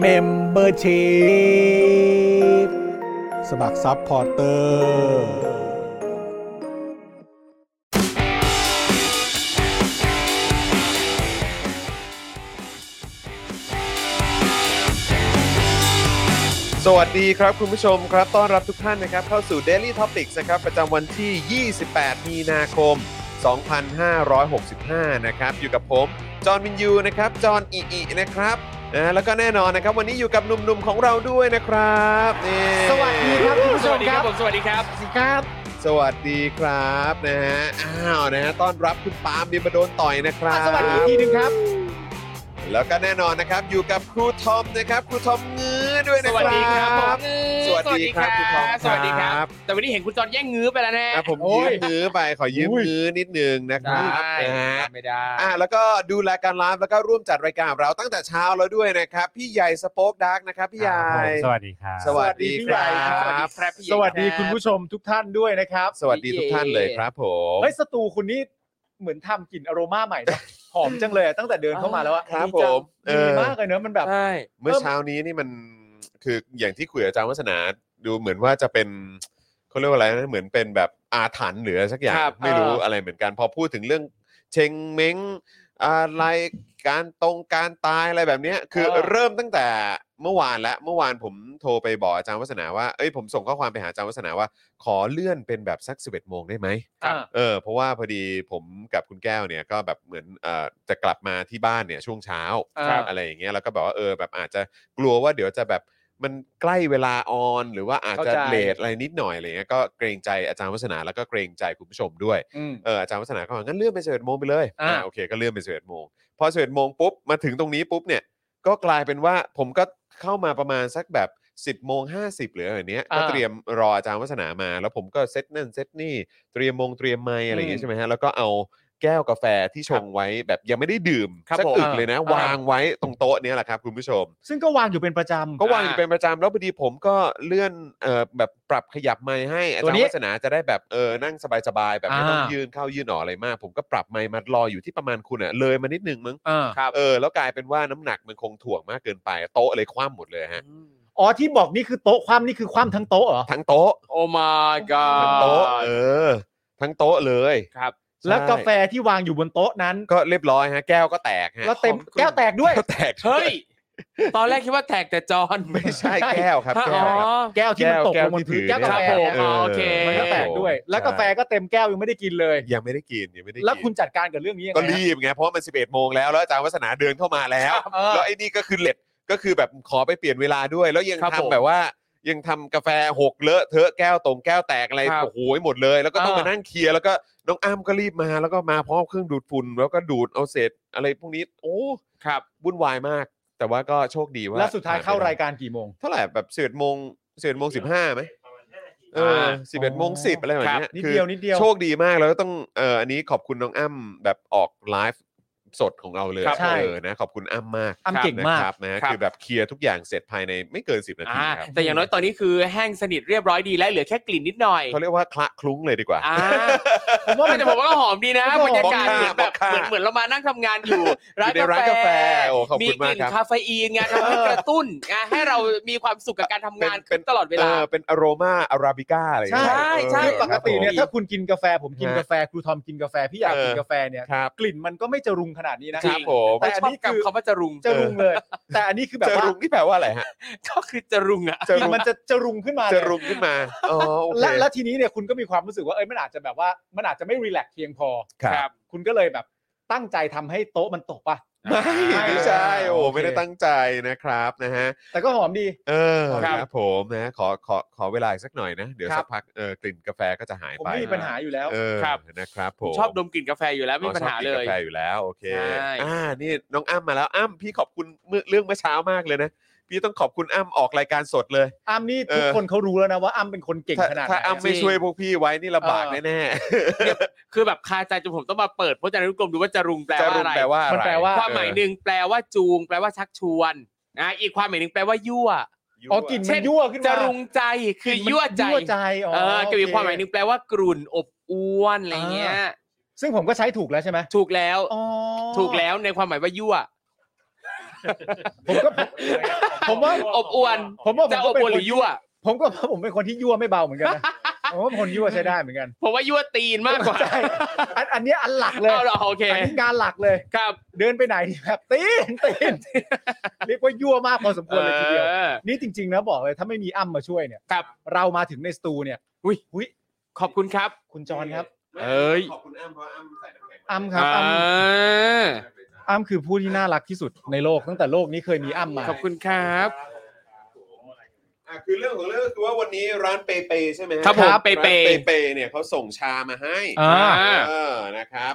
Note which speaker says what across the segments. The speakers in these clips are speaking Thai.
Speaker 1: เมมเบอร์ชีพสมัครซัพพอร์เตอร์
Speaker 2: สวัสดีครับคุณผู้ชมครับต้อนรับทุกท่านนะครับเข้าสู่ Daily Topics นะครับประจำวันที่ 28 มีนาคม 2565 นะครับอยู่กับผม จอห์นวินยูนะครับจอห์นอิอินะครับนะแล้วก็แน่นอนนะครับ วันนี้อยู่กับหนุ่มๆของเราด้วยนะครับนี่
Speaker 3: สวัสดีครับคุณผู้
Speaker 4: ส
Speaker 3: ช
Speaker 4: วั
Speaker 3: ม
Speaker 4: สดีค
Speaker 3: ครั
Speaker 4: รั
Speaker 3: บบ
Speaker 4: ผมสวัสดีครับ
Speaker 3: ครับ
Speaker 2: สวัสดีครับนะฮะอ้าวนะฮะต้อนรับคุณปาล์มดิบโดนต่อยนะครับ
Speaker 3: สวัสดีอีกทีหนึ่งครับ
Speaker 2: แล้วก็แน่นอนนะครับอยู่กับครูทอมนะครับครูทอมเงื้อด้วย
Speaker 4: ส
Speaker 2: นะ
Speaker 4: วัส
Speaker 2: ค
Speaker 4: ดี
Speaker 2: รั
Speaker 4: ครับผม
Speaker 2: บ สวัสดีครับคุณทอม
Speaker 4: สวัสดีครั
Speaker 2: ครับ บ
Speaker 4: แต่วันนี้เห็นคุณจอนแย่งงื้อไปแล้วแน่
Speaker 2: อ่ะผม
Speaker 3: โอ้
Speaker 2: ยื
Speaker 3: ย
Speaker 2: มมือไปขอยืมมือนิดนึงนะครับ
Speaker 4: ได้
Speaker 2: นะฮะ
Speaker 4: ไม่ได้
Speaker 2: อ่ะแล้วก็ดูแลการไลฟ์แล้วก็ร่วมจัดรายการเราตั้งแต่เช้าแล้วด้วยนะครับ พี่ใหญ่สป็อกดักนะครับพี่ใหญ่
Speaker 5: สวัสดีครับ
Speaker 2: สวัสดีครั
Speaker 4: สวัสดี
Speaker 2: บ
Speaker 4: ครับพี่เอก
Speaker 3: สวัสดี
Speaker 4: รับ
Speaker 3: คุณผู้ชมทุกท่านด้วยนะครับ
Speaker 2: สวัสดีทุกท่านเลยครับผม
Speaker 3: เฮ้ยสตูคุณนี่เหมือนทำกลิ่นอโรมาใหม่ นะหอมจังเลยอะตั้งแต่เดินเข้ามาแล้วอะ
Speaker 2: ครับผมเอ
Speaker 3: ดี
Speaker 2: อ
Speaker 3: มากเลยเนอะมันแบบ
Speaker 4: ใช่
Speaker 2: เมื่อเช้านี้นี่มันคืออย่างที่คุยกับอาจารย์วัฒนาดูเหมือนว่าจะเป็นเขาเรียกว่าอะไรนะเหมือนเป็นแบบอาถรรพ์หรืออะไรสักอย่าง
Speaker 3: ครับ
Speaker 2: ไม่รู้
Speaker 3: เอออ
Speaker 2: อะไรเหมือนกันพอพูดถึงเรื่องเชงเม้งอะไรการตรงการตายอะไรแบบเนี้ย คือ
Speaker 3: เออ
Speaker 2: เริ่มตั้งแต่เมื่อวานแล้วเมื่อวานผมโทรไปบอกอาจารย์วัฒนาว่าเอ้ยผมส่งข้อความไปหาอาจารย์วัฒนาว่า ขอเลื่อนเป็นแบบสัก 11โมงได้ไหม
Speaker 3: อ่ะ
Speaker 2: เออเพราะว่าพอดีผมกับคุณแก้วเนี่ยก็แบบเหมือนเอ่อจะกลับมาที่บ้านเนี่ยช่วงเช้า
Speaker 3: ครับ
Speaker 2: อะไรอย่างเงี้ยแล้วก็แบบว่าเออแบบอาจจะกลัวว่าเดี๋ยวจะแบบมันใกล้เวลาออน หรือว่าอาจจะ
Speaker 3: เข้าใจ
Speaker 2: เลทอะไรนิดหน่อยอะไรเงี้ยก็เกรงใจอาจารย์วัฒนาแล้วก็เกรงใจคุณผู้ชมด้วย
Speaker 3: อืม
Speaker 2: เอออาจารย์วัฒนาก็บอกงั้นเลื่อนไปสิบเอ็ดโมงไปเลย
Speaker 3: อ่า
Speaker 2: โอเคก็เลื่อนไปสิบเอ็ดโมงพอสิบเอ็ดโมงปุ๊บมาถึงตรงนี้ปุ๊บเนี่ยก็กลายเป็นว่าผมก็เข้ามาประมาณสักแบบ 10บโมงห้หรืออะไรเนี้ยก็
Speaker 3: อ่า
Speaker 2: เตรียมรออาจารย์วัฒนามา แล้วผมก็เซตนั่นเซตนี่ เตรียมมงเตรียมไม้อะไรอย่างเงี้ยใช่ไหมฮะแล้วก็เอาแก้วกาแฟที่ชงไว้แบบยังไม่ได้ดื่ม
Speaker 4: ครับ
Speaker 2: สั
Speaker 4: ผม
Speaker 2: อึกเลยนะ
Speaker 3: อ่าว
Speaker 2: วางไว้ตรงโต๊ะเนี้ยแหละครับคุณผู้ชม
Speaker 3: ซึ่งก็วางอยู่เป็นประจำ
Speaker 2: ก็วางอยู่เป็นประจำแล้วพอดีผมก็เลื่อนเอ่อแบบปรับขยับไม้ให้อา
Speaker 3: ตัว
Speaker 2: จาร
Speaker 3: นี้
Speaker 2: ย์วัฒนาจะได้แบบเออนั่งสบายๆแบบไม่ต้อง
Speaker 3: อ่ายื
Speaker 2: ยืนเข้ายืนออกอะไรมาก ผมก็ปรับไม้มารออยู่ที่ประมาณคุณอ่ะเลยมานิดนึงมั้ง
Speaker 3: อ่า
Speaker 4: ครับ
Speaker 2: เออแล้วกลายเป็นว่าน้ำหนักมันคงถ่วงมากเกินไปโต๊ะเลยคว่ำหมดเลยฮะ
Speaker 3: อ๋อที่บอกนี่คือโต๊ะความนี่คือความทั้งโต๊ะเหรอ
Speaker 2: ทั้งโต๊ะ
Speaker 4: โอ้ my god
Speaker 2: ทั้งโต๊ะเออ ทั้งโต๊ะเลย
Speaker 4: ครับ
Speaker 3: แล้ว
Speaker 2: ใช่
Speaker 3: กาแฟที่วางอยู่บนโต๊ะนั้น
Speaker 2: ก็เรียบร้อยฮะแก้วก็แตกฮะ
Speaker 3: แล้วเต็ม
Speaker 4: ขอบคุณ
Speaker 3: แก้วแตกด้วย
Speaker 2: ก็แตก
Speaker 4: เฮ้ย ตอนแรกคิดว่าแตกแต่จอน
Speaker 2: ไม่ใช่
Speaker 3: ใช่
Speaker 2: แก้วครับ
Speaker 4: อ๋
Speaker 2: แก้วครับ
Speaker 4: อ
Speaker 3: แก้วที่มันตก
Speaker 2: แก้
Speaker 3: ล
Speaker 2: ว
Speaker 3: งบนพื้น
Speaker 2: แก้
Speaker 3: แก้
Speaker 2: ว
Speaker 3: ว
Speaker 2: ที่ถือเนี่ย
Speaker 4: ครับผม
Speaker 3: กาแฟ
Speaker 4: อ๋อโอเค
Speaker 3: มันก็แตกด้วย แล้วกาแฟก็เต็มแก้วยังไม่ได้กินเลย
Speaker 2: ยังไม่ได้กินยังไม่ได้กิน
Speaker 3: แล้วคุณจัดการกับเรื่องนี้ยัง
Speaker 2: ก็
Speaker 3: ไง
Speaker 2: รีบไงเพราะมัน 11 โมงแล้วแล้วอาจารย์วัฒนาเดินเข้ามาแล้ว
Speaker 3: ครับเออ
Speaker 2: แล้วไอ้นี่ก็คือเหล็ดก็คือแบบขอไปเปลี่ยนเวลาด้วย แล้วยัง
Speaker 4: ครับ
Speaker 2: ทำ
Speaker 4: ผม
Speaker 2: แบบว่ายังทำกาแฟหกเลอะเทอะแก้วตรงแก้วแตกอะไร
Speaker 4: ครับ
Speaker 2: โอ้โหหมดเลย แล้วก็ต้อง
Speaker 3: เออ
Speaker 2: มานั่งเคลียร์แล้วก็น้องอ้ำก็รีบมาแล้วก็มาพร้อมเครื่องดูดฝุ่นแล้วก็ดูดเอาเศษอะไรพวกนี้โอ้
Speaker 4: ครับ
Speaker 2: วุ่นวายมาก แต่ว่าก็โชคดีว่า
Speaker 3: แล้วสุดท้ายเข้ารายการกี่โมง
Speaker 2: เท่าไหร่แบบสิบเอ็ดโมงสิบเอ็ดโมงสิบห้าไหมเออสิบเอ็ดโมงสิบอะไรแบบเนี้ย
Speaker 3: นิด
Speaker 2: คือ
Speaker 3: เดียวนิดเดียว
Speaker 2: โชคดีมากแล้วก็ต้องเอ่ออันนี้ขอบคุณน้องอ้ำแบบออกไลฟ์สดของเราเลย
Speaker 3: ครับใช่
Speaker 2: เออนะขอบคุณอ้ำมาก
Speaker 3: อ้ำเก่ง
Speaker 2: นะ
Speaker 3: มาก
Speaker 2: ครับนะครับ คือแบบเคลียร์ทุกอย่างเสร็จภายในไม่เกิน 10 นาที
Speaker 4: อ่า
Speaker 2: ครับ
Speaker 4: แต่อย่างน้อยตอนนี้คือแห้งสนิทเรียบร้อยดีและเหลือแค่กลิ่นนิดหน่อย
Speaker 2: เขาเรียกว่าคละคลุ้งเลยดีกว่า
Speaker 4: อ่า
Speaker 3: ผมว่ามัน
Speaker 4: แต่ผมว่าก็หอมดีนะ
Speaker 3: ผม
Speaker 4: บร
Speaker 3: ว่า
Speaker 4: รยากาศ
Speaker 2: บอกค่ะ
Speaker 4: เหมือน
Speaker 2: บอกค่ะ
Speaker 4: แบบเหมือนเหมือนเรามานั่งทำงานอยู่
Speaker 2: อยู่ในร้านกาแฟโอ้ขอบ
Speaker 4: มี
Speaker 2: คุณ
Speaker 4: ก
Speaker 2: มาก
Speaker 4: ลิ่น
Speaker 2: ครับ
Speaker 4: คาเฟอีนไงทำให้กระตุ้นไงให้เรามีความสุขกับการทำงาน
Speaker 2: เป็น
Speaker 4: ขึ้นตลอดเว
Speaker 2: เอ
Speaker 4: ลา
Speaker 2: อเป็นอโรมาอาราบิก้าอะไรอย่างเงี้ย
Speaker 4: ใช่ใช่
Speaker 2: เออ
Speaker 3: ปกติเนี่ย
Speaker 2: ครับผม
Speaker 3: ถ้าคุณกินกาแฟผมกิน
Speaker 2: ฮะ
Speaker 3: กาแฟครูทอมกินกาแฟพี่อยาก
Speaker 2: เออ
Speaker 3: กินกาแฟเนี่ย
Speaker 2: ครับ
Speaker 3: กลิ่นมันก็ไม่จะรุงข นาดนี้นะ
Speaker 2: ค
Speaker 4: จริ
Speaker 2: รับ
Speaker 4: ง
Speaker 2: ผม
Speaker 3: แต่
Speaker 4: แต่
Speaker 3: อั
Speaker 4: ชอ
Speaker 3: นนี้
Speaker 4: บ
Speaker 3: คือ
Speaker 4: กับคำว่าจะรุง
Speaker 3: จะรุงเลย แต่อันนี้คือแบบ
Speaker 2: จะ
Speaker 3: ว่า
Speaker 2: รุงนี่แปลว่าอะไรฮะ
Speaker 4: ก็คือจะรุงอ่ะ
Speaker 2: จะ
Speaker 3: คือ
Speaker 2: รุง
Speaker 3: มันจะจะรุงขึ้นมาเลย
Speaker 2: จะรุงขึ้นมาอ๋อโอเค
Speaker 3: และและทีนี้เนี่ยคุณก็มีความรู้สึกว่าเอ้ยมันอาจจะแบบว่ามันอาจจะไม่รีแลกซ์เพียงพอ
Speaker 2: ครับ
Speaker 3: คุณก็เลยแบบตั้งใจทำให้โต๊ะมันตกป่ะ
Speaker 2: ไม่
Speaker 3: ไม่
Speaker 2: ไม่ใช่
Speaker 3: เลย
Speaker 2: โอ้
Speaker 3: โอเค
Speaker 2: ไม่ได้ตั้งใจนะครับนะฮะ
Speaker 3: แต่ก็หอมดี
Speaker 2: เออ
Speaker 3: ครับ
Speaker 2: ครับผมนะขอขอขอเวลาอีกสักหน่อยนะ เดี๋ยวสักพักเออกลิ่นกาแฟก็จะหาย
Speaker 3: ผม
Speaker 2: ไป
Speaker 3: ไม่มีปัญหาอยู่แล้ว
Speaker 2: เออ
Speaker 4: ครับ
Speaker 2: นะครับผม
Speaker 4: ชอบดมกลิ่นกาแฟอยู่แล้วไม่มีปัญหา
Speaker 2: อ๋อชอบ
Speaker 4: เล
Speaker 2: กิน
Speaker 4: ย
Speaker 2: กาแฟอยู่แล้วโอเค
Speaker 4: ใช่
Speaker 2: อ่านี่น้องอ้ำมาแล้วอ้ำพี่ขอบคุณเมื่อเรื่องเมื่อเช้ามากเลยนะพี่ต้องขอบคุณอ้ำออกรายการสดเลย
Speaker 3: อ้ำนี่
Speaker 2: เออ
Speaker 3: ทุกคนเขารู้แล้วนะว่าอ้ำเป็นคนเก่ง
Speaker 2: ถ้า
Speaker 3: ขนาดไหน
Speaker 2: ถ้าอ้ำไม่
Speaker 4: จริง
Speaker 2: ช่วยพวกพี่ไว้นี่ลำบาก
Speaker 3: เออ
Speaker 2: แน่
Speaker 4: คือแบบคาใจจนผมต้องมาเปิดพจนานุกรมดูว่าจะรุงแปล
Speaker 2: ๆจะ
Speaker 4: ว่า
Speaker 2: รุ
Speaker 4: อะ
Speaker 2: ม
Speaker 4: ไร
Speaker 2: แปลว่าอะไร
Speaker 3: มันแปลว่า
Speaker 4: ความหมายหนึ่งแปลว่าจูง แปลว่าชักชวนนะอีกความหมายหนึ่งแปลว่ายั่ว
Speaker 2: ยั่ว
Speaker 3: อ๋อกลิ่น
Speaker 4: เช่
Speaker 3: มัน
Speaker 4: น
Speaker 3: ยั่วขึ้นมา
Speaker 4: จะรุงใจคื
Speaker 3: ก
Speaker 4: อ
Speaker 3: ลิ่นมัน
Speaker 4: ยั่วใจ
Speaker 3: ยั่วใจอ๋อ
Speaker 4: เออก็มี
Speaker 3: โ
Speaker 4: ความหมายหนึ่งแปลว่ากรุ่นอบอ้วนอะไรเงี้ย
Speaker 3: ซึ่งผมก็ใช้ถูกแล้วใช่ไหม
Speaker 4: ถูกแล้ว
Speaker 3: อ๋อ
Speaker 4: ถูกแล้วในความหมายว่ายั่ว
Speaker 3: ผมก็ ผมว่า
Speaker 4: อบอวน
Speaker 3: ผมว่าผ
Speaker 4: จะ
Speaker 3: ม
Speaker 4: อ
Speaker 3: ก็
Speaker 4: บ
Speaker 3: เป็น
Speaker 4: อ้วน
Speaker 3: ค
Speaker 4: ห
Speaker 3: น
Speaker 4: รือยั่ว
Speaker 3: ผมก็ ว่าผมเป็นคนที่ยั่วไม่เบาเหมือนกันนะผมว่าเป็นคนยั่วใช้ได้เหมือนกัน
Speaker 4: ผมว่ายั่วตีนมากกว่า
Speaker 3: ใช่อันอันเนี้ยอันหลักเลย
Speaker 4: เอาเหรอโอเค
Speaker 3: อันนี้งานหลักเลย
Speaker 4: ครับ
Speaker 3: เดินไปไหนนี่แบบ ตีนตีนเรียกว่ายั่วมากพอสมควรเลยทีเดียว
Speaker 4: ออ
Speaker 3: นี่จริงๆนะบอกเลยถ้าไม่มีอ้ำมาช่วยเนี่ย
Speaker 4: ครับ
Speaker 3: เรามาถึงในสตูเนี่ย
Speaker 4: อุ๊ย
Speaker 3: อุ้ย
Speaker 4: ขอบคุณครับ
Speaker 3: คุณจอนครับ
Speaker 4: เอ้ย
Speaker 2: ขอบคุณอ้ำเพราะว่าอ้ำใส่น้ำแข็ง
Speaker 3: อ้ำครับ
Speaker 4: อ่า
Speaker 3: อ้ำคือผู้ที่น่ารักที่สุดในโลกตั้งแต่โลกนี้เคยมีอ้ำมา
Speaker 4: ขอบคุณครับ
Speaker 2: อ่ะคือเรื่องของเรื่องคือว่าวันนี้ร้านเปเปใช่ไหมฮะ
Speaker 4: ครับผม
Speaker 2: าน
Speaker 4: เปเป
Speaker 2: เปเนี่ยเขาส่งชามาให้
Speaker 3: อ่า
Speaker 4: อ่า
Speaker 2: เออนะครับ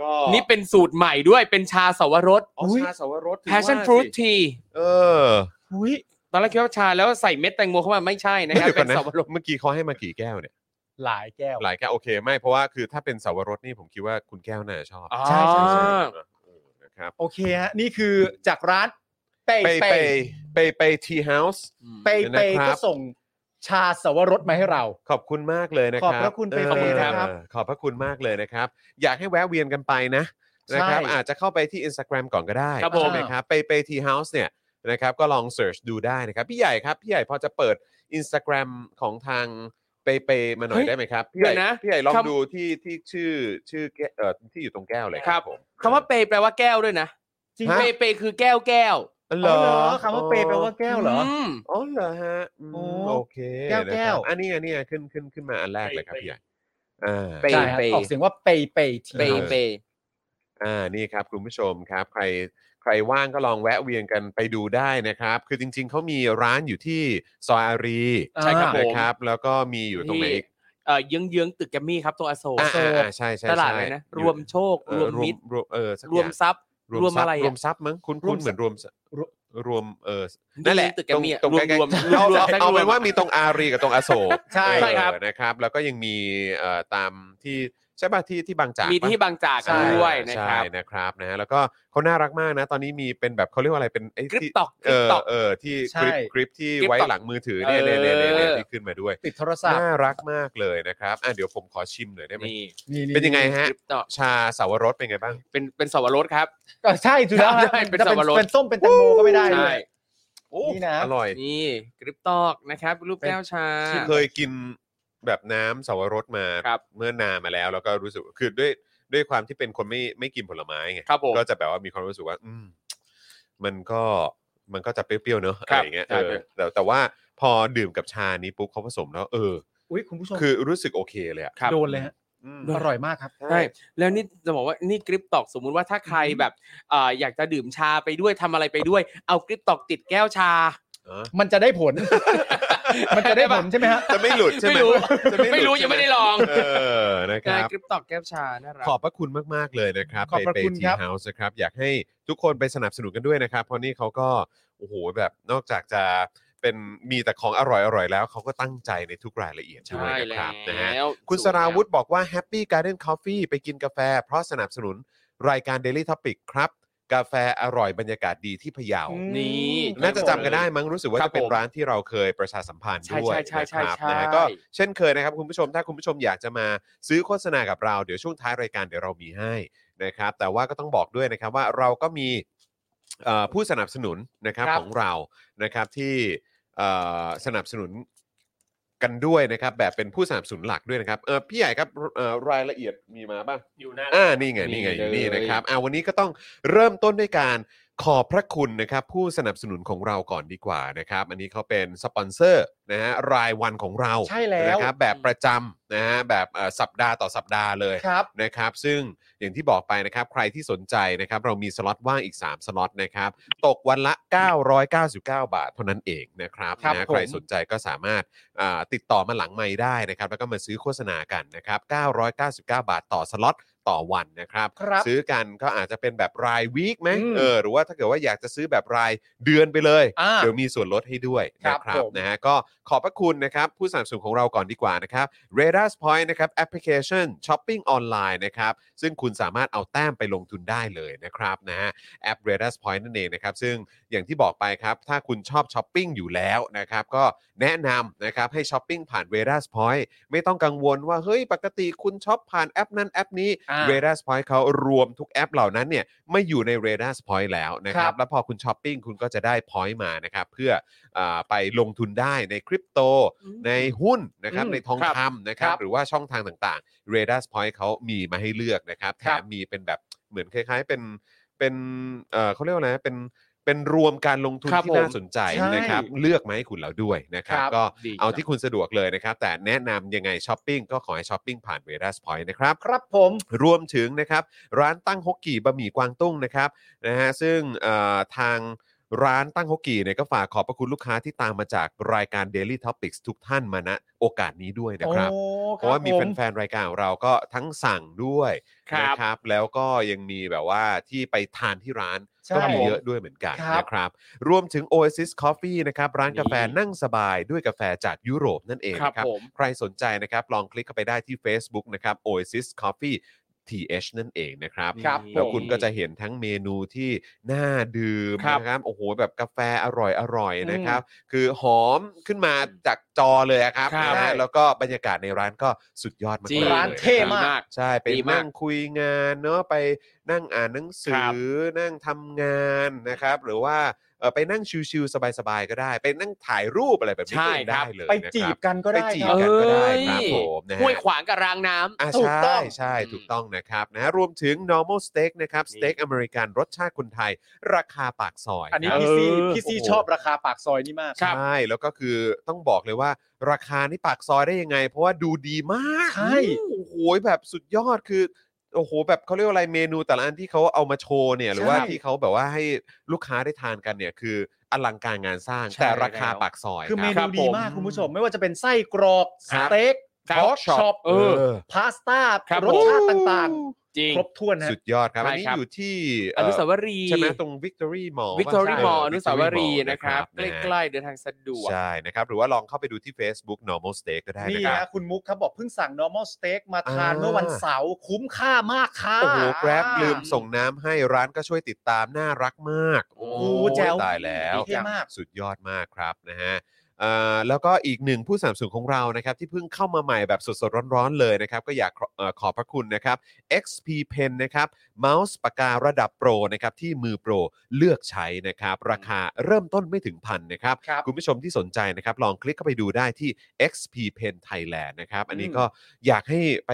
Speaker 2: ก็
Speaker 4: นี่เป็นสูตรใหม่ด้วยเป็นชาสวรส
Speaker 2: อ๋อชาสวรสถึงว่า
Speaker 4: passion
Speaker 2: สิ
Speaker 4: fruit tea
Speaker 2: เออ
Speaker 3: อุ้ย
Speaker 4: ตอนแรกคิดว่าชาแล้วใส่เม็ดแตงโมเข้ามาไม่ใช่นะ
Speaker 2: เฮ้ย
Speaker 4: ครับ
Speaker 2: เดี๋ยวก่อ
Speaker 4: เป็น น
Speaker 2: นะ
Speaker 4: สวรส
Speaker 2: เมื่อกี้เขาให้มากี่แก้วเนี่ย
Speaker 3: หลายแก้ว
Speaker 2: หลายแก้วโอเคไม่เพราะว่าคือถ้าเป็นสวรสนี่ผมคิดว่าคุณแก้วน่าจะชอบ
Speaker 3: ใช่ใช่ใช่
Speaker 4: อ๋อ
Speaker 2: เออนะครับ
Speaker 3: โอเคฮะนี่คือจากร้านเป
Speaker 2: เป
Speaker 3: เป
Speaker 2: เปเปเปทีเฮาส์
Speaker 3: เปเป
Speaker 2: นะครับ
Speaker 3: ก็ส่งชาสวรสมาให้เรา
Speaker 2: ขอบคุณมากเลยนะครับ
Speaker 3: ขอบพระคุณเปเป
Speaker 2: ออ
Speaker 3: นะครับ
Speaker 2: ขอบพระคุณมากเลยนะครับ อยากให้แวะเวียนกันไปนะนะครับ
Speaker 3: ใช่
Speaker 2: อาจจะเข้าไปที่ Instagram ก่อนก็ได้
Speaker 4: ครับผม
Speaker 2: ใช่ไหมครับไปไปทีเฮาส์เนี่ยนะครับก็ลองเสิร์ชดูได้นะครับ พี่ใหญ่ครับ พี่ใหญ่พอจะเปิด Instagram ของทางเปเปมาหน่อยได้ไหมครับพี่ให
Speaker 4: เดี๋
Speaker 2: ญ่
Speaker 4: ยวนะ
Speaker 2: พี่ใหญ่ลอง
Speaker 4: คำ
Speaker 2: ดูที่ที่ชื่อชื่อแก้วเอ่อที่อยู่ตรงแก้วเลยผม
Speaker 4: คำว่าเปย์แปลว่าแก้วด้วยนะ
Speaker 3: จริง
Speaker 4: เปย์เปย์คือแก้วแก้ว
Speaker 2: อ๋อ
Speaker 3: อ๋อเหรอ
Speaker 2: เหรอ
Speaker 3: คำว่าเปแปลว่าแก้วเหรอ
Speaker 4: ม
Speaker 2: อ๋อเหรอฮะอืม
Speaker 3: โอ้
Speaker 2: โอเค
Speaker 3: แก้วแก้ว
Speaker 2: นะครับอันนี้อันนี้ขึ้นขึ้นขึ้นมาอันแรกเลยครับพี่ใหญ่อ่า
Speaker 4: เป
Speaker 3: ใช่ฮะออกเสียงว่าเปเปที
Speaker 4: เปย์
Speaker 3: เฮาส์
Speaker 4: เปย์
Speaker 2: อ่านี่ครับคุณผู้ชมครับ ใครใครว่างก็ลองแวะเวียนกันไปดูได้นะครับ คือจริง ๆเขามีร้านอยู่ที่ซอยอารี
Speaker 3: ใช่ครับผม
Speaker 2: นะครับ แล้วก็มีอยู่ตรงไหนอีก
Speaker 4: เอ่อเยื้องเยื้องๆตึกแกรมมี่ครับตรงอโศก
Speaker 2: อ่าอ่าอ่าใช่ใช่ใช่
Speaker 4: ตลาดอะไรนะ
Speaker 2: อยู่
Speaker 4: รวมโชค
Speaker 2: เอ่
Speaker 4: ร
Speaker 2: อ
Speaker 4: วมมิตร
Speaker 2: รวมเออสักอ
Speaker 4: รว
Speaker 2: ย่าง
Speaker 4: มทรัพย์ รวม
Speaker 2: ทพย์
Speaker 4: อะไรอะ
Speaker 2: รวมทรัพย์มั้งคุณคุณเหมือนรวมทรัพย์รวมเออนั่นแหละ
Speaker 4: เยื้องๆตึกแกรมมี่อะ
Speaker 2: ตรง
Speaker 4: รว
Speaker 2: ใก
Speaker 4: ม
Speaker 2: ล้ๆ
Speaker 4: รวม
Speaker 2: เอาเอา
Speaker 4: รวมๆ
Speaker 2: เอาเป็นว่า
Speaker 4: แ
Speaker 2: มีตรงอารีกับตรงอโศก
Speaker 3: ใช่
Speaker 4: ใช่ครับ
Speaker 2: เออนะครับ แล้วก็ยังมีเอ่อตามที่ใช่ป่ะที่ที่บางจาก
Speaker 4: มี
Speaker 2: ปะ
Speaker 4: ที่บางจาก
Speaker 2: ใช่
Speaker 4: ด้วยนะครับ
Speaker 2: ใช่นะครับนะฮะแล้วก็เขาน่ารักมากนะ ตอนนี้มีเป็นแบบเขาเรียกว่าอะไรเป็นไอ้
Speaker 4: กริป
Speaker 2: ที่
Speaker 4: ตอกก
Speaker 2: เอ
Speaker 4: ริป
Speaker 2: อ
Speaker 4: ตอก
Speaker 2: เออที่
Speaker 3: ใช่
Speaker 2: กริปกริปที่
Speaker 4: Grip
Speaker 2: ไว้
Speaker 4: Talk
Speaker 2: หลังมือถือเนี่ย
Speaker 4: เอ
Speaker 2: เนี่ย
Speaker 4: อ
Speaker 2: เนี่ยเนี่ยที่ขึ้นมาด้วย
Speaker 3: ติดโทรศัพท์
Speaker 2: น่ารักมากเลยนะครับอ่ะเดี๋ยวผมขอชิมหน่อยได้ไหม
Speaker 4: นี่
Speaker 3: นี่
Speaker 2: เป็นยังไงฮะ
Speaker 4: กริปตอก
Speaker 2: ชาสาวรสเป็นไงบ้าง
Speaker 4: เป็นเป็นสวรสครับ
Speaker 3: ก็ใช่ถูกแล้วฮะ
Speaker 4: ใช่เป็น
Speaker 3: จะ
Speaker 4: สวรส
Speaker 3: เป็นส้มเป็นแตงโมก็ไม่ได้เล
Speaker 4: ใช่
Speaker 3: ย นี่นะ
Speaker 2: อร่อย
Speaker 4: นี่กริปตอกนะครับรูปแก้วชา
Speaker 2: เคยกินแบบน้ำสาวรสมา
Speaker 4: ครับ
Speaker 2: เมื่อนานมาแล้ว แล้วก็รู้สึกคือด้วยด้วยความที่เป็นคนไม่ไม่กินผลไม้ไง
Speaker 4: ครับผม
Speaker 2: ก็จะแบบว่ามีความรู้สึกว่า อืม มันก็มันก็จะเปรี้ยวๆเนอะอะ
Speaker 4: ครั
Speaker 2: ไร
Speaker 4: บ
Speaker 2: อย่างเงี้ย
Speaker 4: ใช่
Speaker 2: เออ
Speaker 4: ใช่
Speaker 2: แต่แต่ว่าพอดื่มกับชานี้ปุ๊บเขาผสมแล้ว เออ
Speaker 3: อุ้ยคุณผู้ชม
Speaker 2: คือรู้สึกโอเคเลยอะ
Speaker 4: ครับ
Speaker 3: โดนเลยฮะ
Speaker 2: อืม
Speaker 3: อร่อยมากครับ
Speaker 4: ใช่แล้วนี่จะบอกว่านี่กริปตอกสมมุติว่าถ้าใครแบบเอ่ออยากจะดื่มชาไปด้วยทำอะไรไปด้วย เอากริปตอกติดแก้วชา
Speaker 2: อ๋อ
Speaker 3: มันจะได้ ผล มันจะได้ผลใช่ไหมฮะ
Speaker 2: จะไม่หลุดใช่ไหม
Speaker 4: ไม่รู้
Speaker 2: จะ
Speaker 4: ไม่
Speaker 2: ห
Speaker 4: รู้
Speaker 2: ลุ
Speaker 4: ยังไม่ได้ลอง
Speaker 2: เออนะค
Speaker 4: ได้
Speaker 2: รับ
Speaker 4: กริปตอกแก้วชาน่ารัก
Speaker 2: ขอบพระคุณมาก ๆ เลยนะครับ
Speaker 3: ขอบพระ
Speaker 2: ไป
Speaker 3: คุณ
Speaker 2: ที
Speaker 3: ครับ
Speaker 2: เฮาส์นะครับ อยากให้ทุกคนไปสนับสนุนกันด้วยนะครับ เพราะนี่เขาก็โอ้โหแบบนอกจากจะเป็นมีแต่ของอร่อยๆแล้ว เขาก็ตั้งใจในทุกรายละเอียดด้วย
Speaker 4: ใช่
Speaker 2: นะ
Speaker 4: แล้
Speaker 2: ครับนะฮะ
Speaker 4: ว
Speaker 2: คุณสราวุธบอกว่า Happy Garden Coffee ไปกินกาแฟ เพราะสนับสนุนรายการ Daily Topic ครับ กาแฟอร่อยบรรยากาศดีที่พะเยา
Speaker 3: อืม
Speaker 4: นี่
Speaker 2: น่าจะจำกันได้มั้งรู้สึกว่า
Speaker 4: ครั
Speaker 2: จะ
Speaker 4: บผม
Speaker 2: เป็นร้านที่เราเคยประชาสัมพันธ์ด้วย
Speaker 4: ใช่
Speaker 2: นะ
Speaker 4: ใช่
Speaker 2: ครับ
Speaker 4: ใช่
Speaker 2: นะฮะ
Speaker 4: ใช่
Speaker 2: ก็เช่นเคยนะครับ คุณผู้ชมถ้าคุณผู้ชมอยากจะมาซื้อโฆษณากับเรา เดี๋ยวช่วงท้ายรายการเดี๋ยวเรามีให้นะครับ แต่ว่าก็ต้องบอกด้วยนะครับว่าเราก็มีเอ่อผู้สนับสนุนนะครับ
Speaker 3: ครับ
Speaker 2: ของเรานะครับที่เอ่อสนับสนุน กันด้วยนะครับแบบเป็นผู้สนับสนุนหลักด้วยนะครับเออพี่ใหญ่ครับเอ่อรายละเอียดมีมาป่ะ
Speaker 4: อยู่หน้า
Speaker 2: อ่านี่ไง
Speaker 4: นี่
Speaker 2: นี่ไงอยู่
Speaker 4: เลย
Speaker 2: นี่นะครับอ่าวันนี้ก็ต้องเริ่มต้นด้วยการขอบพระคุณนะครับผู้สนับสนุนของเราก่อนดีกว่านะครับอันนี้เขาเป็นสปอนเซอร์นะฮะรายวันของเรา
Speaker 3: ใช่แล้ว
Speaker 2: นะครับแบบประจำนะฮะแบบเอ่อสัปดาห์ต่อสัปดาห์เลย
Speaker 3: ครับ
Speaker 2: นะครับซึ่งอย่างที่บอกไปนะครับใครที่สนใจนะครับเรามีสล็อตว่างอีก 3 สล็อตนะครับตกวันละ 999 บาทเท่านั้นเองนะครับ
Speaker 3: ครับ
Speaker 2: นะ
Speaker 3: ผม
Speaker 2: ใครสนใจก็สามารถ อ่าติดต่อมาหลังไม้ได้นะครับ แล้วก็มาซื้อโฆษณากันนะครับ 999 บาทต่อสล็อตต่อวันนะครับ
Speaker 3: ครับ
Speaker 2: ซื้อกันก็อาจจะเป็นแบบรายวีคไหม
Speaker 3: อืม
Speaker 2: เออหรือว่าถ้าเกิดว่าอยากจะซื้อแบบรายเดือนไปเลย
Speaker 3: อ่า
Speaker 2: เดี๋ยวมีส่วนลดให้ด้วยนะค
Speaker 3: ครั
Speaker 2: รั
Speaker 3: บบ ผม
Speaker 2: นะฮะก็ขอบพระคุณนะครับ ผู้สนับสนุนของเราก่อนดีกว่านะครับ r a d a r Point นะครับแอปพลิเคชันช้อปปิ้งออนไลน์นะครับ ซึ่งคุณสามารถเอาแต้มไปลงทุนได้เลยนะครับนะฮะแอป r a d a r Point นั่นเองนะครับ ซึ่งอย่างที่บอกไปครับ ถ้าคุณชอบช้อปปิ้งอยู่แล้วนะครับ ก็แนะนำนะครับให้ช้อปปิ้งผ่าน r a d a r Point ไม่ต้องกังวลว่าเฮ้ยปกติคุณช้อปผ่านแอปนั้นแอปนี้
Speaker 3: อ่า
Speaker 2: r a d a r Point เขารวมทุกแอปเหล่านั้นเนี่ยไม่อยู่ใน r a d a r Point แล้วนะครั
Speaker 3: ครับ บ
Speaker 2: แล้วพอคุณช้อปปิ้งคุณก็จะได้ Point มานะครับ เพื่ออาไปลงทุนได้ในคริปโต ในหุ้นนะครับ
Speaker 3: อืม
Speaker 2: ในทองคำนะครับ
Speaker 3: ครับ
Speaker 2: หรือว่าช่องทางต่างๆ r a d a r Point เขามีมาให้เลือกนะครับแถ
Speaker 3: ครับ
Speaker 2: มมีเป็นแบบเหมือนคล้าย ๆ เป็นเป็นเอ่อเขาเรียกว่าอะไรนะเป็นเป็นรวมการลงทุน
Speaker 4: ครับ
Speaker 2: ที่น่า
Speaker 4: ผม
Speaker 2: สนใจ
Speaker 3: ใช่
Speaker 2: นะครับเลือกมาให้คุณแล้วด้วยนะครับ
Speaker 3: ครับ
Speaker 2: ก็
Speaker 4: ดี
Speaker 2: เอา
Speaker 4: จัง
Speaker 2: ที่คุณสะดวกเลยนะครับ แต่แนะนำยังไงช้อปปิ้งก็ขอให้ช้อปปิ้งผ่าน r a d a r Point นะครับ
Speaker 3: ครับผม
Speaker 2: รวมถึงนะครับร้านตั้งฮกกี่บะหมี่กวางตุ้งนะครับนะฮะซึ่งเอ่อทางร้านตั้งฮกกี่เนี่ยก็ฝากขอบพระคุณลูกค้าที่ตามมาจากรายการ Daily Topics ทุกท่านมาณโอกาสนี้ด้วยนะครับ
Speaker 3: โอ้คบ
Speaker 2: เพราะว่ามี
Speaker 3: ผ
Speaker 2: แฟนๆ รายการของเราก็ทั้งสั่งด้วย
Speaker 4: ครับ
Speaker 2: นะครับ แล้วก็ยังมีแบบว่าที่ไปทานที่ร้าน
Speaker 3: ใช่
Speaker 2: ก็มีเยอะด้วยเหมือนกัน
Speaker 3: ครับ
Speaker 2: นะครับ รวมถึง Oasis Coffee นะครับ ร้านกาแฟนั่งสบายด้วยกาแฟจากยุโรปนั่นเอง
Speaker 4: ครับ
Speaker 2: นะครับ
Speaker 4: ผม
Speaker 2: ใครสนใจนะครับ ลองคลิกเข้าไปได้ที่ Facebook นะครับ Oasis Coffee TH นั่นเองนะครับ
Speaker 3: ครับ
Speaker 2: แล้ว
Speaker 3: ผม
Speaker 2: คุณก็จะเห็นทั้งเมนูที่น่าดื่ม
Speaker 4: ครับ
Speaker 2: นะครับ โอ้โห แบบกาแฟอร่อยอร่อยนะครับ คือหอมขึ้นมาจากจอเลยอะครับ
Speaker 4: ครับ
Speaker 2: นะฮะแล้วก็บรรยากาศในร้านก็สุดยอดมาก
Speaker 4: จริ
Speaker 2: ๆ
Speaker 4: ง
Speaker 2: เลย
Speaker 3: ร้านเท่มาก
Speaker 2: ะครับใช่ไป
Speaker 4: ดีมาก
Speaker 2: นั่งคุยงานเนาะไปนั่งอ่านหนังสื
Speaker 4: ครับ
Speaker 2: อนั่งทำงานนะครับ หรือว่าเอ่อไปนั่งชิวๆสบายๆก็ได้ ไปนั่งถ่ายรูปอะไรแบบนี้ก็ยังได้เลย
Speaker 3: ไป
Speaker 2: นะครับ
Speaker 3: จีบกันก็
Speaker 2: ไป
Speaker 3: ได้
Speaker 2: จีบ
Speaker 3: ครั
Speaker 2: กั
Speaker 3: บ
Speaker 2: นก็ได้ครับ
Speaker 4: เอ้ย
Speaker 2: ผมนะฮะ
Speaker 4: ห้วยขวางกับรางน้ำ
Speaker 2: อ่ะ
Speaker 3: ถูก
Speaker 2: ใช่
Speaker 3: ต้อง
Speaker 2: ใช่
Speaker 4: อืม
Speaker 2: ถูกต้องนะครับนะรวมถึง normal steak นะครับสเต็กอเมริกันรสชาติคนไทย ราคาปากซอย
Speaker 3: อันนี้
Speaker 2: ครับ
Speaker 3: พี่ซี
Speaker 4: เออ
Speaker 3: พี่ซี
Speaker 4: โอ้โห
Speaker 3: ชอบราคาปากซอยนี่มาก
Speaker 4: ครับ
Speaker 2: ใช่แล้วก็คือต้องบอกเลยว่า ราคานี่ปากซอยได้ยังไง เพราะว่าดูดีมาก
Speaker 3: ใช่
Speaker 2: โอ้โหแบบสุดยอดคือโอ้โหแบบเขาเรียกว่าอะไรเมนูแต่ละอันที่เขาเอามาโชว์เนี่ยหรือว่าที่เขาแบบว่าให้ลูกค้าได้ทานกันเนี่ยคืออลังการงานสร้าง
Speaker 4: ใช่
Speaker 2: แต่ราคา
Speaker 4: แล้ว
Speaker 2: ปากซอย
Speaker 3: คือเม
Speaker 2: ค
Speaker 3: นู
Speaker 2: รับ
Speaker 3: ดีมาก
Speaker 2: ผม
Speaker 3: คุณผู้ชม ไม่ว่าจะเป็นไส้กรอก
Speaker 2: ค
Speaker 3: ส
Speaker 2: รับ
Speaker 3: เต็ก
Speaker 4: ครับ
Speaker 3: ฮอตช็อป
Speaker 4: เออ
Speaker 3: พาสต้า
Speaker 4: ครับ
Speaker 3: รสชาติต่าง
Speaker 4: จริง
Speaker 3: ๆ ครบถ้วนนะ
Speaker 2: สุดยอดครับ
Speaker 4: ใช่
Speaker 2: อันนี้
Speaker 4: ครับ
Speaker 2: อยู่ที่
Speaker 4: อ
Speaker 2: เอ่อ
Speaker 4: นุสาวรีย์
Speaker 2: ใช่ไหมตรง Victory Mall
Speaker 4: วิกตอรี่
Speaker 2: ป่ะ
Speaker 4: มอล
Speaker 2: ใช่
Speaker 4: อนุสาวรีย์
Speaker 2: Victory Mall
Speaker 4: นะครับ ใ
Speaker 2: นะฮะ
Speaker 4: กล้ๆเดินทางสะดวก
Speaker 2: ใช่นะครับ หรือว่าลองเข้าไปดูที่ Facebook Normal Steak ก็ได้
Speaker 3: นี่
Speaker 2: นะครับ
Speaker 3: นะคุณมุกครับบอกเพิ่งสั่ง normal steak มาทาน
Speaker 2: อ่า
Speaker 3: เมื่อวันเสาร์คุ้มค่ามากค่ะ
Speaker 2: โอ้โห Grab ลืมส่งน้ำให้ร้านก็ช่วยติดตามน่ารักมาก โอ้
Speaker 4: โอ้โห
Speaker 3: แจ๋ว
Speaker 2: ตายแล้ว
Speaker 3: เท่มาก
Speaker 2: สุดยอดมากครับนะฮะเอ่อแล้วก็อีกหนึ่งผู้สนับสนุนของเรานะครับ ที่เพิ่งเข้ามาใหม่แบบสดๆร้อนๆเลยนะครับ ก็อยากขอเอ่อขอบพระคุณนะครับ XP Pen นะครับเมาส์ปากการะดับโปรนะครับที่มือโปรเลือกใช้นะครับ ราคาเริ่มต้นไม่ถึงพันนะครับ
Speaker 3: ครับ
Speaker 2: คุณผู้ชมที่สนใจนะครับ ลองคลิกเข้าไปดูได้ที่ XP Pen Thailand นะครับ อันนี้
Speaker 3: อืม
Speaker 2: ก็อยากให้ไป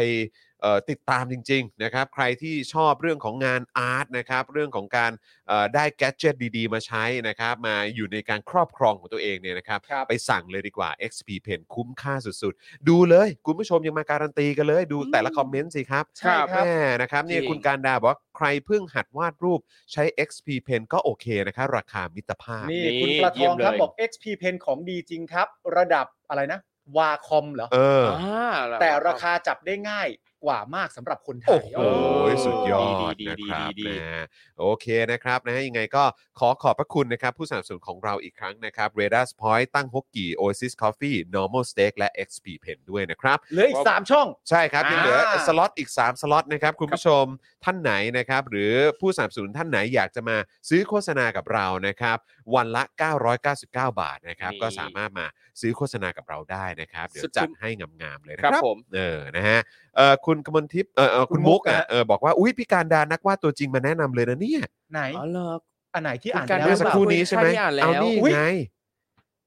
Speaker 2: เอ่อติดตามจริง ๆ นะครับ ใครที่ชอบเรื่องของงานอาร์ตนะครับ เรื่องของการเอ่อได้แกดเจิตดี ๆ มาใช้นะครับ มาอยู่ในการครอบครองของตัวเองเนี่ยนะครับ
Speaker 3: ครับ
Speaker 2: ไปสั่งเลยดีกว่า XP Pen คุ้มค่าสุดๆ ดูเลยคุณผู้ชมยังมาการันตีกันเลยดูแต่ละคอมเมนต์สิครับ
Speaker 3: ใช่ครั
Speaker 2: แม่
Speaker 3: บ
Speaker 2: นะครับเนี่ย
Speaker 4: จริง
Speaker 2: คุณการดาบอกว่าใครเพิ่งหัดวาดรูปใช้ XP Pen ก็โอเคนะคะราคามิตรภาพ
Speaker 3: นี่
Speaker 4: นี่
Speaker 3: คุณประท
Speaker 4: เยี่ย
Speaker 3: อ
Speaker 4: ม
Speaker 3: ง
Speaker 4: เลย
Speaker 3: ครับบอก XP Pen ของดีจริงครับ ระดับอะไรนะ วาคอมเหรอ
Speaker 2: เออ
Speaker 4: อ่า
Speaker 3: แต่ราคาจับได้ง่ายกว่ามากสำหรับคนไท
Speaker 2: โอ้
Speaker 3: ย
Speaker 2: โห
Speaker 4: เออ
Speaker 2: สุดยอด
Speaker 4: ดี
Speaker 2: นะ
Speaker 4: ดี
Speaker 2: ครับ
Speaker 4: ดีดี
Speaker 2: นะฮะโอเคนะครับนะฮะยังไงก็ขอขอบพระคุณนะครับ ผู้สนับสนุนของเราอีกครั้งนะครับ r a d a r Point ตั้งฮกกี่ Oasis Coffee Normal Steak และ XP Pen ด้วยนะครับ
Speaker 3: เหลืออีก 3 ช่อง
Speaker 2: ใช่ครับ
Speaker 4: อ่ายั
Speaker 2: ยังเหลือสล็อตอีก 3 สล็อตนะครับ คุณผู้ชมท่านไหนนะครับ หรือผู้สนับสนุนท่านไหนอยากจะมาซื้อโฆษณากับเรานะครับ วันละ 999 บาทนะครับ
Speaker 4: นี่
Speaker 2: ก็สามารถมาซื้อโฆษณากับเราได้นะครับ เดี๋ย
Speaker 4: สุ
Speaker 2: ว
Speaker 4: ด
Speaker 2: จัด
Speaker 4: คุ้ม
Speaker 2: ให้งามๆเลยนะ
Speaker 4: ค
Speaker 2: ค
Speaker 4: รั
Speaker 2: รั
Speaker 4: บบ ผม
Speaker 2: เออ นะฮะ เออคุณกมลทิพย์ เออเออคุณมุก
Speaker 3: คุณมุก
Speaker 2: อ่ะ
Speaker 3: นะ
Speaker 2: เออ บอกว่า อุ้ยพี่การดานักวาดตัวจริงมาแนะนำเลยนะเนี่ย
Speaker 3: ไหน
Speaker 4: อ๋อเหรอ
Speaker 3: อันไหนที่อ่าน
Speaker 4: คุณการ
Speaker 3: แล้ว
Speaker 2: เมื่อ
Speaker 3: หรือ
Speaker 2: สักค
Speaker 3: เปล่า
Speaker 2: รู่นี้ใช่ไหม
Speaker 4: ใช่อ่านแล้ว
Speaker 2: เอานี่
Speaker 3: อุ๊ย
Speaker 2: ไง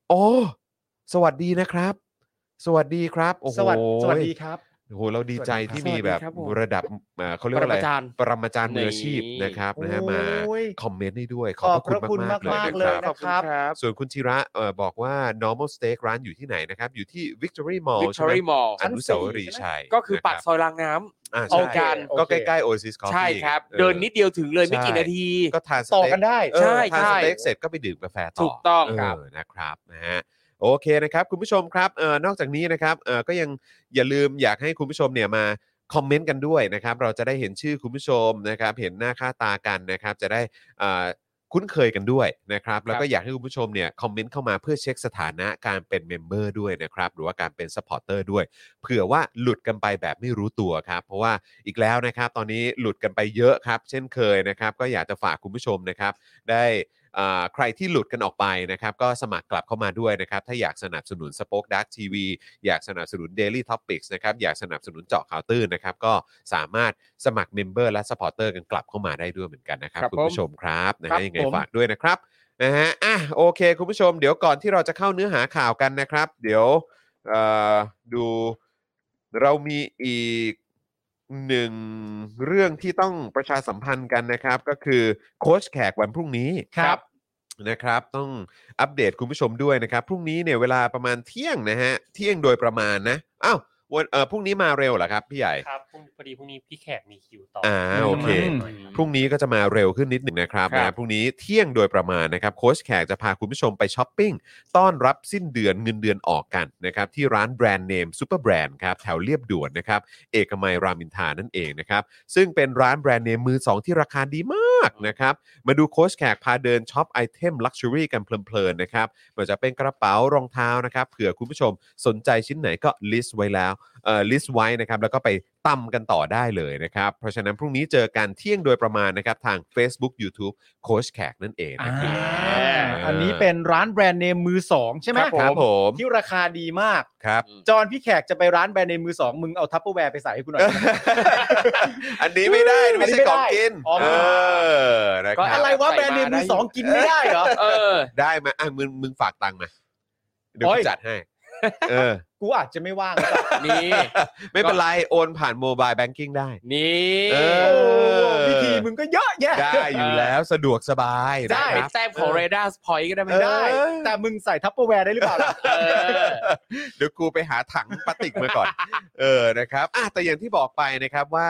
Speaker 2: โอ้ สวัสดีนะครับ สวัสดีครับโอ้โห
Speaker 3: สวัสดีสวัสดีครับ
Speaker 2: โอ้โหเราดีใจที่มีแบบ
Speaker 4: สวัสดีครับผม
Speaker 2: ระดับเอ่อเขาเรียกว่าอะไร
Speaker 4: ปรมาจารย์
Speaker 2: ปรมาจารย์มืออาชีพ
Speaker 4: นี่
Speaker 2: นะครับนะฮะมา
Speaker 3: โอ้ย
Speaker 2: คอมเมนต์ให้ด้วย ข
Speaker 3: ข
Speaker 2: อบ
Speaker 3: อบ
Speaker 2: พระ
Speaker 3: พระ
Speaker 2: คุ
Speaker 3: คุณ ณ
Speaker 2: มาก
Speaker 3: มาก
Speaker 2: ๆเล
Speaker 3: ๆเลย ย
Speaker 2: นะค
Speaker 3: นะ
Speaker 2: รับ
Speaker 3: ครับ
Speaker 4: ครับ
Speaker 2: ส่วนคุณธีระเอ่อบอกว่า normal steak ร้านอยู่ที่ไหนนะครับ อยู่ที่ Victory
Speaker 4: วิ
Speaker 2: Mall
Speaker 4: กต
Speaker 2: ใช่
Speaker 4: อ
Speaker 2: ไหม
Speaker 4: รี่มอล
Speaker 2: อนุสาวรีย์ชัย
Speaker 4: ก็คือปาก
Speaker 2: นะ
Speaker 4: ซอยรางน้ำ
Speaker 2: รับ
Speaker 4: เอา
Speaker 2: อ่า
Speaker 4: กั
Speaker 2: ใช่
Speaker 4: น
Speaker 2: ก็ใกล้ๆ Oasis Coffee
Speaker 4: ใช่ครับ
Speaker 2: ออ
Speaker 4: เดินนิดเดียวถึงเลยไม่กี่
Speaker 2: ใช่
Speaker 4: นาที
Speaker 2: ก็ทานส
Speaker 3: ต่อ
Speaker 2: เต็ก
Speaker 3: กันได้
Speaker 2: เออ
Speaker 4: ใช่
Speaker 2: ทาน
Speaker 4: ใช่
Speaker 2: สเต็กเสร็จก็ไปดื่มกาแฟต่อ
Speaker 4: ถูกต้อง
Speaker 2: เ
Speaker 4: ครับ
Speaker 2: นะครับนะฮะโอเคนะครับคุณผู้ชมครับเอ่อนอกจากนี้นะครับเอ่อก็ยังอย่าลืมอยากให้คุณผู้ชมเนี่ยมาคอมเมนต์กันด้วยนะครับ เราจะได้เห็นชื่อคุณผู้ชมนะครับเห็นหน้าค่าตากันนะครับ จะได้เอ่อคุ้นเคยกันด้วยนะครับ แล้วก็อยากให้คุณผู้ชมเนี่ยคอมเมนต์เข้ามาเพื่อเช็คสถานะการเป็นเมมเบอร์ด้วยนะครับ หรือว่าการเป็นสปอร์เตอร์ด้วย เผื่อว่าหลุดกันไปแบบไม่รู้ตัวครับ เพราะว่าอีกแล้วนะครับ ตอนนี้หลุดกันไปเยอะครับ เช่นเคยนะครับ ก็อยากจะฝากคุณผู้ชมนะครับ ได้อ่าใครที่หลุดกันออกไปนะครับ ก็สมัครกลับเข้ามาด้วยนะครับ ถ้าอยากสนับสนุน Spoke Dark TV อยากสนับสนุน Daily Topics นะครับ อยากสนับสนุนเจาะข่าวตื้นนะครับ ก็สามารถสมัครเมมเบอร์และสปอร์เตอร์กันกลับเข้ามาได้ด้วยเหมือนกันนะครับ
Speaker 4: ครับ
Speaker 2: คุณผู้ชมครับนะ
Speaker 3: ครั
Speaker 2: ฮะ
Speaker 3: บ
Speaker 2: ยังไง
Speaker 3: ผม
Speaker 2: ฝากด้วยนะครับนะฮะอ่ะโอเค คุณผู้ชมเดี๋ยวก่อนที่เราจะเข้าเนื้อหาข่าวกันนะครับ เดี๋ยว เอ่อดูเรามีอีกหนึ่งเรื่องที่ต้องประชาสัมพันธ์กันนะครับ ก็คือโค้ชแขกวันพรุ่งนี้
Speaker 4: ครับ
Speaker 2: นะครับ ต้องอัปเดตคุณผู้ชมด้วยนะครับ พรุ่งนี้เนี่ยเวลาประมาณเที่ยงนะฮะเที่ยงโดยประมาณนะอ้าววันเอ่อพรุ่งนี้มาเร็วเหรอครับพี่ใหญ่
Speaker 5: ครับพรุ่งพอดีพรุ่งนี้พี่แขกมีคิวต่อ
Speaker 2: อ่าโอเค
Speaker 5: ม
Speaker 2: พรุ่งนี้ก็จะมาเร็วขึ้นนิดหนึ่งนะครับ
Speaker 4: ครับ
Speaker 2: นะพรุ่งนี้เที่ยงโดยประมาณนะครับโค้ชแขกจะพาคุณผู้ชมไปช้อปปิ้ง ต้อนรับสิ้นเดือนเงินเดือนออกกันนะครับ ที่ร้านแบรนด์เนมซูเปอร์แบรนด์ครับ แถวเรียบด่วนนะครับ เอกมัยรามอินทรานั่นเองนะครับ ซึ่งเป็นร้านแบรนด์เนมมือ 2 ที่ราคาดีมากนะครับ มาดูโค้ชแขกพาเดินช็อปไอเทมลักชัวรี่กันเพลินๆนะครับไมันจะเป็นกระเป๋ารองเท้านะครับเผื่อคุณผู้ชมสนใจชิ้นไหนก็ลิสต์ไว้แล้ว เอ่อลิสต์ไว้นะครับแล้วก็ไปตำกันต่อได้เลยนะครับ เพราะฉะนั้นพรุ่งนี้เจอกันเที่ยงโดยประมาณนะครับ ทาง Facebook YouTube โค้ชแขกนั่นเองนะครับ
Speaker 3: อ่าอันนี้เป็นร้านแบรนด์เนมมือสองใช่ไหม
Speaker 2: ครับผม
Speaker 3: ที่ราคาดีมาก
Speaker 2: ครับ
Speaker 3: จอห์นพี่แขกจะไปร้านแบรนด์เนมมือสองมึงเอาทัพเปอร์แวร์ไปใส่ให้กูหน่อย
Speaker 2: อันนี้ไม่ได้ไม่ใช่ของกิน
Speaker 3: อ๋อ
Speaker 2: เออนะค
Speaker 4: ก็
Speaker 2: รั
Speaker 3: อะ
Speaker 2: บ
Speaker 3: ไรวะแบรนด์เนมมือสองกินไม่ได้เหรอ
Speaker 4: เออ
Speaker 2: ได้ไหมอ่ะมึงมึงฝากตังค์มาเดี๋ยว
Speaker 3: โอ้
Speaker 2: กู
Speaker 3: ย
Speaker 2: จัด ให้เออ
Speaker 3: กูอาจจะไม่ว่างหรือเปล่า
Speaker 4: นี่
Speaker 2: ไม่เป็นไร โอนผ่านโมบายแบงกิ้งได้
Speaker 4: นี่
Speaker 2: เอ
Speaker 3: โอ้
Speaker 2: อ
Speaker 3: วิธีมึงก็เยอะแยะ
Speaker 2: ได้อยู่แล้ว สะดวกสบาย
Speaker 3: ได้
Speaker 2: นะค
Speaker 4: เป็น
Speaker 2: รับ
Speaker 4: แต้มของเรดาร์สพอยต์ก็ได้ไหม
Speaker 2: เออ
Speaker 3: ได้ แต่มึงใส่ทัพเปอร์แวร์ได้หรือเปล่าล่ะ
Speaker 4: เออ
Speaker 2: เดี๋ยวกูไปหาถังพลาสติกมา ก่อน เออนะครับอ่ะแต่อย่างที่บอกไปนะครับว่า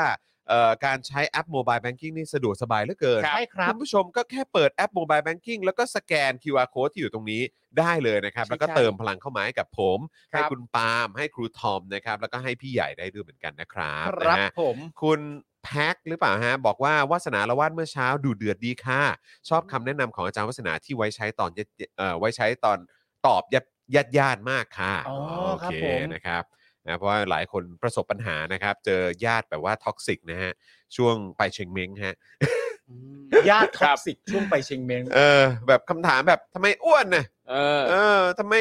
Speaker 2: เอ่อการใช้แอปโมบายแบงกิ้งนี่สะดวกสบายเหลือเกิน
Speaker 3: ใช่ครับ
Speaker 2: คุณผู้ชมก็แค่เปิดแอปโมบายแบงกิ้งแล้วก็สแกน QR code ที่อยู่ตรงนี้ได้เลยนะครับ
Speaker 4: ใช่
Speaker 2: แล้วก็
Speaker 4: ใช่
Speaker 2: เติมพลังเข้ามาให้กับผม
Speaker 3: ครับ
Speaker 2: ให้คุณปาล์มให้ครูทอมนะครับ แล้วก็ให้พี่ใหญ่ได้ด้วยเหมือนกันนะครับ
Speaker 3: ครับ
Speaker 2: นะฮะ
Speaker 3: ผม
Speaker 2: คุณแพ็คหรือเปล่าฮะ บอกว่าวาสนาละวาดเมื่อเช้าดูเดือดดีค่ะ ชอบคำแนะนำของอาจารย์วาสนาที่ไว้ใช้ตอนเย็ดเอ่อไว้ใช้ตอนตอบญาติญาติญาติมากค่ะ
Speaker 3: อ๋อ
Speaker 2: โอ
Speaker 3: ครับ
Speaker 2: เค
Speaker 3: ผม
Speaker 2: นะครับนะเพราะว่าหลายคนประสบปัญหานะครับ เจอญาติแบบว่าท็อกซิกนะฮะช่วงไปเชยงเม้งฮะ
Speaker 3: ญาติท็อกซิกช่วงไปเชียงเมง
Speaker 2: เออแบบคำถามแบบทำไมอ้วนน่ะ
Speaker 4: เออ
Speaker 2: เออทำไม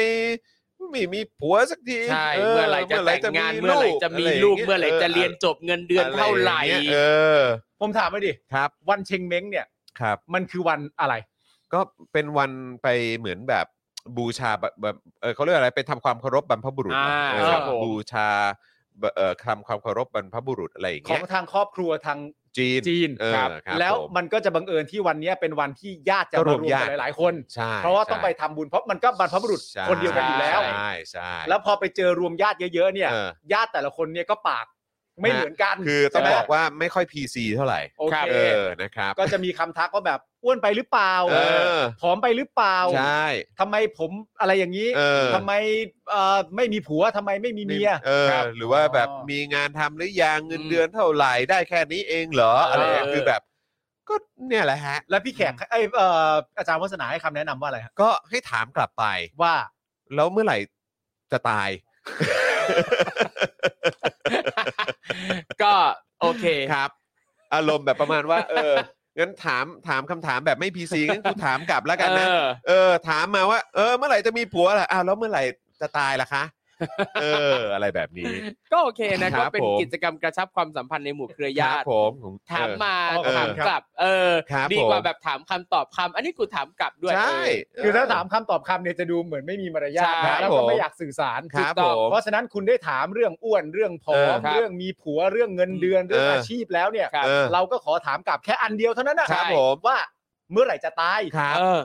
Speaker 2: ไม่มีผัวสักที
Speaker 4: ใช่ เมื่อไหร่จะแต่งงาน เมื่อไหร่จะมีลูก เมื่อไหร่จะเรียนจบเงินเดือนเท่าไหร่
Speaker 2: อะอย่างเงี้ยเออ
Speaker 3: ผมถามไปดิ
Speaker 2: ครับ
Speaker 3: วันเชงเม้งเนี่ย
Speaker 2: ครับ
Speaker 3: มันคือวันอะไร
Speaker 2: ก็เป็นวันไปเหมือนแบบบูชาแบบแบบเออเขาเรียกอะไรไปทำความเคารพบรรพบุรุษ
Speaker 4: อ่า
Speaker 2: เออ
Speaker 4: ครับผม
Speaker 2: บูชาเอ่อทำความเคารพบรรพบุรุษอะไรอย่าง
Speaker 3: ขอ
Speaker 2: เงี้
Speaker 3: ง
Speaker 2: ย
Speaker 3: ทางครอบครัวทาง
Speaker 2: จีน
Speaker 3: จีน
Speaker 2: เออ
Speaker 3: ครับ
Speaker 2: ครับ
Speaker 3: แล้ว
Speaker 2: ผม
Speaker 3: มันก็จะบังเอิญที่วันเนี้ยเป็นวันที่ญาติจะ
Speaker 2: ก็ร
Speaker 3: มาว
Speaker 2: ม
Speaker 3: รวม
Speaker 2: ญาติ
Speaker 3: กันหลาย ๆ คน
Speaker 2: ใช่
Speaker 3: เพราะว่า
Speaker 2: ใช่
Speaker 3: ต้องไปทำบุญเพราะมันก็บรรพบุรุษ
Speaker 2: ใช่
Speaker 3: คนเดียวกันอยู่แล้ว
Speaker 2: ใช่ใช่
Speaker 3: แล้วพอไปเจอรวมญาติเยอะๆเนี่ย
Speaker 2: เออ
Speaker 3: ญาติแต่ละคนเนี่ยก็ปากไม่
Speaker 2: ฮะ
Speaker 3: เหมือนกัน
Speaker 2: คือต้อง
Speaker 3: ใช่ไหม
Speaker 2: บอกว่าไม่ค่อย PC เท่าไหร่
Speaker 3: โอเค
Speaker 2: เออนะครับ
Speaker 3: ก็จะมีคำทักว่าแบบอ้วนไปหรือเปล่า
Speaker 2: เออ
Speaker 3: ผอมไปหรือเปล่า
Speaker 2: ใช่
Speaker 3: ทำไมผมอะไรอย่างนี้
Speaker 2: เออ
Speaker 3: ทำไมเอ่อไม่มีผัวทำไมไม่มีเมีย
Speaker 2: เออ
Speaker 3: ครับ
Speaker 2: หรือว่าแบบ
Speaker 3: อ๋อ
Speaker 2: มีงานทำหรือยังเงิน
Speaker 4: อืม
Speaker 2: เดือนเท่าไหร่ได้แค่นี้เองเหรออะไรอย่างเงี้ย
Speaker 4: เออ
Speaker 2: คือแบบ ก็เนี่ยแหละฮะ
Speaker 3: แล้วพี่แขกไอยเอ่ออาจารย์วัฒนาให้คำแนะนำว่าอะไรฮะ
Speaker 2: ก็ให้ถามกลับไป
Speaker 3: ว่า
Speaker 2: แล้วเมื่อไหร่จะ ตาย
Speaker 4: ก็โอเค
Speaker 2: ครับ อารมณ์แบบประมาณว่า เอองั้นถามถามคำถามแบบไม่พีซีงั้นกูถามกลับแล้วกันนะ
Speaker 4: เออ
Speaker 2: เออ ถามมาว่า เออ เมื่อไหร่จะมีผัวล่ะอ้าวแล้วเมื่อไหร่จะตายล่ะคะ เออ อะไรแบบนี้
Speaker 4: ก็โอเคนะ
Speaker 2: ค
Speaker 4: ก็
Speaker 2: รับ
Speaker 4: เป็น
Speaker 2: ผม
Speaker 4: กิจกรรมกระชับความสัมพันธ์ในหมู่เครือ
Speaker 2: ค
Speaker 4: ญา
Speaker 2: รับ
Speaker 4: ติ
Speaker 2: ผมของ
Speaker 4: ถามมา
Speaker 2: เออ
Speaker 4: ถามกลับ เออ
Speaker 2: ครับ
Speaker 4: ดีกว่า
Speaker 2: ผม
Speaker 4: แบบถามคำตอบคำอันนี้กูถามกลับด้วย
Speaker 2: ใช่
Speaker 4: เออ
Speaker 3: คือถ้าถามคำตอบคำเนี่ยจะดูเหมือนไม่มีมารยาท
Speaker 4: ใช่
Speaker 3: นะแล้วก็ไม่อยากสื่อสาร
Speaker 2: ครับ
Speaker 3: ถูกต้อ
Speaker 2: ผ
Speaker 3: ง
Speaker 2: ม
Speaker 3: เพราะฉะนั้นคุณได้ถามเรื่องอ้วนเรื่องผอ
Speaker 2: เออ
Speaker 3: ม
Speaker 2: ครับ
Speaker 3: เรื่องมีผัวเรื่องเงินเดือนเรื่อง
Speaker 2: เอออ
Speaker 3: อาชีพแล้วเนี่ย
Speaker 4: ครับ
Speaker 2: เออ
Speaker 3: เราก็ขอถามกลับแค่อันเดียวเท่านั้นนะครับ
Speaker 2: ผม
Speaker 3: ว่าเมื่อไหร่จะตาย
Speaker 2: ครับ
Speaker 4: เออ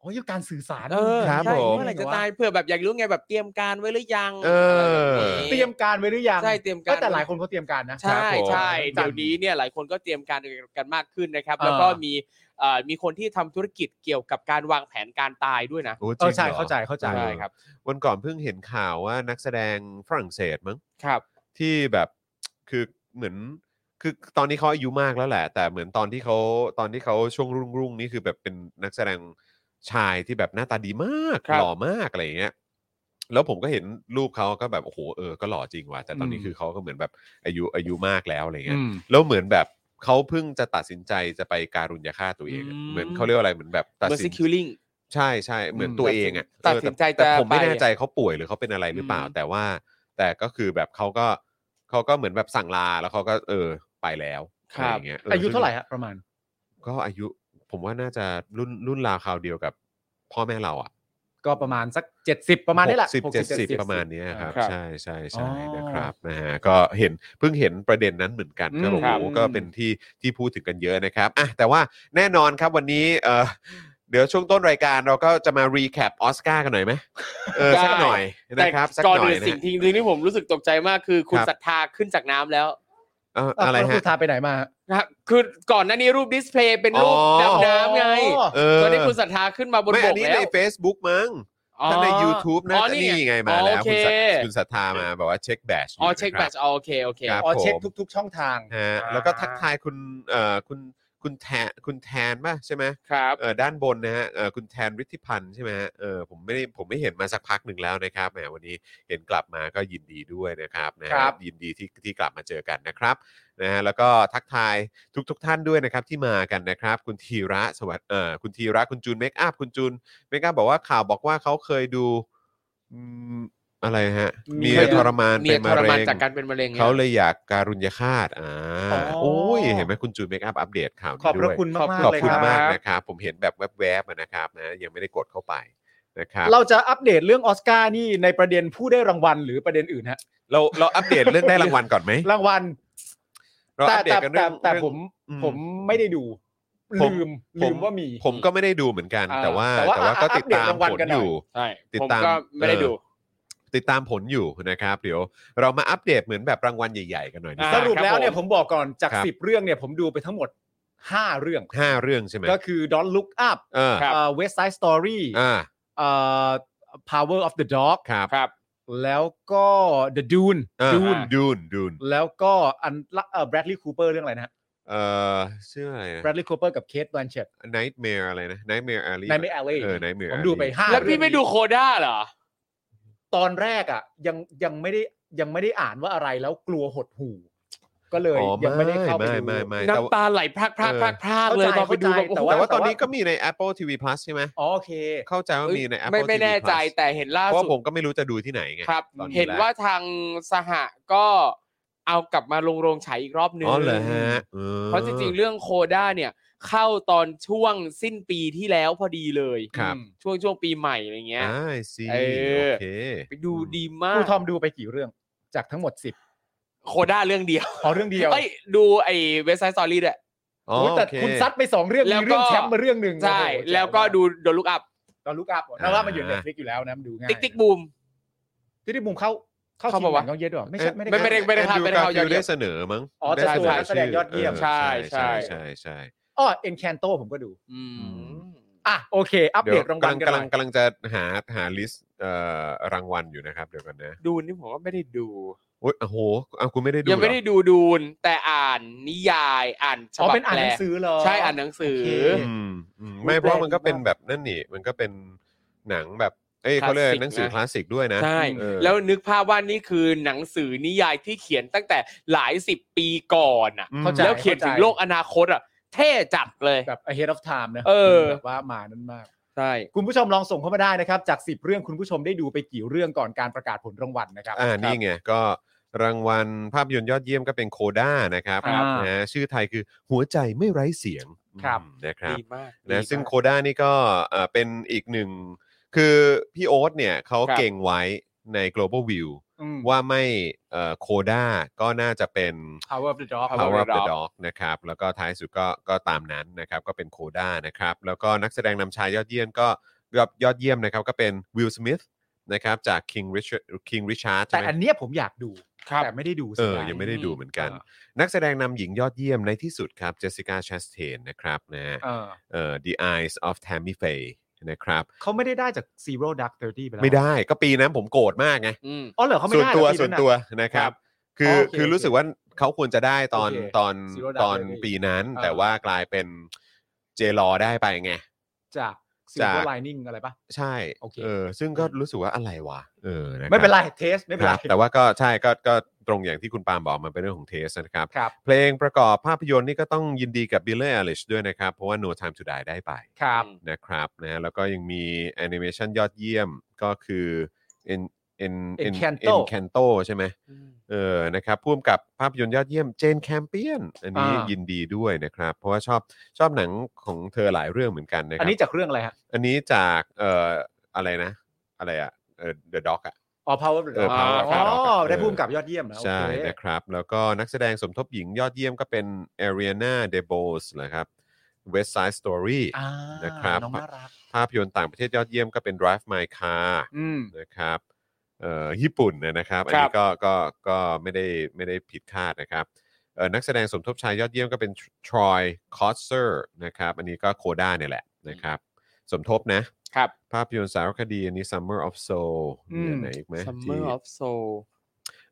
Speaker 3: โอ้ยการสื่อสาร
Speaker 4: เออ
Speaker 2: ครับ
Speaker 4: ใช่
Speaker 2: ผม
Speaker 4: เมื่อไหร่จะตายเผื่อแบบอยากรู้ไงแบบเตรียมการไว้หรือยัง
Speaker 2: เอออ
Speaker 4: ะไรแบบนี้
Speaker 3: เตรียมการไว้หรือยัง
Speaker 4: ใช่เตรียมกา
Speaker 3: เอ้
Speaker 4: ร
Speaker 3: ยแต่หลายคนเขาเตรียมการนะ
Speaker 2: ค
Speaker 4: ใช่
Speaker 2: รับผม
Speaker 4: ใช่
Speaker 3: จัด
Speaker 4: เดี๋ยวนี้เนี่ยหลายคนก็เตรียมการกันมากขึ้นนะครับ
Speaker 3: เออ
Speaker 4: แล้วก็มีเอ่อมีคนที่ทำธุรกิจเกี่ยวกับการวางแผนการตายด้วยนะ
Speaker 2: โอ้จ
Speaker 3: เอ
Speaker 2: ริ
Speaker 3: อง ใช่
Speaker 2: หรอ
Speaker 3: เข้าใจเข้าใจ
Speaker 4: ใช่ครับ
Speaker 2: วันก่อนเพิ่งเห็นข่าวว่านักแสดงฝรั่งเศสมั้ง
Speaker 4: ครับ
Speaker 2: ที่แบบคือเหมือนคือตอนนี้เขาอายุมากแล้วแหละ แต่เหมือนตอนที่เขาตอนที่เขาช่วงรุ่งรุ่งๆนี่คือแบบเป็นนักแสดงชายที่แบบหน้าตาดีมาก
Speaker 4: ครับ
Speaker 2: หล่อมากอะไรอย่างเงี้ยแล้วผมก็เห็นรูปเขาก็แบบโอ้โหเออก็หล่อจริงว่ะแต่ตอนนี้
Speaker 3: อืม
Speaker 2: คือเขาก็เหมือนแบบอายุอายุมากแล้วอะไรเงี้ย
Speaker 3: อืม
Speaker 2: แล้วเหมือนแบบเขาเพิ่งจะตัดสินใจจะไปการุญยาฆ่าตัวเองอะ
Speaker 4: อืม
Speaker 2: เหมือนเขาเรียกว่าอะไรเหมือนแบบตัด
Speaker 4: เมอร์
Speaker 2: สิ
Speaker 4: ซิ
Speaker 2: น
Speaker 4: คิลลิง
Speaker 2: ใช่ใช่เหมือน
Speaker 3: อืม
Speaker 2: ตัวเองอ่ะ
Speaker 4: ตัด
Speaker 2: เออ
Speaker 4: สินใจ
Speaker 2: แต่
Speaker 4: จะ
Speaker 2: ผมไม่
Speaker 4: ไป
Speaker 2: แน่ใจเขาป่วยหรือเขาเป็นอะไรหรือเปล่า
Speaker 4: อืม
Speaker 2: แต่ว่า แต่ก็คือแบบเขาก็เขาก็เหมือนแบบสั่งลาแล้วเขาก็เออไปแล้ว
Speaker 4: ครั
Speaker 2: อะ
Speaker 4: บ
Speaker 2: ไรอย่างเงี้ย
Speaker 3: อายุเท่าไหร่ฮะประมาณ
Speaker 2: ก็อายุ ผมว่าน่าจะรุ่นรุ่นราวคราวเดียวกับ พ่อแม่เราอ่ะ
Speaker 3: ก็ประมาณสักเจ็ดสิบประมาณนี้แหละ
Speaker 2: สิบเจ็ดสิบ
Speaker 3: 60-70
Speaker 2: ประมาณเนี้ยครับ
Speaker 4: ครับ
Speaker 2: ใช่ใช่ใช่
Speaker 3: อ๋อ
Speaker 2: นะครับนะฮะก็เห็นเพิ่งเห็นประเด็นนั้นเหมือนกันก็
Speaker 3: อืม
Speaker 2: โอ้
Speaker 4: ครั
Speaker 2: โห
Speaker 4: บ
Speaker 2: ก็เป็นที่ที่พูดถึงกันเยอะนะครับอ่ะแต่ว่าแน่นอนครับวันนี้เออเดี๋ยวช่วงต้นรายการเราก็จะมารีแคปออสการ์กันหน่อยไหมเออสักหน่อยนะครับสัก
Speaker 4: ก่อน
Speaker 2: หน่อ
Speaker 4: อื่
Speaker 2: ย
Speaker 4: น
Speaker 2: นะ
Speaker 4: สิ่ง
Speaker 2: ฮะ
Speaker 4: ที่หนึ่งที่ผมรู้สึกตกใจมากคือคุณ
Speaker 2: ครับ
Speaker 4: ศรัทธาขึ้นจากน้ำแล้ว
Speaker 2: เอ่อ
Speaker 3: าว
Speaker 2: อะไร
Speaker 3: แล้ว
Speaker 2: ฮะ
Speaker 3: คุณทาไปไหนมาฮะ
Speaker 4: นะครับคือก่อนหน้านี้รูปดิสเพลย์เป็นรูป
Speaker 2: อ๋อ
Speaker 4: ดำน้ำไง
Speaker 2: เออ
Speaker 4: ตอนนี้คุณศรัทธาขึ้นมาบน
Speaker 2: ไม่
Speaker 4: บ
Speaker 2: อั
Speaker 4: ก
Speaker 2: นนี้
Speaker 4: แล้ว
Speaker 2: ใน Facebook มั้ง
Speaker 4: อ๋อ
Speaker 2: ถ้าใน YouTube นะ
Speaker 4: อ๋อ
Speaker 2: แต่นี่ไงมา
Speaker 4: อ๋อ
Speaker 2: แล้ว
Speaker 4: โอเค
Speaker 2: คุณศรัทคุณศรัทธามาบอกว่าเช็คแบช
Speaker 4: อ๋อเช็คแบตอ๋อโอเคโอเค
Speaker 2: ครับ
Speaker 3: อ๋อ
Speaker 2: ผม
Speaker 3: เช็คทุก ๆ ช่องทาง
Speaker 2: ฮะแล้วก็ทักทายคุณเอ่อคุณคุณแทนคุณแทนป่ะใช่ไหม
Speaker 4: ครับ
Speaker 2: เออด้านบนนะฮะเออคุณแทนฤทธิพันธ์ใช่ไหมฮะเออผมไม่ได้ผมไม่เห็นมาสักพักหนึ่งแล้วนะครับแหมวันนี้เห็นกลับมาก็ยินดีด้วยนะครับนะฮะ
Speaker 3: ครับ
Speaker 2: ยินดีที่ที่กลับมาเจอกันนะครับนะฮะแล้วก็ทักทายทุก ๆ ท่านด้วยนะครับที่มากันนะครับ คุณธีระสวัสดีเอ่อคุณธีระคุณจูนเมคอัพคุณจูน เมกาบอกว่าข่าวบอกว่าเขาเคยดูอืมอะไรฮะ
Speaker 3: เมี
Speaker 2: เมี
Speaker 3: ย
Speaker 2: ยทรมาน
Speaker 4: เมี
Speaker 2: เป็
Speaker 4: ย
Speaker 2: น
Speaker 4: ท
Speaker 2: มะ
Speaker 4: ร
Speaker 2: เร็
Speaker 4: มาน
Speaker 2: ง
Speaker 4: จากการเป็นมะเร็ง
Speaker 2: เขาเลยอยากการุญยฆาตอ่า
Speaker 3: อ๋อ
Speaker 2: โอ้ยเห็นไหมคุณจูนเมคอัพอัปเดตข่าวนี้
Speaker 3: ขอบพ
Speaker 2: ด้
Speaker 3: ระ
Speaker 2: วย
Speaker 3: คุณมาก
Speaker 2: ขอบ
Speaker 3: ๆเลย
Speaker 2: คุณ
Speaker 3: ครับ
Speaker 2: มากนะครับ ผมเห็นแบบแวบๆอะนะครับนะยังไม่ได้กดเข้าไปนะครับ
Speaker 3: เราจะอัปเดตเรื่องออสการ์นี่ในประเด็นผู้ได้รางวัลหรือประเด็นอื่นฮะ
Speaker 2: เราเราอัปเดตเรื่องได้รางวัลก่อนไหม
Speaker 3: รางวัล
Speaker 2: เรา
Speaker 3: แต่
Speaker 2: อัปเดต
Speaker 3: แต่
Speaker 2: กัน
Speaker 3: แต่
Speaker 2: เรื่อง
Speaker 3: แต่
Speaker 2: เรื่อง
Speaker 3: ผม
Speaker 2: อืม
Speaker 3: ผมไม่ได้ดู
Speaker 2: ผม
Speaker 3: ลืมลืมว่ามี
Speaker 2: ผมก็ไม่ได้ดูเหมือนกัน
Speaker 3: อ่า
Speaker 2: แต่ว่า
Speaker 3: แต่ว่า
Speaker 2: แต่ว่าก็
Speaker 3: อ่ะอั
Speaker 2: ติด
Speaker 3: ปเดต
Speaker 2: ตาม
Speaker 3: รางวัล
Speaker 2: ผล
Speaker 3: กันห
Speaker 2: อ
Speaker 3: น่อย
Speaker 2: ยู่
Speaker 4: ใช่
Speaker 2: ติด
Speaker 4: ผม
Speaker 2: ตาม
Speaker 4: ก็ไม่ได้
Speaker 2: เอ่อ
Speaker 4: ดู
Speaker 2: ติดตามผลอยู่นะครับ เดี๋ยวเรามาอัปเดตเหมือนแบบรางวัลใหญ่ๆกันหน่อยดีก
Speaker 4: อ่า
Speaker 2: ว่า
Speaker 3: สรุปแล้วเนี่
Speaker 4: ค
Speaker 3: ย
Speaker 4: รับ
Speaker 3: ผ
Speaker 4: ผม ม
Speaker 3: บอกก่อนจาก
Speaker 2: ครับ
Speaker 3: สิบเรื่องเนี่ยผมดูไปทั้งหมด 5 เรื่อง
Speaker 2: ห้าเรื่องใช่ไหม
Speaker 3: ก็คือ Don't Look Up
Speaker 2: เออ
Speaker 4: ครับ
Speaker 3: เอ่อ West Side Story
Speaker 2: อ่า
Speaker 3: เอ่อ Power of the Dog
Speaker 2: ครับ
Speaker 4: ครับ
Speaker 3: แล้วก็ The Dune
Speaker 2: ดูน
Speaker 3: Dune
Speaker 2: ดูนดูน
Speaker 3: แล้วก็อันละเอ่อ Bradley Cooper เรื่องอะไรนะฮะ
Speaker 2: เอ่อชื่ออะไรนะ
Speaker 3: Bradley Cooper กับ Kate Blanchett
Speaker 2: Nightmare อะไรนะ Nightmare Alley
Speaker 3: Nightmare Alley
Speaker 2: เออ Nightmare
Speaker 3: ผม
Speaker 2: Alley
Speaker 3: ดูไปห้า
Speaker 4: แล้วพี่
Speaker 3: เรื่อง
Speaker 4: ไม่ดูโคด้าเหรอ
Speaker 3: ตอนแรกอ่ะ ยังยังไม่ได้ยังไม่ได้อ่านว่าอะไรแล้วกลัวหดหูก็เลย
Speaker 2: อ๋อ
Speaker 3: ยังไม่ได้เข้าไป
Speaker 2: ไม่
Speaker 3: ดู
Speaker 2: ไม่ไม่
Speaker 4: น้ำตาไหลพรากพรากพรากพรากเลยตอนไปดูแบบ
Speaker 3: เข้าใจ
Speaker 4: โอ้
Speaker 3: เข้าใจแต่
Speaker 2: แต่
Speaker 4: โห
Speaker 2: ว่า
Speaker 3: แต่ว่า
Speaker 2: ตอนนี้ก็มีใน Apple TV Plus ใช่ไหม
Speaker 3: อ๋อโอเค
Speaker 2: เข้าใจว่ามีใน Apple
Speaker 4: ไม่
Speaker 2: TV
Speaker 4: ไม่แน่ใจ
Speaker 2: Plus
Speaker 4: แต่เห็นล่า
Speaker 2: เพราะว่า
Speaker 4: สุ
Speaker 2: ผ
Speaker 4: ด
Speaker 2: มก็ไม่รู้จะดูที่ไหนไง
Speaker 4: ครับ
Speaker 2: ตอแรก
Speaker 4: เห็นว่าทางสหก็เอากลับมาลงโรงฉายอีกรอบนึง
Speaker 2: อ๋อเหรอฮะออ
Speaker 4: เพราะจริงๆ เรื่องโคด้าเนี่ย เข้าตอนช่วงสิ้นปีที่แล้วพอดีเลย
Speaker 2: ครับ
Speaker 4: ช่วงช่วงปีใหม่อะไรเงี้ย
Speaker 2: อ่า I see
Speaker 4: เออ
Speaker 2: โอเค
Speaker 4: ไปดูดีมา
Speaker 3: ครู
Speaker 4: ก
Speaker 3: ทอมดูไปกี่เรื่องจากทั้งหมด 10
Speaker 4: โคด้าเรื่องเดียว
Speaker 3: อ๋อเรื่องเดียว
Speaker 4: เอ้ยดูไอ้เว็บไซต์สอรี่ด้วย
Speaker 2: อ๋อ
Speaker 3: โอ้ยแต่
Speaker 2: โอเ
Speaker 3: คุณซัดไป 2 เรื่อง
Speaker 4: แล้วก็
Speaker 3: มีเรื่องแชมป์มาเรื่องหนึ่ง
Speaker 4: ใช่
Speaker 3: โอ้โห
Speaker 4: แล้วก็ดูโดนลุกอัพ
Speaker 3: ตอนลูกอัพแล้วว่ามันอยู่ใน Netflix อยู่แล้วนะมันดูง่าย
Speaker 4: ติ๊กติ๊กบูม
Speaker 3: ติ๊กติ๊กมุมเข้าเข้า
Speaker 4: เข้า
Speaker 3: ทีม
Speaker 4: ปะ
Speaker 3: ห
Speaker 4: วะ
Speaker 3: นังยอดเยี่ยมด้วยเหรอไม่ใช่ไม่ได้
Speaker 4: ไม่ได้
Speaker 3: เข้า
Speaker 4: ไม่ได้ครับ
Speaker 2: แน
Speaker 4: ไม่
Speaker 2: กา
Speaker 4: ได้เข้ายอดเยี่ยม
Speaker 2: เสนอมั้ง
Speaker 3: อ๋อ
Speaker 2: ได้
Speaker 3: แต่ตัว
Speaker 2: เสนอ
Speaker 3: นักแสดงยอดเยี่ยม
Speaker 2: ใช่ใช่
Speaker 4: ใช่
Speaker 2: ใช่ใช่
Speaker 3: อ๋อเอ็นแคนโตผมก็ดู
Speaker 4: อืม
Speaker 3: อ่ะโอเค อัปเดตรางวัลกันห
Speaker 2: กำลั
Speaker 3: น่
Speaker 2: ง
Speaker 3: อย
Speaker 2: กำลังจะหาหาลิสต์เอ่อรางวัลอยู่นะครับ เดี๋ยวกันนะ
Speaker 4: ดูนี่ผมก็ไม่ได้ดู
Speaker 2: โอ้ยโอ้โหเอาคุณไม่ได้ดู
Speaker 4: ยังไม่ได้
Speaker 2: เหรอ
Speaker 4: ดูดูนแต่อ่านนิยายอ่านฉ
Speaker 3: อ๋อ
Speaker 4: บับ
Speaker 3: เป็นอ่าน
Speaker 4: แปล
Speaker 3: หนังสือเหรอ
Speaker 4: ใช่อ่านหนังสือ
Speaker 3: โอเค
Speaker 2: อืมอืมไม่เพราะมันก็เป็นแบบนั่นนี่ มันก็เป็นหนังแบบ เอ้ยเขาเรียกหนังสือคลาสสิกด้วยนะ
Speaker 4: ใช่
Speaker 2: เออ
Speaker 4: แล้วนึกภาพว่านี่คือหนังสือนิยายที่เขียนตั้งแต่หลายสิบปีก่อนอ่ะ
Speaker 2: อืม
Speaker 3: เข้าใจ
Speaker 4: แล้วเขียนถึงโลกอนาคตอ่ะ เท่จัดเลย
Speaker 3: แบบ ahead of time นะ
Speaker 4: เออ
Speaker 3: แบบว่ามานั้นมาก
Speaker 4: ใช่
Speaker 3: คุณผู้ชมลองส่งเข้ามาได้นะครับ จาก 10 เรื่องคุณผู้ชมได้ดูไปกี่เรื่องก่อนการประกาศผลรางวัลนะครับ
Speaker 2: อ่านี่ไงก็รางวัลภาพยนตร์ยอดเยี่ยมก็เป็นโคด้านะครับ
Speaker 3: ครับ
Speaker 2: นะชื่อไทยคือหัวใจไม่ไร้เสียง
Speaker 3: ครับ
Speaker 2: อืมนะครับ
Speaker 4: ดีมากดี
Speaker 2: นะ
Speaker 4: มาก
Speaker 2: ซึ่งโคด้านี่ก็เอ่อเป็นอีกหนึ่ง คือพี่โอ๊ตเนี่ยเขา
Speaker 4: ครับ
Speaker 2: เก่งไว้ใน global view
Speaker 3: อืม
Speaker 2: ว่าไม่โคด้าก็น่าจะเป็น
Speaker 3: power of the dog
Speaker 4: Power
Speaker 2: Power
Speaker 4: of
Speaker 2: of the
Speaker 4: the
Speaker 2: Dog นะครับแล้วก็ท้ายสุดก็ก็ตามนั้นนะครับก็เป็นโคด้านะครับแล้วก็นักแสดงนำชายยอดเยี่ยมก็ยอดยอดเยี่ยมนะครับก็เป็นวิลสมิธนะครับจาก King Richard King Richard
Speaker 3: แต่
Speaker 2: ใช่ไหม
Speaker 3: อันเนี้ยผมอยากดู
Speaker 4: ครับ
Speaker 3: แต่ไม่ได้ดู
Speaker 2: เอ
Speaker 3: สัก
Speaker 2: อ
Speaker 3: ที
Speaker 2: ยังไม่ได้ดูเหมือนกัน
Speaker 3: เออ
Speaker 2: นักแสดงนำหญิงยอดเยี่ยมในที่สุดครับเจสสิก้าช s สเทนนะครับนะ
Speaker 3: เออ
Speaker 2: เอ่อ The Eyes of Tammy Faye นะครับ
Speaker 3: เขาไม่ได้ได้จาก zero dark thirty ไปแล้ว
Speaker 2: ไม่ได้ก็ปีนั้นผมโกรธมากไง
Speaker 4: อืม
Speaker 3: อ๋อเหรอเขาไม่
Speaker 2: ส่วน
Speaker 3: ได้
Speaker 2: ตัว
Speaker 3: เหรอปี
Speaker 2: ส่วนตัว
Speaker 3: อะ
Speaker 2: นะครับ
Speaker 3: ค
Speaker 2: คื
Speaker 3: รับ
Speaker 2: อ
Speaker 3: โอเค
Speaker 2: คือรู้สึกว่าเขาควรจะได้ตอน
Speaker 3: โอเค
Speaker 2: ตอน
Speaker 3: Zero
Speaker 2: ตอน
Speaker 3: Dark Thirty
Speaker 2: ปีนั้น
Speaker 3: อ่า
Speaker 2: แต่ว่ากลายเป็นเจรอได้ไปไง
Speaker 3: จาก
Speaker 2: จาก
Speaker 3: silver lining อะไรปะ
Speaker 2: ใช่
Speaker 3: โอเค
Speaker 2: เออซึ่งก็รู้สึกว่าอะไรวะเออคบ
Speaker 3: ไม่เป็นไรเทสไม่เป็น
Speaker 2: ค
Speaker 3: ไร
Speaker 2: รับแต่ว่าก็ใช่ก็ก็ตรงอย่างที่คุณปาล์มบอกมันเป็นเรื่องของเทสนะครับ
Speaker 3: ครับ
Speaker 2: เพลงประกอบภาพยนตร์นี่ก็ต้องยินดีกับบิลเลอร์อลิชด้วยนะครับ เพราะว่า No Time to Die ได้ไป
Speaker 3: ครับ
Speaker 2: นะครับนะแล้วก็ยังมีแอนิเมชันยอดเยี่ยมก็คือ In In
Speaker 3: Encanto
Speaker 2: Encanto ใช่ไหม เออ นะครับพ่วมกับภาพยนตร์ยอดเยี่ยมเจนแคมเปียน อันนี้
Speaker 3: อ่ายิ
Speaker 2: ยินดีด้วยนะครับ เพราะว่าชอบชอบหนังของเธอหลายเรื่องเหมือนกันนะค
Speaker 3: อั
Speaker 2: รั
Speaker 3: นนี้จากเรื่องอะไรฮะ
Speaker 2: อันนี้จากเอ่ออะไรนะ อะไรอะเออ The Dog อะ
Speaker 3: อ๋อ power of the
Speaker 2: เออ
Speaker 3: dog
Speaker 2: Power of the
Speaker 3: อ๋
Speaker 2: Dog
Speaker 3: อ
Speaker 2: เออ
Speaker 3: ได้ภูมิกับยอดเยี่ยมนะโอ
Speaker 2: ใช่
Speaker 3: เค
Speaker 2: นะครับ แล้วก็นักแสดงสมทบหญิงยอดเยี่ยมก็เป็น Ariana DeBose นะครับ West Side Story
Speaker 3: อ่า
Speaker 2: นะครับ
Speaker 3: น้องน่ารัก
Speaker 2: ภาพยนตร์ต่างประเทศยอดเยี่ยมก็เป็น Drive My Car
Speaker 3: อืม
Speaker 2: นะครับเอ่อญี่ปุ่นเนี่ยนะครับ อันนี้ก็ก็ก็ไม่ได้ไม่ได้ผิดคาดนะครับเอ่อนักแสดงสมทบชายยอดเยี่ยมก็เป็นทรอยคอสเซอร์นะครับ อันนี้ก็โคด้าเนี่ยแหละนะครับ สมทบนะ
Speaker 4: ครับ
Speaker 2: ภาพยนตร์สารคดีอันนี้ Summer of Soul
Speaker 3: อื
Speaker 2: มี
Speaker 3: ม
Speaker 2: อันไหนอีกไหม
Speaker 4: Summer of Soul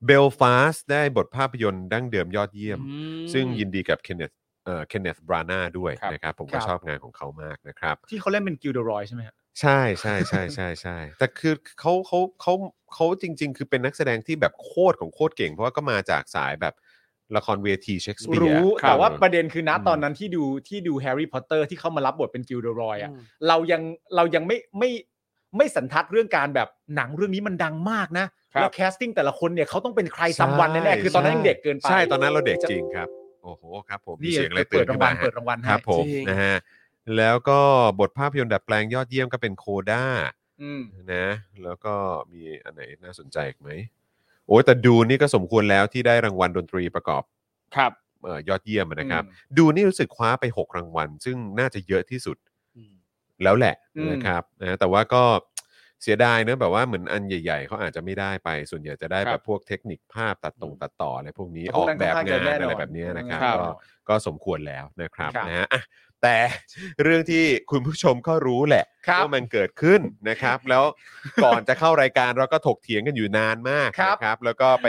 Speaker 2: เบลฟาสได้บทภาพยนตร์ดั้งเดิมยอดเยี่ยม
Speaker 4: อืม
Speaker 2: ซึ่งยินดีกับเคนเนตเอ่อเคนเนตบรานาด้วย
Speaker 4: ครับ
Speaker 2: นะครับ ผมก็
Speaker 3: ครับ
Speaker 2: ชอบงานของเขามากนะครับ
Speaker 3: ที่เขาเล่นเป็นกิลเดอรอยใช่ไหมฮะ
Speaker 2: ใช่ใช่ใช่ใช่ใช่ แต่คือเขาเขาเขาเขาจริง ๆ คือเป็นนักแสดงที่แบบโคตรของโคตรเก่ง เพราะว่าก็มาจากสายแบบละครเวทีเชคสเปียร์
Speaker 3: รู้แต่ว่า
Speaker 2: เออ
Speaker 3: ประเด็นคือณ
Speaker 2: อืม
Speaker 3: ตอนนั้นที่ดูที่ดูแฮร์รี่พอตเตอร์ที่เขามารับบทเป็นกิลเดอรอยอ่ะ
Speaker 4: อืม
Speaker 3: เรายังเรายังไม่ไม่ไม่สันทัดเรื่องการแบบหนังเรื่องนี้มันดังมากนะ
Speaker 4: ครับ
Speaker 3: แล้วแคสติ้งแต่ละคนเนี่ยเขาต้องเป็นใครสัมวันแน่ๆคือตอนนั้นยังเด็กเกินไป
Speaker 2: ใช่ตอนนั้นเราเด็กจริงครับ โอ้โหครับผมมี
Speaker 3: นี่
Speaker 2: เสียงอะไรเตื
Speaker 3: เปิ
Speaker 2: อ
Speaker 3: ด
Speaker 2: น
Speaker 3: รา
Speaker 2: ขึ้นมาฮะ
Speaker 3: งวัลเปิดรางวัลให้
Speaker 2: ครับผม
Speaker 4: จริง
Speaker 2: นะฮะแล้วก็บทภาพยนตร์ดัดแปลงยอดเยี่ยมก็เป็นโคด้า
Speaker 3: อืม
Speaker 2: นะแล้วก็มีอันไหนน่าสนใจอีกไหมโอ้ยแต่ดูนี่ก็สมควรแล้วที่ได้รางวัลดนตรีประกอบ
Speaker 4: ครับ
Speaker 2: เอ่อยอดเยี่ยมอะนะครับ ดูนี่รู้สึกคว้าไป 6 รางวัล ซึ่งน่าจะเยอะที่สุด แล้วแหละนะครับนะแต่ว่าก็เสียดายเนอะแบบว่าเหมือนอันใหญ่ๆ เขาอาจจะไม่ได้ไป ส่วนใหญ่จะได้
Speaker 4: ครับ
Speaker 2: แบบพวกเทคนิคภาพตัดตรงตัดต่ออะไรพวกนี้
Speaker 3: แต่
Speaker 2: อ
Speaker 3: พว
Speaker 2: อก
Speaker 3: นั้น
Speaker 2: แบบ
Speaker 3: ค่ข้
Speaker 2: งาน
Speaker 3: จ
Speaker 2: อะไรแบบเนี้ยนะครับ
Speaker 4: ครับ
Speaker 2: ก็ก็สมควรแล้วนะครับ
Speaker 3: ครับ
Speaker 2: นะฮะอ่ะแต่ เรื่องที่คุณผู้ชมก็รู้แหละ
Speaker 3: ครับ
Speaker 2: ว่ามันเกิดขึ้นนะครับ แล้วก่อนจะเข้ารายการเราก็ถกเถียงกันอยู่นานมาก
Speaker 3: ครับ
Speaker 2: นะครับ แล้วก็ไป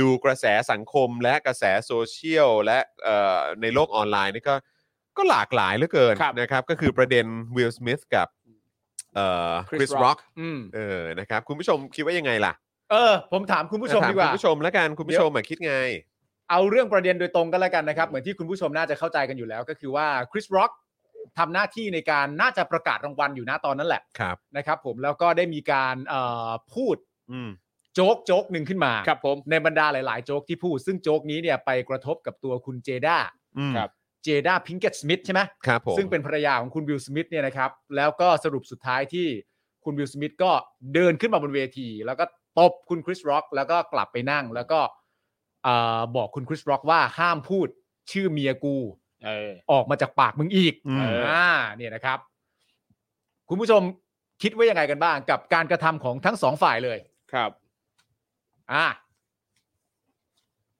Speaker 2: ดูกระแสสังคมและกระแสโซเชียลและเอ่อในโลกออนไลน์นี่ก็ก็หลากหลายเหลือเกิน
Speaker 4: ครับ
Speaker 2: นะครับ ก็คือประเด็นวิลสมิธกับเอ่อค
Speaker 4: Chris
Speaker 2: ริส
Speaker 4: Rock
Speaker 2: ร็อก
Speaker 3: อืม
Speaker 2: เออนะครับ คุณผู้ชมคิดว่ายังไงล่ะ
Speaker 3: เออ ผมถามคุณผู้ชม
Speaker 2: ถ
Speaker 3: ดีกว่า
Speaker 2: คุณผู้ชมแล้วกันคุณผู้ชมอะคิดไง
Speaker 3: เอาเรื่องประเด็นโดยตรงก็แล้วกันนะครับ เหมือนที่คุณผู้ชมน่าจะเข้าใจกันอยู่แล้ว ก็คือว่าคริสร็อกทำหน้าที่ในการน่าจะประกาศรางวัลอยู่นะตอนนั้นแหละ
Speaker 2: ครับ
Speaker 3: นะครับผมแล้วก็ได้มีการเอ่อพูด
Speaker 2: อืม
Speaker 3: โจ๊กโจ๊กหนึ่งขึ้นมา
Speaker 4: ครับผม
Speaker 3: ในบรรดาหลาย ๆ โจ๊กที่พูด ซึ่งโจ๊กนี้เนี่ยไปกระทบกับตัวคุณเจด้า
Speaker 2: อืม
Speaker 4: ครับ
Speaker 3: เจด้าพิงเกตสมิธใช่ไหม
Speaker 2: ครับผม
Speaker 3: ซึ่งเป็นภรรยาของคุณวิลสมิธเนี่ยนะครับ แล้วก็สรุปสุดท้ายที่คุณวิลสมิธก็เดินขึ้นมาบนเวที แล้วก็ตบคุณคริสร็อกแล้วก็กลับไปนั่ง แล้วก็เอ่อบอกคุณคริสร็อกว่าห้ามพูดชื่อเมียกู
Speaker 4: เออ
Speaker 3: ออกมาจากปากมึงอีก
Speaker 2: อืม
Speaker 3: อ่าเนี่ยนะครับ คุณผู้ชมคิดว่ายังไงกันบ้าง กับการกระทำของทั้งสองฝ่ายเลย
Speaker 4: ครับ
Speaker 3: อ่า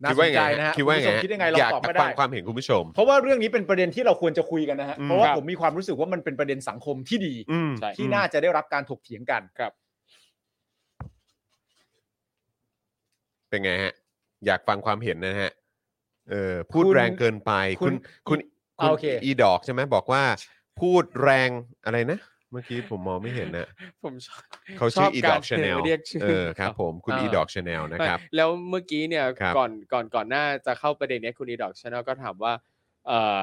Speaker 3: น่า
Speaker 2: คิด
Speaker 3: ส
Speaker 2: ว่าน ยัง
Speaker 3: ใจ
Speaker 2: ไง
Speaker 3: นะฮะ
Speaker 2: คิดว่า
Speaker 3: ณ
Speaker 2: ยัง
Speaker 3: ผู้ช
Speaker 2: ไง
Speaker 3: มคิดยังไงเรา
Speaker 2: อยาก
Speaker 3: ตอบไม่
Speaker 2: ฟั
Speaker 3: ได้
Speaker 2: งความเห็นคุณผู้ชม
Speaker 3: เพราะว่าเรื่องนี้เป็นประเด็นที่เราควรจะคุยกันนะฮะ
Speaker 2: อืม
Speaker 3: เพราะว่า
Speaker 4: ครับ
Speaker 3: ผมมีความรู้สึกว่ามันเป็นประเด็นสังคมที่ดี
Speaker 2: อืม
Speaker 4: ใช่
Speaker 3: ที่น่าจะได้รับการถกเถียงกัน
Speaker 2: เป็นไงฮะ อยากฟังความเห็นนะฮะเออพูด
Speaker 3: คุณ
Speaker 2: แรงเกินไป
Speaker 3: คุ
Speaker 2: คุณ ณคุณ
Speaker 3: อ่าโอเค
Speaker 2: อีดอกใช่ไหมบอกว่า พูดแรงอะไรนะ เมื่อกี้ผมมองไม่เห็นนะ
Speaker 4: ผมชอบ
Speaker 2: เขาชื่อ e
Speaker 4: ก
Speaker 2: d
Speaker 4: ร
Speaker 2: o c Channel
Speaker 4: เรียกชื่
Speaker 2: เออครับผมคุณ
Speaker 3: เออ
Speaker 2: e d o c Channel นะครับ
Speaker 4: ไม่แล้วเมื่อกี้เนี่ย
Speaker 2: ครับ
Speaker 4: ก่อนก่อนก่อนหน้าจะเข้าประเด็นเนี้ยคุณอีดอกชาแนลก็ถามว่าเอ่อ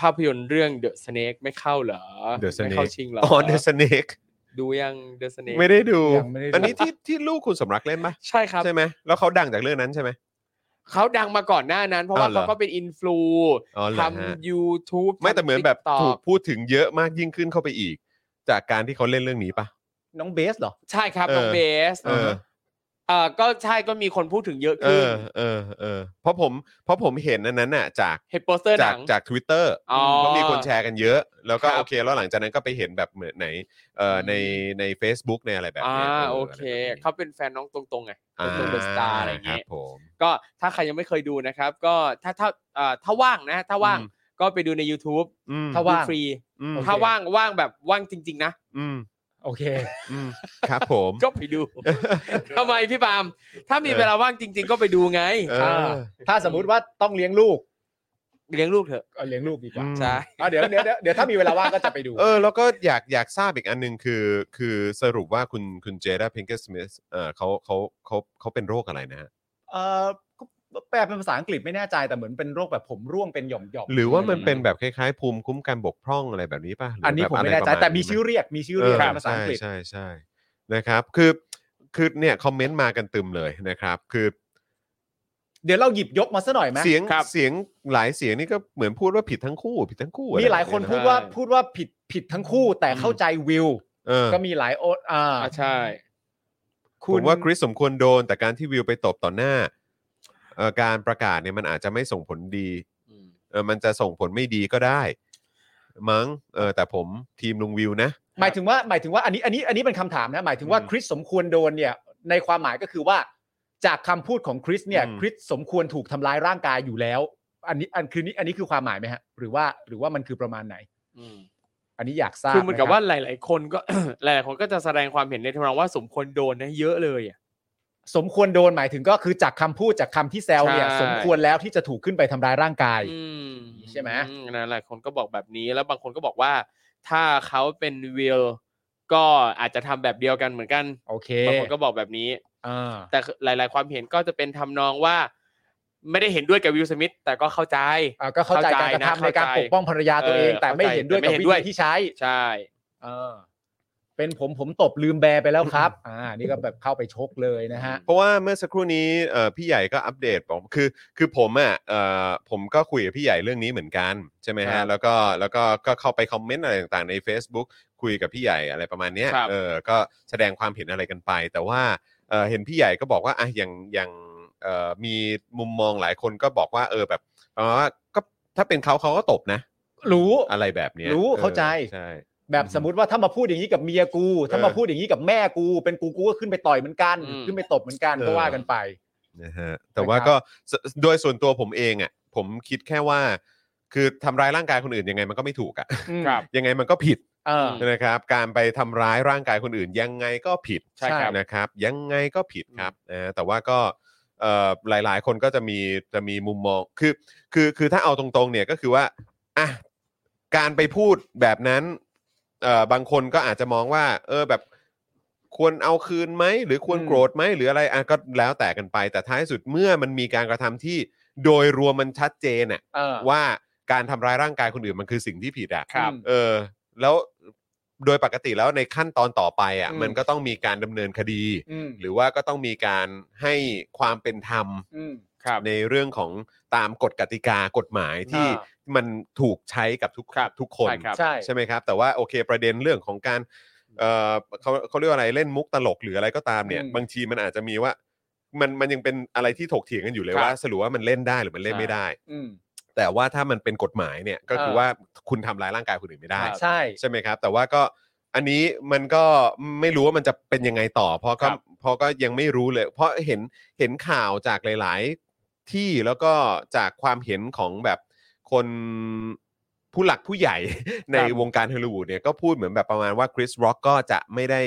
Speaker 4: ภาพยนตร์เรื่อง The Snake ไม่เข้าเหรอ
Speaker 2: The
Speaker 4: ไม่เข้า
Speaker 2: Snake
Speaker 4: ชิงเหรอ
Speaker 2: อ๋ อ The Snake
Speaker 4: ดูยัง The Snake
Speaker 2: ไม่ได้ดู
Speaker 3: ยังไม่ได้ดู
Speaker 2: อันนี้ที่ที่ลูกคุณสมรักเล่นปะ
Speaker 4: ใช่ครับ
Speaker 2: ใช่ไหมแล้วเขาดังจากเรื่องนั้นใช่ไหม
Speaker 4: เขาดังมาก่อนหน้านั้น เพราะ
Speaker 2: อ๋
Speaker 4: ว่า
Speaker 2: อเหรอ
Speaker 4: เขาก็เป็นอินฟลู
Speaker 2: อ๋อเหรอ
Speaker 4: ท
Speaker 2: ฮะ
Speaker 4: ำ YouTube
Speaker 2: ไม่แต่เหมือนแบบ
Speaker 4: ทำ
Speaker 2: ถูก
Speaker 4: TikTok
Speaker 2: พูดถึงเยอะมากยิ่งขึ้นเข้าไปอีก จากการที่เขาเล่นเรื่องนี้ปะ
Speaker 3: น้องเบสเหรอ
Speaker 4: ใช่ครับน้อง
Speaker 2: เออ
Speaker 4: เบส
Speaker 2: เออ
Speaker 4: เอ่อก็ใช่ก็มีคนพูดถึงเยอะ
Speaker 2: เอ
Speaker 4: ขึ้น
Speaker 2: อเออเออเพราะผมเพราะผมเห็นอันนั้นน่ะจาก
Speaker 4: เห็นโปสเตอร์ห
Speaker 2: จาก
Speaker 4: นัง
Speaker 2: จากทวิตเตอร์
Speaker 4: อ๋อ
Speaker 2: เขาะมีคนแชร์กันเยอะ แล้วก็
Speaker 4: ครับ
Speaker 2: โอเคแล้วหลังจากนั้นก็ไปเห็นแบบเหมือนไหนเอ่อในใน Facebook ในอะไรแบบ
Speaker 4: อ่า
Speaker 2: เนี้ย
Speaker 4: โอเค
Speaker 2: ครั
Speaker 4: เขา
Speaker 2: บ
Speaker 4: เป็นแฟนน้องตรงๆไงตรงๆเดอะสตาร์อะไรอย่างเงี้ย
Speaker 2: ผม
Speaker 4: ก็ถ้าใครยังไม่เคยดูนะครับ ก็ถ้าถ้าเอ่อถ้าว่างนะ ถ้าว่างก็ไปดูใน YouTube
Speaker 2: อืม
Speaker 3: ถ้าว่าง
Speaker 4: ดูฟรี
Speaker 2: อืม
Speaker 3: โอเค
Speaker 4: ถ้าว่างว่างแบบว่างจริง ๆ นะ
Speaker 2: อืม
Speaker 3: โอเค
Speaker 2: อืมครับผม
Speaker 4: ก็ไป ดูทำไมพี่ปาล์มถ้ามีเวลาว่างจริง ๆ ก็ไปดูไง
Speaker 2: เออ
Speaker 3: ถ้าสมมุติว่าต้องเลี้ยงลูก
Speaker 4: เลี้ยงลูกเถอะ
Speaker 3: เอาเลี้ยงลูกดีกว่า
Speaker 2: อืม
Speaker 4: ใช่
Speaker 3: อ่ะเดี๋ยวเดี๋ยวเดี๋ยวเดี๋ยวถ้ามีเวลาว่างก็จะไปดู
Speaker 2: เออแล้วก็อยากอยากทราบอีกอันหนึ่งคือ คือสรุปว่าคุณคุณเจด้าพิงเกอร์สมิธเออเขาเขาเขาเขาเป็นโรคอะไรนะฮะ
Speaker 3: เออก็แปลเป็นภาษาอังกฤษไม่แน่ใจแต่เหมือนเป็นโรคแบบผมร่วงเป็นหย่อมหย่อม
Speaker 2: หรือว่ามันเป็นแบบคล้ายๆ ภูมิคุ้มกันบกพร่องอะไรแบบนี้ป่ะหรื
Speaker 3: อันนี้
Speaker 2: แบบ
Speaker 3: ผมไม่
Speaker 2: ะร
Speaker 3: แน่ใจ
Speaker 2: ประาณ
Speaker 3: แต่มี
Speaker 2: ไห
Speaker 3: ชื่อเรียกมีชื่อเรียก
Speaker 2: เ
Speaker 3: เป็นภาษาอังกฤษ
Speaker 2: ใช่ใช่ใช่นะครับ คือคือเนี่ยคอมเมนต์มากันตึมเลยนะครับ คือ
Speaker 3: เดี๋ยวเราหยิบยกมาซะหน่อยไหม
Speaker 2: เสียง
Speaker 3: ครับ
Speaker 2: เสียงหลายเสียงนี่ก็เหมือนพูดว่าผิดทั้งคู่ผิดทั้งคู่อะไร
Speaker 3: มีหลายคน
Speaker 2: แบบ
Speaker 3: พูดว่าพูดว่าผิดผิดทั้งคู่แต่เข้าใจวิว
Speaker 2: เออ
Speaker 3: ก็มีหลายโอดอ่า
Speaker 4: อ่าใช่
Speaker 2: ผ
Speaker 3: คุณ
Speaker 2: มว่าคริสสมควรโดน แต่การที่วิวไปตบต่อหน้าเอ่อการประกาศเนี่ยมันอาจจะไม่ส่งผลดีเออมันจะส่งผลไม่ดีก็ได้ มั้งเออแต่ผมทีมลุงวิวนะ
Speaker 3: หมายถึงว่าหมายถึงว่าอันนี้อันนี้อันนี้เป็นคำถามนะหมายถึงว่า
Speaker 2: อืม
Speaker 3: คริสสมควรโดนเนี่ย ในความหมายก็คือว่า จากคำพูดของคริสเนี่ย
Speaker 2: อืม
Speaker 3: คริสสมควรถูกทำร้ายร่างกายอยู่แล้ว อันนี้อันคือนี้อันนี้คือความหมายไหมฮะ หรือว่าหรือว่ามันคือประมาณไหน อันนี้อยากทราบ
Speaker 4: คือเหมือนกับ
Speaker 3: ะรับ
Speaker 4: ว่าหลาย ๆ คนก็ หลายๆคนก็จะแสดงความเห็นในทำนองว่าสมควรโดนนะเยอะเลยอ่ะ
Speaker 3: สมควรโดนหมายถึงก็คือจากคำพูดจากคำที่แซวเนี่ย
Speaker 4: ใช่
Speaker 3: สมควรแล้วที่จะถูกขึ้นไปทำร้ายร่างกาย
Speaker 4: อืม
Speaker 3: ใช่ไหม
Speaker 4: อืนะหลายคนก็บอกแบบนี้แล้วบางคนก็บอกว่า ถ้าเขาเป็นวิลก็อาจจะทำแบบเดียวกันเหมือนกัน
Speaker 3: โอเค
Speaker 4: บางคนก็บอกแบบนี้
Speaker 3: อ่า
Speaker 4: แต่หลาย ๆ ความเห็นก็จะเป็นทำนองว่า ไม่ได้เห็นด้วยกับวิลสมิธแต่ก็เข้าใจ
Speaker 3: อ่าก็เข้าใจการกระทำในการปกป้องภรรยาตัวเอง
Speaker 4: เออ
Speaker 3: แต่ไม่เห็นด้วย
Speaker 4: เข้าใจแต่
Speaker 3: กับ
Speaker 4: ไม่เห็
Speaker 3: วิ
Speaker 4: นด้วย
Speaker 3: ธีที่ใช้
Speaker 4: ใช่
Speaker 3: เออเป็นผมผมตบลืมแบร์ไปแล้วครับ อ่า นี่ก็แบบเข้าไปชกเลยนะฮะ
Speaker 2: เพราะว่าเมื่อสักครู่นี้เอ่อพี่ใหญ่ก็อัปเดตบอกคือคือผมอ่ะเอ่อผมก็คุยกับพี่ใหญ่เรื่องนี้เหมือนกันใช่ไหม
Speaker 4: ครั
Speaker 2: ฮะ
Speaker 4: บ
Speaker 2: แล้วก็แล้วก็ก็เข้าไปคอมเมนต์อะไรต่างๆใน Facebook คุยกับพี่ใหญ่อะไรประมาณเนี้ย
Speaker 4: ครับ
Speaker 2: เออก็แสดงความเห็นอะไรกันไป แต่ว่าเอ่อเห็นพี่ใหญ่ก็บอกว่าอ่ะอย่างอย่างเอ่อมีมุมมองหลายคนก็บอกว่าเออแบบประมาณว่าก็ถ้าเป็นเขาเขาก็ตบนะ
Speaker 3: รู้
Speaker 2: อะไรแบบเนี้ย
Speaker 3: รู้
Speaker 2: ออ
Speaker 3: เข้าใจ
Speaker 2: ใช่
Speaker 3: แบบสมมติว่าถ้ามาพูดอย่างนี้กับเมียกู ถ้ามาพูดอย่างนี้กับแม่กู เป็นกูกูก็ขึ้นไปต่อยเหมือนกัน
Speaker 4: อืม
Speaker 3: ขึ้นไปตบเหมือนกัน
Speaker 2: เออ
Speaker 3: ก็ว่ากันไป
Speaker 2: นะฮะแต่ว่าก็สโดยส่วนตัวผมเองอ่ะผมคิดแค่ว่า คือทำร้ายร่างกายคนอื่นยังไงมันก็ไม่ถูกอ่ะ
Speaker 4: ครับ
Speaker 2: ยังไงมันก็ผิด
Speaker 3: เออ
Speaker 2: นะครับ การไปทำร้ายร่างกายคนอื่น ยังไงก็ผิด
Speaker 3: ใช่ครับ
Speaker 2: นะครับ ยังไงก็ผิดครับนะฮะแต่ว่าก็เอ่อหลาย ๆ คนก็จะมีจะมีมุมมองคือคือคือถ้าเอาตรงๆเนี่ยก็คือว่าอ่ะการไปพูดแบบนั้นเอ่อบางคนก็อาจจะมองว่า เออแบบควรเอาคืนไหมหรือควร
Speaker 4: อืม
Speaker 2: โกรธไหมหรืออะไรอ่ะก็แล้วแต่กันไป แต่ท้ายสุดเมื่อมันมีการกระทำที่โดยรวมมันชัดเจนอ่ะ
Speaker 3: เออ
Speaker 2: ว่าการทำร้ายร่างกายคนอื่นมันคือสิ่งที่ผิดอ่ะ
Speaker 3: ครับ
Speaker 2: เออ แล้วโดยปกติแล้วในขั้นตอนต่อไปอ่ะ
Speaker 3: อืม
Speaker 2: มันก็ต้องมีการดำเนินคดี
Speaker 3: อืม
Speaker 2: หรือว่าก็ต้องมีการให้ความเป็นธรรม
Speaker 3: อืม
Speaker 2: ในเรื่องของตามกฎกติกากฎหมายที่
Speaker 3: อ่
Speaker 2: มันถูกใช้กับทุก
Speaker 4: ครับ
Speaker 2: ทุกคน
Speaker 4: ใช่ครับ
Speaker 3: ใช่
Speaker 2: ใช่ไหมครับ แต่ว่าโอเคประเด็นเรื่องของการ เออเขาเขาเรียกว่าอะไรเล่นมุกตลกหรืออะไรก็ตามเนี่ย
Speaker 3: อืม
Speaker 2: บางทีมันอาจจะมีว่า มันมันยังเป็นอะไรที่ถกเถียงกันอยู่เลย
Speaker 4: ครับ
Speaker 2: ว่า สรุปว่ามันเล่นได้หรือมันเล่น
Speaker 3: ใช่
Speaker 2: ไม่ได้
Speaker 3: อืม
Speaker 2: แต่ว่าถ้ามันเป็นกฎหมายเนี่ยก็คือ
Speaker 3: เออ
Speaker 2: ว่าคุณทำร้ายร่างกายคนอื่นไม่ได้
Speaker 4: ครับ
Speaker 3: ใช่
Speaker 2: ใช่ไหมครับ แต่ว่าก็อันนี้มันก็ไม่รู้ว่ามันจะเป็นยังไงต่อ เพราะก็
Speaker 4: ครับ
Speaker 2: เพราะก็ยังไม่รู้เลย เพราะเห็นเห็นข่าวจากหลาย ๆ ที่แล้วก็จากความเห็นของแบบคนผู้หลักผู้ใหญ่ ในวงการฮอลลีวูดเนี่ยก็พูดเหมือนแบบประมาณว่าคริสร็อกก็จะไม่ได้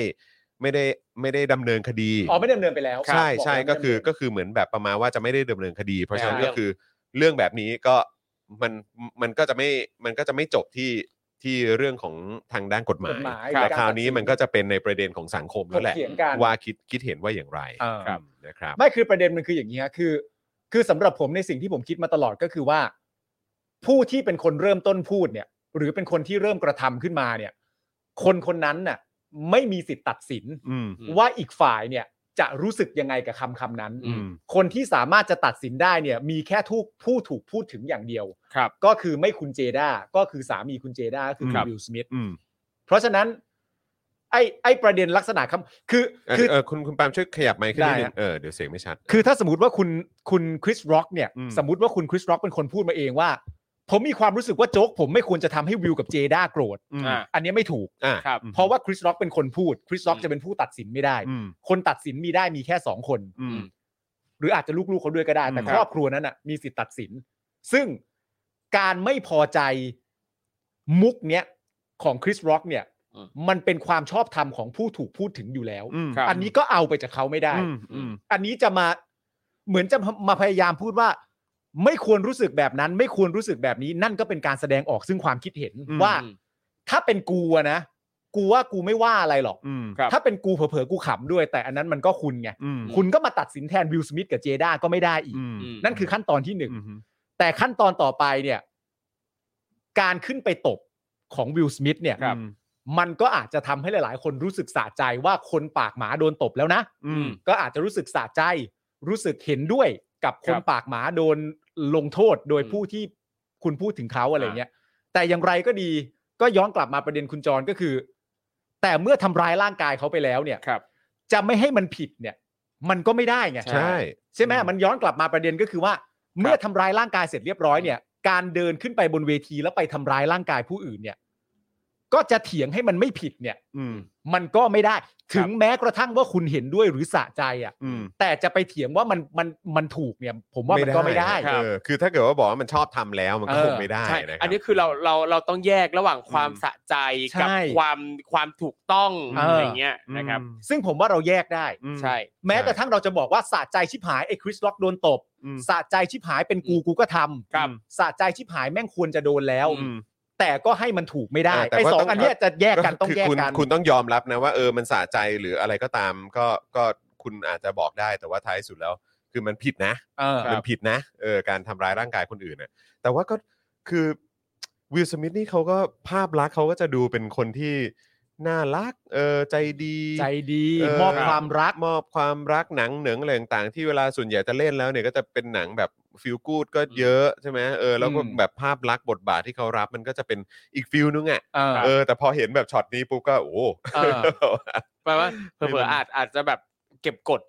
Speaker 2: ไม่ได้ไม่ได้ดำเนินคดี
Speaker 3: อ๋อไม่ดำเนินไปแล้ว
Speaker 2: ใช่ใช่
Speaker 3: บแล้ว
Speaker 2: ก็คือ
Speaker 3: ไม่ดำเนิน
Speaker 2: ก็คือเหมือนแบบประมาณว่าจะไม่ได้ดำเนินคดี เพราะฉะนั้น
Speaker 4: ใช่
Speaker 2: ก็คือเรื่องแบบนี้ก็มันมันก็จะไม่มันก็จะไม่จบที่ที่เรื่องของทางด้านกฎหมาก ย
Speaker 3: ฎหมาย
Speaker 2: แต่
Speaker 3: การ
Speaker 2: คราวนี้
Speaker 3: ตัดสิน
Speaker 2: มันก็จะเป็นในประเด็นของสังคมแล้วแหละ
Speaker 3: ถกเถียงกัน
Speaker 2: ว่าคิดคิดเห็นว่าอย่างไร
Speaker 3: เออครับ
Speaker 2: นะครับ
Speaker 3: ไม่คือประเด็นมันคืออย่างนี้ฮะคือ คือสำหรับผมในสิ่งที่ผมคิดมาตลอดก็คือว่า ผู้ที่เป็นคนเริ่มต้นพูดเนี่ย หรือเป็นคนที่เริ่มกระทำขึ้นมาเนี่ย คนคนนั้นน่ะ ไม่มีสิทธิ์ตัดสิน
Speaker 2: อืม
Speaker 4: อืม
Speaker 3: ว่าอีกฝ่ายเนี่ยจะรู้สึกยังไงกับคำคำนั้น
Speaker 4: อืม
Speaker 3: คนที่สามารถจะตัดสินได้เนี่ย มีแค่ทูกผู้ถูกพูดถึงอย่างเดียว
Speaker 4: ครับ
Speaker 3: ก็คือไม่คุณเจด้าก็คือสามีคุณเจด้าก็คือคุ
Speaker 2: ครั
Speaker 3: ณ
Speaker 2: บ
Speaker 3: วิลสมิธ
Speaker 2: อืม
Speaker 3: เพราะฉะนั้น ไอ้ไอ้ประเด็นลักษณะคำคือ
Speaker 2: เอ่อ
Speaker 3: คือ
Speaker 2: เออคุณคุณปาล์มช่วยขยับไมค์ขึ้นนิดนึง
Speaker 3: ได้ฮะ
Speaker 2: เออเดี๋ยวเสียงไม่ชัด
Speaker 3: คือถ้าสมมติว่าคุณคุณคริสร็อกเนี่ย
Speaker 2: อืม
Speaker 3: สมมติว่าคุณคริสร็อกเป็นคนพูดมาเองว่า ผมมีความรู้สึกว่าโจ๊กผมไม่ควรจะทำให้วิวกับเจด้าโกรธ
Speaker 2: อืม
Speaker 4: อ่า
Speaker 3: อันเนี้ยไม่ถูก
Speaker 2: อ่า
Speaker 4: ครับ
Speaker 3: เพราะว่าคริสร็อกเป็นคนพูดคริสร็อกจะเป็นผู้ตัดสินไม่ได้
Speaker 2: อืม
Speaker 3: คนตัดสินมีได้มีแค่สองคน
Speaker 2: อืม
Speaker 3: หรืออาจจะลูกๆเขาด้วยก็ได้ แต่
Speaker 2: อืม
Speaker 3: ครอบครัวนั้นน่ะมีสิทธิ์ตัดสิน ซึ่งการไม่พอใจมุกเนี้ยของคริสร็อกเนี่ย
Speaker 4: อืม
Speaker 3: มันเป็นความชอบธรรมของผู้ถูกพูดถึงอยู่แล้ว
Speaker 2: อืม
Speaker 4: ครับ
Speaker 3: อันนี้ก็เอาไปจากเขาไม่ได้
Speaker 2: อืมอืม
Speaker 3: อันนี้จะมาเหมือนจะมาพยายามพูดว่า ไม่ควรรู้สึกแบบนั้น ไม่ควรรู้สึกแบบนี้ นั่นก็เป็นการแสดงออกซึ่งความคิดเห็น
Speaker 2: อืม
Speaker 3: ว่า ถ้าเป็นกูอะนะกูว่ากูไม่ว่าอะไรหรอก
Speaker 2: อืม
Speaker 4: ครับ
Speaker 3: ถ้าเป็นกูเผลอๆกูขำด้วย แต่อันนั้นมันก็คุณไง
Speaker 2: อืม
Speaker 3: คุณก็มาตัดสินแทนวิลสมิธกับเจด้าก็ไม่ได้อีก
Speaker 2: อืม
Speaker 4: อืม
Speaker 3: นั่นคือขั้นตอนที่หนึ่ง
Speaker 2: อืม
Speaker 3: แต่ขั้นตอนต่อไปเนี่ย การขึ้นไปตบของวิลสมิธเนี่ย
Speaker 4: ครับ
Speaker 3: มันก็อาจจะทำให้หลาย ๆ คนรู้สึกสะใจว่าคนปากหมาโดนตบแล้วนะ
Speaker 2: อืม
Speaker 3: ก็อาจจะรู้สึกสะใจ รู้สึกเห็นด้วยกับค
Speaker 4: คน รับ
Speaker 3: ปากหมาโดนลงโทษโดย
Speaker 4: อืม
Speaker 3: ผู้ที่คุณพูดถึงเขาอะไร
Speaker 4: อ่า
Speaker 3: เงี้ย แต่อย่างไรก็ดีก็ย้อนกลับมาประเด็นคุณจรก็คือ แต่เมื่อทำร้ายร่างกายเขาไปแล้วเนี่ย
Speaker 4: ครับ
Speaker 3: จะไม่ให้มันผิดเนี่ย มันก็ไม่ได้ไง
Speaker 2: ใช่
Speaker 3: ใช่ไหมมันย้อนกลับมาประเด็นก็คือว่า เมื่อทำร้ายร่างกายเสร็จเรียบร้อยเนี่ย การเดินขึ้นไปบนเวทีแล้วไปทำร้ายร่างกายผู้อื่นเนี่ย ก็จะเถียงให้มันไม่ผิดเนี่ย
Speaker 2: อืม
Speaker 3: มันก็ไม่ได้ ถึงแม้กระทั่งว่าคุณเห็นด้วยหรือสะใจอ่ะ
Speaker 2: อืม
Speaker 3: แต่จะไปเถียงว่ามันมันมันถูกเนี่ย ผมว่ามันก็ไม่ได้
Speaker 2: เออคือถ้าเกิดว่าบอกว่ามันชอบทำแล้วมันก็
Speaker 3: เอ
Speaker 2: ค
Speaker 3: อ
Speaker 2: งไม่ได้
Speaker 4: ใช่
Speaker 2: นะครับ
Speaker 4: อันนี้คือเราเราเราต้องแยกระหว่างความสะใจกับ
Speaker 3: ใช่
Speaker 4: ความความถูกต้อง
Speaker 3: เอออ
Speaker 4: อะไรเงี้ยนะครับ
Speaker 3: ซึ่งผมว่าเราแยกได้
Speaker 2: อืม
Speaker 4: ใช่
Speaker 3: แม้กระทั่งเราจะบอกว่าสะใจชิบหายไอ้คริสล็อกโดนตบ
Speaker 2: อืม
Speaker 3: สะใจชิบหายเป็นกูกูก็ทำ
Speaker 4: ครับ
Speaker 3: สะใจชิบหายแม่งควรจะโดนแล้ว
Speaker 2: อืม
Speaker 3: แต่ก็ให้มันถูกไม่ได้
Speaker 2: เออแต่
Speaker 3: ไอ้
Speaker 2: ว่า
Speaker 3: สอ
Speaker 2: ต้อ
Speaker 3: ง
Speaker 2: ง
Speaker 3: อันเนี้ยจะแยกกันต้อง
Speaker 2: คื
Speaker 3: แยก
Speaker 2: คุณ
Speaker 3: กัน
Speaker 2: คุณต้องยอมรับนะว่าเออมันสะใจหรืออะไรก็ตามก็ก็คุณอาจจะบอกได้แต่ว่าท้ายสุดแล้ว คือมันผิดนะ
Speaker 3: เออ
Speaker 2: มันผิดนะเออการทำร้ายร่างกายคนอื่นน่ะแต่ว่าก็คือวิลสมิธนี่เขาก็ภาพลักษณ์เขาก็จะดูเป็นคนที่น่ารักเออใจดี
Speaker 3: ใจดี
Speaker 2: เออ
Speaker 3: มอบความรัก
Speaker 2: มอบความรักหนังเหนิงอะไรต่างๆที่เวลาส่วนใหญ่จะเล่นแล้วเนี่ยก็จะเป็นหนังแบบฟิลกูดก็เยอะใช่ไหมเออแล้วก็
Speaker 3: อืม
Speaker 2: แบบภาพลักษณ์บทบาทที่เขารับมันก็จะเป็นอีกฟิลนึงอ่ะ
Speaker 3: เออ
Speaker 2: เออแต่พอเห็นแบบช็อตนี้ปุ๊บก็โอ้โห
Speaker 3: เออ
Speaker 4: แปลว่าเผลอๆอาจอาจจะแบบเก็บกด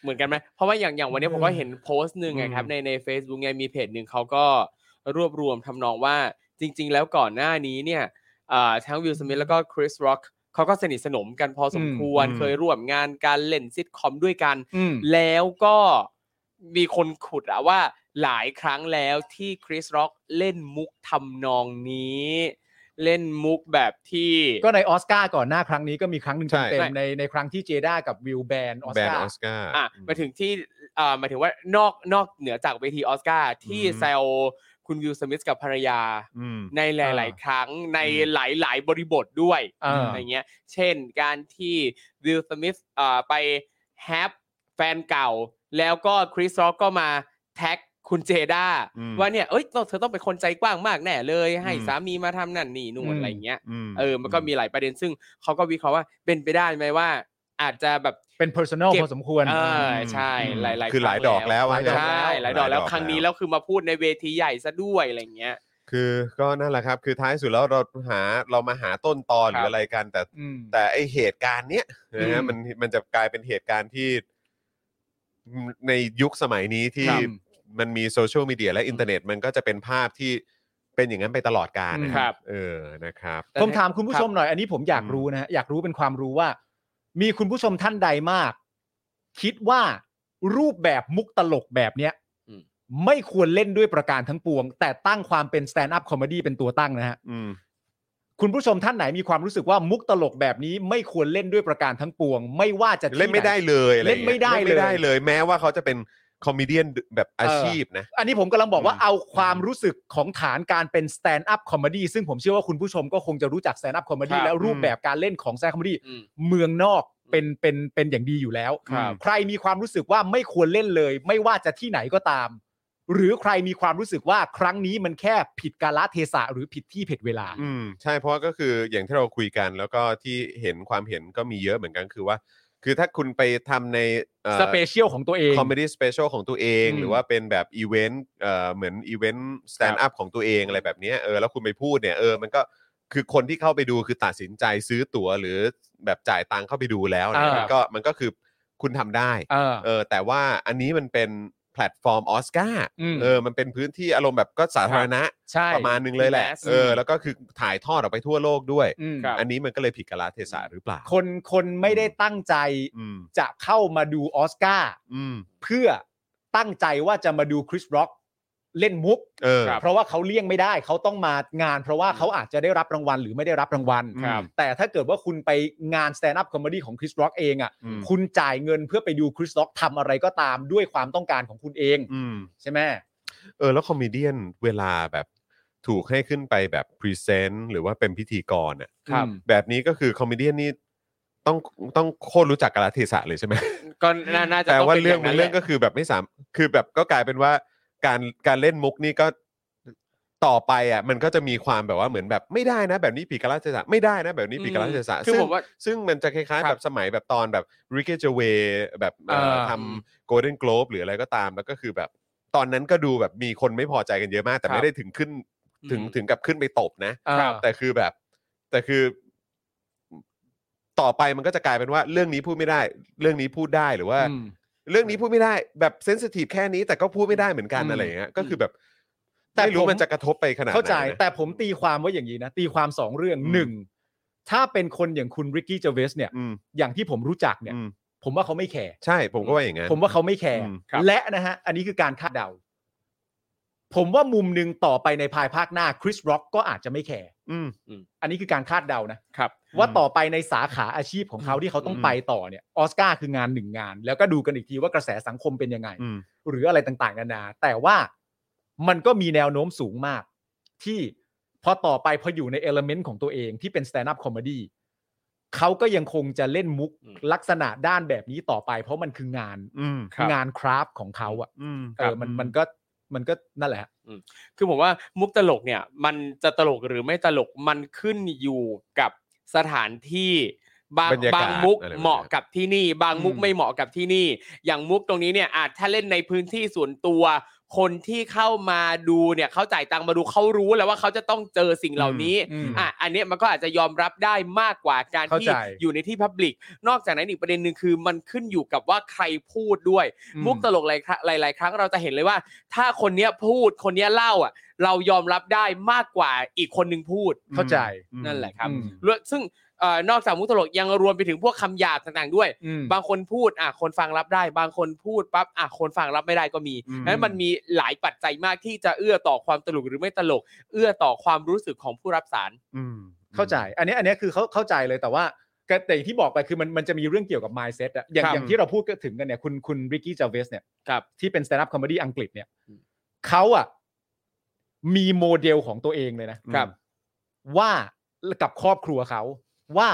Speaker 4: เหมือนกันไหมเพราะว่าอย่างอย่างวันนี้ผมก็เห็นโพสต์หนึ่งไงครับในใน Facebook ไงมีเพจหนึ่งเขาก็รวบรวมทำนองว่าจริง ๆ แล้วก่อนหน้านี้เนี่ยอ่าทั้งวิลสมิธแล้วก็คริสร็อกเขาก็สนิทสนมกันพอสมควร
Speaker 2: อืม
Speaker 4: เคยร่วมงานการเล่นซิทคอมด้วยกัน
Speaker 3: อืม
Speaker 4: แล้วก็มีคนขุดอะว่าหลายครั้งแล้วที่คริสร็อกเล่นมุกทำนองนี้ เล่นมุกแบบที่
Speaker 3: ก็ในออสการ์ก่อนหน้าครั้งนี้ก็มีครั้งหนึ่ง
Speaker 2: ใช่
Speaker 3: เต็ม
Speaker 4: ใช่
Speaker 3: ๆในในครั้งที่เจด้ากับวิลแบนออส
Speaker 2: แบน
Speaker 3: การ์
Speaker 2: ออสการ์
Speaker 4: อ่ะหมายถึงที่อ่าหมายถึงว่านอกนอกเหนือจากเวทีออสการ์ที่
Speaker 2: อืม
Speaker 4: แซวคุณวิลสมิธกับภรรยา
Speaker 2: อืม
Speaker 4: ในหลาย ๆ ครั้งในหลาย ๆ บริบทด้วย
Speaker 3: อ่า
Speaker 4: ไรเงี้ย เช่นการที่วิลสมิธอ่าไปแฮปแฟนเก่า แล้วก็คริสร็อกก็มาแท็กคุณเจด้า
Speaker 2: อืม
Speaker 4: ว่าเนี่ยเอ้ยต้องเธอต้องเป็นคนใจกว้างมากแน่เลย ให้
Speaker 2: อืม
Speaker 4: สามีมาทำนั่นนี่นู่นอะไรเงี้ย
Speaker 2: ม
Speaker 4: เออมันก็มีหลายประเด็นซึ่งเขาก็วิเคราะห์ว่าเป็นไปได้ไหมว่า อาจจะแบบ
Speaker 3: เป็น personal
Speaker 4: เก็บ
Speaker 3: พอสมควร
Speaker 4: เออ
Speaker 2: อืม
Speaker 4: ใช่หลายๆ
Speaker 2: คือหลาย
Speaker 4: รั้ง
Speaker 2: ดอกแล้ว
Speaker 3: หลายดอก
Speaker 4: ใช่หลายดอกแล้วครั้งนี้
Speaker 2: ว
Speaker 4: แล้วคือมาพูดในเวทีใหญ่ซะด้วยอะไรอย่างเงี้ย
Speaker 2: คือก็นั่นแหละครับ คือท้ายสุดแล้วเราหาเรามาหาต้นตอนห
Speaker 4: ครับ
Speaker 2: รืออะไรกัน แต่
Speaker 3: อืม
Speaker 2: แต่ไอเหตุการณ์เนี้ยนะฮะ
Speaker 4: อืม
Speaker 2: มันมันจะกลายเป็นเหตุการณ์ที่ในยุคสมัยนี้ที่
Speaker 3: ครับ
Speaker 2: มันมีโซเชียลมีเดียและอินเทอร์เน็ตมันก็จะเป็นภาพที่เป็นอย่างนั้นไปตลอดกาลนะครับ เออนะครับ
Speaker 3: ผมถามคุณผู้ชม
Speaker 4: รับ
Speaker 3: หน่อย อันนี้ผมอยากรู้นะฮะอยากรู้เป็นความรู้ว่า มีคุณผู้ชมท่านใดมาก คิดว่ารูปแบบมุกตลกแบบเนี้ย
Speaker 4: อืม
Speaker 3: ไม่ควรเล่นด้วยประการทั้งปวง แต่ตั้งความเป็น stand up comedy เป็นตัวตั้งนะฮะ
Speaker 2: อืม
Speaker 3: คุณผู้ชมท่านไหนมีความรู้สึกว่ามุกตลกแบบนี้ไม่ควรเล่นด้วยประการทั้งปวง ไม่ว่าจะที่ห
Speaker 2: เล่นไม่ได้เลยอะรอย่างงี้
Speaker 3: เล่นไม่ได้เลย
Speaker 2: เล่นไม่ได้เลย แม้ว่าเขาจะเป็นคอมเมเดี้แบบอา
Speaker 3: เออ
Speaker 2: ชีพนะ
Speaker 3: อันนี้ผมกำลังบอกว่า
Speaker 2: อืม
Speaker 3: เอาความรู้สึกของฐานการเป็น stand up comedy ซึ่งผมเชื่อว่าคุณผู้ชมก็คงจะรู้จัก stand up comedy
Speaker 4: ครับ
Speaker 3: แล้วรูปแบบการเล่นของ stand up comedy
Speaker 4: อืม
Speaker 3: เมืองนอกเป็นเป็นเป็นอย่างดีอยู่แล้ว
Speaker 4: ครับ
Speaker 3: ใครมีความรู้สึกว่าไม่ควรเล่นเลย ไม่ว่าจะที่ไหนก็ตาม หรือใครมีความรู้สึกว่าครั้งนี้มันแค่ผิดกาลเทศะหรือผิดที่ผิดเวลา
Speaker 2: อืมใช่เพราะก็คืออย่างที่เราคุยกันแล้วก็ที่เห็นความเห็นก็มีเยอะเหมือนกันคือว่า คือถ้าคุณไปทำใน
Speaker 3: สเปเชียลของตัวเอง
Speaker 2: คอมเมดี้สเปเชียลของตัวเอง
Speaker 3: อืม
Speaker 2: หรือว่าเป็นแบบอีเวนต์เอ่อเหมือนอีเวนต์สแตนด์อัพของตัวเองอะไรแบบเนี้ยเออแล้วคุณไปพูดเนี่ยเออมันก็คือคนที่เข้าไปดูคือตัดสินใจซื้อตั๋วหรือแบบจ่ายตังค์เข้าไปดูแล้วเนี่ย
Speaker 3: อ่ามั
Speaker 2: มันก็มันก็คือคุณทำได้
Speaker 3: เออ
Speaker 2: เออแต่ว่าอันนี้มันเป็นแพลตฟอร์มออสการ์
Speaker 3: อืม
Speaker 2: เออมันเป็นพื้นที่อารมณ์แบบก็สาธารณะ
Speaker 3: ใช่
Speaker 2: ประมาณนึงเลยแหละ
Speaker 4: มี mass
Speaker 2: เออ แล้วก็คือถ่ายทอดออกไปทั่วโลกด้วย
Speaker 3: อืม
Speaker 4: ครับ
Speaker 2: อันนี้มันก็เลยผิดกาลเทศะหรือเปล่า
Speaker 3: คนคนไม่ได้ตั้งใจ
Speaker 2: อืม
Speaker 3: จะเข้ามาดูออสการ์
Speaker 2: อืม
Speaker 3: เพื่อตั้งใจว่าจะมาดูคริสร็อกเล่นมุก
Speaker 2: เออ
Speaker 4: ครับ
Speaker 3: เพราะว่าเขาเลี่ยงไม่ได้เขาต้องมางาน เพราะว่าเขาอาจจะได้รับรางวัลหรือไม่ได้รับรางวัล
Speaker 2: ครับ
Speaker 3: แต่ถ้าเกิดว่าคุณไปงาน Stand Up Comedy ของคริสร็อกเองอ่ะ
Speaker 2: อืม
Speaker 3: คุณจ่ายเงินเพื่อไปดูคริสร็อกทำอะไรก็ตามด้วยความต้องการของคุณเอง
Speaker 2: อืม
Speaker 3: ใช่ไหม
Speaker 2: เออ แล้วคอมเมเดียนเวลาแบบถูกให้ขึ้นไปแบบพรีเซนต์หรือว่าเป็นพิธีกรอ่ะ
Speaker 3: ครับ
Speaker 2: แบบนี้ก็คือคอมเมเดียนนี่ต้องต้องโคตรรู้จักกาลเทศะเลยใช่ไหม
Speaker 4: ก็น่าน่าจะ
Speaker 2: แต่
Speaker 4: ต้
Speaker 2: ว่า
Speaker 4: ป็น
Speaker 2: เรื่อง
Speaker 4: ย่
Speaker 2: มัน
Speaker 4: นั้น
Speaker 2: เรื่อง
Speaker 4: แหละ
Speaker 2: ก็คือแบบไม่สาม คือแบบก็กลายเป็นว่าการการเล่นมุกนี่ก็ต่อไปอ่ะมันก็จะมีความแบบว่าเหมือนแบบไม่ได้นะ แบบนี้ผิดกาลเทศะไม่ได้นะ แบบนี้ผิดกาลเทศะซึ่
Speaker 4: คือ
Speaker 2: ง
Speaker 4: ผมว่า
Speaker 2: ซึ่งมันจะคล้ายๆ
Speaker 4: ครับ
Speaker 2: แบบสมัยแบบตอนแบบริกเกจเวแบบเอ่อ
Speaker 3: เออ
Speaker 2: ทำโกลเด้นโกลบหรืออะไรก็ตามแล้วก็คือแบบตอนนั้นก็ดูแบบมีคนไม่พอใจกันเยอะมาก แต่
Speaker 4: ครับ
Speaker 2: ไม่ได้ถึงขึ้นถึง
Speaker 4: อืม
Speaker 2: ถึงกับขึ้นไปตบนะ
Speaker 3: ครับ
Speaker 2: แต่คือแบบ แต่คือ ต่อไปมันก็จะกลายเป็นว่า เรื่องนี้พูดไม่ได้ เรื่องนี้พูดได้หรือว่า
Speaker 3: อืม
Speaker 2: เรื่องนี้พูดไม่ได้แบบเซนสิทีฟแค่นี้แต่ก็พูดไม่ได้เหมือนกัน
Speaker 3: อืม
Speaker 2: อะไรอย่างเงี้ยก็คือแบบ
Speaker 3: แต่
Speaker 2: ไม่รู้
Speaker 3: ผม
Speaker 2: มันจะกระทบไปขนาดไหนนะ
Speaker 3: เข้าใจแต่ผมตีความว่าอย่างนี้นะ ตีความสองเรื่อง
Speaker 2: อืม
Speaker 3: หนึ่งถ้าเป็นคนอย่างคุณริกกี้เจเวสเนี่ย
Speaker 2: อืม
Speaker 3: อย่างที่ผมรู้จักเนี่ย
Speaker 2: อืม
Speaker 3: ผมว่าเขาไม่แคร์
Speaker 2: ใช่ผมก็ว่าอย่างงั้น
Speaker 3: ผมว่าเขาไม่แคร์
Speaker 2: อืม
Speaker 4: ครับ
Speaker 3: และนะฮะ อันนี้คือการคาดเดา ผมว่ามุมหนึ่งต่อไปในภายภาคหน้าคริสร็อกก็อาจจะไม่แคร์
Speaker 2: อืม
Speaker 3: อันนี้คือการคาดเดานะ
Speaker 4: ครับ
Speaker 3: ว่าต่อไปในสาขาอาชีพของเขาที่เขาต้อง
Speaker 2: อืม
Speaker 3: ไปต่อเนี่ยออสการ์คืองานหนึ่งงาน แล้วก็ดูกันอีกทีว่ากระแสสังคมเป็นยังไง
Speaker 2: อืม
Speaker 3: หรืออะไรต่างๆนานา แต่ว่ามันก็มีแนวโน้มสูงมาก ที่พอต่อไปพออยู่ในเอลเมนต์ของตัวเองที่เป็นสแตนด์อัพคอมดี้เขาก็ยังคงจะเล่นมุก
Speaker 4: อืม
Speaker 3: ลักษณะด้านแบบนี้ต่อไป เพราะมันคืองาน
Speaker 2: อืม
Speaker 4: ครับ
Speaker 3: งานคราฟต์ของเขาอะ
Speaker 2: อืม
Speaker 3: เออมันมันก็มันก็นั่นแหละฮะ
Speaker 4: คือผมว่ามุกตลกเนี่ยมันจะตลกหรือไม่ตลกมันขึ้นอยู่กับสถานที่บาง
Speaker 2: บรรยากาศ
Speaker 4: บางมุก
Speaker 2: อะไรแบบเนี้ย
Speaker 4: เหมาะกับที่นี่ บางมุก
Speaker 3: อืม
Speaker 4: ไม่เหมาะกับที่นี่ อย่างมุกตรงนี้เนี่ยอาจถ้าเล่นในพื้นที่ส่วนตัว คนที่เข้ามาดูเนี่ยเขาจ่ายตังค์มาดูเขารู้แล้วว่าเขาจะต้องเจอสิ่งเหล่านี้
Speaker 3: อืมอืม
Speaker 4: อ่ะอันเนี้ยมันก็อาจจะยอมรับได้มากกว่าการ
Speaker 3: เข้า
Speaker 4: ที่
Speaker 3: ใจ
Speaker 4: อยู่ในที่พับลิกนอกจากนั้นอีกประเด็นหนึ่งคือมันขึ้นอยู่กับว่าใครพูดด้วย มุกตลกหลายครั้งหลาย ๆ ครั้งเราจะเห็นเลยว่า ถ้าคนเนี้ยพูดคนเนี้ยเล่าอ่ะ เรายอมรับได้มากกว่าอีกคนหนึ่งพูด
Speaker 3: เข้าใจ
Speaker 4: นั่นแหละครับ
Speaker 3: อืม
Speaker 4: แล้วซึ่งเอ่อนอกจากมุกตลกยังรวมไปถึงพวกคำหยาบต่าง ๆ ด้วย
Speaker 3: อืม
Speaker 4: บางคนพูดอ่ะคนฟังรับได้ บางคนพูดปั๊บอ่ะคนฟังรับไม่ได้ก็มี
Speaker 2: อืม
Speaker 4: นั้นมันมีหลายปัจจัยมากที่จะเอื้อต่อความตลกหรือไม่ตลก เอื้อต่อความรู้สึกของผู้รับสาร
Speaker 2: อืม
Speaker 3: เข้าใจ อันนี้อันนี้คือเขาเข้าใจเลยแต่ว่าก็แต่อย่างที่บอกไปคือมันมันจะมีเรื่องเกี่ยวกับ mindset อะอย่าง
Speaker 4: ครับ
Speaker 3: อย่างที่เราพูดก็ถึงกันเนี่ยคุณคุณริกกี้จาเวสเนี่ย
Speaker 4: ครับ
Speaker 3: ที่เป็น stand up comedy อังกฤษเนี่ย
Speaker 4: อืม
Speaker 3: เขาอะมีโมเดลของตัวเองเลยนะครับ ว่ากับครอบครัวเขาว่า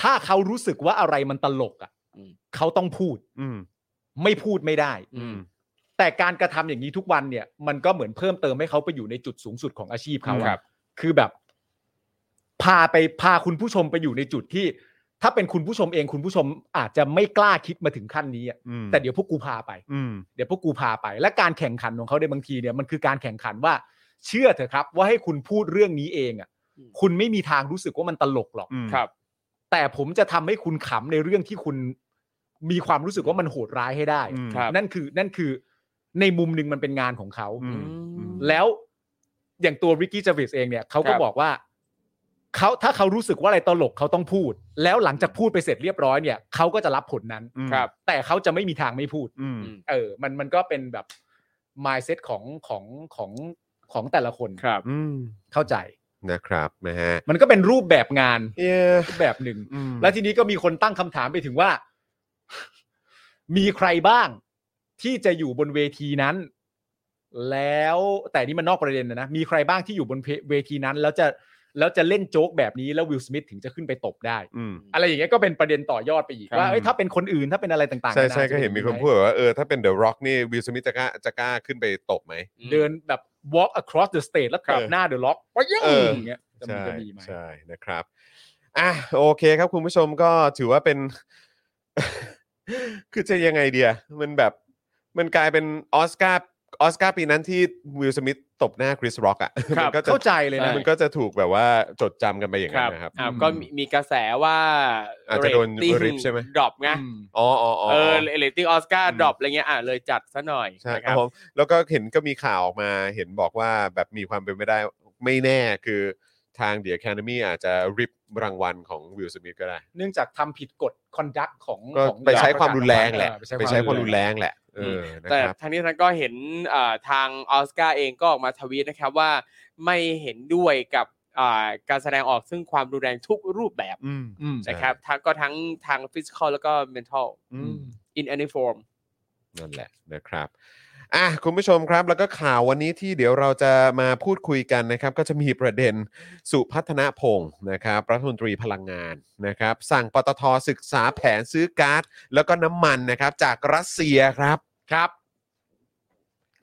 Speaker 3: ถ้าเขารู้สึกว่าอะไรมันตลกอะเขาต้องพูด
Speaker 2: อืม
Speaker 3: ไม่พูดไม่ได้
Speaker 2: อืม
Speaker 3: แต่การกระทำอย่างนี้ทุกวันเนี่ย มันก็เหมือนเพิ่มเติมให้เขาไปอยู่ในจุดสูงสุดของอาชีพเขาอะ
Speaker 4: ครับ
Speaker 3: คือแบบ พาไปพาคุณผู้ชมไปอยู่ในจุดที่ ถ้าเป็นคุณผู้ชมเองคุณผู้ชมอาจจะไม่กล้าคิดมาถึงขั้นนี้อะ
Speaker 2: อืม
Speaker 3: แต่เดี๋ยวพวกกูพาไป
Speaker 2: อืม
Speaker 3: เดี๋ยวพวกกูพาไป และการแข่งขันของเขาในบางทีเนี่ยมันคือการแข่งขันว่า เชื่อเถอะครับ ว่าให้คุณพูดเรื่องนี้เองอ่ะ
Speaker 4: อืม
Speaker 3: คุณไม่มีทางรู้สึกว่ามันตลกหรอก
Speaker 2: อืม
Speaker 4: ครับ
Speaker 3: แต่ผมจะทำให้คุณขำในเรื่องที่คุณมีความรู้สึกว่ามันโหดร้ายให้ได้
Speaker 2: อืม
Speaker 4: ครับ
Speaker 3: นั่นคือนั่นคือในมุมหนึ่งมันเป็นงานของเขา
Speaker 2: อืมอืม
Speaker 3: แล้วอย่างตัวริกกี้จาวิสเองเนี่ยเขาก็
Speaker 4: ครับ
Speaker 3: บอกว่าเขาถ้าเขารู้สึกว่าอะไรตลกเขาต้องพูด แล้วหลังจากพูดไปเสร็จเรียบร้อยเนี่ยเขาก็จะรับผลนั้น
Speaker 2: อืม
Speaker 4: ครับ
Speaker 3: แต่เขาจะไม่มีทางไม่พูด
Speaker 2: อืม
Speaker 3: เออ มันมันก็เป็นแบบ mindset ของของของของแต่ละคน
Speaker 4: ครับ
Speaker 2: อืม
Speaker 3: เข้าใจ
Speaker 2: นะครับนะฮะ
Speaker 3: มันก็เป็นรูปแบบงาน
Speaker 2: เย้
Speaker 3: รูปแบบหนึ่ง
Speaker 2: อืม
Speaker 3: แล้วทีนี้ก็มีคนตั้งคำถามไปถึงว่า มีใครบ้างที่จะอยู่บนเวทีนั้น แล้วแต่นี่มันนอกประเด็นนะนะมีใครบ้างที่อยู่บนเพเวทีนั้น แล้วจะ แล้วจะเล่นโจ๊กแบบนี้แล้ววิลสมิธถึงจะขึ้นไปตบได้
Speaker 2: อืม
Speaker 3: อะไรอย่างเงี้ยก็เป็นประเด็นต่อยอดไปอีก
Speaker 2: ครับ
Speaker 3: ว่าเอ้ยถ้าเป็นคนอื่นถ้าเป็นอะไรต่าง
Speaker 2: ใช่
Speaker 3: ๆาา
Speaker 2: ใช่ก็เห็นมีคนพูดแบบว่าเออถ้าเป็นเดอะร็อกนี่วิลสมิธจะกล้าจะกล้าขึ้นไปตบไหม
Speaker 3: เดินแบบ walk across the stage แล้วตบ
Speaker 2: เออ
Speaker 3: หน้าเดอะล็อกปะยัง
Speaker 2: เอออ
Speaker 3: ย่างเงี้ยจะมี
Speaker 2: ใช่
Speaker 3: จะมีไหม
Speaker 2: ใช่นะครับอ่ะโอเคครับคุณผู้ชมก็ถือว่าเป็น คือจะยังไงเดียมันแบบมันกลายเป็นออสการ์ออสการ์ปีนั้นที่วิลสมิธตบหน้าคริสร็อกอ่ะ
Speaker 4: ครับ
Speaker 2: มันก็จะ
Speaker 3: เข้าใจเลยนะ
Speaker 2: มันก็จะถูกแบบว่าจดจำกันไปอย่างนั้นนะครับ
Speaker 4: อ่าก็มีมีกระแสว่า
Speaker 2: อาจจะโดน
Speaker 4: เรตติ้ง
Speaker 2: rip ใช่ไหม
Speaker 4: ดรอปไง
Speaker 3: อืม
Speaker 2: อ๋ออ๋ออ๋อ
Speaker 4: เออเรตติ้งออสการ์
Speaker 2: อืม
Speaker 4: ดรอปอะไรเงี้ยอ่ะเลยจัดซะหน่อย
Speaker 2: ใช่
Speaker 4: นะ
Speaker 2: ค
Speaker 4: ค
Speaker 2: รั
Speaker 4: รั
Speaker 2: บบ ผมแล้วก็เห็นก็มีข่าวออกมาเห็นบอกว่าแบบมีความเป็นไปได้ไม่แน่คือทางเดียแค a มีอาจจะริบรางวัลของวิลสมิธก็ได้
Speaker 3: เนื่องจากทำผิดกฎคอนดักของ
Speaker 2: ก็
Speaker 3: ของ
Speaker 2: ไปใช้ความรุนแรงแหละ
Speaker 3: เออ
Speaker 2: ไปใช้ความรุนแรงแหละเออนะ
Speaker 4: แต่
Speaker 2: ครับ
Speaker 4: ทางนี้ทางก็เห็นอ่าทางออสการ์เองก็ออกมาทวีตนะครับว่าไม่เห็นด้วยกับอ่าการแสดงออกซึ่งความรุนแรงทุกรูปแบบ
Speaker 2: อืม
Speaker 3: อืม
Speaker 2: ใช่
Speaker 4: นะครับทั้งก็ทั้งทาง physical แล้วก็ mental
Speaker 2: อืม
Speaker 4: in any form
Speaker 2: นั่นแหละนะครับอ่ะคุณผู้ชมครับ แล้วก็ข่าววันนี้ที่เดี๋ยวเราจะมาพูดคุยกันนะครับ ก็จะมีประเด็นสุพัฒนพงศ์นะครับรัฐมนตรีพลังงานนะครับ สั่งปตทศึกษาแผนซื้อก๊าซแล้วก็น้ำมันนะครับ จากรัสเซียครับ
Speaker 3: ครับ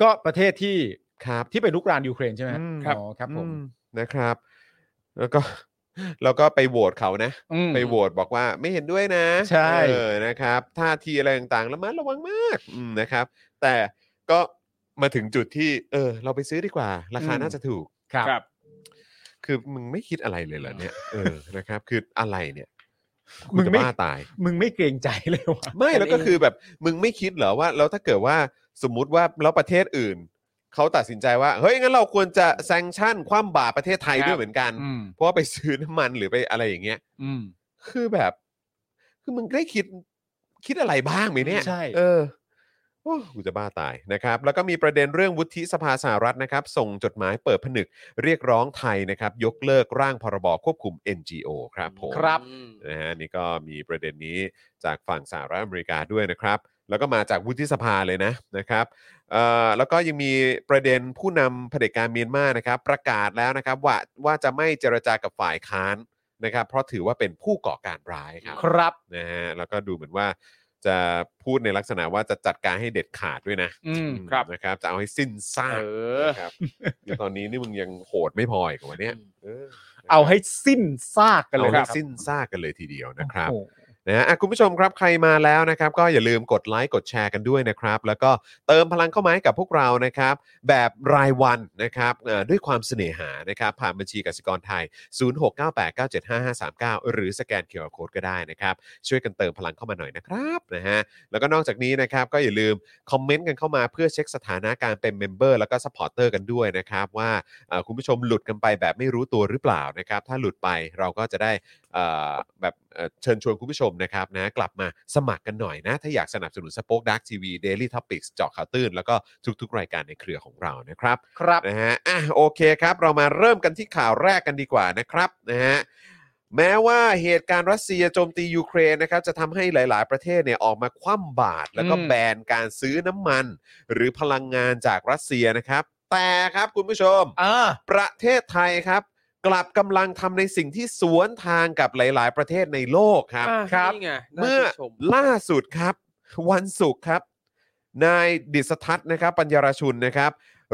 Speaker 3: ก็ประเทศที่
Speaker 2: ครับ
Speaker 3: ที่ไปลุกรานยูเครนใช่ไหม
Speaker 2: อืม
Speaker 3: ครับอ๋อครับผม
Speaker 2: อืนะครับ แล้วก็ แล้วก็ไปโหวตเขานะ
Speaker 3: อืม
Speaker 2: ไปโหวตบอกว่าไม่เห็นด้วยนะ
Speaker 3: ใช่
Speaker 2: เออนะครับท่าทีอะไรต่างๆระมัดระวังมากอืมนะครับ แต่ก็มาถึงจุดที่ เออ เราไปซื้อดีกว่า ราคาน่าจะถูก
Speaker 3: ครับ
Speaker 4: ครับ
Speaker 2: คือมึงไม่คิดอะไรเลยเหรอเนี่ยเออนะครับ คืออะไรเนี่ย
Speaker 3: มึง
Speaker 2: กูจะ
Speaker 3: ไม่
Speaker 2: บ้าตาย
Speaker 3: มึงไม่เกรงใจเลยว่ะ
Speaker 2: ไม่แล้วก็คือแบบมึงไม่คิดเหรอว่าแล้วถ้าเกิดว่าสมมุติว่าแล้วประเทศอื่น เขาตัดสินใจว่า เฮ้ยงั้นเราควรจะแซงชั่นคว่ำบาตรประเทศไทย
Speaker 4: ครับ
Speaker 2: ด้วยเหมือนกัน
Speaker 3: อืม
Speaker 2: เพราะว่าไปซื้อน้ำมันหรือไปอะไรอย่างเงี้ย
Speaker 3: อืม
Speaker 2: คือแบบ คือมึงได้คิดคิดอะไรบ้างไหมเนี่ย
Speaker 3: ใช่
Speaker 2: เออโอ้กูจะบ้าตายนะครับ แล้วก็มีประเด็นเรื่องวุฒิสภาสหรัฐนะครับ ส่งจดหมายเปิดผนึก เรียกร้องไทยนะครับ ยกเลิกร่างพรบควบคุม NGO ครับผม
Speaker 3: ครับ
Speaker 4: อืม
Speaker 2: นะฮะนี่ก็มีประเด็นนี้จากฝั่งสหรัฐอเมริกาด้วยนะครับ แล้วก็มาจากวุฒิสภาเลยนะนะครับเอ่อแล้วก็ยังมีประเด็นผู้นำเผด็จการเมียนมานะครับ ประกาศแล้วนะครับว่าว่าจะไม่เจรจากับฝ่ายค้านนะครับ เพราะถือว่าเป็นผู้ก่อการร้ายครับ
Speaker 3: ครับ
Speaker 2: นะฮะแล้วก็ดูเหมือนว่าจะพูดในลักษณะว่าจะจัดการให้เด็ดขาดด้วยนะ
Speaker 3: อืม
Speaker 4: ครับ
Speaker 2: นะครับจะเอาให้สิ้นซาก
Speaker 4: เออ
Speaker 2: นะครับแล้วตอนนี้นี่มึงยังโหดไม่พออีกวันเนี้ยเออ
Speaker 3: เอาให้สิ้นซากกันเล
Speaker 2: เอา
Speaker 3: ย
Speaker 2: ให้
Speaker 3: ครับ
Speaker 2: สิ้นซากกันเลยทีเดียวนะครับ
Speaker 3: โอ้โห
Speaker 2: นะฮะอ่ะคุณผู้ชมครับใครมาแล้วนะครับ ก็อย่าลืมกดไลค์กดแชร์กันด้วยนะครับ แล้วก็เติมพลังเข้ามาให้กับพวกเรานะครับ แบบรายวันนะครับเอ่อด้วยความเสน่หานะครับ ผ่านบัญชีกสิกรไทย 0698975539 หรือสแกนเคอร์โคดก็ได้นะครับ ช่วยกันเติมพลังเข้ามาหน่อยนะครับนะฮะแล้วก็นอกจากนี้นะครับ ก็อย่าลืมคอมเมนต์กันเข้ามาเพื่อเช็คสถานะการเป็นเมมเบอร์แล้วก็สปอร์เตอร์กันด้วยนะครับ ว่าเอ่อคุณผู้ชมหลุดกันไปแบบไม่รู้ตัวหรือเปล่านะครับ ถ้าหลุดไปเราก็จะได้ เอ่อแบบเอ่อเชิญชวนคุณผู้ชมนะครับนะกลับมาสมัครกันหน่อยนะ ถ้าอยากสนับสนุนสป็อคดักทีวีเดลี่ท็อปิกส์เจาะข่าวตื้น แล้วก็ทุกๆ รายการในเครือของเรานะครับ
Speaker 3: ครับ
Speaker 2: นะฮะอ่ะโอเคครับ เรามาเริ่มกันที่ข่าวแรกกันดีกว่านะครับนะฮะแม้ว่าเหตุการณ์รัสเซียโจมตียูเครนนะครับจะทำให้หลาย ๆ ประเทศเนี่ยออกมาคว่ำบาตรแล้วก็
Speaker 3: อืม
Speaker 2: แบนการซื้อน้ำมัน หรือพลังงานจากรัสเซียนะครับ แต่ครับคุณผู้ชม
Speaker 3: อ่า
Speaker 2: ประเทศไทยครับ กลับกำลังทำในสิ่งที่สวนทางกับหลาย ๆ ประเทศในโลกครับ
Speaker 4: อ่ะ
Speaker 3: ครับ
Speaker 4: นี่ไงน่า
Speaker 2: เมื่อ
Speaker 4: ชื่นชม
Speaker 2: ล่าสุดครับ วันศุกร์ครับ นายดิษทัศน์นะครับ ปัญญารชุนนะครับ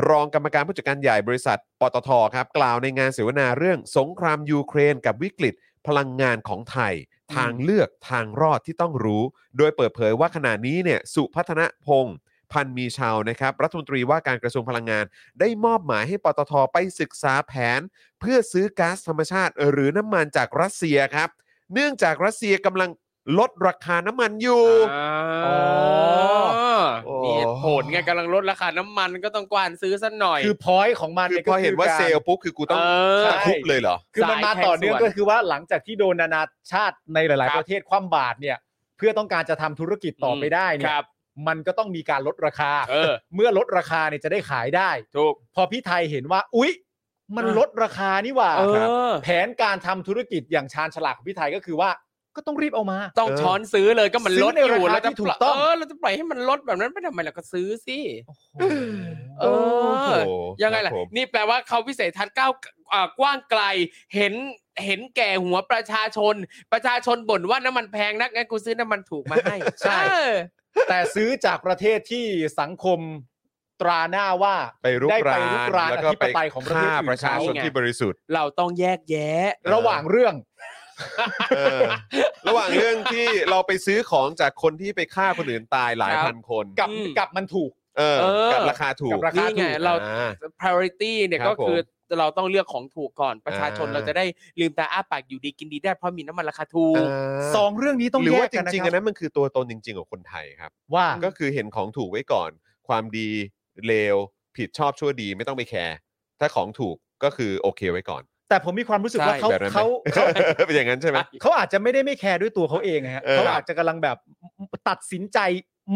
Speaker 2: รองกรรมการผู้จัดการใหญ่บริษัท ปตทครับ กล่าวในงานเสวนาเรื่องสงครามยูเครนกับวิกฤต พลังงานของไทย ทางเลือกทางรอดที่ต้องรู้ โดยเปิดเผยว่าขณะนี้เนี่ยสุพัฒนพงศ์พันมีชาวนะครับ รัฐมนตรีว่าการกระทรวงพลังงาน ได้มอบหมายให้ปตทไปศึกษาแผน เพื่อซื้อก๊าซธรรมชาติ หรือน้ำมันจากรัสเซียครับ เนื่องจากรัสเซียกำลังลดราคาน้ำมันอยู่
Speaker 4: อ๋อ
Speaker 2: โอ้
Speaker 4: มีเหตุผลไงกำลังลดราคาน้ำมันก็ต้องกวานซื้อสัหน่อย
Speaker 3: คือพอยต์ของมัน
Speaker 2: คือ
Speaker 3: นี่ย
Speaker 2: พ
Speaker 3: ก็
Speaker 2: อเห็นว่า
Speaker 3: การ
Speaker 2: เซลล์ปุ๊บคือกูต้อง
Speaker 4: เออ
Speaker 2: คุบเลยเหรอ
Speaker 3: คือมันมาต่อเนื่อง
Speaker 4: สายแข่งส่วน
Speaker 3: ก็คือว่าหลังจากที่โดนนานาชาติในหลาย
Speaker 4: ครับ
Speaker 3: ๆประเทศคว่ำบาตรเนี่ย เพื่อต้องการจะทำธุรกิจต่ออ
Speaker 4: ม
Speaker 3: ไปได้เนี่
Speaker 4: ค
Speaker 3: ย
Speaker 4: รับ
Speaker 3: มันก็ต้องมีการลดราคา
Speaker 4: เออ
Speaker 3: เมื่อลดราคาเนี่ยจะได้ขายได้
Speaker 4: ถูก
Speaker 3: พอพี่ไทยเห็นว่า อุ๊ย มัน
Speaker 4: อ่ะ
Speaker 3: ลดราคานี่หว่า
Speaker 4: เอ
Speaker 3: ครับ
Speaker 4: อ
Speaker 3: แผนการทำธุรกิจอย่างชาญฉลาดของพี่ไทยก็คือว่า ก็ต้องรีบเอา มา
Speaker 4: ต้อง
Speaker 2: เออ
Speaker 4: ช้อนซื้อเลยก็มัน
Speaker 3: ซื้อ
Speaker 4: ลดอยู่
Speaker 3: ในราคา
Speaker 4: เราจะ
Speaker 3: ที่ถูกต้อง
Speaker 4: เออเราจะปล่อยให้มันลดแบบนั้นไปทำไมเราก็ซื้อสิ
Speaker 3: โอ้โห
Speaker 4: เออ
Speaker 2: โอ้โห
Speaker 4: ยังไงล่ะ
Speaker 2: ครับผม
Speaker 4: นี่แปลว่าเขาวิสัยทัศน์ก้าวอ่ากว้างไกล เห็นเห็นแก่หัวประชาชน ประชาชนบ่นว่าน้ำมันแพงนักงั้นกูซื้อน้ำมันถูกมาให้
Speaker 3: ใช่
Speaker 4: เออ
Speaker 3: แต่ซื้อจากประเทศที่สังคมตราหน้าว่า
Speaker 2: ไปรุก
Speaker 3: ได้
Speaker 2: ร
Speaker 3: ไปรุ
Speaker 2: าร
Speaker 3: กาน น
Speaker 2: แล้วก็ไป
Speaker 3: อธิปไตยของประเทศ
Speaker 2: ฆ่า
Speaker 3: อื่น
Speaker 2: ประชาชน
Speaker 4: เขา
Speaker 2: ที่บริสุทธิ์
Speaker 4: เราต้องแยกแยะ
Speaker 2: เออ
Speaker 3: ระหว่างเรื่อง
Speaker 2: เออ ระหว่างเรื่องที่เราไปซื้อของจากคนที่ไปฆ่าคนอื่นตายหลาย
Speaker 4: ครับ
Speaker 2: พันคน
Speaker 3: กับ
Speaker 4: อืม
Speaker 3: กับมันถูก
Speaker 2: เออ
Speaker 4: เออ
Speaker 2: กับราคาถู
Speaker 3: กั
Speaker 2: ก
Speaker 3: บราคา
Speaker 4: นี่ไง
Speaker 3: ถูก
Speaker 4: เรา
Speaker 2: อ่า
Speaker 4: priority เนี่ย
Speaker 2: ครับ
Speaker 4: ก็คือ
Speaker 2: ผ
Speaker 4: เราต้องเลือกของถูกก่อนประชาชน
Speaker 2: อ่า
Speaker 4: เราจะได้ลืมตาอ้าปากอยู่ดีกินดีได้เพราะมีน้ำมันราคาถูก
Speaker 3: สองเรื่องนี้ต้อง
Speaker 2: หรือ
Speaker 3: แย
Speaker 2: ว่าก จ
Speaker 3: กันนะ
Speaker 2: ริงๆ
Speaker 3: ค
Speaker 2: อั
Speaker 3: รั
Speaker 2: น
Speaker 3: บ
Speaker 2: นั้นมันคือตัวตนจริง ๆ ของคนไทยครับ
Speaker 3: ว่า
Speaker 2: ก็คือเห็นของถูกไว้ก่อน ความดีเลวผิดชอบชั่วดีไม่ต้องไปแคร์ถ้าของถูกก็คือโอเคไว้ก่อน
Speaker 3: แต่ผมมีความรู้สึกว่า
Speaker 4: ใช่
Speaker 3: เขา
Speaker 2: แบบนั้นไหม
Speaker 3: เขาเขา
Speaker 2: เป็นอย่างนั้นใช่ไหม
Speaker 3: เขาอาจจะไม่ได้ไม่แคร์ด้วยตัวเขาเองนะฮะ
Speaker 2: เออ
Speaker 3: เขาอาจจะกำลังแบบตัดสินใจ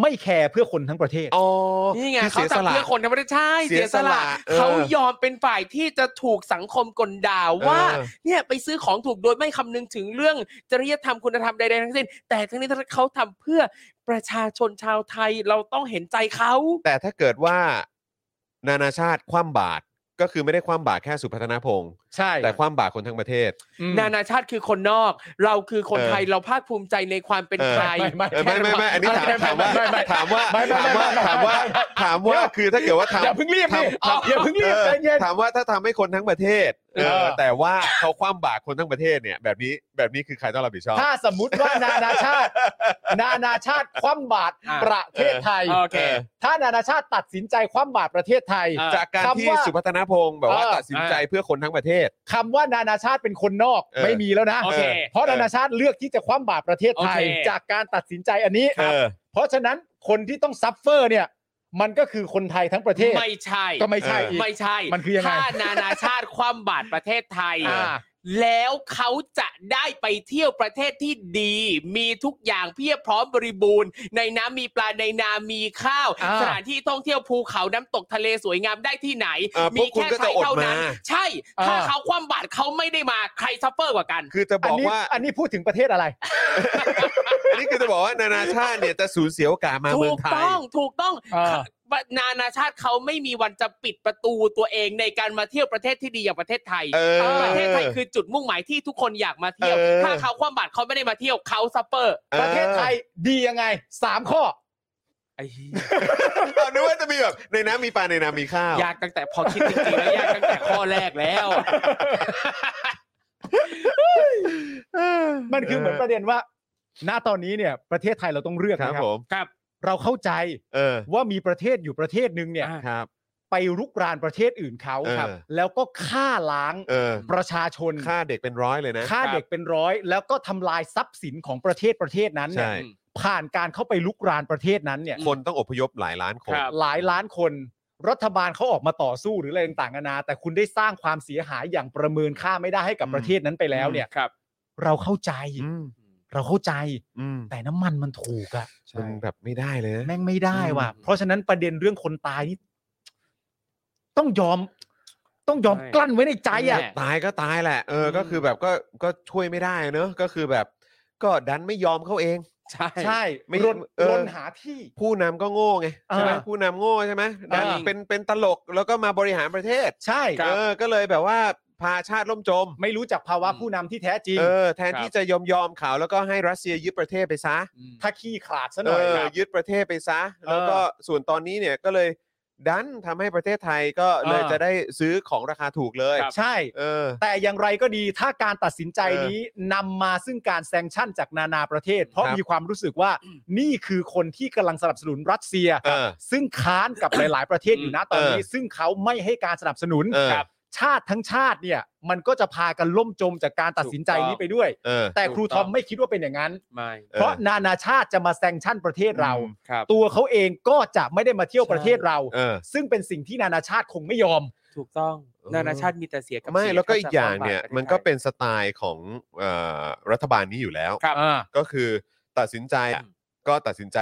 Speaker 3: ไม่แคร์เพื่อคนทั้งประเทศ
Speaker 2: อ๋อ
Speaker 4: นี่ไง
Speaker 2: คือสี
Speaker 4: เขา
Speaker 2: ย
Speaker 4: จั
Speaker 2: ส
Speaker 4: บ
Speaker 2: ละ
Speaker 4: เพื่อคนทั้งประเทศใช่
Speaker 2: เสี
Speaker 4: เสี
Speaker 2: ย
Speaker 4: ย
Speaker 2: ส
Speaker 4: ส
Speaker 2: ละ
Speaker 4: ละ
Speaker 2: เออ
Speaker 4: เขายอมเป็นฝ่ายที่จะถูกสังคมกลด่าว่า
Speaker 2: เออ
Speaker 4: เนี่ยไปซื้อของถูกโดยไม่คำนึงถึงเรื่องจริยธรรมคุณธรรมใดๆทั้งสิ้น แต่ทั้งนี้ทั้งนั้นเขาทำเพื่อประชาชนชาวไทยเราต้องเห็นใจเขา
Speaker 2: แต่ถ้าเกิดว่านานาชาติคว่ำบาตรก็คือไม่ได้คว่ำบาตรแค่สุพัฒนพงศ์
Speaker 3: ใช่
Speaker 2: แต่คว่ำบาตรคนทั้งประเทศ
Speaker 3: อืม
Speaker 4: นานาชาติคือคนนอก เราคือคน
Speaker 2: เออ
Speaker 4: ไทยเราภาคภูมิใจในความเป็น
Speaker 2: เออ
Speaker 4: ไทย
Speaker 3: ไม่
Speaker 2: เออไม่ไม่ไม่อันนี้ถาม
Speaker 4: ไม่
Speaker 2: ถามว่า
Speaker 4: ไม่ไม่
Speaker 2: ถามว่า
Speaker 3: ไม่ไม่
Speaker 2: ถามว่าถามว่า
Speaker 3: ไม่ไม่ไม่ไม่
Speaker 2: ถามว่าคือถ้าเกิดว่า
Speaker 3: อย่า
Speaker 2: ทำ
Speaker 3: เพิ่งรีบดิ
Speaker 2: ทำ
Speaker 3: อ๋ออย่าเพิ่งรีบ
Speaker 2: เออ
Speaker 3: ใจเย็น
Speaker 2: ถามว่าถ้าทำให้คนทั้งประเทศเอ
Speaker 3: เอ
Speaker 2: อ
Speaker 3: อ
Speaker 2: แต่ว่าเขาคว่ำบาตรคนทั้งประเทศเนี่ย แบบนี้แบบนี้คือใครต้องรับผิดชอบ
Speaker 3: ถ้าสมมุติว่านานาชาติ นานาชาติคว่ำบาตร
Speaker 4: อ่ะ
Speaker 3: ประเทศไทย
Speaker 4: โอเค
Speaker 3: ถ้านานาชาติตัดสินใจคว่ำบาตรประเทศไทย
Speaker 4: อ่ะ
Speaker 2: จากการที่
Speaker 3: คำว่า
Speaker 2: สุพัฒนพงศ์แบบว่า
Speaker 3: เออ
Speaker 2: ตัดสินใจเพื่อคนทั้งประเทศ
Speaker 3: คำว่านานาชาติเป็นคนนอก
Speaker 2: เออ
Speaker 3: ไม่มีแล้วนะ
Speaker 4: โอเค
Speaker 3: เพราะนานาชาติเลือกที่จะคว่ำบาตรประเทศ
Speaker 4: โอ
Speaker 3: ไทย
Speaker 4: เค
Speaker 3: จากการตัดสินใจอันนี้
Speaker 2: เออ
Speaker 3: เพราะฉะนั้นคนที่ต้องซัฟเฟอร์เนี่ย มันก็คือคนไทยทั้งประเทศ
Speaker 4: ไม่ใช่
Speaker 3: ก็ไม่ใช่
Speaker 2: เอออี
Speaker 3: ก
Speaker 4: ไม่ใช่
Speaker 3: มันคือยังไง
Speaker 4: ถ้านานาชาติคว่ำบาตรประเทศไทย
Speaker 3: อ่า
Speaker 4: แล้วเขาจะได้ไปเที่ยวประเทศที่ดี มีทุกอย่างเพียบพร้อมบริบูรณ์ ในน้ำมีปลาในนามีข้าว
Speaker 3: อ่า
Speaker 4: สถานที่ท่องเที่ยวภูเขาน้ำตกทะเลสวยงามได้ที่ไหน
Speaker 2: เออพ
Speaker 4: มี
Speaker 2: วกคุณ
Speaker 4: แค่
Speaker 2: ก็
Speaker 4: ไท
Speaker 2: จะ
Speaker 4: ย
Speaker 2: อด
Speaker 4: เท่า
Speaker 2: มา
Speaker 4: นั้น ใช่ ถ้าเขาคว่ำบาตรเขาไม่ได้มาใครซัฟเฟอร์กว่ากัน
Speaker 2: คือจะบ
Speaker 3: อัน
Speaker 2: อก
Speaker 3: นี้
Speaker 2: ว่า
Speaker 3: อันนี้พูดถึงประเทศอะไร
Speaker 2: อันนี้คือจะบอกว่านานาชาติเนี่ยจะสูญเสียโอกาสมา
Speaker 4: ถู
Speaker 2: เมือง
Speaker 4: ก
Speaker 2: ไทย
Speaker 4: ต้องถูกต้อง
Speaker 3: อ่า
Speaker 4: นานาชาติเขาไม่มีวันจะปิดประตูตัวเองในการมาเที่ยวประเทศที่ดีอย่างประเทศไทย
Speaker 2: เออ
Speaker 4: ประเทศไทยคือจุดมุ่งหมายที่ทุกคนอยากมาเที่ยว
Speaker 2: เออ
Speaker 4: ถ้าเขาคว่ำบาตรเขาไม่ได้มาเที่ยวเขาซัฟเฟอร์
Speaker 2: ออ
Speaker 3: ประเทศไทยดียังไงสามข้อ
Speaker 2: เอานึกว่าจะมีแบบในน้ำมีปลาในน้ำมีข้าวย
Speaker 4: ากตั้งแต่พอคิดจริงๆแล้วยากตั้งแต่ข้อแรกแล้ว
Speaker 3: มันคือเหมือนประเด็นว่า ณตอนนี้เนี่ยประเทศไทยเราต้องเลือก
Speaker 2: ครับ
Speaker 3: นะครับ
Speaker 2: ผม
Speaker 4: ครับ
Speaker 3: เราเข้าใจ
Speaker 2: เออ
Speaker 3: ว่ามีประเทศอยู่ประเทศหนึ่งเนี่ย
Speaker 4: อ่า
Speaker 2: ครับ
Speaker 3: ไปรุกรานประเทศอื่นเขา
Speaker 2: เออ
Speaker 3: ครับ แล้วก็ฆ่าล้าง
Speaker 2: เออ
Speaker 3: ประชาชน
Speaker 2: ค่าเด็กเป็นร้อยเลยนะ
Speaker 3: ฆ่าเด็กเป็นร้อย แล้วก็ทำลายทรัพย์สินของประเทศประเทศนั้นเนี่ย
Speaker 2: ใช่
Speaker 3: ผ่านการเข้าไปลุกรานประเทศนั้นเนี่ย
Speaker 2: คนต้องอพยพหลายล้านคน
Speaker 4: ครับ
Speaker 3: หลายล้านคน รัฐบาลเขาออกมาต่อสู้หรืออะไรต่างๆนานาแต่คุณได้สร้างความเสียหายอย่างประเมินค่าไม่ได้ให้กับ
Speaker 2: อืม
Speaker 3: ประเทศนั้นไปแล้วเนี่ย
Speaker 4: ครับ
Speaker 3: เราเข้าใจ
Speaker 2: อืม
Speaker 3: เราเข้าใจ
Speaker 2: อืม
Speaker 3: แต่น้ำมันมันถูกอะ
Speaker 2: มันแบบไม่ได้เลยนะ
Speaker 3: แม่งไม่ได้ว่ะ
Speaker 2: อืม
Speaker 3: เพราะฉะนั้นประเด็นเรื่องคนตายนี่ต้องยอม ต้องยอม
Speaker 4: ใช่
Speaker 3: กลั้นไว้ในใจอ่ะ
Speaker 4: แน่
Speaker 2: ตายก็ตายแหละ เออ
Speaker 4: อืม
Speaker 2: ก็คือแบบก็ก็ช่วยไม่ได้เนอะก็คือแบบ ก็ดันไม่ยอมเขาเอง
Speaker 4: ใช่
Speaker 3: ใช่
Speaker 2: ไม่
Speaker 3: รน
Speaker 2: เออ
Speaker 3: รนหาที่
Speaker 2: ผู้นำก็โง่ไงใช่ไหม
Speaker 3: อ่า
Speaker 2: ผู้นำโง่ใช่ไหมดัน
Speaker 3: อ่า
Speaker 2: เป็นเป็นตลกแล้วก็มาบริหารประเทศ
Speaker 3: ใช่
Speaker 2: เออ ก็เลยแบบว่าพาชาติล่มจม
Speaker 3: ไม่รู้จักภาวะผู้นำที่แท้จริง
Speaker 2: เออ แทนที่จะยอมยอมๆเขาแล้วก็ให้รัสเซียยึดประเทศไปซะ
Speaker 4: อืม
Speaker 3: ถ้าขี้ขลาดซะห
Speaker 2: เอ
Speaker 3: น่อย
Speaker 2: อ
Speaker 3: ครับ
Speaker 2: ยึดประเทศไปซะ แล้วก็ส่วนตอนนี้เนี่ยก็เลยดันทำให้ประเทศไทยก็เลย
Speaker 3: เออ
Speaker 2: จะได้ซื้อของราคาถูกเลย
Speaker 4: ครับ
Speaker 3: ใช่
Speaker 2: เออ
Speaker 3: แต่อย่างไรก็ดีถ้าการตัดสินใจ
Speaker 2: เออ
Speaker 3: นี้นำมาซึ่งการแซงชั่นจากนานาประเทศ เพราะ
Speaker 2: ครับ
Speaker 3: มีความรู้สึกว่านี่คือคนที่กำลังสนับสนุนรัสเซีย
Speaker 2: เออ
Speaker 3: ซึ่งค้านกับ หลาย ๆ ประเทศอยู่นะตอนนี้
Speaker 2: เออ
Speaker 3: ซึ่งเขาไม่ให้การสนับสนุน
Speaker 2: เออ
Speaker 3: ครับชาติทั้งชาติเนี่ย มันก็จะพากันล่มจมจากการตัดสินใจนี้ไปด้วย
Speaker 2: เออ
Speaker 3: แต่ครู
Speaker 4: ถูก
Speaker 3: ท
Speaker 4: ต้อ
Speaker 3: อ
Speaker 4: ง
Speaker 3: มไม่คิดว่าเป็นอย่างนั้น
Speaker 4: ไม่
Speaker 2: เออ
Speaker 3: เพราะนานาชาติจะมาแซงชั่นประเทศเรา
Speaker 4: ครับ
Speaker 3: ตัวเขาเองก็จะไม่ได้มาเที่ยวประเทศเรา
Speaker 2: เออ
Speaker 3: ซึ่งเป็นสิ่งที่นานาชาติคงไม่ยอม
Speaker 4: ถูกต้อง
Speaker 2: เออ
Speaker 4: นานาชาติมีแต่เสียกับ
Speaker 2: ไม่
Speaker 4: เสีย
Speaker 2: แล้วก็
Speaker 4: ถ้
Speaker 2: อีกอย่างเนี่ย
Speaker 4: จะคว่ำบาตร
Speaker 2: มันก็
Speaker 4: ประ
Speaker 2: เป็น
Speaker 4: ทศไทย
Speaker 2: สไตล์ของเอ่อรัฐบาลนี้อยู่แล้ว
Speaker 4: ครับ
Speaker 3: อ่า
Speaker 2: ก็คือตัดสินใจอะ
Speaker 4: อืม
Speaker 2: ก็ตัดสินใจ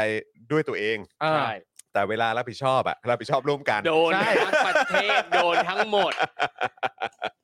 Speaker 2: ด้วยตัวเอง
Speaker 3: อ่า
Speaker 4: ใช่
Speaker 2: แต่เวลารับผิดชอบอะรับผิดชอบร่วมกัน
Speaker 4: โดนทั้งประเทศโดนทั้งหมด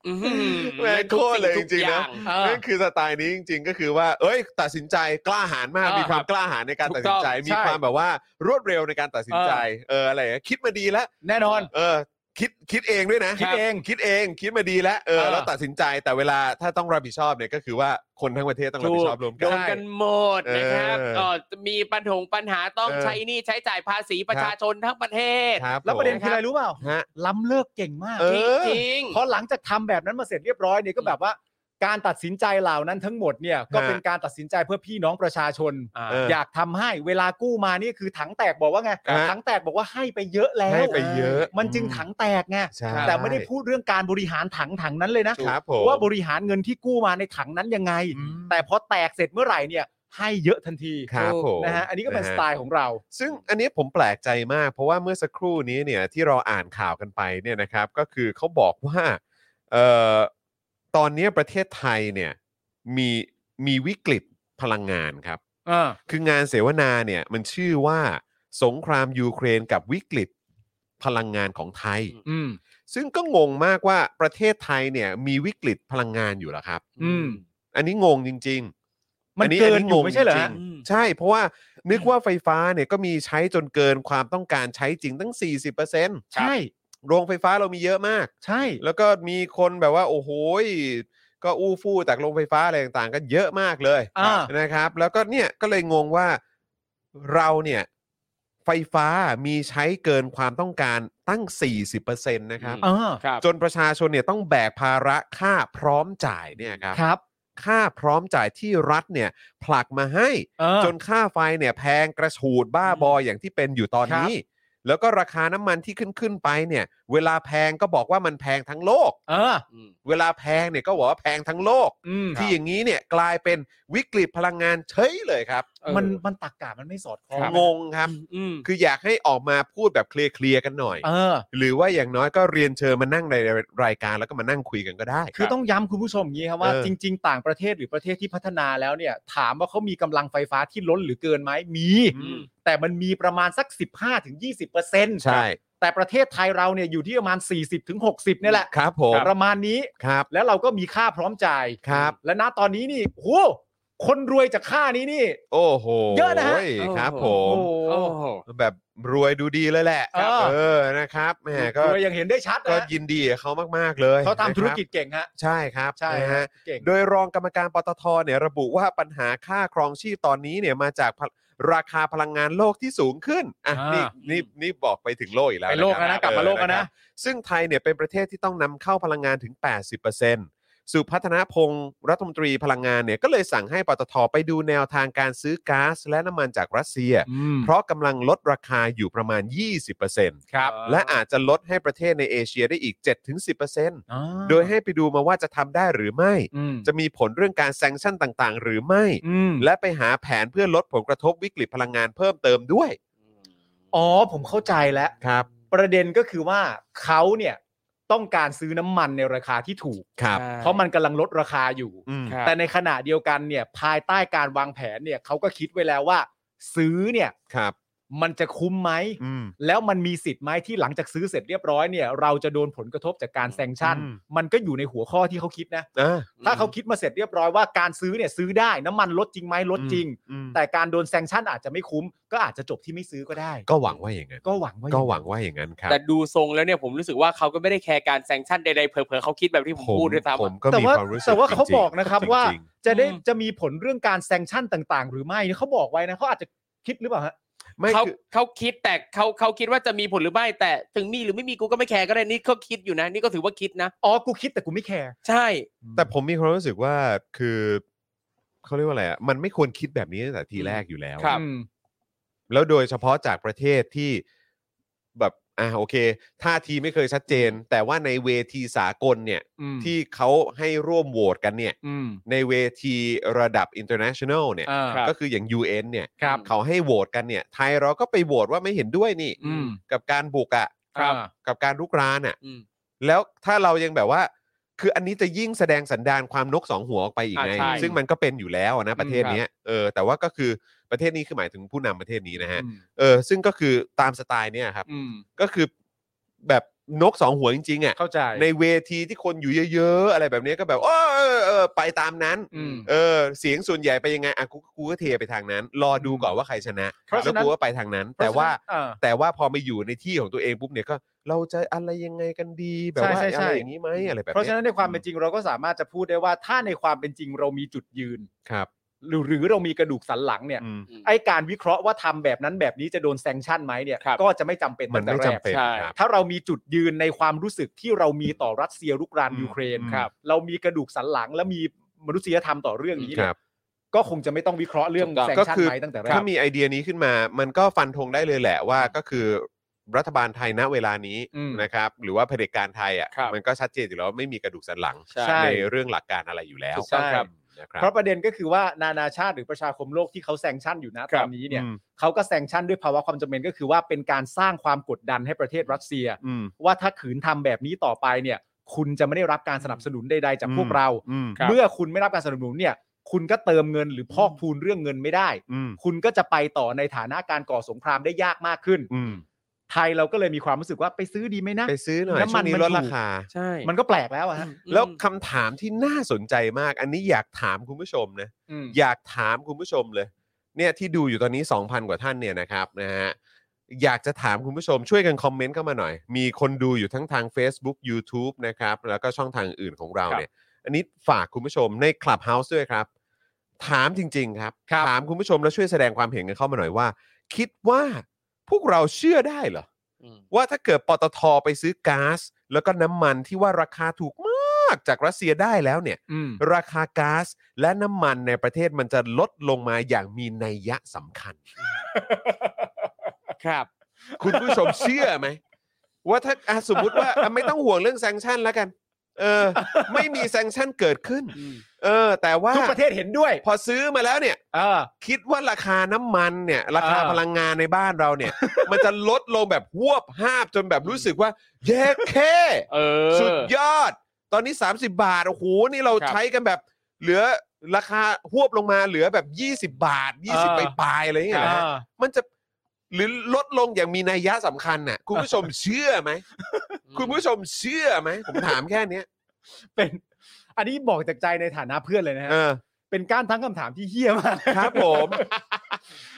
Speaker 4: อื้อหือ
Speaker 2: แม่งโคตรเลยจริงๆนะ
Speaker 4: ทุกสิ่ทุกอย่าง
Speaker 3: เออ
Speaker 2: นั่นคือสไตล์นี้จริงๆ ก็คือว่า เอ้ย ตัดสินใจกล้าหาญมาก
Speaker 4: เออ
Speaker 2: มีความกล้าหาญในการตัดสินใจ
Speaker 4: ถูกต้อง
Speaker 2: มีความแบบว่ารวดเร็วในการตัดสินใจ เอออะไรอย่างเงี้ยคิดมาดีแล้ว
Speaker 3: แน่นอน
Speaker 2: เออ คิดคิดเองด้วยนะ
Speaker 4: คิดเอง
Speaker 2: คิดเอง คิดมาดีแล้ว เออ
Speaker 3: เออ
Speaker 2: แล้วตัดสินใจ แต่เวลาถ้าต้องรับผิดชอบเนี่ยก็คือว่าคนทั้งประเทศต้องรับผิดชอบรวม
Speaker 4: โด
Speaker 2: กัน
Speaker 4: นกันหมดนะครับ
Speaker 2: เออ
Speaker 4: เอ่อมีปัญหาปัญหาต้อง
Speaker 2: เออ
Speaker 4: ใช้หนี่ใช้จ่ายภาษีประชาชนทั้งประเทศ
Speaker 2: ครับ
Speaker 3: แล้วประเด็น
Speaker 2: ผม
Speaker 3: คืออะไรรู้เปล่า
Speaker 2: ฮะ
Speaker 3: ล้ำเลิกเก่งมาก
Speaker 2: เอ
Speaker 4: จ
Speaker 2: อ
Speaker 4: ริงจริง
Speaker 3: เพราะหลังจากทำแบบนั้นมาเสร็จเรียบร้อยเนี่ยก็แบบว่า การตัดสินใจเหล่านั้นทั้งหมดเนี่ยก็เป็นการตัดสินใจเพื่อพี่น้องประชาชน
Speaker 4: อ่า
Speaker 2: เออ
Speaker 3: อ
Speaker 2: อ
Speaker 3: ยากทำให้เวลากู้มานี่คือถังแตกบอกว่าไง
Speaker 2: อ่ะ
Speaker 3: ถังแตกบอกว่าให้ไปเยอะแล้ว
Speaker 2: ให้ไปเยอะ
Speaker 3: มันจึงถังแตกไง
Speaker 2: ใช่
Speaker 3: แต่ไม่ได้พูดเรื่องการบริหารถังถังนั้นเลยนะ
Speaker 2: ครับผม
Speaker 3: ว่าบริหารเงินที่กู้มาในถังนั้นยังไง
Speaker 2: อืม
Speaker 3: แต่พอแตกเสร็จเมื่อไหร่เนี่ยให้เยอะทันที
Speaker 2: ครับผม
Speaker 3: นะฮะอันนี้ก็เป็นะ ส
Speaker 2: ฮะ
Speaker 3: ไตล์ของเรา
Speaker 2: ซึ่งอันนี้ผมแปลกใจมาก เพราะว่าเมื่อสักครู่นี้เนี่ยที่เราอ่านข่าวกันไปเนี่ยนะครับก็คือเขาบอกว่าเอ่อตอนนี้ประเทศไทยเนี่ยมีมีวิกฤตพลังงานครับ คืองานเสวนาเนี่ยมันชื่อว่าสงครามยูเครนกับวิกฤตพลังงานของไทย
Speaker 3: อืม
Speaker 2: ซึ่งก็งงมากว่าประเทศไทยเนี่ยมีวิกฤตพลังงานอยู่แล้วครับ
Speaker 3: อืม
Speaker 2: อันนี้งงจริง ๆ
Speaker 3: มันเกินอยู่ไม่ใช่เหรอ
Speaker 2: จ
Speaker 3: ฮะ
Speaker 2: งๆใช่เพราะว่านึกว่าไฟฟ้าเนี่ยก็มีใช้จนเกินความต้องการใช้จริงตั้ง 40%
Speaker 3: ใช่
Speaker 2: โรงไฟฟ้าเรามีเยอะมาก
Speaker 3: ใช่
Speaker 2: แล้วก็มีคนแบบว่า โอ้โหยก็อู้ฟู่จากโรงไฟฟ้าอะไรต่างๆ ก็เยอะมากเลย
Speaker 3: อ่า
Speaker 2: นะครับ แล้วก็เนี่ยก็เลยงงว่าเราเนี่ยไฟฟ้ามีใช้เกินความต้องการตั้ง 40%นะครับ
Speaker 3: อ่า
Speaker 4: ครับ
Speaker 2: จนประชาชนเนี่ยต้องแบกภาระค่าพร้อมจ่ายเนี่ยครับ
Speaker 3: ครับ
Speaker 2: ค่าพร้อมจ่ายที่รัฐเนี่ยผลักมาให้
Speaker 3: เออ
Speaker 2: จนค่าไฟเนี่ยแพงกระฉูดบ้าบออย่างที่เป็นอยู่ตอนนี้ แล้วก็ราคาน้ำมันที่ขึ้นขึ้นไปเนี่ย เวลาแพงก็บอกว่ามันแพงทั้งโลก
Speaker 3: เออ
Speaker 2: เวลาแพงเนี่ยก็บอกว่าแพงทั้งโลก
Speaker 3: อืม
Speaker 2: ที่อย่างนี้เนี่ยกลายเป็นวิกฤตพลังงานเฉยเลยครับ
Speaker 3: มันมันตักกะมันไม่สอดคล้อง
Speaker 2: งงครับ
Speaker 4: อืม
Speaker 2: คืออยากให้ออกมาพูดแบบเคลียร์ๆกันหน่อย
Speaker 3: เออ
Speaker 2: หรือว่าอย่างน้อยก็เรียนเชิญมานั่งในรายการแล้วก็มานั่งคุยกันก็ได้
Speaker 3: คือต้องย้ำคุณผู้ชมอย่างนี้ครับว่า
Speaker 2: เออ
Speaker 3: จริง ๆ ต่างประเทศหรือประเทศที่พัฒนาแล้วเนี่ย ถามว่าเขามีกำลังไฟฟ้าที่ล้นหรือเกินไหมมี
Speaker 4: อืม
Speaker 3: แต่มันมีประมาณสัก 15ถึง20เปอร์เซ็นต์
Speaker 2: ใช่
Speaker 3: แต่ประเทศไทยเราเนี่ยอยู่ที่ประมาณ 40ถึง60เนี่ยแหละ
Speaker 2: ครับผม
Speaker 3: ประมาณนี้
Speaker 2: ครับ
Speaker 3: แล้วเราก็มีค่าพร้อมจ่าย
Speaker 2: ครับ
Speaker 3: และณตอนนี้นี่โหคนรวยจากค่านี้นี่
Speaker 2: โอ้โห
Speaker 3: เยอะนะฮะ
Speaker 2: ครับผม
Speaker 4: โอ้โห
Speaker 2: แบบรวยดูดีเลยแหละ
Speaker 3: เออ
Speaker 2: เออ นะครับ แหม ก็
Speaker 3: รวยอยังเห็นได้ชัด
Speaker 2: ก็
Speaker 3: นะ
Speaker 2: ยินดีกับเขามาก ๆ เลย
Speaker 3: เขาทำธุรกิจ
Speaker 2: นะคบ
Speaker 3: เก่งฮะ
Speaker 2: ใช่ครับ
Speaker 3: ใช่
Speaker 2: นะ
Speaker 3: ฮะ
Speaker 2: ฮะ
Speaker 3: เก่ง
Speaker 2: โดยรองกรรมการปตทเนี่ยระบุว่าปัญหาค่าครองชีพตอนนี้เนี่ยมาจากพะราคาพลังงานโลกที่สูงขึ้น อ่ะ
Speaker 3: อ่านี่
Speaker 2: นี่ นี่ นี่บอกไปถึงโลกอีกแล้ว
Speaker 3: ไปโลกแล้ว
Speaker 2: ค
Speaker 3: นะ
Speaker 2: รับ
Speaker 3: กลับมาโลก
Speaker 2: เออ
Speaker 3: แล้วนะ
Speaker 2: ครับซึ่งไทยเนี่ยเป็นประเทศที่ต้องนำเข้าพลังงานถึง 80%สุพัฒนพงศ์รัฐมนตรีพลังงานเนี่ยก็เลยสั่งให้ปตทไปดูแนวทางการซื้อก๊าซและน้ำมันจากรัสเซีย เพราะกำลังลดราคาอยู่ประมาณ 20%
Speaker 3: ครับ
Speaker 2: และอาจจะลดให้ประเทศในเอเชียได้อีก 7-10%
Speaker 3: อ่า
Speaker 2: โดยให้ไปดูมาว่าจะทำได้หรือไม่
Speaker 3: อืม
Speaker 2: จะมีผลเรื่องการแซงชั่นต่างๆ หรือไม่
Speaker 3: อืม
Speaker 2: และไปหาแผนเพื่อลดผลกระทบวิกฤตพลังงานเพิ่มเติมด้วย
Speaker 3: อ๋อ ผมเข้าใจแล้ว
Speaker 2: ครับ
Speaker 3: ประเด็นก็คือว่าเขาเนี่ยต้องการซื้อน้ำมันในราคาที่ถูก
Speaker 2: ครับ
Speaker 3: เพราะมันกำลังลดราคาอยู่
Speaker 2: อืม
Speaker 4: ครับ
Speaker 3: แต่ในขณะเดียวกันเนี่ยภายใต้การวางแผนเนี่ยเขาก็คิดไว้แล้วว่า ซื้อเนี่ย
Speaker 2: ครับ
Speaker 3: มันจะคุ้มไหม
Speaker 2: อืม
Speaker 3: แล้วมันมีสิทธิ์ไหมที่หลังจากซื้อเสร็จเรียบร้อยเนี่ยเราจะโดนผลกระทบจากการแซงชั่น
Speaker 2: อืม
Speaker 3: มันก็อยู่ในหัวข้อที่เขาคิดนะ
Speaker 2: อ่า
Speaker 3: ถ้าเขาคิดมาเสร็จเรียบร้อยว่าการซื้อเนี่ยซื้อได้น้ำมันลดจริงไหมลดจริง
Speaker 2: อืม
Speaker 3: แต่การโดนแซงชั่นอาจจะไม่คุ้ม ก็อาจจะจบที่ไม่ซื้อก็ได้
Speaker 2: ก็หวังว่าอย่างนั้น
Speaker 3: ก็หวังว่า
Speaker 2: ก็หวังว่าอย่างนั้นครับ
Speaker 4: แต่ดูทรงแล้วเนี่ยผมรู้สึกว่าเขาก็ไม่ได้แคร์การแซงชั่นใดๆเผลอๆเขาคิดแบบที่ผม
Speaker 2: ผม
Speaker 4: พูดด้วยซ้ำ
Speaker 2: ผม
Speaker 4: อะ
Speaker 2: ก็
Speaker 3: แต่
Speaker 2: มี
Speaker 3: ว่า
Speaker 2: ความรู้สึก
Speaker 3: แต่ว่า
Speaker 2: จงๆ
Speaker 3: เขาบอกนะครับว่า
Speaker 2: จง
Speaker 3: จะได้
Speaker 4: อืม
Speaker 3: จะมีผลเรื่องการแซงชั่นต่างๆ หรือไม่เนี่ยเขาบอกไว้นะเขาอาจจะคิดหรือเปล่าฮะ
Speaker 2: ๆไม่
Speaker 4: เขา
Speaker 2: คือ
Speaker 4: เขาคิดแต่เขาเขาคิดว่าจะมีผลหรือไม่แต่ถึงมีหรือไม่มีกูก็ไม่แคร์ก็ได้นี่เขาคิดอยู่นะ นี่ก็ถือว่าคิดนะ
Speaker 3: อ๋อ กูคิดแต่กูไม่แคร์
Speaker 4: ใช่
Speaker 2: แต่ผมมีความรู้สึกว่าคือเขาเรียกว่าอะไรอ่ะมันไม่ควรคิดแบบนี้ตั้งแต่ทีแรกอยู่แล้ว
Speaker 3: อืม
Speaker 2: แล้วโดยเฉพาะจากประเทศที่แบบอ่าโอเคท่าทีไม่เคยชัดเจน แต่ว่าในเวทีสากลเนี่ย
Speaker 3: อืม
Speaker 2: ที่เขาให้ร่วมโหวตกันเนี่ย
Speaker 3: อืม
Speaker 2: ในเวทีระดับ international เนี่ย
Speaker 3: อ่า
Speaker 2: ก็คืออย่าง UN เนี่ย
Speaker 3: ครับ
Speaker 2: เขาให้โหวตกันเนี่ย ไทยเราก็ไปโหวตว่าไม่เห็นด้วยนี่
Speaker 3: อืม
Speaker 2: กับการบุกอะ่ะ
Speaker 3: ครับ
Speaker 2: กับการรุกรานอะ่ะ
Speaker 4: อืม
Speaker 2: แล้วถ้าเรายังแบบว่า คืออันนี้จะยิ่งแสดงสันดานความนกสองหัวออกไปอีก
Speaker 4: อ่า
Speaker 2: ไง
Speaker 4: ใช่
Speaker 2: ซึ่งมันก็เป็นอยู่แล้วนะประเทศเนี้ยเออแต่ว่าก็คือประเทศนี้คือหมายถึงผู้นำประเทศนี้นะฮะ เออซึ่งก็คือตามสไตล์เนี่ยครับ
Speaker 3: อืม
Speaker 2: ก็คือแบบ นกสองหัวจริงๆอ่ะ
Speaker 3: เข้าใจ
Speaker 2: ในเวทีที่คนอยู่เยอะๆ อะไรแบบนี้ก็แบบเออเออเออไปตามนั้น
Speaker 3: อืม
Speaker 2: เออ เสียงส่วนใหญ่ไปยังไงอ่ะกูกูก็เทไปทางนั้น รอดูก่อนว่าใครชนะ
Speaker 3: เพราะ
Speaker 2: แล้ว
Speaker 3: ฉะนั้น
Speaker 2: กูก็ไปทางนั้น แต่ว่า
Speaker 3: เออ
Speaker 2: แต่ว่าพอมาอยู่ในที่ของตัวเองปุ๊บเนี่ยก็ เราจะอะไรยังไงกันดี แบบว่า
Speaker 3: ใช่
Speaker 2: อะไร
Speaker 3: ใช่ใช่
Speaker 2: อย่างนี้ไหมอะไรแบบ
Speaker 3: เพราะฉะนั้นในความเป็น
Speaker 2: อื
Speaker 3: จริงเราก็สามารถจะพูดได้ว่าถ้าในความเป็นจริงเรามีจุดยืน
Speaker 2: ครับ
Speaker 3: หรือหรือเรามีกระดูกสันหลังเนี่ย
Speaker 2: อืม
Speaker 3: ไอการวิเคราะห์ว่าทำแบบนั้นแบบนี้จะโดนแซงชั่นไหมเนี่ย
Speaker 4: ครับ
Speaker 3: ก็จะไม่จำเป็น
Speaker 2: มันไม่
Speaker 3: ตั้ง
Speaker 2: จำ
Speaker 3: แต่แรก
Speaker 2: เป็น
Speaker 4: ใช่
Speaker 2: ครับ
Speaker 3: ถ้าเรามีจุดยืนในความรู้สึกที่เรามีต่อรัสเซียลุกราน
Speaker 2: อืม
Speaker 3: ยูเครน
Speaker 2: ครับ
Speaker 3: เรามีกระดูกสันหลังและมีมนุษยธรรมต่อเรื่องนี้
Speaker 2: ค
Speaker 3: เนี่
Speaker 2: รั
Speaker 3: ย
Speaker 2: บ
Speaker 3: ก็คงจะไม่ต้องวิเคราะห์เรื่อง
Speaker 4: ถูกต้อง
Speaker 3: แซง
Speaker 2: ก็
Speaker 3: ชั่น
Speaker 2: คือ
Speaker 3: ไหมตั้งแต่แรก
Speaker 2: ถ้ามีไอเดียนี้ขึ้นมา มันก็ฟันธงได้เลยแหละว่าก็คือรัฐบาลไทยณเวลานี้
Speaker 3: อืม
Speaker 2: นะครับ หรือว่าเผด็จการไทยอ่ะ
Speaker 4: ครับ
Speaker 2: มันก็ชัดเจนอยู่แล้วว่าไม่มีกระดูกสันหลัง
Speaker 4: ใช่
Speaker 3: ใช่
Speaker 2: ในเรื่องหลักการอะไรอยู่แล้ว
Speaker 4: ถูกต้องครับ
Speaker 2: นะค
Speaker 3: เพ
Speaker 2: รับ
Speaker 3: ราะประเด็นก็คือว่านานาชาติหรือประชาคมโลกที่เขาแซงชั่นอยู่นะตอนนี้เนี่ย
Speaker 2: อืม
Speaker 3: เขาก็แซงชั่นด้วยภาวะความจำเป็นก็คือว่าเป็นการสร้างความกดดันให้ประเทศรัสเซีย
Speaker 2: อืม
Speaker 3: ว่าถ้าขืนทำแบบนี้ต่อไปเนี่ย คุณจะไม่ได้รับการสนับสนุนใดๆจากพว
Speaker 2: อื
Speaker 3: ก
Speaker 2: ม
Speaker 3: เรา
Speaker 2: อืม
Speaker 4: ครับ
Speaker 3: เมื่อคุณไม่รับการสนับสนุนเนี่ย คุณก็เติมเงินหรือพอกพูนเรื่องเงินไม่ได้
Speaker 2: อืม
Speaker 3: คุณก็จะไปต่อในฐานะการก่อสงครามได้ยากมากขึ้น
Speaker 2: อืม
Speaker 3: ไทยเราก็เลยมีความรู้สึกว่าไปซื้อดีไหมนะ
Speaker 2: ไปซื้อหน่อย
Speaker 3: น้ำ
Speaker 2: ช่วงนี้
Speaker 3: มันมัน
Speaker 2: ลดราคา
Speaker 4: ใช่
Speaker 3: มันก็แปลกแล้วอะฮะ
Speaker 4: อืม
Speaker 2: แล้วคำถามที่น่าสนใจมาก อันนี้อยากถามคุณผู้ชมนะ
Speaker 3: อืม
Speaker 2: อยากถามคุณผู้ชมเลย เนี่ยที่ดูอยู่ตอนนี้ 2,000 กว่าท่านเนี่ยนะครับนะฮะอยากจะถามคุณผู้ชมช่วยกันคอมเมนต์เข้ามาหน่อย มีคนดูอยู่ทั้งทาง Facebook YouTube นะครับ แล้วก็ช่องทางอื่นของเราเนี่ย อันนี้ฝากคุณผู้ชมใน Clubhouse ด้วยครับ ถามจริง ๆ ครับ ถามคุณผู้ชมแล้วช่วยแสดงความเห็นกันเข้ามาหน่อยว่า คิดว่าพวกเราเชื่อได้เหรอ
Speaker 4: อืม
Speaker 2: ว่าถ้าเกิดปตทไปซื้อก๊าซแล้วก็น้ำมันที่ว่าราคาถูกมากจากรัสเซียได้แล้วเนี่ย
Speaker 3: อืม
Speaker 2: ราคาก๊าซและน้ำมันในประเทศมันจะลดลงมาอย่างมีนัยยะสำคั ญ
Speaker 4: ครับ
Speaker 2: คุณผู้ชมเชื่อไหม ว่าถ้าอ่ะสมมติว่าอ่ะไม่ต้องห่วงเรื่องแซงชันแล้วกัน เออ ไม่มีแซงชันเกิดขึ้น เออ แต่ว่า
Speaker 3: ทุกประเทศเห็นด้วย
Speaker 2: พอซื้อมาแล้วเนี่ย
Speaker 3: เออ
Speaker 2: คิดว่าราคาน้ำมันเนี่ย ราคา
Speaker 3: เออ
Speaker 2: พลังงานในบ้านเราเนี่ย มันจะลดลงแบบหวบหาบจนแบบรู้สึกว่าเย้แค่
Speaker 4: เออ
Speaker 2: สุดยอด ตอนนี้ 30 บาท โอ้โห นี่เรา
Speaker 4: ครับ
Speaker 2: ใช้กันแบบ เหลือราคาหวบลงมาเหลือแบบ 20 บาท 20 ไปปลายๆอะไรอย่างเงี้ยนะ
Speaker 3: เอ
Speaker 2: ฮะ
Speaker 3: อ
Speaker 2: มันจะหรือลดลงอย่างมีนัยยะสำคัญน่ะ คุณผู้ชมเชื่อไหม คุณผู้ชมเชื่อไหม ผมถามแค่เนี้ย
Speaker 3: เป็น อันนี้บอกจากใจในฐานะเพื่อนเลยนะฮะ
Speaker 2: เออ
Speaker 3: เป็นการทั้งคำถามที่เฮี้ยมาก
Speaker 2: ครับผม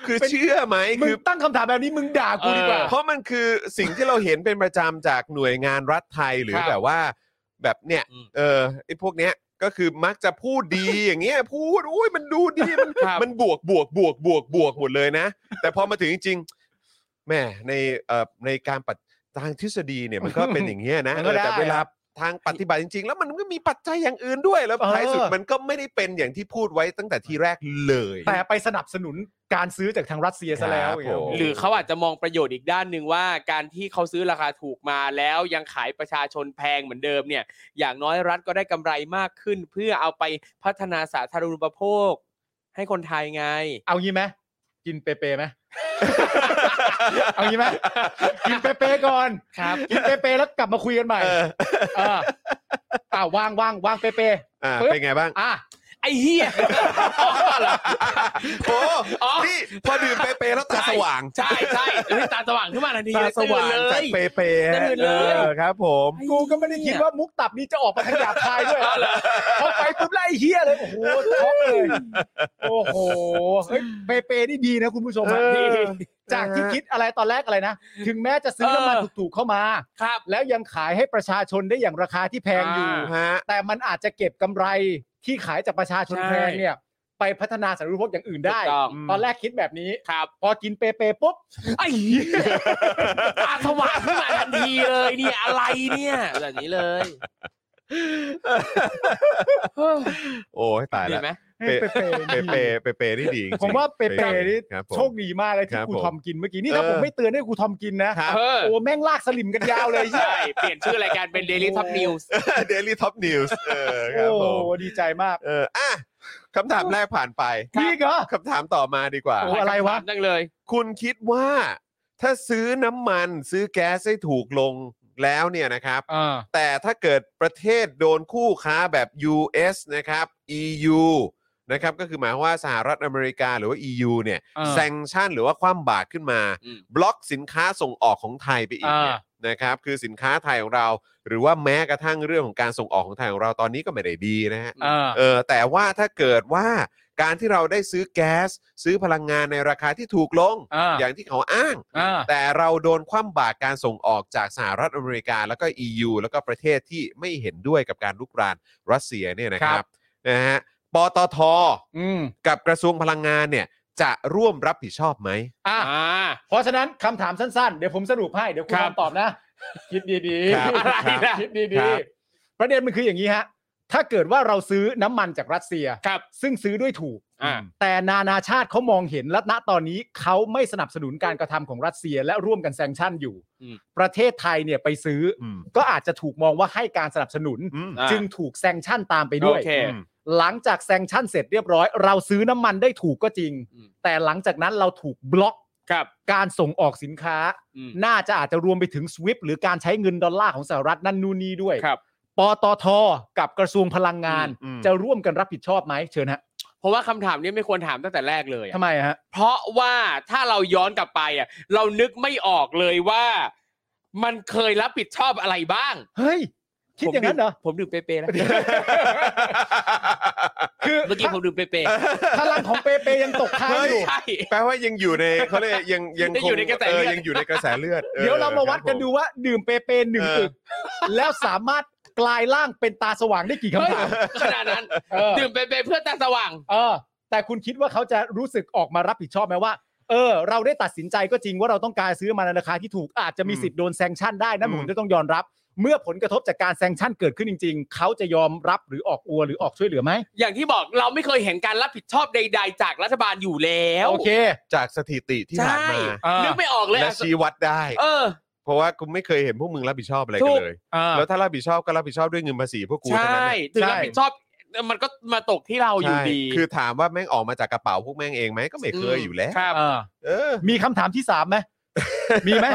Speaker 2: คือเชื่อไหม
Speaker 3: มึ
Speaker 2: คือ
Speaker 3: งตั้งคำถามแบบนี้มึงด่ากูดีกว่า
Speaker 2: เพราะมันคือสิ่งที่เราเห็นเป็นประจำจากหน่วยงานรัฐไทยหรือ
Speaker 4: ครับ
Speaker 2: แบบว่าแบบเนี่ย
Speaker 4: อืม
Speaker 2: เออไอ้พวกเนี้ยก็คือมักจะพูดดี อย่างเงี้ยพูดอุ้ยมันดูดีมัน
Speaker 4: ครับ
Speaker 2: มันบวกบวกบวกบวกบวกหมดเลยนะ แต่พอมาถึงจริงๆแหมในเอ่อในการปฏิทางทฤษฎีเนี่ยมันก็เป็นอย่างเงี้ยนะ
Speaker 3: มัน
Speaker 2: เออ
Speaker 3: ก็ได้
Speaker 2: แต่เวลาทางปฏิบัติจริง ๆ แล้วมันก็มีปัจจัยอย่างอื่นด้วยแล้ว
Speaker 3: เออ
Speaker 2: ท้ายสุดมันก็ไม่ได้เป็นอย่างที่พูดไว้ตั้งแต่ทีแรกเลย
Speaker 3: แต่ไปสนับสนุนการซื้อจากทางรัสเซียซะแล้ว
Speaker 2: ครับผม
Speaker 4: หรือเขาอาจจะมองประโยชน์อีกด้านหนึ่งว่า การที่เขาซื้อราคาถูกมาแล้วยังขายประชาชนแพงเหมือนเดิมเนี่ย อย่างน้อยรัฐก็ได้กำไรมากขึ้น เพื่อเอาไปพัฒนาสาธารณูปโภค ให้คนไทยไง
Speaker 3: เอางี้ไหมกินเปเปไหม เอางี้ไหมกินเปเปก่อน
Speaker 4: ครับ
Speaker 3: กินเปเปแล้วกลับมาคุยกันใหม่
Speaker 2: เออ
Speaker 3: เอออ่าวางวางวางเปเป
Speaker 2: อ่ะ
Speaker 3: ปึ๊บ
Speaker 2: เป็นไงบ้าง
Speaker 3: อ่ะ
Speaker 4: ไอ้เหี้ย
Speaker 2: โอ้
Speaker 4: อ๋อ
Speaker 2: นี่พอดื่มเปเปแล้วตาสว่าง
Speaker 4: ใช่ใช่เฮ้ยตาสว่างขึ้นมาทันที
Speaker 2: ตาสว่าง
Speaker 4: ตื่นเล
Speaker 2: จาก
Speaker 4: ย
Speaker 2: เปเป
Speaker 4: ตื่นเลย
Speaker 2: ออครับ ผม
Speaker 3: กูก็ไม่ได้คิดว่ามุกตับนี้จะออกมาทางหยาบคายด้วยพอไปปุ๊บไล่เฮียเลย โอ้โหช็อกเลย โอ้โห เฮ้ยเปเปนี่ดีนะคุณผู้ชมอะ
Speaker 2: เออ
Speaker 3: จากที่คิดอะไรตอนแรกอะไรนะ ถึงแม้จะซื้อน้ำมันถูกๆเข้ามา
Speaker 4: ครับ
Speaker 3: แล้วยังขายให้ประชาชนได้อย่างราคาที่แพงอยู่
Speaker 4: อ่า
Speaker 2: ฮะ
Speaker 3: แต่มันอาจจะเก็บกำไรที่ขายจากประชาชน
Speaker 4: ใช่
Speaker 3: แพงเนี่ย ไปพัฒนาสารุปโภคอย่างอื่นได้
Speaker 4: ถูกต้อง
Speaker 3: ตอนแรกคิดแบบนี้
Speaker 4: ครับ
Speaker 3: พอกินเปเปปุ๊บ
Speaker 4: ไอ้เหี้ยตาสว่างขึ้นมาทันทีเลยเนี่ยอะไรเนี่ยแบบนี้เลยเฮ้ย
Speaker 2: โอ้ยตาย
Speaker 4: ดี
Speaker 2: แล้ว
Speaker 4: ไหม
Speaker 2: เปเปเปเปเปนี่ดีจริงๆ
Speaker 3: ผมว่าเปเปนี่
Speaker 2: ครับผม
Speaker 3: โชคดีมากเลย
Speaker 2: ค
Speaker 3: ที่
Speaker 2: รับ
Speaker 3: ครู
Speaker 2: ผม
Speaker 3: ทอมกินเมื่อกี้นี่ถ้า
Speaker 2: เออ
Speaker 3: ผมไม่เตือนให้ครูทอมกินนะ
Speaker 2: ครับ
Speaker 4: เออ
Speaker 3: โอ้แม่งลากสลิมกันยาวเลย
Speaker 4: ใช่ เปลี่ยนชื่อรายการเป็น Daily Top News
Speaker 2: เดลี่ท็อปนิวส์เออครับ
Speaker 3: โอ้
Speaker 2: ผม
Speaker 3: โหดีใจมาก
Speaker 2: เอออ่ะคำถามแรกผ่านไป
Speaker 3: นี่ก็
Speaker 2: คำถามต่อมาดีกว่า
Speaker 3: โอ้อะไรวะ
Speaker 4: นั่งเลย
Speaker 2: คุณคิดว่า ถ้าซื้อน้ำมันซื้อแก๊สให้ถูกลงแล้วเนี่ยนะครับ
Speaker 3: อ่า
Speaker 2: แต่ถ้าเกิดประเทศโดนคู่ค้าแบบ US นะครับ EU นะครับก็คือหมายความว่าสหรัฐอเมริกาหรือว่า EU เนี่ย
Speaker 3: อ่า
Speaker 2: แซงชั่นหรือว่าคว่ำบาตรขึ้นมา
Speaker 4: อืม
Speaker 2: บล็อกสินค้าส่งออกของไทยไปอีกเนี่ยนะครับคือสินค้าไทยของเรา หรือว่าแม้กระทั่งเรื่องของการส่งออกของไทยของเราตอนนี้ก็ไม่ได้ดีนะฮะ
Speaker 3: เออ
Speaker 2: เออแต่ว่าถ้าเกิดว่าการที่เราได้ซื้อแก๊ส ซื้อพลังงานในราคาที่ถูกลง
Speaker 3: อ่า
Speaker 2: ย่างที่เขาอ้าง
Speaker 3: อ่า
Speaker 2: แต่เราโดนคว่ำบาตรการส่งออกจากสหรัฐอเมริกาแล้วก็ EU แล้วก็ประเทศที่ไม่เห็นด้วยกับการลุกรานรัสเซียเนี่ยนะค
Speaker 3: ครั
Speaker 2: รับบ นะฮะปตท
Speaker 3: อืม
Speaker 2: กับกระทรวงพลังงานเนี่ยจะร่วมรับผิดชอบไหม
Speaker 3: อ่ะ
Speaker 4: อ่า
Speaker 3: เพราะฉะนั้นคำถามสั้นๆ เดี๋ยวผมสรุปให้ เดี๋ยวคุณ
Speaker 4: ครั
Speaker 3: ล
Speaker 4: บ
Speaker 3: องตอบนะ คิดดี
Speaker 2: ครับ
Speaker 3: ๆ
Speaker 2: อะไรนะ
Speaker 3: คิดดี
Speaker 2: ครับ
Speaker 3: ๆ ประเด็นมันคืออย่างนี้ฮะ ถ้าเกิดว่าเราซื้อน้ำมันจากรัสเซีย
Speaker 4: ครับ
Speaker 3: ซึ่งซื้อด้วยถูก
Speaker 4: อ่า
Speaker 3: แต่นานาชาติเขามองเห็นและณตอนนี้เขาไม่สนับสนุนการกระทำของรัสเซียและร่วมกันแซงชั่นอยู่
Speaker 4: อืม
Speaker 3: ประเทศไทยเนี่ยไปซื้ออ
Speaker 2: อืม
Speaker 3: ก็อาจจะถูกมองว่าให้การสนับสนุน
Speaker 2: อืม
Speaker 4: อ่า
Speaker 3: จึงถูกแซงชั่นตามไปด้วย
Speaker 4: โอเค
Speaker 2: อืม
Speaker 3: หลังจากแซงชั่นเสร็จเรียบร้อย เราซื้อน้ำมันได้ถูกก็จริง
Speaker 4: อืม
Speaker 3: แต่หลังจากนั้นเราถูกบล็อก
Speaker 4: ครับ
Speaker 3: การส่งออกสินค้า
Speaker 4: อืม
Speaker 3: น่าจะอาจจะรวมไปถึง SWIFT หรือการใช้เงินดอลลาร์ของสหรัฐนั่นนู่นนี่ด้วย
Speaker 4: ครับ
Speaker 3: ปตท กับกระทรวงพลังงาน
Speaker 2: อืม
Speaker 3: จะร่วมกันรับผิดชอบไหมเชิญฮะ
Speaker 4: เพราะว่าคำถามเนี้ไม่ควรถามตั้งแต่แรกเลยอะ
Speaker 3: ทำไมฮะ
Speaker 4: เพราะว่าถ้าเราย้อนกลับไปอ่ะเรานึกไม่ออกเลยว่า มันเคยรับผิดชอบอะไรบ้าง
Speaker 3: เฮ้ย คิด
Speaker 4: ผม
Speaker 3: อย่างนั้นเหรอ
Speaker 4: ผมดื่มเปเปแล้ว
Speaker 3: คือ
Speaker 4: เมื่อกี้ผมดื่มเปเป
Speaker 3: พลังของเปเปยังตกค้างอยู่
Speaker 4: ใช่
Speaker 2: แปลว่ายังอยู่ในเขาเรียกยังยัง
Speaker 4: ยังอยู่ในกระแส
Speaker 2: เออ
Speaker 4: เลือด
Speaker 2: ยังอยู่ในกระแสเลือดออ
Speaker 3: เดี๋ยวเรามาวัด
Speaker 2: คบ
Speaker 3: กันดู
Speaker 2: ผ
Speaker 3: ว่าดื่มเปเปหนึ่ง
Speaker 2: เออ
Speaker 3: ตึกแล้วสามารถกลายร่างเป็นตาสว่างได้กี่
Speaker 4: เฮ้ย
Speaker 3: คำถาม
Speaker 4: ขนาดนั้น
Speaker 3: เออ
Speaker 4: ดื่มเปเปเพื่อตาสว่าง
Speaker 3: เออ แต่คุณคิดว่าเขาจะรู้สึกออกมารับผิดชอบไหมว่า เออ เราได้ตัดสินใจก็จริงว่าเราต้องการซื้อมาในราคาที่ถูกอาจจะมี
Speaker 2: อืม
Speaker 3: สิทธิ์โดนแซงชั่นได้นะ
Speaker 2: อืม
Speaker 3: ผมจะต้องยอมรับ เมื่อผลกระทบจากการแซงชั่นเกิดขึ้นจริง ๆ เขาจะยอมรับหรือออกอัวหรือออกช่วยเหลือไหม
Speaker 4: อย่างที่บอกเราไม่เคยเห็นการรับผิดชอบใด ๆ จากรัฐบาลอยู่แล้ว
Speaker 3: โอเค
Speaker 2: จากสถิติที่ผ่าน
Speaker 4: ใช่
Speaker 2: มา
Speaker 3: อ่านึ
Speaker 4: นึกไม่ออกเลย
Speaker 2: และ
Speaker 4: อะ
Speaker 2: ชี้วัดได้
Speaker 4: เออ
Speaker 2: เพราะว่ากูไม่เคยเห็นพวกมึงรับผิดชอบอะไร
Speaker 4: ถู
Speaker 2: กัน
Speaker 4: ก
Speaker 2: เลย
Speaker 3: อ่า
Speaker 2: แล้วถ้ารับผิดชอบก็รับผิดชอบด้วยเงินภาษีพวกกู
Speaker 4: ใช
Speaker 2: เท่านั้น่ น่ะ
Speaker 4: ถึงรั
Speaker 3: ใช่
Speaker 4: บผิดชอบมันก็มาตกที่เราอยู่
Speaker 2: ใช่
Speaker 4: ดี
Speaker 2: คือถามว่าแม่งออกมาจากกระเป๋าพวกแม่งเองไหมก็ไม่เคย
Speaker 4: อืม
Speaker 2: อยู่แล้ว
Speaker 4: ครับ
Speaker 3: เออ
Speaker 2: เออ
Speaker 3: มีคำถามที่สามไหมมีไหม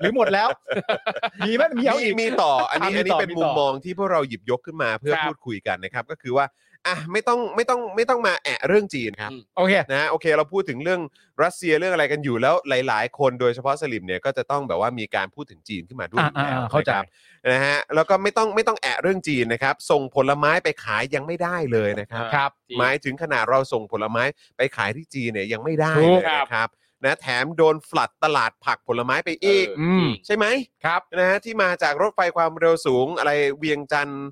Speaker 3: หรือหมดแล้ว มีไหมมีเอา
Speaker 2: มี
Speaker 3: อีก
Speaker 2: มีต่ออันนี้
Speaker 3: อ่ะมี
Speaker 2: อันนี้
Speaker 3: ต่อ
Speaker 2: เป็น
Speaker 3: มี
Speaker 2: มุ
Speaker 3: ต่
Speaker 2: ม
Speaker 3: อ
Speaker 2: มองที่พวกเราหยิบยกขึ้นมาเพื่อ
Speaker 4: ครับ
Speaker 2: พูดคุยกันนะครับ ก็คือว่าอ่ะไม่ต้องไม่ต้องไม่ต้องมาแอะเรื่องจีนครับ
Speaker 3: โอเค
Speaker 2: นะโอเคเราพูดถึงเรื่องรัสเซียเรื่องอะไรกันอยู่แล้วหลาย ๆ คนโดยเฉพาะสลิมเนี่ยก็จะต้องแบบว่ามีการพูดถึงจีนขึ้นมาด้วย
Speaker 3: อ่า
Speaker 2: อยู่แล้ว
Speaker 3: อ่าเข้าใจ
Speaker 2: นะครับนะฮะแล้วก็ไม่ต้องไม่ต้องแอะเรื่องจีนนะครับ ส่งผลไม้ไปขายยังไม่ได้เลยนะครับ
Speaker 3: ครับ
Speaker 2: หมายถึงขนาดเราส่งผลไม้ไปขายที่จีนเนี่ยยังไม่ได้เลย
Speaker 4: ถูกครับ
Speaker 2: นะครับนะแถมโดนฟลัดตลาดผักผลไม้ไปอีก
Speaker 4: เอออ
Speaker 3: ม
Speaker 4: จริง
Speaker 2: ใช่ไหม
Speaker 3: ครับ
Speaker 2: นะฮะที่มาจากรถไฟความเร็วสูงอะไรเวียงจันทร์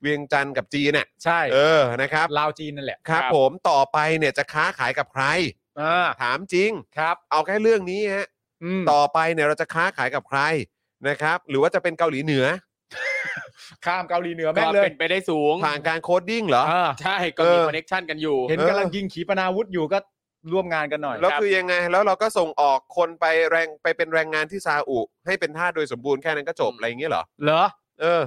Speaker 2: เวียงจันทร์กับจีนเนี่ย
Speaker 3: ใช่
Speaker 2: เออนะครับ
Speaker 3: ลาวจีนนั่นแหละ
Speaker 2: ครับ
Speaker 4: ครับ
Speaker 2: ผมต่อไปเนี่ยจะค้าขายกับใคร
Speaker 3: อ่า
Speaker 2: ถามจริง
Speaker 3: ครับ
Speaker 2: เอาแค่เรื่องนี้ฮะ
Speaker 3: อืม
Speaker 2: ต่อไปเนี่ยเราจะค้าขายกับใครนะครับ หรือว่าจะเป็นเกาหลีเหนือ
Speaker 3: ข้ามเกาหลีเหนือแม่
Speaker 4: ก็
Speaker 3: งเลย
Speaker 4: เป็นไปได้สูง
Speaker 2: ผ่านการโคดดิ้งเหรอ
Speaker 3: อ่า
Speaker 4: ใช่ก็
Speaker 2: เอ
Speaker 4: มี
Speaker 2: อ
Speaker 4: คอนเน็ชันกันอยู่
Speaker 3: เห็นกำลังยิงขีปนาวุธอยู่ก็ร่วมงานกันหน่อย
Speaker 2: แล้ว
Speaker 4: ครับ
Speaker 2: คือยังไง แล้วเราก็ส่งออกคนไปแรงไปเป็นแรงงานที่ซาอุ ให้เป็นท่าสโดยสมบูรณ์แค่นั้นก็จบอะไรอย่างเงี้ยเหรอ
Speaker 3: เหรอ
Speaker 2: เออ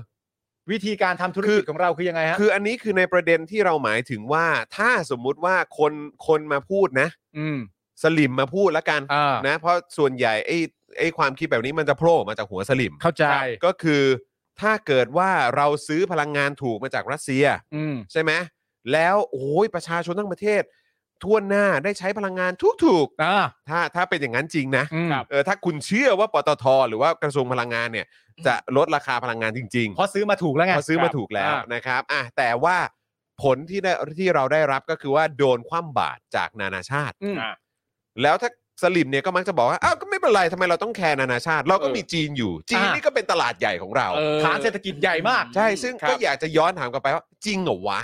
Speaker 3: วิธีการทำธุร
Speaker 2: คื
Speaker 3: กิจ
Speaker 2: อ
Speaker 3: ของเราคือยังไงฮะ
Speaker 2: คืออันนี้คือในประเด็นที่เราหมายถึงว่า ถ้าสมมุติว่าคนคนมาพูดนะ
Speaker 3: อืม
Speaker 2: สลิมมาพูดแล้วกัน
Speaker 3: อ่า
Speaker 2: นะ เพราะส่วนใหญ่ไอ้ไอ้ความคิดแบบนี้มันจะโผล่มาจากหัวสลิม
Speaker 3: เข้าใจ
Speaker 2: ก็คือ ถ้าเกิดว่าเราซื้อพลังงานถูกมาจากรัสเซีย
Speaker 3: อืม
Speaker 2: ใช่ไหมแล้วโอ้ยประชาชนทั้งประเทศ ทั่วหน้าได้ใช้พลังงานถูก
Speaker 3: อ่า
Speaker 2: ๆ ถ้าถ้าเป็นอย่างนั้นจริงนะ
Speaker 3: อืม
Speaker 4: ครับ
Speaker 2: เออถ้าคุณเชื่อว่าปตท หรือว่ากระทรวงพลังงานเนี่ย จะลดราคาพลังงานจริงๆ
Speaker 3: เพราะซื้อมาถูกแล้วไง
Speaker 2: เพราะซื้อมาถูกแล้ว
Speaker 3: อ่าน
Speaker 2: นะครับอ่ะแต่ว่าผลที่ได้ที่เราได้รับก็คือว่าโดนคว่ำบาตรจากนานาชาติ
Speaker 3: อืม
Speaker 2: แล้วถ้าสลิมเนี่ยก็มักจะบอกว่าอ้าวก็ไม่เป็นไรทำไมเราต้องแคร์นานาชาติ เราก็มีจีนอยู่ จีนนี่ก็เป็นตลาดใหญ่ของเรา
Speaker 4: เออ
Speaker 3: ฐานเศรษฐกิจใหญ่มาก
Speaker 2: ใช่ซึ่ง
Speaker 4: ครับ
Speaker 2: ก็อยากจะย้อนถามกลับไปว่าจริงเหรอวะ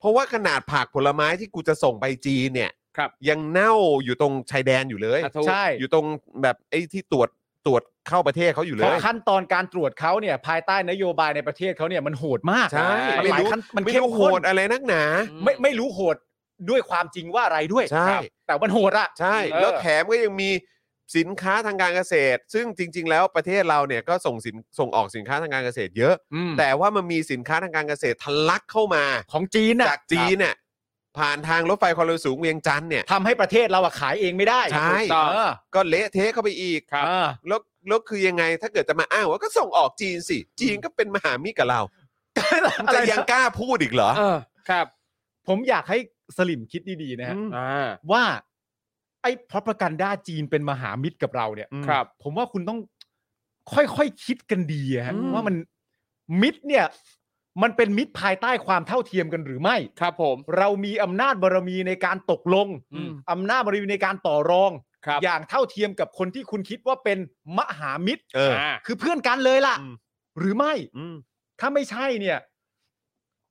Speaker 2: เพราะว่าขนาดผักผลไม้ที่กูจะส่งไปจีนเนี่ย
Speaker 4: ครับ
Speaker 2: ยังเน่าอยู่ตรงชายแดนอยู่เลย
Speaker 4: อ่ะถูก
Speaker 3: ใช่
Speaker 2: อยู่ตรงแบบไอ้ที่ตรวจตรวจเข้าประเทศเขาอยู่เล
Speaker 3: เพราะ
Speaker 2: ย
Speaker 3: ขั้นตอนการตรวจเขาเนี่ย ภายใต้นโยบายในประเทศเขาเนี่ยมันโหดมาก
Speaker 2: ใช่
Speaker 3: มัน
Speaker 2: ไม่
Speaker 3: หลาย
Speaker 2: รู้
Speaker 3: ขั้นมัน
Speaker 2: ไม่
Speaker 3: เข้ม
Speaker 2: รู้โห
Speaker 3: ข้
Speaker 2: ด
Speaker 3: น
Speaker 2: อะไรนักหนา
Speaker 3: ไม่ไม่รู้โหดด้วยความจริงว่าอะไรด้วย
Speaker 2: ใช่
Speaker 3: ครับแต่มันโหดอะ
Speaker 2: ใช่
Speaker 3: เออ
Speaker 2: แล้วแถมก็ยังมีสินค้าทางการเกษตร ซึ่งจริง ๆ แล้วประเทศเราเนี่ยก็ส่งสินส่งออกสินค้าทางการเกษตรเยอะ แต่ว่ามันมีสินค้าทางการเกษตรทะลักเข้ามา
Speaker 3: ของจีนอะ
Speaker 2: จากจีนเนี่ยผ่านทางรถไฟความเร็วสูงเวียงจันทร์เนี่ย
Speaker 3: ทำให้ประเทศเราอะขายเองไม่ได้
Speaker 2: ใช่
Speaker 3: ถูกต้องเออ
Speaker 2: ก็เละเทะเข้าไปอีก
Speaker 3: เออ
Speaker 2: แล้วแล้วคือยังไงถ้าเกิดจะมาอ้างว่าก็ส่งออกจีนสิ จีนก็เป็นมหามิตรกับเรา
Speaker 3: อะไร
Speaker 2: จะยัง
Speaker 3: นะ
Speaker 2: กล้าพูดอีกเหรอ
Speaker 4: เออครับ
Speaker 3: ผมอยากให้ สลิมคิดดีๆนะฮะ
Speaker 2: อืม
Speaker 4: อ่า
Speaker 3: ว่าไอ้พระประกันด้าจีนเป็นมหามิตรกับเราเนี่ย
Speaker 2: อืม
Speaker 4: ครับ
Speaker 3: ผมว่าคุณต้องค่อยๆคิดกันดีอะฮะ
Speaker 2: อืม
Speaker 3: ว่ามันมิตรเนี่ย มันเป็นมิตรภายใต้ความเท่าเทียมกันหรือไม่
Speaker 4: ครับผม
Speaker 3: เรามีอำนาจบารมีในการตกลง
Speaker 4: อืม
Speaker 3: อำนาจบารมีในการต่อรอง
Speaker 4: ครับ
Speaker 3: อย่างเท่าเทียมกับคนที่คุณคิดว่าเป็นมหามิตร
Speaker 2: เออ
Speaker 4: า
Speaker 3: คือเพื่อนกันเลยล่ะ
Speaker 2: อืม
Speaker 3: หรือไม่
Speaker 2: อืม
Speaker 3: ถ้าไม่ใช่เนี่ย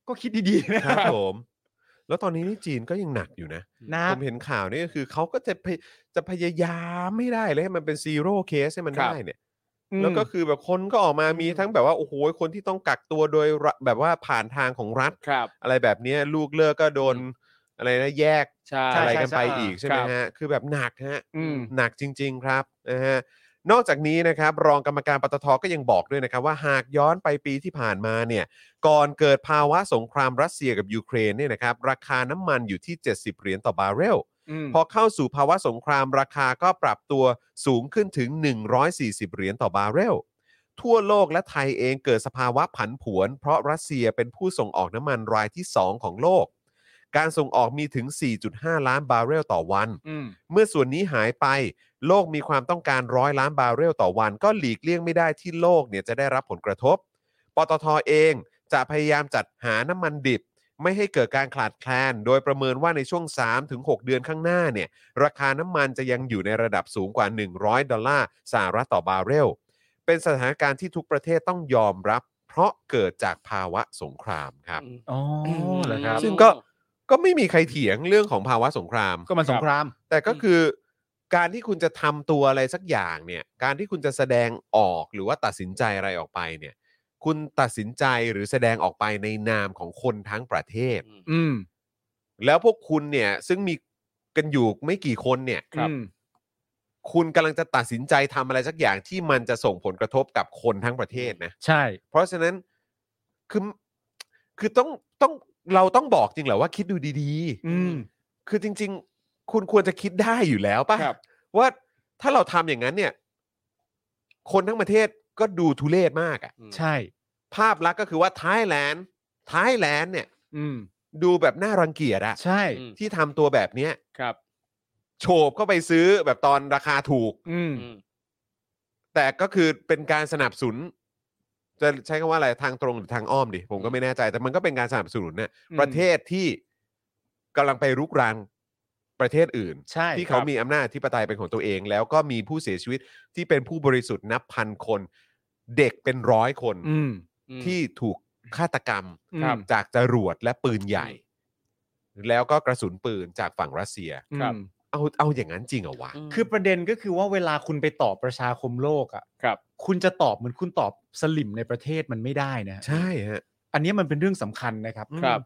Speaker 3: ก็คิดดีๆนะครับ
Speaker 2: ผม แล้วตอนนี้นี่จีนก็ยังหนักอยู่นะ
Speaker 3: นะ
Speaker 2: ผมเห็นข่าวนี่ก็คือเขาก็จะพยจะพยายามไม่ได้เลยให้มันเป็นซีโร่เคสให้มัน
Speaker 4: ครับ
Speaker 2: ได้เนี่ย
Speaker 3: อืม
Speaker 2: แล้วก็คือแบบคนก็ออกมามีทั้งแบบว่า โอ้โหคนที่ต้องกักตัวโดยรัฐแบบว่าผ่านทางของรัฐ
Speaker 4: ครับ
Speaker 2: อะไรแบบเนี้ยลูกเลิกก็โดนอะไรนะแยก
Speaker 4: ใช่
Speaker 2: อะไร
Speaker 3: ใช่
Speaker 2: กันไปอีกใช่ไหม
Speaker 4: ครับ
Speaker 2: ฮะ คือแบบหนักฮะ
Speaker 3: อืม
Speaker 2: หนักจริง ๆ ครับนะฮะนอกจากนี้นะครับ รองกรรมการปตทก็ยังบอกด้วยนะครับ ว่าหากย้อนไปปีที่ผ่านมาเนี่ย ก่อนเกิดภาวะสงครามรัสเซียกับยูเครนเนี่ยนะครับ ราคาน้ำมันอยู่ที่ 70 เหรียญต่อบาร์เรล
Speaker 3: อืม
Speaker 2: พอเข้าสู่ภาวะสงครามราคาก็ปรับตัวสูงขึ้นถึง 140 เหรียญต่อบาร์เรล ทั่วโลกและไทยเองเกิดสภาวะผันผวน เพราะรัสเซียเป็นผู้ส่งออกน้ำมันรายที่ 2 ของโลก การส่งออกมีถึง 4.5 ล้านบาร์เรลต่อวัน
Speaker 3: อืม
Speaker 2: เมื่อส่วนนี้หายไป โลกมีความต้องการร้อยล้านบาร์เรลต่อวัน ก็หลีกเลี่ยงไม่ได้ที่โลกเนี่ยจะได้รับผลกระทบ ปตทเองจะพยายามจัดหาน้ำมันดิบ ไม่ให้เกิดการขาดแคลน โดยประเมินว่าในช่วง 3-6 เดือนข้างหน้าเนี่ย ราคาน้ำมันจะยังอยู่ในระดับสูงกว่า 100 ดอลลาร์สหรัฐต่อบาร์เรล เป็นสถานการณ์ที่ทุกประเทศต้องยอมรับ เพราะเกิดจากภาวะสงครามครับ
Speaker 4: อืม
Speaker 3: อ๋อเหรอครับ
Speaker 4: ม
Speaker 2: ซึ่งก็ก็ไม่มีใครเถียงเรื่องของภาวะสงคราม
Speaker 3: ก็มันสงคราม
Speaker 2: แต่ก็คือการที่คุณจะทำตัวอะไรสักอย่างเนี่ย การที่คุณจะแสดงออกหรือว่าตัดสินใจอะไรออกไปเนี่ย คุณตัดสินใจหรือแสดงออกไปในนามของคนทั้งประเทศ
Speaker 4: อืม
Speaker 3: อืม
Speaker 2: แล้วพวกคุณเนี่ยซึ่งมีกันอยู่ไม่กี่คนเนี่ย
Speaker 3: อืม
Speaker 2: คุณกำลังจะตัดสินใจทำอะไรสักอย่างที่มันจะส่งผลกระทบกับคนทั้งประเทศนะ
Speaker 3: ใช่
Speaker 2: เพราะฉะนั้นคือคือต้องต้องเราต้องบอกจริงเหรอว่าคิดดูดีๆ
Speaker 3: อืม
Speaker 2: คือจริง ๆ คุณควรจะคิดได้อยู่แล้วป่ะ
Speaker 4: ครับ
Speaker 2: ว่าถ้าเราทำอย่างนั้นเนี่ย คนทั้งประเทศก็ดูทุเรศมากอะ
Speaker 3: ใช่
Speaker 2: ภาพลักษณ์ก็คือว่าท้ายแลนด์ท้ายแลนด์เนี่ย
Speaker 3: อืม
Speaker 2: ดูแบบน่ารังเกียจอะ
Speaker 3: ใช่
Speaker 4: อืม
Speaker 2: ที่ทำตัวแบบเนี้ย
Speaker 4: ครับ
Speaker 2: โฉบเข้าไปซื้อแบบตอนราคาถูก
Speaker 3: อืม
Speaker 4: อืม
Speaker 2: แต่ก็คือเป็นการสนับสนุน จะใช้คำว่าอะไรทางตรงหรือทางอ้อมดิผมก็ไม่แน่ใจ แต่มันก็เป็นการสนับสนุนเนี่ย
Speaker 3: อืม
Speaker 2: ประเทศที่กำลังไปรุกรานประเทศอื่น
Speaker 3: ใช่
Speaker 2: ที่เขา
Speaker 3: ครับ
Speaker 2: มีอำนาจอธิปไตยเป็นของตัวเอง แล้วก็มีผู้เสียชีวิตที่เป็นผู้บริสุทธิ์นับพันคน เด็กเป็นร้อยคน
Speaker 3: อืม
Speaker 2: ที่ถูกฆาตกรรม
Speaker 3: ครับ
Speaker 2: จากจรวดและปืนใหญ่ แล้วก็กระสุนปืนจากฝั่งรัสเซีย
Speaker 4: ครับ
Speaker 3: อืม
Speaker 2: เอาเอาอย่างนั้นจริงเหรอวะ
Speaker 4: ม
Speaker 3: คือประเด็นก็คือว่าเวลาคุณไปตอบประชาคมโลกอ่ะ
Speaker 4: ครับ
Speaker 3: คุณจะตอบเหมือนคุณตอบสลิมในประเทศมันไม่ได้นะฮะ
Speaker 2: ใช่ฮะ
Speaker 3: อันนี้มันเป็นเรื่องสำคัญนะครับ
Speaker 2: ครับ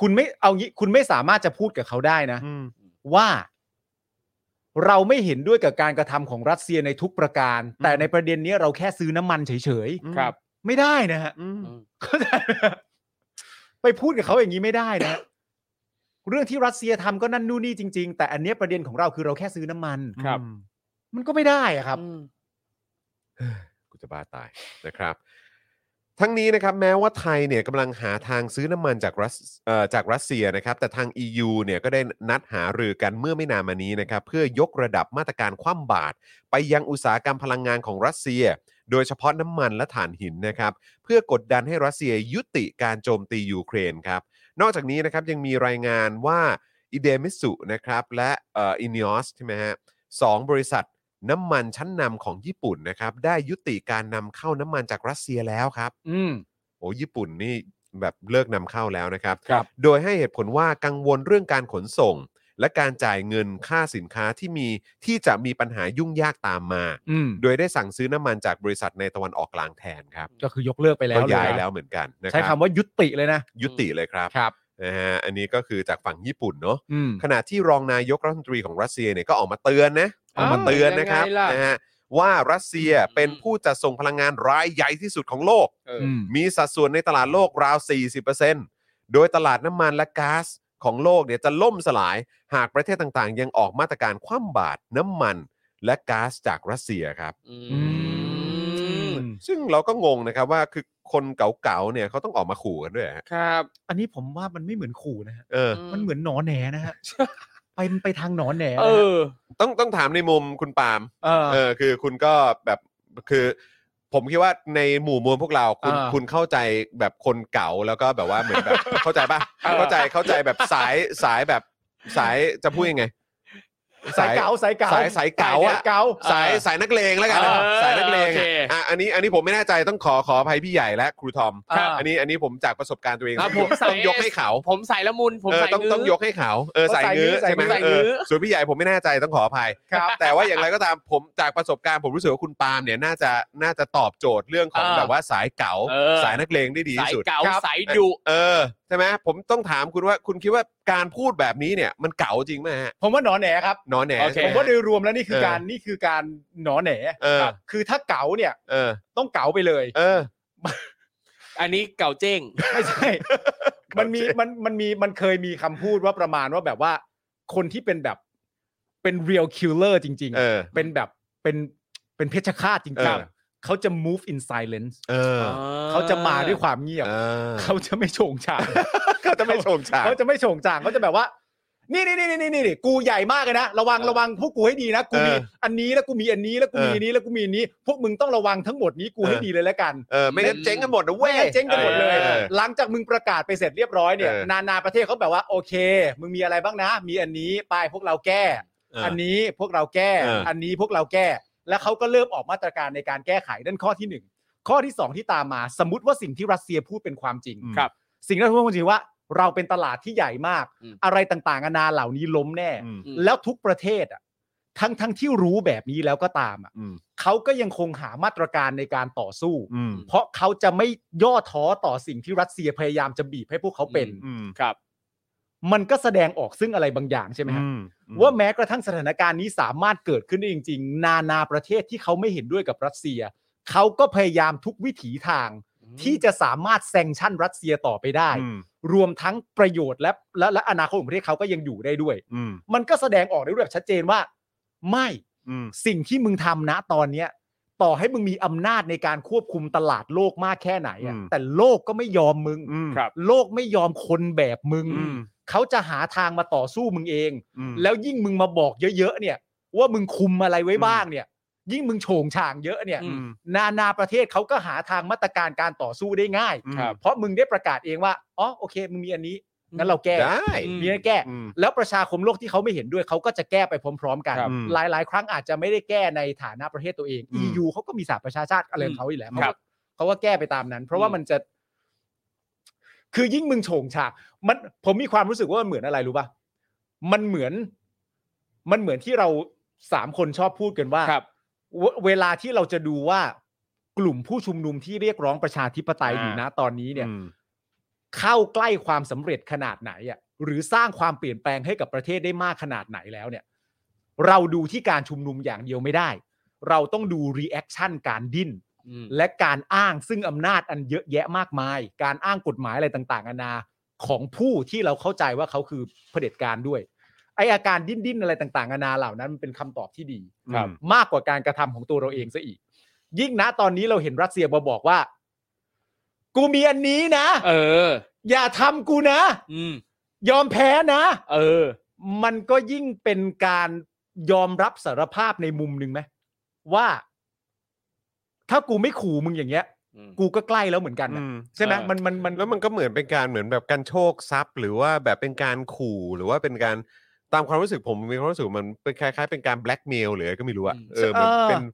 Speaker 3: คุณไม่เอางี้คุณไม่สามารถจะพูดกับเขาได้นะ
Speaker 2: อืม
Speaker 3: ว่า เราไม่เห็นด้วยกับการกระทำของรัสเซียในทุกประการ
Speaker 2: อืม
Speaker 3: แต่ในประเด็นนี้เราแค่ซื้อน้ำมันเฉย
Speaker 4: ครับ
Speaker 3: ๆไม่ได้นะฮะ
Speaker 2: อืม
Speaker 4: อืม
Speaker 3: เข้าใจไหมฮะไปพูดกับเขาอย่างนี้ไม่ได้ นะฮะเรื่องที่รัสเซียทำก็นั่นนู่นนี่จริง ๆ แต่อันเนี้ยประเด็นของเราคือเราแค่ซื้อน้ำมัน
Speaker 4: ครับ
Speaker 3: มันก็ไม่ได้อะครับ
Speaker 4: อืม
Speaker 2: กูจะบ้าตายนะครับ ทั้งนี้นะครับแม้ว่าไทยเนี่ยกำลังหาทางซื้อน้ำมันจากรัสเอ่อจากรัสเซียนะครับ แต่ทาง EU เนี่ยก็ได้นัดหารือกันเมื่อไม่นานมานี้นะครับ เพื่อยกระดับมาตรการคว่ำบาตรไปยังอุตสาหกรรมพลังงานของรัสเซีย โดยเฉพาะน้ำมันและถ่านหินนะครับ เพื่อกดดันให้รัสเซียยุติการโจมตียูเครนครับ นอกจากนี้นะครับยังมีรายงานว่าอิเดมิสุนะครับและเอินิออสใช่ไหมฮะสองบริษัทน้ำมันชั้นนำของญี่ปุ่นนะครับได้ยุติการนำเข้าน้ำมันจากรัสเซียแล้วครับ
Speaker 3: อืม
Speaker 2: โอ้ญี่ปุ่นนี่แบบเลิกนำเข้าแล้วนะครับ
Speaker 3: ครับ
Speaker 2: โดยให้เหตุผลว่ากังวลเรื่องการขนส่ง และการจ่ายเงินค่าสินค้าที่มีที่จะมีปัญหายุ่งยากตามมา
Speaker 3: อืม
Speaker 2: โดยได้สั่งซื้อน้ำมันจากบริษัทในตะวันออกกลางแทนครับ
Speaker 3: ก็คือยกเลิกไปแล้
Speaker 2: ก็
Speaker 3: วเล
Speaker 2: ย้าย
Speaker 3: นะ
Speaker 2: แล้วเหมือนกันนะค
Speaker 3: ใช้
Speaker 2: รับ
Speaker 3: คำว่ายุติเลยนะ
Speaker 2: ยุติเลยครับ
Speaker 3: ครับ
Speaker 2: นะฮะอันนี้ก็คือจากฝั่งญี่ปุ่นเนาะ
Speaker 3: อืม
Speaker 2: ขณะที่รองนายกรัฐมนตรีของรัสเซียเนี่ยก็ออกมาเตือนนะอ
Speaker 4: อ้า
Speaker 2: อ
Speaker 4: ว
Speaker 2: กมาเตือนนะครับ
Speaker 4: ยังไงล่ะ
Speaker 2: นะฮะว่ารัสเซีย
Speaker 4: อืม
Speaker 2: เป็นผู้จัดส่งพลังงานรายใหญ่ที่สุดของโลก
Speaker 4: เออ
Speaker 3: ม
Speaker 2: มีสัดส่วนในตลาดโลกราว 40%โดยตลาดน้ำมันและก๊าซของโลกเนี่ยจะล่มสลาย หากประเทศต่างๆ ยังออกมาตรการคว่ำบาตรน้ำมันและก๊าซจากรัสเซียครับ
Speaker 4: อื
Speaker 3: อื
Speaker 4: ม
Speaker 3: ม
Speaker 2: ซึ่งเราก็งงนะครับว่าคือคนเก่าๆเนี่ยเขาต้องออกมาขู่กันด้วยฮะ
Speaker 4: ครับ
Speaker 3: อันนี้ผมว่ามันไม่เหมือนขู่นะฮะ
Speaker 2: เออ
Speaker 3: มันเหมือนหนอแหนนะฮะไปไปทางหนอแหนนะ
Speaker 4: เอ
Speaker 3: ฮะ
Speaker 4: อ
Speaker 2: ต้องต้องถามในมุมคุณปาล์ม
Speaker 3: เออ
Speaker 2: เออคือคุณก็แบบคือ ผมคิดว่าในหมู่มวลพวกเราคุณ
Speaker 3: อ่า
Speaker 2: คุณเข้าใจแบบคนเก่าแล้วก็แบบว่าเหมือนแบบ เข้าใจป่ะ
Speaker 4: เออ
Speaker 2: เข้าใจเข้าใจแบบสายสายแบบสายจะพูดยังไง
Speaker 3: สายเก๋าสายเก๋า
Speaker 2: สายสายเก๋าอะ
Speaker 3: สยเก๋า
Speaker 2: สายสายนักเลงแล้วกัน
Speaker 4: เออ
Speaker 2: สายนักเลง
Speaker 4: โอเค
Speaker 2: อ่ะอันนี้อันนี้ผมไม่แน่ใจต้องขอขออภัยพี่ใหญ่และครูทอม
Speaker 3: ครับ
Speaker 2: อันนี้อันนี้ผมจากประสบการณ์ตัวเอง
Speaker 4: อ่ะ
Speaker 2: ต้อง
Speaker 4: ผมใส่
Speaker 2: ต้องยกให้เขา
Speaker 4: ผมใส่ละมุนผม
Speaker 2: เออ
Speaker 4: ใส่
Speaker 2: ต้อง
Speaker 4: เนื้อ
Speaker 2: ต้องยกให้เขาเออ
Speaker 3: เพราะ
Speaker 2: สายเงื้อ
Speaker 3: สาย
Speaker 2: ใช่ไหม
Speaker 3: เงื้อ
Speaker 2: เออ
Speaker 4: สายเงื้อ
Speaker 2: ส่วนพี่ใหญ่ผมไม่แน่ใจต้องขออภัย
Speaker 3: ครับ
Speaker 2: แต่ว่าอย่างไรก็ตามผมจากประสบการณ์ผมรู้สึกว่าคุณปาล์มเนี่ยน่าจะน่าจะตอบโจทย์เรื่องของ
Speaker 4: เออ
Speaker 2: แบบว่าสายเก๋า
Speaker 4: เออ
Speaker 2: สายนักเลงได้ดี
Speaker 4: สาย
Speaker 2: ที่สุด
Speaker 4: เก่า
Speaker 3: ครับ
Speaker 4: สายดุ
Speaker 2: เออใช่ไหมผมต้องถามคุณว่าคุณคิดว่าการพูดแบบนี้เนี่ยมันเก๋าจริงไหมฮะ
Speaker 3: ผมว่าหนอแหนครับ
Speaker 2: หนอนแหนใช่
Speaker 3: ผ
Speaker 2: ไห
Speaker 3: ม
Speaker 2: ม
Speaker 3: ว่า
Speaker 2: ฮะ
Speaker 3: โดยรวมแล้วนี่คือ
Speaker 2: เออ
Speaker 3: การนี่คือการหนอแหน
Speaker 2: เออ
Speaker 3: ครับคือถ้าเก๋าเนี่ย
Speaker 2: เออ
Speaker 3: ต้องเก๋าไปเลย
Speaker 2: เออ
Speaker 4: อันนี้เก่าเจ้ง
Speaker 3: ไม่ใช่ มันมีมันมันมีมันเคยมีคำพูดว่าประมาณว่าแบบว่า คนที่เป็นแบบเป็น real killer จริง
Speaker 2: เออ
Speaker 3: ๆ เป็นแบบเป็นเป็นเพชฌฆาตจริง
Speaker 2: เออ
Speaker 3: ๆ เขาจะ move in silence
Speaker 2: เออ
Speaker 3: เขาจะมาด้วยความเงียบ
Speaker 2: เออ
Speaker 3: เขาจะไม่โฉงฉาง
Speaker 2: เขาจะไม่ชมฉาก
Speaker 3: เขาจะไม่โฉงฉางเขาจะแบบว่า นี่นี่นี่นี่นี่นี่กูใหญ่มากเลยนะ ระวัง
Speaker 2: เออ
Speaker 3: ระวังพวกกูให้ดีนะ กูมี
Speaker 2: เออ
Speaker 3: อันนี้แล้วกูมีอันนี้แล้วกูมี
Speaker 2: เออ
Speaker 3: อันนี้แล้วกูมีอันนี้ พวกมึงต้องระวังทั้งหมดนี้กู
Speaker 2: เออ
Speaker 3: ให้ดีเลยแล้วกัน
Speaker 2: เออไม่งั้นเจ๊งกันหมดนะเว้
Speaker 3: เว้
Speaker 2: ย
Speaker 3: ยเจ๊งกันหมดเลย
Speaker 2: เออ
Speaker 3: หลังจากมึงประกาศไปเสร็จเรียบร้อยเนี่ย
Speaker 2: เออ
Speaker 3: นานาประเทศเขาแบบว่าโอเค มึงมีอะไรบ้างนะ มีอันนี้ไปพวกเราแก้
Speaker 2: เออ
Speaker 3: อันนี้พวกเราแก้
Speaker 2: เอออั
Speaker 3: อันนี้พวกเราแก้ แล้วเขาก็เริ่มออกมาตรการในการแก้ไขนั่นข้อที่หนึ่งข้อที่สองที่ตามมา สมมติว่าสิ่งที่รัสเซียพูดเป็นความจริง
Speaker 4: ครับ
Speaker 3: สิ่งที่เราพูดความจริงว่า เราเป็นตลาดที่ใหญ่มาก
Speaker 4: อืม
Speaker 3: อะไรต่างๆนานาเหล่านี้ล้มแน่
Speaker 2: อืม
Speaker 4: อืม
Speaker 3: แล้วทุกประเทศอ่ะทั้งทั้งที่รู้แบบนี้แล้วก็ตามอ่ะ
Speaker 2: อืม
Speaker 3: เขาก็ยังคงหามาตรการในการต่อสู้
Speaker 2: อืม
Speaker 3: เพราะเขาจะไม่ย่อท้อต่อสิ่งที่รัสเซียพยายามจะบีบให้พวกเขาเป็น
Speaker 2: อืม
Speaker 4: ครับ
Speaker 3: มันก็แสดงออกซึ่งอะไรบางอย่างใช่ไหมฮะ
Speaker 2: อืม
Speaker 3: ว่าแม้กระทั่งสถานการณ์นี้สามารถเกิดขึ้นได้จริง ๆ นานาประเทศที่เขาไม่เห็นด้วยกับรัสเซีย เขาก็พยายามทุกวิถีทาง ที่จะสามารถแซงชั่นรัสเซียต่อไปได้
Speaker 2: อืม
Speaker 3: รวมทั้งประโยชน์และและและอนาคตของประเทศเขาก็ยังอยู่ได้ด้วย
Speaker 2: อืม
Speaker 3: มันก็แสดงออกได้ด้วยแบบชัดเจนว่า ไม่
Speaker 2: อืม
Speaker 3: สิ่งที่มึงทำนะตอนเนี้ย ต่อให้มึงมีอำนาจในการควบคุมตลาดโลกมากแค่ไหนอะแต่โลกก็ไม่ยอมมึง
Speaker 2: อืม
Speaker 4: ครับ
Speaker 3: โลกไม่ยอมคนแบบมึง
Speaker 2: อืม
Speaker 3: เขาจะหาทางมาต่อสู้มึงเอง
Speaker 2: อืม
Speaker 3: แล้วยิ่งมึงมาบอกเยอะๆเนี่ย ว่ามึงคุมอะไรไว้บ้างเนี่ย ยิ่งมึงโฉงฉางเยอะเนี่ย
Speaker 4: อืม
Speaker 3: นานาประเทศเขาก็หาทางมาตรการการต่อสู้ได้ง่าย
Speaker 4: ครับ
Speaker 3: เพราะมึงได้ประกาศเองว่าอ๋อโอเค มึงมีอันนี้งั้นเราแก้
Speaker 2: ได้
Speaker 3: มีอันนนแก้
Speaker 2: อืม
Speaker 3: แล้วประชาคมโลกที่เขาไม่เห็นด้วยเขาก็จะแก้ไปพร้อม ๆ กัน
Speaker 4: ครับ
Speaker 3: หลาย ๆ ครั้งอาจจะไม่ได้แก้ในฐานะประเทศตัวเอง
Speaker 2: อืม
Speaker 3: EU เขาก็มีสหประชาชาติอะไรของเขาอยู่แล้ว
Speaker 4: ครั
Speaker 3: เขา
Speaker 4: บ
Speaker 3: ก็เขาก็แก้ไปตามนั้น เพราะว่ามันจะ คือยิ่งมึงโฉงฉากมันผมมีความรู้สึกว่ามันเหมือนอะไรรู้ป่ะมันเหมือน มันเหมือนที่เราสามคนชอบพูดกันว่า
Speaker 4: ครับ
Speaker 3: เวเวลาที่เราจะดูว่ากลุ่มผู้ชุมนุมที่เรียกร้องประชาธิปไตยอยู่
Speaker 4: อ่า
Speaker 3: นะตอนนี้เนี่ย
Speaker 2: อืม
Speaker 3: เข้าใกล้ความสำเร็จขนาดไหนอ่ะหรือสร้างความเปลี่ยนแปลงให้กับประเทศได้มากขนาดไหนแล้วเนี่ย เราดูที่การชุมนุมอย่างเดียวไม่ได้ เราต้องดูรีแอคชั่นการดิ้น
Speaker 4: อืม
Speaker 3: และการอ้างซึ่งอำนาจอันเยอะแยะมากมาย การอ้างกฎหมายอะไรต่างๆนานาของผู้ที่เราเข้าใจว่าเขาคือเผด็จการด้วย ไออาการดิ้นดิ้นๆอะไรต่างๆนานาเหล่านั้นมันเป็นคำตอบที่ดี
Speaker 2: ครับ
Speaker 3: มากกว่าการกระทำของตัวเราเองซะอีก ยิ่งนะตอนนี้เราเห็นรัสเซียมาบอกว่า กูมีอันนี้นะ
Speaker 4: เออ
Speaker 3: อย่าทำกูนะ
Speaker 4: อืม
Speaker 3: ยอมแพ้นะ
Speaker 4: เออ
Speaker 3: มันก็ยิ่งเป็นการยอมรับสารภาพในมุมหนึ่งไหมว่า ถ้ากูไม่ขู่มึงอย่างเงี้ย กูก็ใกล้แล้วเหมือนกันน่ะ
Speaker 2: อืม
Speaker 3: ใช่ไหม
Speaker 4: เออ
Speaker 3: มันมันมัน
Speaker 2: แล้วมันก็เหมือนเป็นการเหมือนแบบการโชคทรัพย์ หรือว่าแบบเป็นการขู่หรือว่าเป็นการตามความรู้สึกผมมีความรู้สึกมันเป็นคล้ายๆ เป็นการแบล็กเมลหรืออะไรก็ไม่รู้อะเออเหมือนเป็น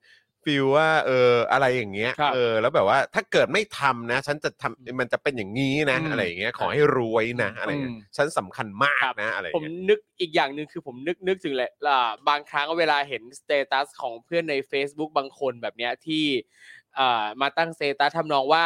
Speaker 2: ฟีลว่าเอออะไรอย่างเงี้ย
Speaker 4: ครับ
Speaker 2: เออแล้วแบบว่าถ้าเกิดไม่ทำนะ ฉันจะทำมันจะเป็นอย่างนี้นะ
Speaker 4: อืม
Speaker 2: อะไรอย่างเงี้ยขอให้รวยนะอะไรอย่างเงี้ย
Speaker 4: อืม
Speaker 2: ฉันสำคัญมาก
Speaker 4: ครับ
Speaker 2: นะอะไรอย่า
Speaker 4: ผ
Speaker 2: ง
Speaker 4: ม
Speaker 2: เงี้ย
Speaker 4: นึกอีกอย่างหนึ่งคือผมนึกนึกถึงแหละอ่าบางครั้งเวลาเห็นสเตตัสของเพื่อนใน Facebook บางคนแบบเนี้ยที่อ่ามาตั้งสเตตัสทำนองว่า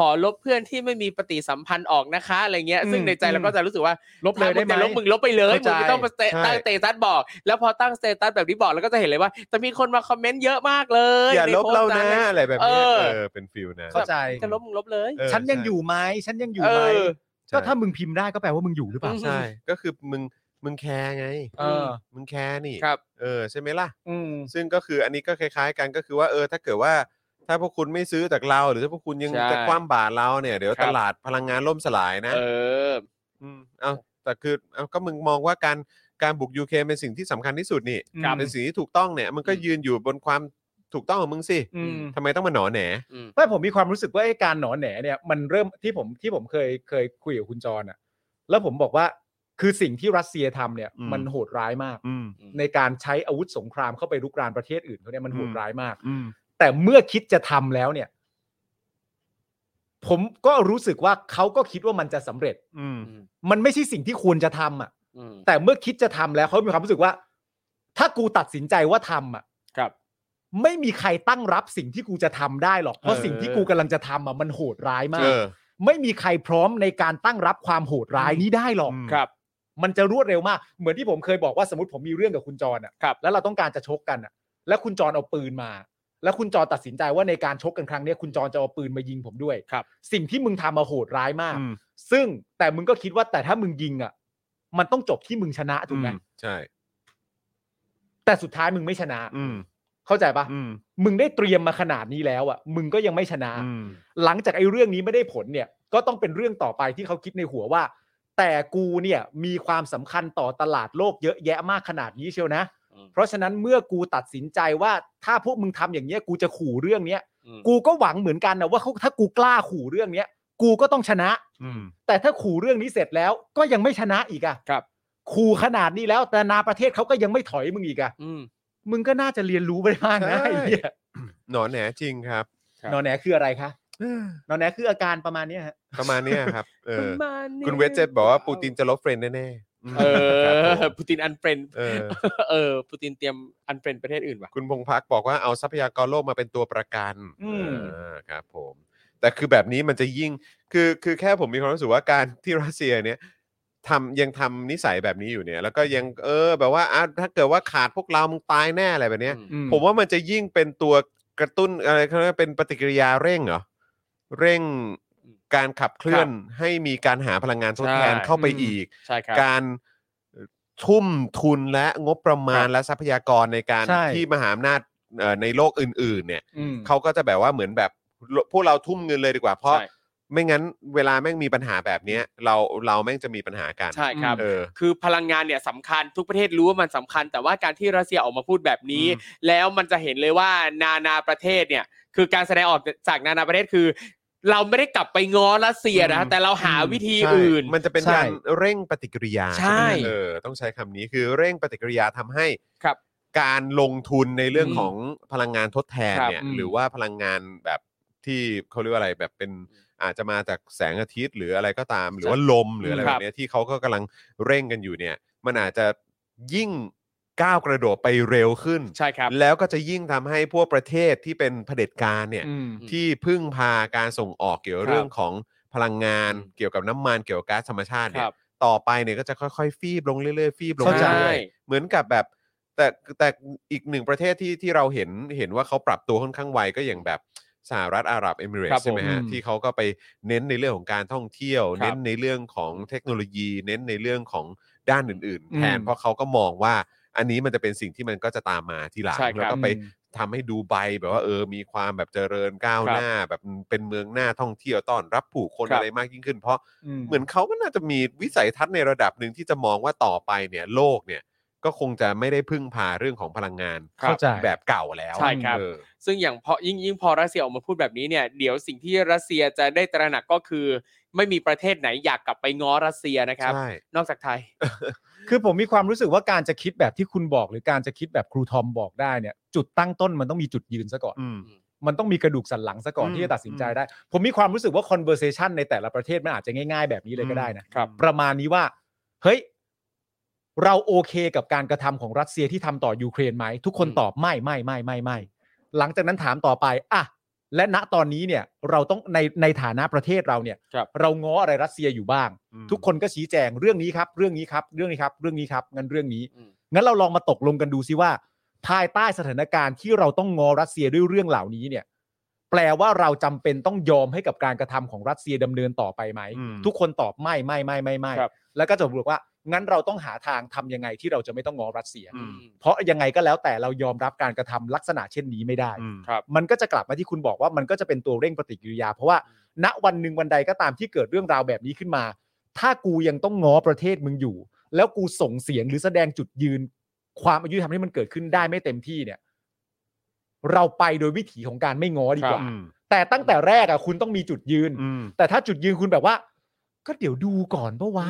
Speaker 4: ขอลบเพื่อนที่ไม่มีปฏิสัมพันธ์ออกนะคะอะไรเงี้ยซึ่งในใจเราก็จะรู้สึกว่า
Speaker 3: ลบเลยได้ไหม
Speaker 4: ถ้ามึงจะลบมึงลบไปเลย
Speaker 3: เข้า
Speaker 4: มึ
Speaker 3: ใจ
Speaker 4: งไม่ต้องมาสเตตั้งสเตตัสบอก แล้วพอตั้งสเตตัสแบบนี้บอกแล้วก็จะเห็นเลยว่า จะมีคนมาคอมเมนต์เยอะมากเลย
Speaker 2: อย่า
Speaker 4: ใน
Speaker 2: ลบ
Speaker 4: โพสต์
Speaker 2: เรา
Speaker 4: นั้
Speaker 2: นะ
Speaker 4: น
Speaker 2: อะไรแบบเนี้ย
Speaker 4: เออ
Speaker 2: เออเป็นฟิลนะ
Speaker 3: เข้าใจ
Speaker 4: จะลบมึงลบเลย
Speaker 2: เออ
Speaker 3: ฉันยัง
Speaker 2: ใช่
Speaker 3: อยู่ไหมฉันยังอยู่
Speaker 4: เอ
Speaker 3: ไหม
Speaker 4: อ
Speaker 3: ก็ถ้ามึงพิมพ์ได้ก็แปลว่ามึงอยู่หรือเปล่า
Speaker 2: ใช่ก็คือมึงมึงแคร์ไง
Speaker 3: เออ
Speaker 2: มึงแคร์นี่
Speaker 4: ครับ
Speaker 2: เออใช่ไหมล่ะ
Speaker 3: อืม
Speaker 2: ซึ่งก็คืออันนี้ก็คล้ายๆกันก็คือว่าเออถ้าเกิดว่า ถ้าพวกคุณไม่ซื้อจากเรา หรือถ้าพวกคุณยัง
Speaker 4: ใช่
Speaker 2: จะคว่ำบาตรเราเนี่ยเดี๋ยว
Speaker 4: ค
Speaker 2: ต
Speaker 4: รับ
Speaker 2: ลาดพลังงานล่มสลายนะ
Speaker 4: เออ
Speaker 2: มเอาแต่คือเอาก็มึงมองว่าการการบุกยูเคเป็นสิ่งที่สำคัญที่สุดนี่
Speaker 4: ครับ
Speaker 2: เป็นสิ่งที่ถูกต้องเนี่ยมันก็ยืนอยู่บนความถูกต้องของมึงสิ
Speaker 3: อืม
Speaker 2: ทำไมต้องมาหนอแหน
Speaker 4: อืม
Speaker 3: ไม่ผมมีความรู้สึกว่าไอ้การหนอนแหนเนี่ยมันเริ่มที่ผมที่ผมเคยเคยคุยกับคุณจรอ่ะ แล้วผมบอกว่าคือสิ่งที่รัสเซียทำเนี่ย
Speaker 2: อืม
Speaker 3: มันโหดร้ายมาก
Speaker 2: อืม
Speaker 4: อืม
Speaker 3: ในการใช้อาวุธสงครามเข้าไปรุกรานประเทศอื่นเขาเนี่ยมันโหด
Speaker 2: อืม
Speaker 3: ร้ายมาก
Speaker 2: อืม
Speaker 3: แต่เมื่อคิดจะทำแล้วเนี่ย ผมก็รู้สึกว่าเขาก็คิดว่ามันจะสำเร็จ
Speaker 2: อืม
Speaker 3: มันไม่ใช่สิ่งที่ควรจะทำอ่ะ
Speaker 4: อืม
Speaker 3: แต่เมื่อคิดจะทำแล้วเขามีความรู้สึกว่า ถ้ากูตัดสินใจว่าทำอ่ะ
Speaker 4: ครับ
Speaker 3: ไม่มีใครตั้งรับสิ่งที่กูจะทำได้หรอกเพราะสิ่งที่กูกำลังจะทำอ่ะมันโหดร้ายมา
Speaker 2: เอก อ
Speaker 3: ไม่มีใครพร้อมในการตั้งรับความโหดร้ายนี้ได้หรอก
Speaker 2: อืม
Speaker 4: ครับ
Speaker 3: มันจะรวดเร็วมาก เหมือนที่ผมเคยบอกว่าสมมติผมมีเรื่องกับคุณจรอ่ะ
Speaker 4: ครับ
Speaker 3: แล้วเราต้องการจะชกกันอ่ะ แล้วคุณจรเอาปืนมา แล้วคุณจรตัดสินใจว่าในการชกกันครั้งเนี้ยคุณจรจะเอาปืนมายิงผมด้วย
Speaker 4: ครับ
Speaker 3: สิ่งที่มึงทำมาโหดร้ายมาก
Speaker 2: อืม
Speaker 3: ซึ่งแต่มึงก็คิดว่าแต่ถ้ามึงยิงอ่ะ มันต้องจบที่มึงชนะถูกไหม
Speaker 2: อืมใช่
Speaker 3: แต่สุดท้ายมึงไม่ชนะ
Speaker 2: อืม
Speaker 3: เข้าใจปะ
Speaker 2: อืม
Speaker 3: มึงได้เตรียมมาขนาดนี้แล้วอ่ะ มึงก็ยังไม่ชนะ
Speaker 2: อืม
Speaker 3: หลังจากไอ้เรื่องนี้ไม่ได้ผลเนี่ย ก็ต้องเป็นเรื่องต่อไปที่เขาคิดในหัวว่า แต่กูเนี่ยมีความสำคัญต่อตลาดโลกเยอะแยะมากขนาดนี้เชียวนะ
Speaker 4: อืม
Speaker 3: เพราะฉะนั้นเมื่อกูตัดสินใจว่าถ้าพวกมึงทำอย่างเนี้ยกูจะขู่เรื่องเนี้ย
Speaker 4: อืม
Speaker 3: กูก็หวังเหมือนกันนะว่าเขาถ้ากูกล้าขู่เรื่องเนี้ยกูก็ต้องชนะ
Speaker 2: อืม
Speaker 3: แต่ถ้าขู่เรื่องนี้เสร็จแล้วก็ยังไม่ชนะอีกอะ
Speaker 4: ครับ
Speaker 3: ขู่ขนาดนี้แล้วแต่นาประเทศเขาก็ยังไม่ถอยมึงอีกอะ
Speaker 4: อืม
Speaker 3: มึงก็น่าจะเรียนรู้ไปบ้างนะ
Speaker 2: ใช่
Speaker 3: ไอ้เหี้ย
Speaker 2: หนอแหนจริงครับ
Speaker 4: ครับ
Speaker 3: นอนแหนคืออะไรคะนอนแหนคืออาการประมาณเนี้ยฮะ
Speaker 2: ประมาณเนี้ยครับ เออ
Speaker 4: ประมาณนี้
Speaker 2: คุณเวจเจตบอกว่าปูตินจะลบเฟรนด์แน่ๆม
Speaker 4: เอ
Speaker 2: ครับผ
Speaker 4: อ
Speaker 2: ม
Speaker 4: ปูตินอันเฟรน
Speaker 2: เออ
Speaker 4: เออปูตินเตรียมอันเฟรนประเทศอื่นว่ะ
Speaker 2: คุณพงพักบอกว่าเอาทรัพยากรโลกมาเป็นตัวประกัน
Speaker 3: อืม
Speaker 2: เออครับผม แต่คือแบบนี้มันจะยิ่ง คือคือแค่ผมมีความรู้สึกว่าการที่รัสเซียเนี่ยทำยังทำนิสัยแบบนี้อยู่เนี่ย แล้วก็ยังเออแบบว่าอ่ะถ้าเกิดว่าขาดพวกเรามึงตายแน่อะไรแบบเนี้ย
Speaker 3: อื
Speaker 2: ผมว่ามันจะยิ่งเป็นตัวกระตุ้นอะไรเขาเรียกว่าเป็นปฏิกิริยาเร่งเหรอเร่งการขับเคลื่อนให้มีการหาพลังงานทดแทน
Speaker 4: ใช่
Speaker 2: เข้าไป
Speaker 3: อืม
Speaker 2: อีก
Speaker 4: ใช่ครับ
Speaker 2: การทุ่มทุนและงบประมาณ
Speaker 4: ครับ
Speaker 2: และทรัพยากรในการ
Speaker 3: ใช่
Speaker 2: ที่มหาอำนาจเอ่อในโลกอื่น ๆ เนี่ย
Speaker 3: อืม
Speaker 2: เขาก็จะแบบว่าเหมือนแบบพวกเราทุ่มเงินเลยดีกว่า เพราะ
Speaker 4: ใช่
Speaker 2: ไม่งั้นเวลาแม่งมีปัญหาแบบเนี้ยเราเราแม่งจะมีปัญหากัน
Speaker 4: ใช่ครับ
Speaker 2: เออ
Speaker 4: คือพลังงานเนี่ยสำคัญทุกประเทศรู้ว่ามันสำคัญ แต่ว่าการที่รัสเซียออกมาพูดแบบนี้
Speaker 2: อืม
Speaker 4: แล้วมันจะเห็นเลยว่านานาประเทศเนี่ย คือการแสดงออกจากนานาประเทศคือ เราไม่ได้กลับไปง้อรัสเซียนะแต่เราหาวิธี
Speaker 2: ใช่
Speaker 4: อื่น
Speaker 2: มันจะเป็น
Speaker 3: ใช่
Speaker 2: การเร่งปฏิกิริยา
Speaker 4: ใช่
Speaker 2: ไหมเออต้องใช้คำนี้คือเร่งปฏิกิริยาทำให้
Speaker 4: ครับ
Speaker 2: การลงทุนในเรื่อง
Speaker 4: อืม
Speaker 2: ของพลังงานทดแทน
Speaker 4: ครับ
Speaker 2: เนี่ย
Speaker 3: อืม
Speaker 2: หรือว่าพลังงานแบบที่เขาเรียกว่าอะไรแบบเป็นอาจจะมาจากแสงอาทิตย์หรืออะไรก็ตาม หรือว่าลมหรืออะไร
Speaker 4: ค
Speaker 2: แบ
Speaker 4: รั
Speaker 2: บบ เนี้ยที่เขาก็กำลังเร่งกันอยู่เนี่ย มันอาจจะยิ่งก้าวกระโดดไปเร็วขึ้น
Speaker 4: ใช่ครับ
Speaker 2: แล้วก็จะยิ่งทำให้พวกประเทศที่เป็นเผด็จการเนี่ย
Speaker 3: อืม
Speaker 2: ที่พึ่งพาการส่งออกเกี่ยวกับ
Speaker 4: ครับ
Speaker 2: เรื่องของพลังงาน
Speaker 4: อืม
Speaker 2: เกี่ยวกับน้ำมันเกี่ยวกับก๊าซธรรมชาติเนี่
Speaker 4: ค
Speaker 2: ย
Speaker 4: รับ
Speaker 2: ต่อไปเนี่ยก็จะค่อยๆ ฟีบลงเรื่อยๆ ฟีบลง
Speaker 3: เข้าใจ
Speaker 2: เรื่อยๆเหมือนกับแบบ แต่แต่อีกหนึ่งประเทศที่ที่เราเห็นเห็นว่าเขาปรับตัวค่อนข้างไวก็อย่างแบบสหรัฐอาหรับเอมิเรต
Speaker 4: ครั
Speaker 2: ส์
Speaker 4: บ
Speaker 2: ใช่ไหมฮะ
Speaker 3: ผม
Speaker 2: ที่เขาก็ไปเน้นในเรื่องของการท่องเที่ยว
Speaker 4: ครับ
Speaker 2: เน้นในเรื่องของเทคโนโลยี เน้นในเรื่องของด้านอื่นๆ
Speaker 3: อืม
Speaker 2: แทนเพราะเขาก็มองว่า อันนี้มันจะเป็นสิ่งที่มันก็จะตามมาทีหลัง
Speaker 4: ใช่ครับ
Speaker 2: แล้วก็ไป
Speaker 3: อืม
Speaker 2: ทำให้ดูไบแบบว่าเออมีความแบบเจริญก้าวหน้า แบบเป็นเมืองหน้าท่องเที่ยวต้อนรับผู้คน
Speaker 4: ครับ
Speaker 2: อะไรมากยิ่งขึ้น เพราะ
Speaker 3: ม
Speaker 2: เหมือนเขาก็น่าจะมีวิสัยทัศน์ในระดับหนึ่งที่จะมองว่าต่อไปเนี่ยโลกเนี่ยก็คงจะไม่ได้พึ่งพาเรื่องของพลังงาน
Speaker 4: ครับเข้าใจ
Speaker 2: แบบเก่าแล้ว
Speaker 4: ใช่ครับ
Speaker 2: เออ
Speaker 4: ซึ่งอย่างพอยิ่งยิ่งพอรัสเซียออกมาพูดแบบนี้เนี่ยเดี๋ยวสิ่งที่รัสเซียจะได้ตระหนักก็คือ ไม่มีประเทศไหนอยากกลับไปง้อรัสเซียนะครับ
Speaker 2: ใช่
Speaker 4: นอกจากไทย
Speaker 3: คือผมมีความรู้สึกว่าการจะคิดแบบที่คุณบอกหรือการจะคิดแบบครูทอมบอกได้เนี่ย จุดตั้งต้นมันต้องมีจุดยืนซะก่อน
Speaker 2: อืม
Speaker 3: มันต้องมีกระดูกสันหลังซะก่อน
Speaker 2: อืม
Speaker 3: ที่จะตัดสินใจได้ ผมมีความรู้สึกว่า conversation ในแต่ละประเทศมันอาจจะง่ายๆ แบบนี้เลยก็ได้นะครับ ประมาณนี้ว่า เฮ้ย เราโอเคกับการกระทำของรัสเซียที่ทำต่อยูเครนไหม ทุกคน
Speaker 4: อืม
Speaker 3: ตอบไม่ไม่ไม่ไม่ไม่หลังจากนั้นถามต่อไปอ่ะและณตอนนี้เนี่ย เราต้องในในฐานะประเทศเราเนี่ย
Speaker 4: ครับ
Speaker 3: เราง้ออะไรรัสเซียอยู่บ้าง
Speaker 2: อืม
Speaker 3: ทุกคนก็ชี้แจงเรื่องนี้ครับ เรื่องนี้ครับ เรื่องนี้ครับ เรื่องนี้ครับงั้นเรื่องนี้
Speaker 4: อืม
Speaker 3: งั้นเราลองมาตกลงกันดูซิว่า ภายใต้สถานการณ์ที่เราต้องงอรัสเซียด้วยเรื่องเหล่านี้เนี่ย แปลว่าเราจำเป็นต้องยอมให้กับการกระทำของรัสเซียดำเนินต่อไปไหม
Speaker 2: อืม
Speaker 3: ทุกคนตอบไม่ไม่ไม่ไม่ไม่
Speaker 4: ครับ
Speaker 3: แล้วก็จะบอกว่า งั้นเราต้องหาทางทำยังไงที่เราจะไม่ต้องงอรัสเซีย
Speaker 2: อืม
Speaker 3: เพราะยังไงก็แล้วแต่เรายอมรับการกระทำลักษณะเช่นนี้ไม่ได้
Speaker 2: อืม
Speaker 3: มันก็จะกลับมาที่คุณบอกว่ามันก็จะเป็นตัวเร่งปฏิกิริยา เพราะว่าณวันหนึ่งวันใดก็ตามที่เกิดเรื่องราวแบบนี้ขึ้นมา ถ้ากูยังต้องง้อประเทศมึงอยู่ แล้วกูส่งเสียงหรือแสดงจุดยืน ความอายุธรรมที่มันเกิดขึ้นได้ไม่เต็มที่เนี่ย เราไปโดยวิถีของการไม่ง้อดีกว่า
Speaker 2: อืม
Speaker 3: แต่ตั้งแต่แรกอะคุณต้องมีจุดยืน
Speaker 2: อืม
Speaker 3: แต่ถ้าจุดยืนคุณแบบว่า ก็เดี๋ยวดูก่อนปะวะ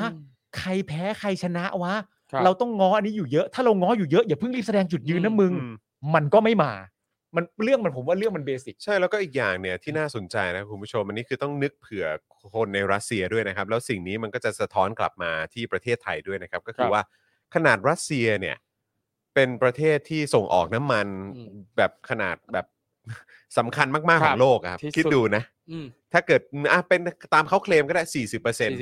Speaker 3: ใครแพ้ใครชนะวะ
Speaker 4: ครับ
Speaker 3: เราต้องง้ออันนี้อยู่เยอะ ถ้าเราง้ออยู่เยอะอย่าเพิ่งรีบแสดงจุดยืนนะมึง
Speaker 2: อืม
Speaker 3: มันก็ไม่มา มันเรื่องมันผมว่าเรื่องมันเบสิก
Speaker 2: ใช่แล้วก็อีกอย่างเนี่ยที่น่าสนใจนะคุณผู้ชมอันนี้คือต้องนึกเผื่อคนในรัสเซียด้วยนะครับ แล้วสิ่งนี้มันก็จะสะท้อนกลับมาที่ประเทศไทยด้วยนะครับ ก็คือ
Speaker 4: ครับ
Speaker 2: ว่าขนาดรัสเซียเนี่ยเป็นประเทศที่ส่งออกน้ำมัน
Speaker 4: อืม
Speaker 2: แบบขนาดแบบ สำคัญมาก ๆ
Speaker 4: ค
Speaker 2: ข
Speaker 4: รับ
Speaker 2: องโลกอะครับ
Speaker 4: ที่สุด
Speaker 2: คิดดูนะ
Speaker 4: อืม
Speaker 2: ถ้าเกิดอ่ะเป็นตามเขาเคลมก็ได้ 40%
Speaker 4: สี่สิบเปอร์เซ็นต์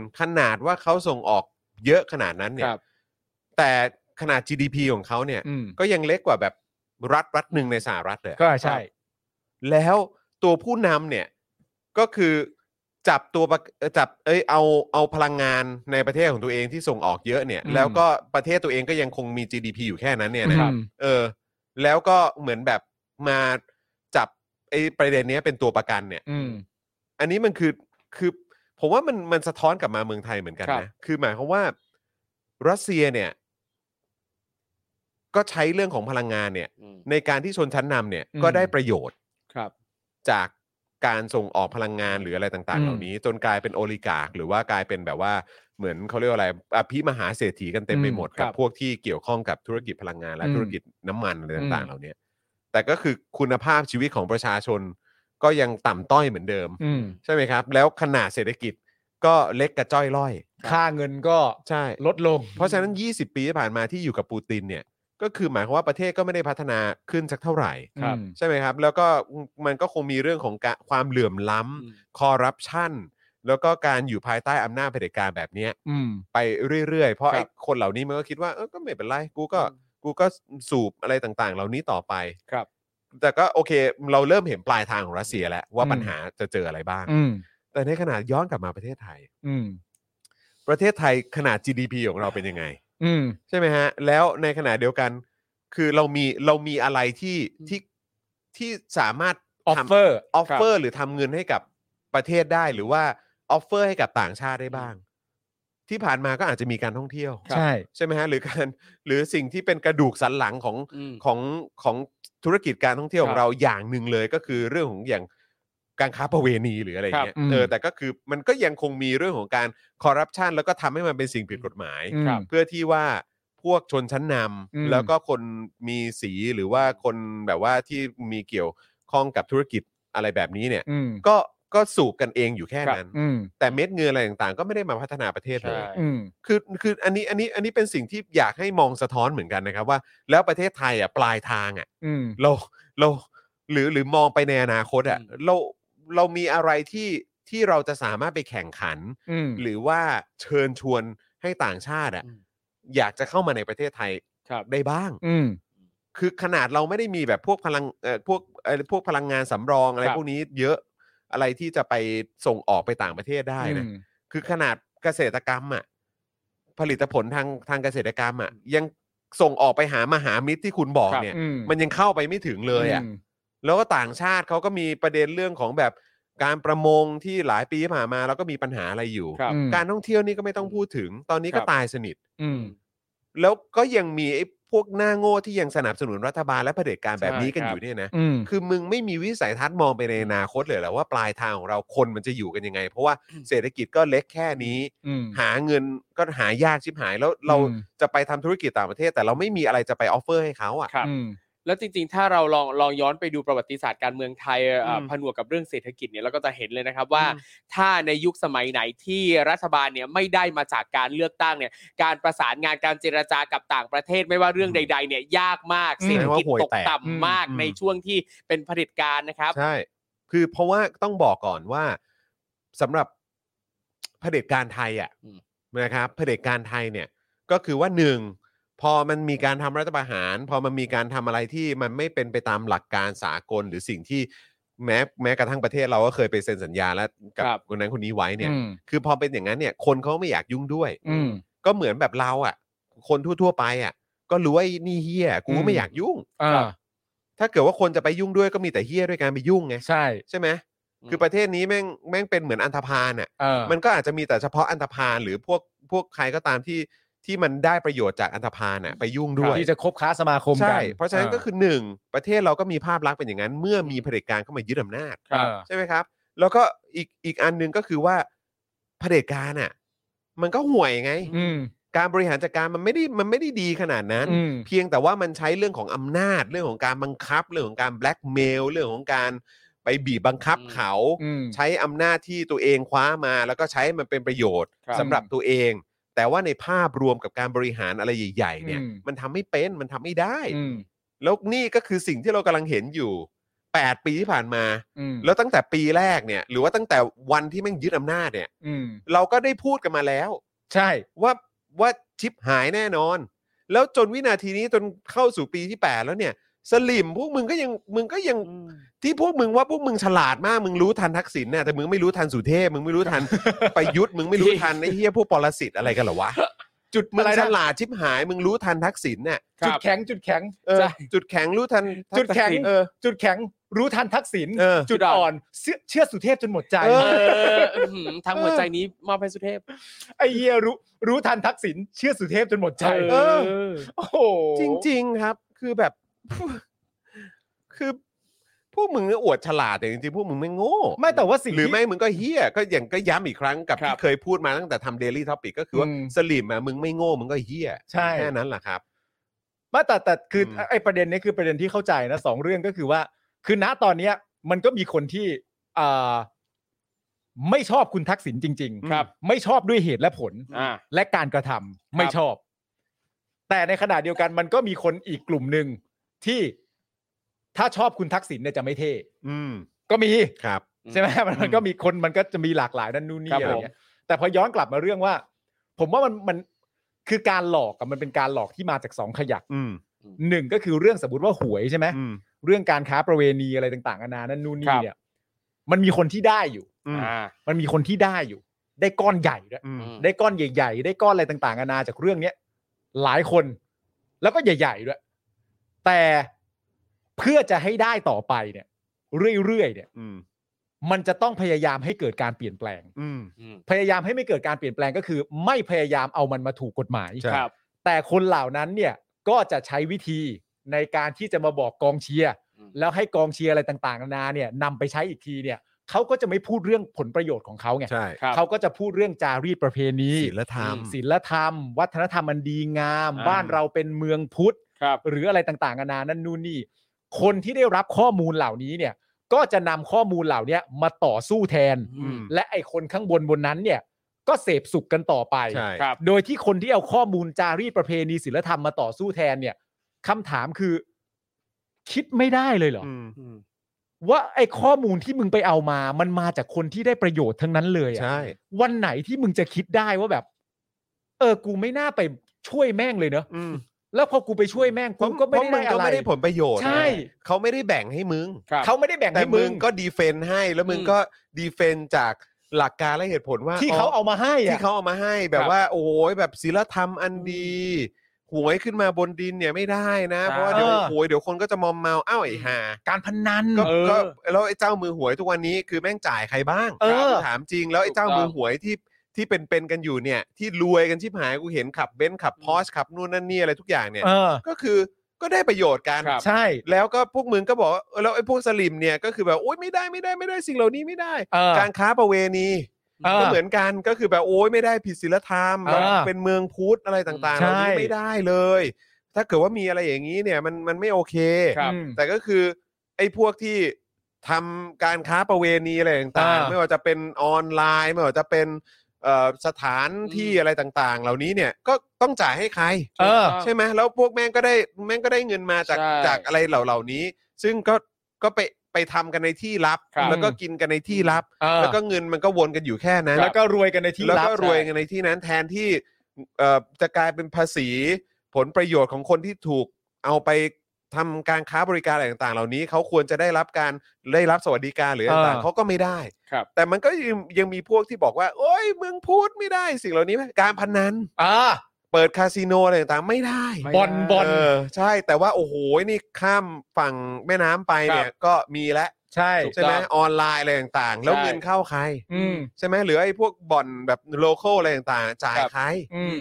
Speaker 2: 40%ขนาดว่าเขาส่งออกเยอะขนาดนั้นเนี่
Speaker 4: ค
Speaker 2: ย
Speaker 4: รับ
Speaker 2: แต่ขนาด GDP ของเขาเนี่ย
Speaker 3: อืม
Speaker 2: ก็ยังเล็กกว่าแบบรัฐรัฐหนึ่งในสหรัฐเลยอะ
Speaker 3: ก็ใช่
Speaker 2: แล้วตัวผู้นำเนี่ยก็คือจับตัวประเอ่อจับเอ้ยเอาเอาพลังงานในประเทศของตัวเองที่ส่งออกเยอะเนี่ย
Speaker 3: อืม
Speaker 2: แล้วก็ประเทศตัวเองก็ยังคงมี GDP อยู่แค่นั้นเนี่ยนะ
Speaker 3: อืม
Speaker 2: เออ แล้วก็เหมือนแบบมาจับไอ้ประเด็นเนี้ยเป็นตัวประกันเนี่ย
Speaker 3: อืม
Speaker 2: อันนี้มันคือคือผมว่ามันมันสะท้อนกลับมาเมืองไทยเหมือนกัน
Speaker 4: ครับ
Speaker 2: นะคือหมายความว่ารัสเซียเนี่ย ก็ใช้เรื่องของพลังงานเนี่ย
Speaker 4: อืม
Speaker 2: ในการที่ชนชั้นนำเนี่ย
Speaker 3: อืม
Speaker 2: ก็ได้ประโยชน์
Speaker 4: ครับ
Speaker 2: จากการส่งออกพลังงานหรืออะไรต่างๆ
Speaker 3: อืม
Speaker 2: เหล่านี้ จนกลายเป็นโอลิการ์คหรือว่ากลายเป็นแบบว่าเหมือนเขาเรียกว่าอะไรอภิมหาเศรษฐีกันเต็มไปหมด
Speaker 4: ครั
Speaker 2: กับบ พวกที่เกี่ยวข้องกับธุรกิจพลังงานและ
Speaker 3: อืม
Speaker 2: ธุรกิจน้ำมันอะไรต่าง
Speaker 3: อืม
Speaker 2: ๆ เหล่านี้แต่ก็คือคุณภาพชีวิตของประชาชนก็ยังต่ำต้อยเหมือนเดิม
Speaker 3: อืม
Speaker 2: ใช่ไหมครับ แล้วขนาดเศรษฐกิจก็เล็กกระจ้อยร่อย
Speaker 3: ค่าเงินก็
Speaker 2: ใช่
Speaker 3: ลดลง
Speaker 2: เพราะฉะนั้น 20 ปีที่ผ่านมาที่อยู่กับปูตินเนี่ยก็คือหมายความว่าประเทศก็ไม่ได้พัฒนาขึ้นสักเท่าไหร่
Speaker 3: ครับ
Speaker 2: ใช่ไหมครับ แล้วก็มันก็คงมีเรื่องของกะความเหลื่อมล้ำ
Speaker 4: อืม
Speaker 2: คอร์รัปชันแล้วก็การอยู่ภายใต้อำนาจเผด็จการแบบเนี้ย
Speaker 3: อืม
Speaker 2: ไปเรื่อยๆ เพราะ
Speaker 4: ครับ
Speaker 2: ไอ้คนเหล่านี้มันก็คิดว่าเออก็ไม่เป็นไร กูก็กูก็สูบอะไรต่างๆ เหล่านี้ต่อไป
Speaker 4: ครับ
Speaker 2: แต่ก็โอเค เราเริ่มเห็นปลายทางของรัสเซียแล้วว่า
Speaker 3: อืม
Speaker 2: ปัญหาจะเจออะไรบ้าง
Speaker 3: อืม
Speaker 2: แต่ในขณะย้อนกลับมาประเทศไทย
Speaker 3: อืม
Speaker 2: ประเทศไทยขนาด GDP ของเราเป็นยังไง
Speaker 3: อืม
Speaker 2: ใช่ไหมฮะ แล้วในขณะเดียวกัน คือเรามีเรามีอะไรที่
Speaker 4: อืม
Speaker 2: ที่ที่สามารถ
Speaker 3: ออฟ
Speaker 2: ทำ
Speaker 3: เฟอร์
Speaker 2: ออฟเฟอร์หรือทำเงินให้กับประเทศได้หรือว่าออฟเฟอร์ให้กับต่างชาติได้บ้าง ที่ผ่านมาก็อาจจะมีการท่องเที่ยว
Speaker 3: ใช่
Speaker 2: ใช่ไหมฮะหรือ การหรือสิ่งที่เป็นกระดูกสันหลังของ
Speaker 4: อืม
Speaker 2: ของของธุรกิจการท่องเที่ยวของเราอย่างหนึ่งเลยก็คือเรื่องของอย่างการค้าประเวณีหรืออะไรอย่างเงี้ย
Speaker 3: ครับอืม
Speaker 2: เออแต่ก็คือมันก็ยังคงมีเรื่องของการคอร์รัปชันแล้วก็ทำให้มันเป็นสิ่งผิดกฎหมาย
Speaker 3: อืม
Speaker 4: ครับ
Speaker 2: เพื่อที่ว่าพวกชนชั้นน
Speaker 3: อืม
Speaker 2: ำแล้วก็คนมีสีหรือว่าคนแบบว่าที่มีเกี่ยวข้องกับธุรกิจอะไรแบบนี้เนี่ย
Speaker 3: อืม
Speaker 2: ก็ก็สูบกันเองอยู่แค่นั้น
Speaker 3: อืม
Speaker 2: แต่เม็ดเงินอะไรต่างๆ ก็ไม่ได้มาพัฒนาประเทศเลย
Speaker 4: ใช่
Speaker 3: อืม
Speaker 2: คือคืออันนี้อันนี้อันนี้เป็นสิ่งที่อยากให้มองสะท้อนเหมือนกันนะครับว่า แล้วประเทศไทยอ่ะปลายทางอ่ะ
Speaker 3: อืม
Speaker 2: เราเราหรือหรือมองไปในอนาคตอ่ะ
Speaker 4: อืม
Speaker 2: เราเรามีอะไรที่ที่เราจะสามารถไปแข่งขัน
Speaker 3: อืม
Speaker 2: หรือว่าเชิญชวนให้ต่างชาติอ่ะ
Speaker 4: อืม
Speaker 2: อยากจะเข้ามาในประเทศไทย
Speaker 4: ครับ
Speaker 2: ได้บ้าง
Speaker 3: อืม
Speaker 2: คือขนาดเราไม่ได้มีแบบพวกพลังเอ่อพวกเอ่อพวกพลังงานสำรองอะไร
Speaker 4: ครับ
Speaker 2: พวกนี้เยอะอะไรที่จะไปส่งออกไปต่างประเทศได้นะคือขนาดเกษตรกรรมอ่ะผลิตผลทางทางเกษตรกรรมอ่ะยังส่งออกไปหามหามิตรที่คุณบอกเนี่ย
Speaker 3: อืม
Speaker 2: มันยังเข้าไปไม่ถึงเลยอ่ะ
Speaker 3: ม
Speaker 2: แล้วก็ต่างชาติเขาก็มีประเด็นเรื่องของแบบการประมงที่หลายปีที่ผ่านมาแล้วก็มีปัญหาอะไรอยู่
Speaker 4: ครับ
Speaker 3: อืม
Speaker 2: การท่องเที่ยวนี่ก็ไม่ต้องพูดถึง ตอนนี้ก็
Speaker 4: ครับ
Speaker 2: ตายสนิท
Speaker 3: อืม
Speaker 2: แล้วก็ยังมีไอ้พวกหน้าโง่ที่ยังสนับสนุนรัฐบาลและเผด็จการแบบนี้กัน
Speaker 4: ใช่
Speaker 2: อ
Speaker 4: ครับ
Speaker 2: ยู่เนี่ยนะ
Speaker 3: อืม
Speaker 2: คือมึงไม่มีวิสัยทัศน์มองไปในอนาคตเลยเหรอว่าปลายทางของเราคนมันจะอยู่กันยังไง เพราะว่าเศรษฐกิจก็เล็กแค่นี้
Speaker 3: อืม
Speaker 2: หาเงินก็หายากชิบหายแล้วเรา
Speaker 3: อืม
Speaker 2: จะไปทำธุรกิจต่างประเทศ แต่เราไม่มีอะไรจะไปออฟเฟอร์ให้เขาอ่ะ
Speaker 4: ครับ
Speaker 3: อืม
Speaker 4: แล้วจริงๆ ถ้าเราลองลองย้อนไปดูประวัติศาสตร์การเมืองไทยเอ่อ
Speaker 2: ม
Speaker 4: ผนวกกับเรื่องเศรษฐกิจเนี่ยเราก็จะเห็นเลยนะครับว่า
Speaker 2: อืม
Speaker 4: ถ้าในยุคสมัยไหนที่รัฐบาลเนี่ยไม่ได้มาจากการเลือกตั้งเนี่ยการประสานงานการเจรจากับต่างประเทศไม่ว่าเรื่องใด ๆเนี่ยยากมาก
Speaker 3: อืม
Speaker 4: เศรษฐกิจตกต่ำ
Speaker 3: อืม
Speaker 4: มากในช่วงที่เป็นเผด็จการนะครับ
Speaker 2: ใช่ คือเพราะว่าต้องบอกก่อนว่าสำหรับเผด็จการไทยอ่ะ
Speaker 4: อืม
Speaker 2: นะครับเผด็จการไทยเนี่ย ก็คือว่าหนึ่งพอมันมีการทำรัฐประหาร พอมันมีการทำอะไรที่มันไม่เป็นไปตามหลักการสากลหรือสิ่งที่ แม้แม้กระทั่งประเทศเราก็เคยไปเซ็นสัญญาแล้วกับ
Speaker 4: ครับ
Speaker 2: คนนั้นคนนี้ไว้เนี่ย
Speaker 3: อืม
Speaker 2: คือพอเป็นอย่างนั้นเนี่ยคนเขาไม่อยากยุ่งด้วย
Speaker 3: อืม
Speaker 2: ก็เหมือนแบบเราอ่ะ คนทั่วๆไปอ่ะ ก็รู้ว่าไอ้นี่เฮียกูก็ไม่
Speaker 3: อืม
Speaker 2: อยากยุ่ง
Speaker 3: อ่า
Speaker 2: ถ้าเกิดว่าคนจะไปยุ่งด้วยก็มีแต่เฮียด้วยการไปยุ่งไง
Speaker 3: ใช่
Speaker 2: ใช่ไหมคือประเทศนี้แม่งแม่งเป็นเหมือนอันธพาลอ่ะ
Speaker 3: เออ
Speaker 2: มันก็อาจจะมีแต่เฉพาะอันธพาลหรือพวกพวกใครก็ตามที่ที่มันได้ประโยชน์จากอันธพาลน่ะไปยุ่งด้วย
Speaker 3: ที่จะคบค้าสมาคมกัน
Speaker 2: ใช่ เพราะฉะนั้นก็คือหนึ่งประเทศเราก็มีภาพลักษณ์เป็นอย่างนั้น เมื่อมีเผด็จการเข้ามายึดอำนาจ
Speaker 3: เออ
Speaker 2: ใช่ไหมครับ แล้วก็อีกอีกอันหนึ่งก็คือว่าเผด็จการน่ะมันก็ห่วยไง
Speaker 3: อืม
Speaker 2: การบริหารจัดการมันไม่ได้มันไม่ได้ดีขนาดนั้น
Speaker 3: อืม
Speaker 2: เพียงแต่ว่ามันใช้เรื่องของอำนาจเรื่องของการบังคับ เรื่องของการแบล็กเมลเรื่องของการไปบีบบังคับ
Speaker 4: อืม
Speaker 2: เขา
Speaker 3: อืม
Speaker 2: ใช้อำนาจที่ตัวเองคว้ามา แล้วก็ใช้มันเป็นประโยชน์
Speaker 4: ครับ
Speaker 2: สำหรับตัวเอง แต่ว่าในภาพรวมกับการบริหารอะไรใหญ่ๆเนี่ย
Speaker 3: อืม
Speaker 2: มันทำไม่เป็นมันทำไม่ได้
Speaker 3: อืม
Speaker 2: แล้วนี่ก็คือสิ่งที่เรากำลังเห็นอยู่ 8 ปีที่ผ่านมา
Speaker 3: อืม
Speaker 2: แล้วตั้งแต่ปีแรกเนี่ย หรือว่าตั้งแต่วันที่แม่งยึดอำนาจเนี่ย
Speaker 3: อืม
Speaker 2: เราก็ได้พูดกันมาแล้ว
Speaker 3: ใช่
Speaker 2: ว่าว่าชิปหายแน่นอน แล้วจนวินาทีนี้จนเข้าสู่ปีที่ 8 แล้วเนี่ย สลิมพวกมึงก็ยังมึงก็ยัง ที่พวกมึงว่าพวกมึงฉลาดมากมึงรู้ทันทักษิณน่ะแต่มึงไม่รู้ทันสุเทพมึงไม่รู้ทั น ประยุทธ์มึงไม่รู้ทันไอ้เหี้ยพวกปรสิตอะไรกันเหรอวะ จุดมึงฉลาดชิบหาย มึงรู้ทันทักษิณน่ะ
Speaker 4: ค
Speaker 3: จุ
Speaker 4: รั
Speaker 3: ด
Speaker 4: บ
Speaker 3: แข็งจุดแข็ง
Speaker 2: เออ
Speaker 4: ใช่
Speaker 2: จุดแข็งรู้ทันทักษิณ
Speaker 3: จุดแข็ง
Speaker 2: เออ
Speaker 3: จุดแข็งรู้ทันทักษิณ
Speaker 2: เออ
Speaker 3: จุดอ่อนเชื่อเชื่อสุเทพจนหมดใจ
Speaker 2: เอ
Speaker 4: เอออื้อหือทั้งหัวใจนี้มอบให้สุเทพ
Speaker 3: ไอ้เฮียรู้รู้ทันทักษิณเชื่อสุเทพจนหมดใจ
Speaker 2: เออ
Speaker 4: อ
Speaker 3: โอ้โห
Speaker 2: จริง ๆ ครับ คือแบบ คือพวกมึงเนี่ยอวดฉลาดแต่จริงๆพวกมึงไม่โง่
Speaker 3: ไม่แต่ว่าสิ่ง
Speaker 2: หรือ
Speaker 3: ที่
Speaker 2: ไม่มึงก็เฮี้ยก็อย่างก็ย้ำอีกครั้งกับ
Speaker 4: ครับ
Speaker 2: ที่เคยพูดมาตั้งแต่ทำเดลี่ท็อปิกก็คือว่า
Speaker 3: อืม
Speaker 2: สลิมอ่ะมึงไม่โง่มึงก็เฮี้ย
Speaker 3: ใช่
Speaker 2: แค่นั้นแหละครับ
Speaker 3: ไม่แต่แต่คืออ
Speaker 2: ม
Speaker 3: ไอ้ประเด็นเนี้ยคือประเด็นที่เข้าใจนะสองเรื่องก็คือว่า คือณตอนเนี้ย มันก็มีคนที่อ่าไม่ชอบคุณทักษิณจริง ๆ
Speaker 4: ครับ
Speaker 3: ไม่ชอบด้วยเหตุและผล
Speaker 4: อ่า
Speaker 3: และการกระทำไม่ชอบ แต่ในขณะเดียวกันมันก็มีคนอีกกลุ่มหนึ่งที่ถ้าชอบคุณทักษิณเนี่ยจะไม่เท่
Speaker 2: อืม
Speaker 3: ก็มี
Speaker 2: ครับ
Speaker 4: อืม
Speaker 3: ใช่ไหมมันมันก็มีคนมันก็จะมีหลากหลายนั่นนู่นนี่
Speaker 4: ครับ
Speaker 3: อะไรเงี้ยแต่พอย้อนกลับมาเรื่องว่า ผมว่ามันมันคือการหลอกอะมันเป็นการหลอกที่มาจากสองขยัก
Speaker 2: อืม
Speaker 3: หนึ่งก็คือเรื่องสมมติว่าหวยใช่ไหม
Speaker 2: อืม
Speaker 3: เรื่องการค้าประเวณีอะไรต่างๆนานานั่นนู่น
Speaker 4: ครั
Speaker 3: นี่
Speaker 4: บ
Speaker 3: เนี่ย มันมีคนที่ได้อยู่
Speaker 2: อืม
Speaker 4: อ่า
Speaker 3: มันมีคนที่ได้อยู่ ได้ก้อนใหญ่ด้วย
Speaker 2: อืม
Speaker 4: ม
Speaker 3: ได้ก้อนใหญ่ ๆ ได้ก้อนอะไรต่างๆนานาจากเรื่องเนี้ยหลายคน แล้วก็ใหญ่ ๆ ด้วย แต่เพื่อจะให้ได้ต่อไปเนี่ย เรื่อยๆเนี่ย
Speaker 2: อืม
Speaker 3: มันจะต้องพยายามให้เกิดการเปลี่ยนแปลง
Speaker 2: อืม
Speaker 4: อืม
Speaker 3: พยายามให้ไม่เกิดการเปลี่ยนแปลงก็คือ ไม่พยายามเอามันมาถูกกฎหมาย
Speaker 2: ใช่
Speaker 4: ครับ
Speaker 3: แต่คนเหล่านั้นเนี่ยก็จะใช้วิธีในการที่จะมาบอกกองเชียร์
Speaker 4: อืม
Speaker 3: แล้วให้กองเชียร์อะไรต่างๆนานาเนี่ยนำไปใช้อีกทีเนี่ยเขาก็จะไม่พูดเรื่องผลประโยชน์ของเขาไง
Speaker 2: ใช่
Speaker 4: ครับ
Speaker 3: เขาก็จะพูดเรื่องจารีตประเพณี
Speaker 2: ศีลธรรม
Speaker 3: ศีลธรรม วัฒนธรรมอันดีงาม
Speaker 4: อ่า
Speaker 3: บ้านเราเป็นเมืองพุทธ
Speaker 4: ครับ
Speaker 3: หรืออะไรต่างๆนานานั่นนู่นนี่ คนที่ได้รับข้อมูลเหล่านี้เนี่ย ก็จะนำข้อมูลเหล่าเนี้ยมาต่อสู้แทน
Speaker 4: อืม
Speaker 3: และไอคนข้างบนบนนั้นเนี่ย ก็เสพสุขกันต่อไป
Speaker 2: ใช่
Speaker 4: ครับ
Speaker 3: โดยที่คนที่เอาข้อมูลจารีตประเพณีศิลธรรมมาต่อสู้แทนเนี่ยคำถามคือ คิดไม่ได้เลยเหรอ
Speaker 2: อืม
Speaker 4: อืม
Speaker 3: ว่าไอข้อมูลที่มึงไปเอามา มันมาจากคนที่ได้ประโยชน์ทั้งนั้นเลยอะ
Speaker 2: ใช่
Speaker 3: วันไหนที่มึงจะคิดได้ว่าแบบ เออ กูไม่น่าไปช่วยแม่งเลยเนอะ
Speaker 2: อืม
Speaker 3: แล้วพอกูไปช่วยแม่ง
Speaker 2: เพ
Speaker 3: กู
Speaker 2: ราะ
Speaker 3: ก็
Speaker 2: เพ
Speaker 3: ไม่
Speaker 2: ราะมึง
Speaker 3: ได้อะ
Speaker 2: ก็
Speaker 3: ไร
Speaker 2: ไม่ได้ผลประโยชน์
Speaker 3: ใช่
Speaker 2: เขาไม่ได้แบ่งให้มึง
Speaker 4: ครับ
Speaker 3: เขาไม่ได้แบ่ง
Speaker 2: แต่
Speaker 3: ให้
Speaker 2: มึ
Speaker 3: มึ
Speaker 2: ง
Speaker 3: ง
Speaker 2: ก็ดีเฟนต์ให้แล้วมึง
Speaker 4: อืม
Speaker 2: ก็ดีเฟนต์จากหลักการและเหตุผลว่า
Speaker 3: ที่เขาเอามาให้อะ
Speaker 2: ที่เขาเอามาให้แบบว่า โอ้ยแบบศีลธรรมอันดี หวยขึ้นมาบนดินเนี่ยไม่ได้นะ
Speaker 4: ใช่
Speaker 2: เพราะว่าเดี๋ยวหวยเดี๋ยวคนก็จะมอมเมาอ้าวไอ้ห่า
Speaker 3: การพนัน
Speaker 2: ก็
Speaker 4: เออ
Speaker 2: ก็แล้วไอ้เจ้ามือหวยทุกวันนี้คือแม่งจ่ายใครบ้าง
Speaker 3: เออ
Speaker 2: ถามจริงแล้วไอ้เจ้ามือหวยที่ที่เป็นเป็นๆกันอยู่เนี่ย ที่รวยกันชิบหายกูเห็นขับเบนซ์ขับพอชขับนู่นนั่นนี่อะไรทุกอย่างเนี่ย
Speaker 3: เออ
Speaker 2: ก็คือก็ได้ประโยชน์กัน
Speaker 4: ครับ
Speaker 3: ใช่
Speaker 2: แล้วก็พวกมึงก็บอกว่าเออแล้วไอ้พวกสลิมเนี่ยก็คือแบบโอ๊ยไม่ได้ไม่ได้ไม่ได้สิ่งเหล่านี้ไม่ได้
Speaker 3: เออ
Speaker 2: การค้าประเวณี
Speaker 3: เออ
Speaker 2: ก็เหมือนกันก็คือแบบโอ๊ยไม่ได้ผิดศีลธรรม
Speaker 3: เออ
Speaker 2: เป็นเมืองพุทธอะไรต่างๆเหล่า
Speaker 3: ใช่
Speaker 2: นี้ไม่ได้เลย ถ้าเกิดว่ามีอะไรอย่างนี้เนี่ยมันมันไม่โอเค
Speaker 4: ครับ
Speaker 3: อืม
Speaker 2: แต่ก็คือไอ้พวกที่ทำการค้าประเวณีอะไรต่าง
Speaker 3: อ่า
Speaker 2: ๆ ไม่ว่าจะเป็นออนไลน์ ไม่ว่าจะเป็นเอ่อสถานที่อะไรต่างๆ เหล่านี้เนี่ยก็ต้องจ่ายให้ใคร
Speaker 3: เออ
Speaker 2: ใช่ไหมแล้วพวกแม่งก็ได้แม่งก็ได้เงินมาจาก
Speaker 4: ใช่
Speaker 2: จากอะไรเหล่าเหล่านี้ ซึ่งก็ก็ไปไปทำกันในที่ลับ
Speaker 4: ครับ
Speaker 2: แล้วก็กินกันในที่ลับ
Speaker 3: เออ
Speaker 2: แล้วก็เงินมันก็วนกันอยู่แค่นั้น
Speaker 3: แล้วก็รวยกันในที่
Speaker 2: แล้ว
Speaker 3: ลับ
Speaker 2: ก็รวยกันในที่นั้นแทนที่เอ่อจะกลายเป็นภาษีผลประโยชน์ของคนที่ถูกเอาไป ทำการค้าบริการอะไรต่างๆ เหล่านี้เขาควรจะได้รับการได้รับสวัสดิการหรืออะไรต่างๆ
Speaker 3: เออ
Speaker 2: เขาก็ไม่ได้
Speaker 4: ครับ
Speaker 2: แต่มันก็ยังยังมีพวกที่บอกว่า โอ้ยมึงพูดไม่ได้สิ่งเหล่านี้ไหมการพนัน
Speaker 3: อ่า
Speaker 2: เปิดคาสิโนอะไรต่างๆ ไม่ได้
Speaker 3: บอลบอล
Speaker 2: เออใช่แต่ว่าโอ้โหนี่ข้ามฝั่งแม่น้ำไปเนี่ยก็มีแล้ว
Speaker 3: ใช่
Speaker 2: ใช่ไหม
Speaker 4: ถูกต้อง
Speaker 2: ออนไลน์อะไรต่างๆ แล้ว
Speaker 4: ใช่
Speaker 2: เงินเข้าใคร
Speaker 3: อืม
Speaker 2: ใช่ไหมหรือไอ้พวกบ่อนแบบโลโก้อะไรต่างๆ จ่ายใคร
Speaker 3: อืม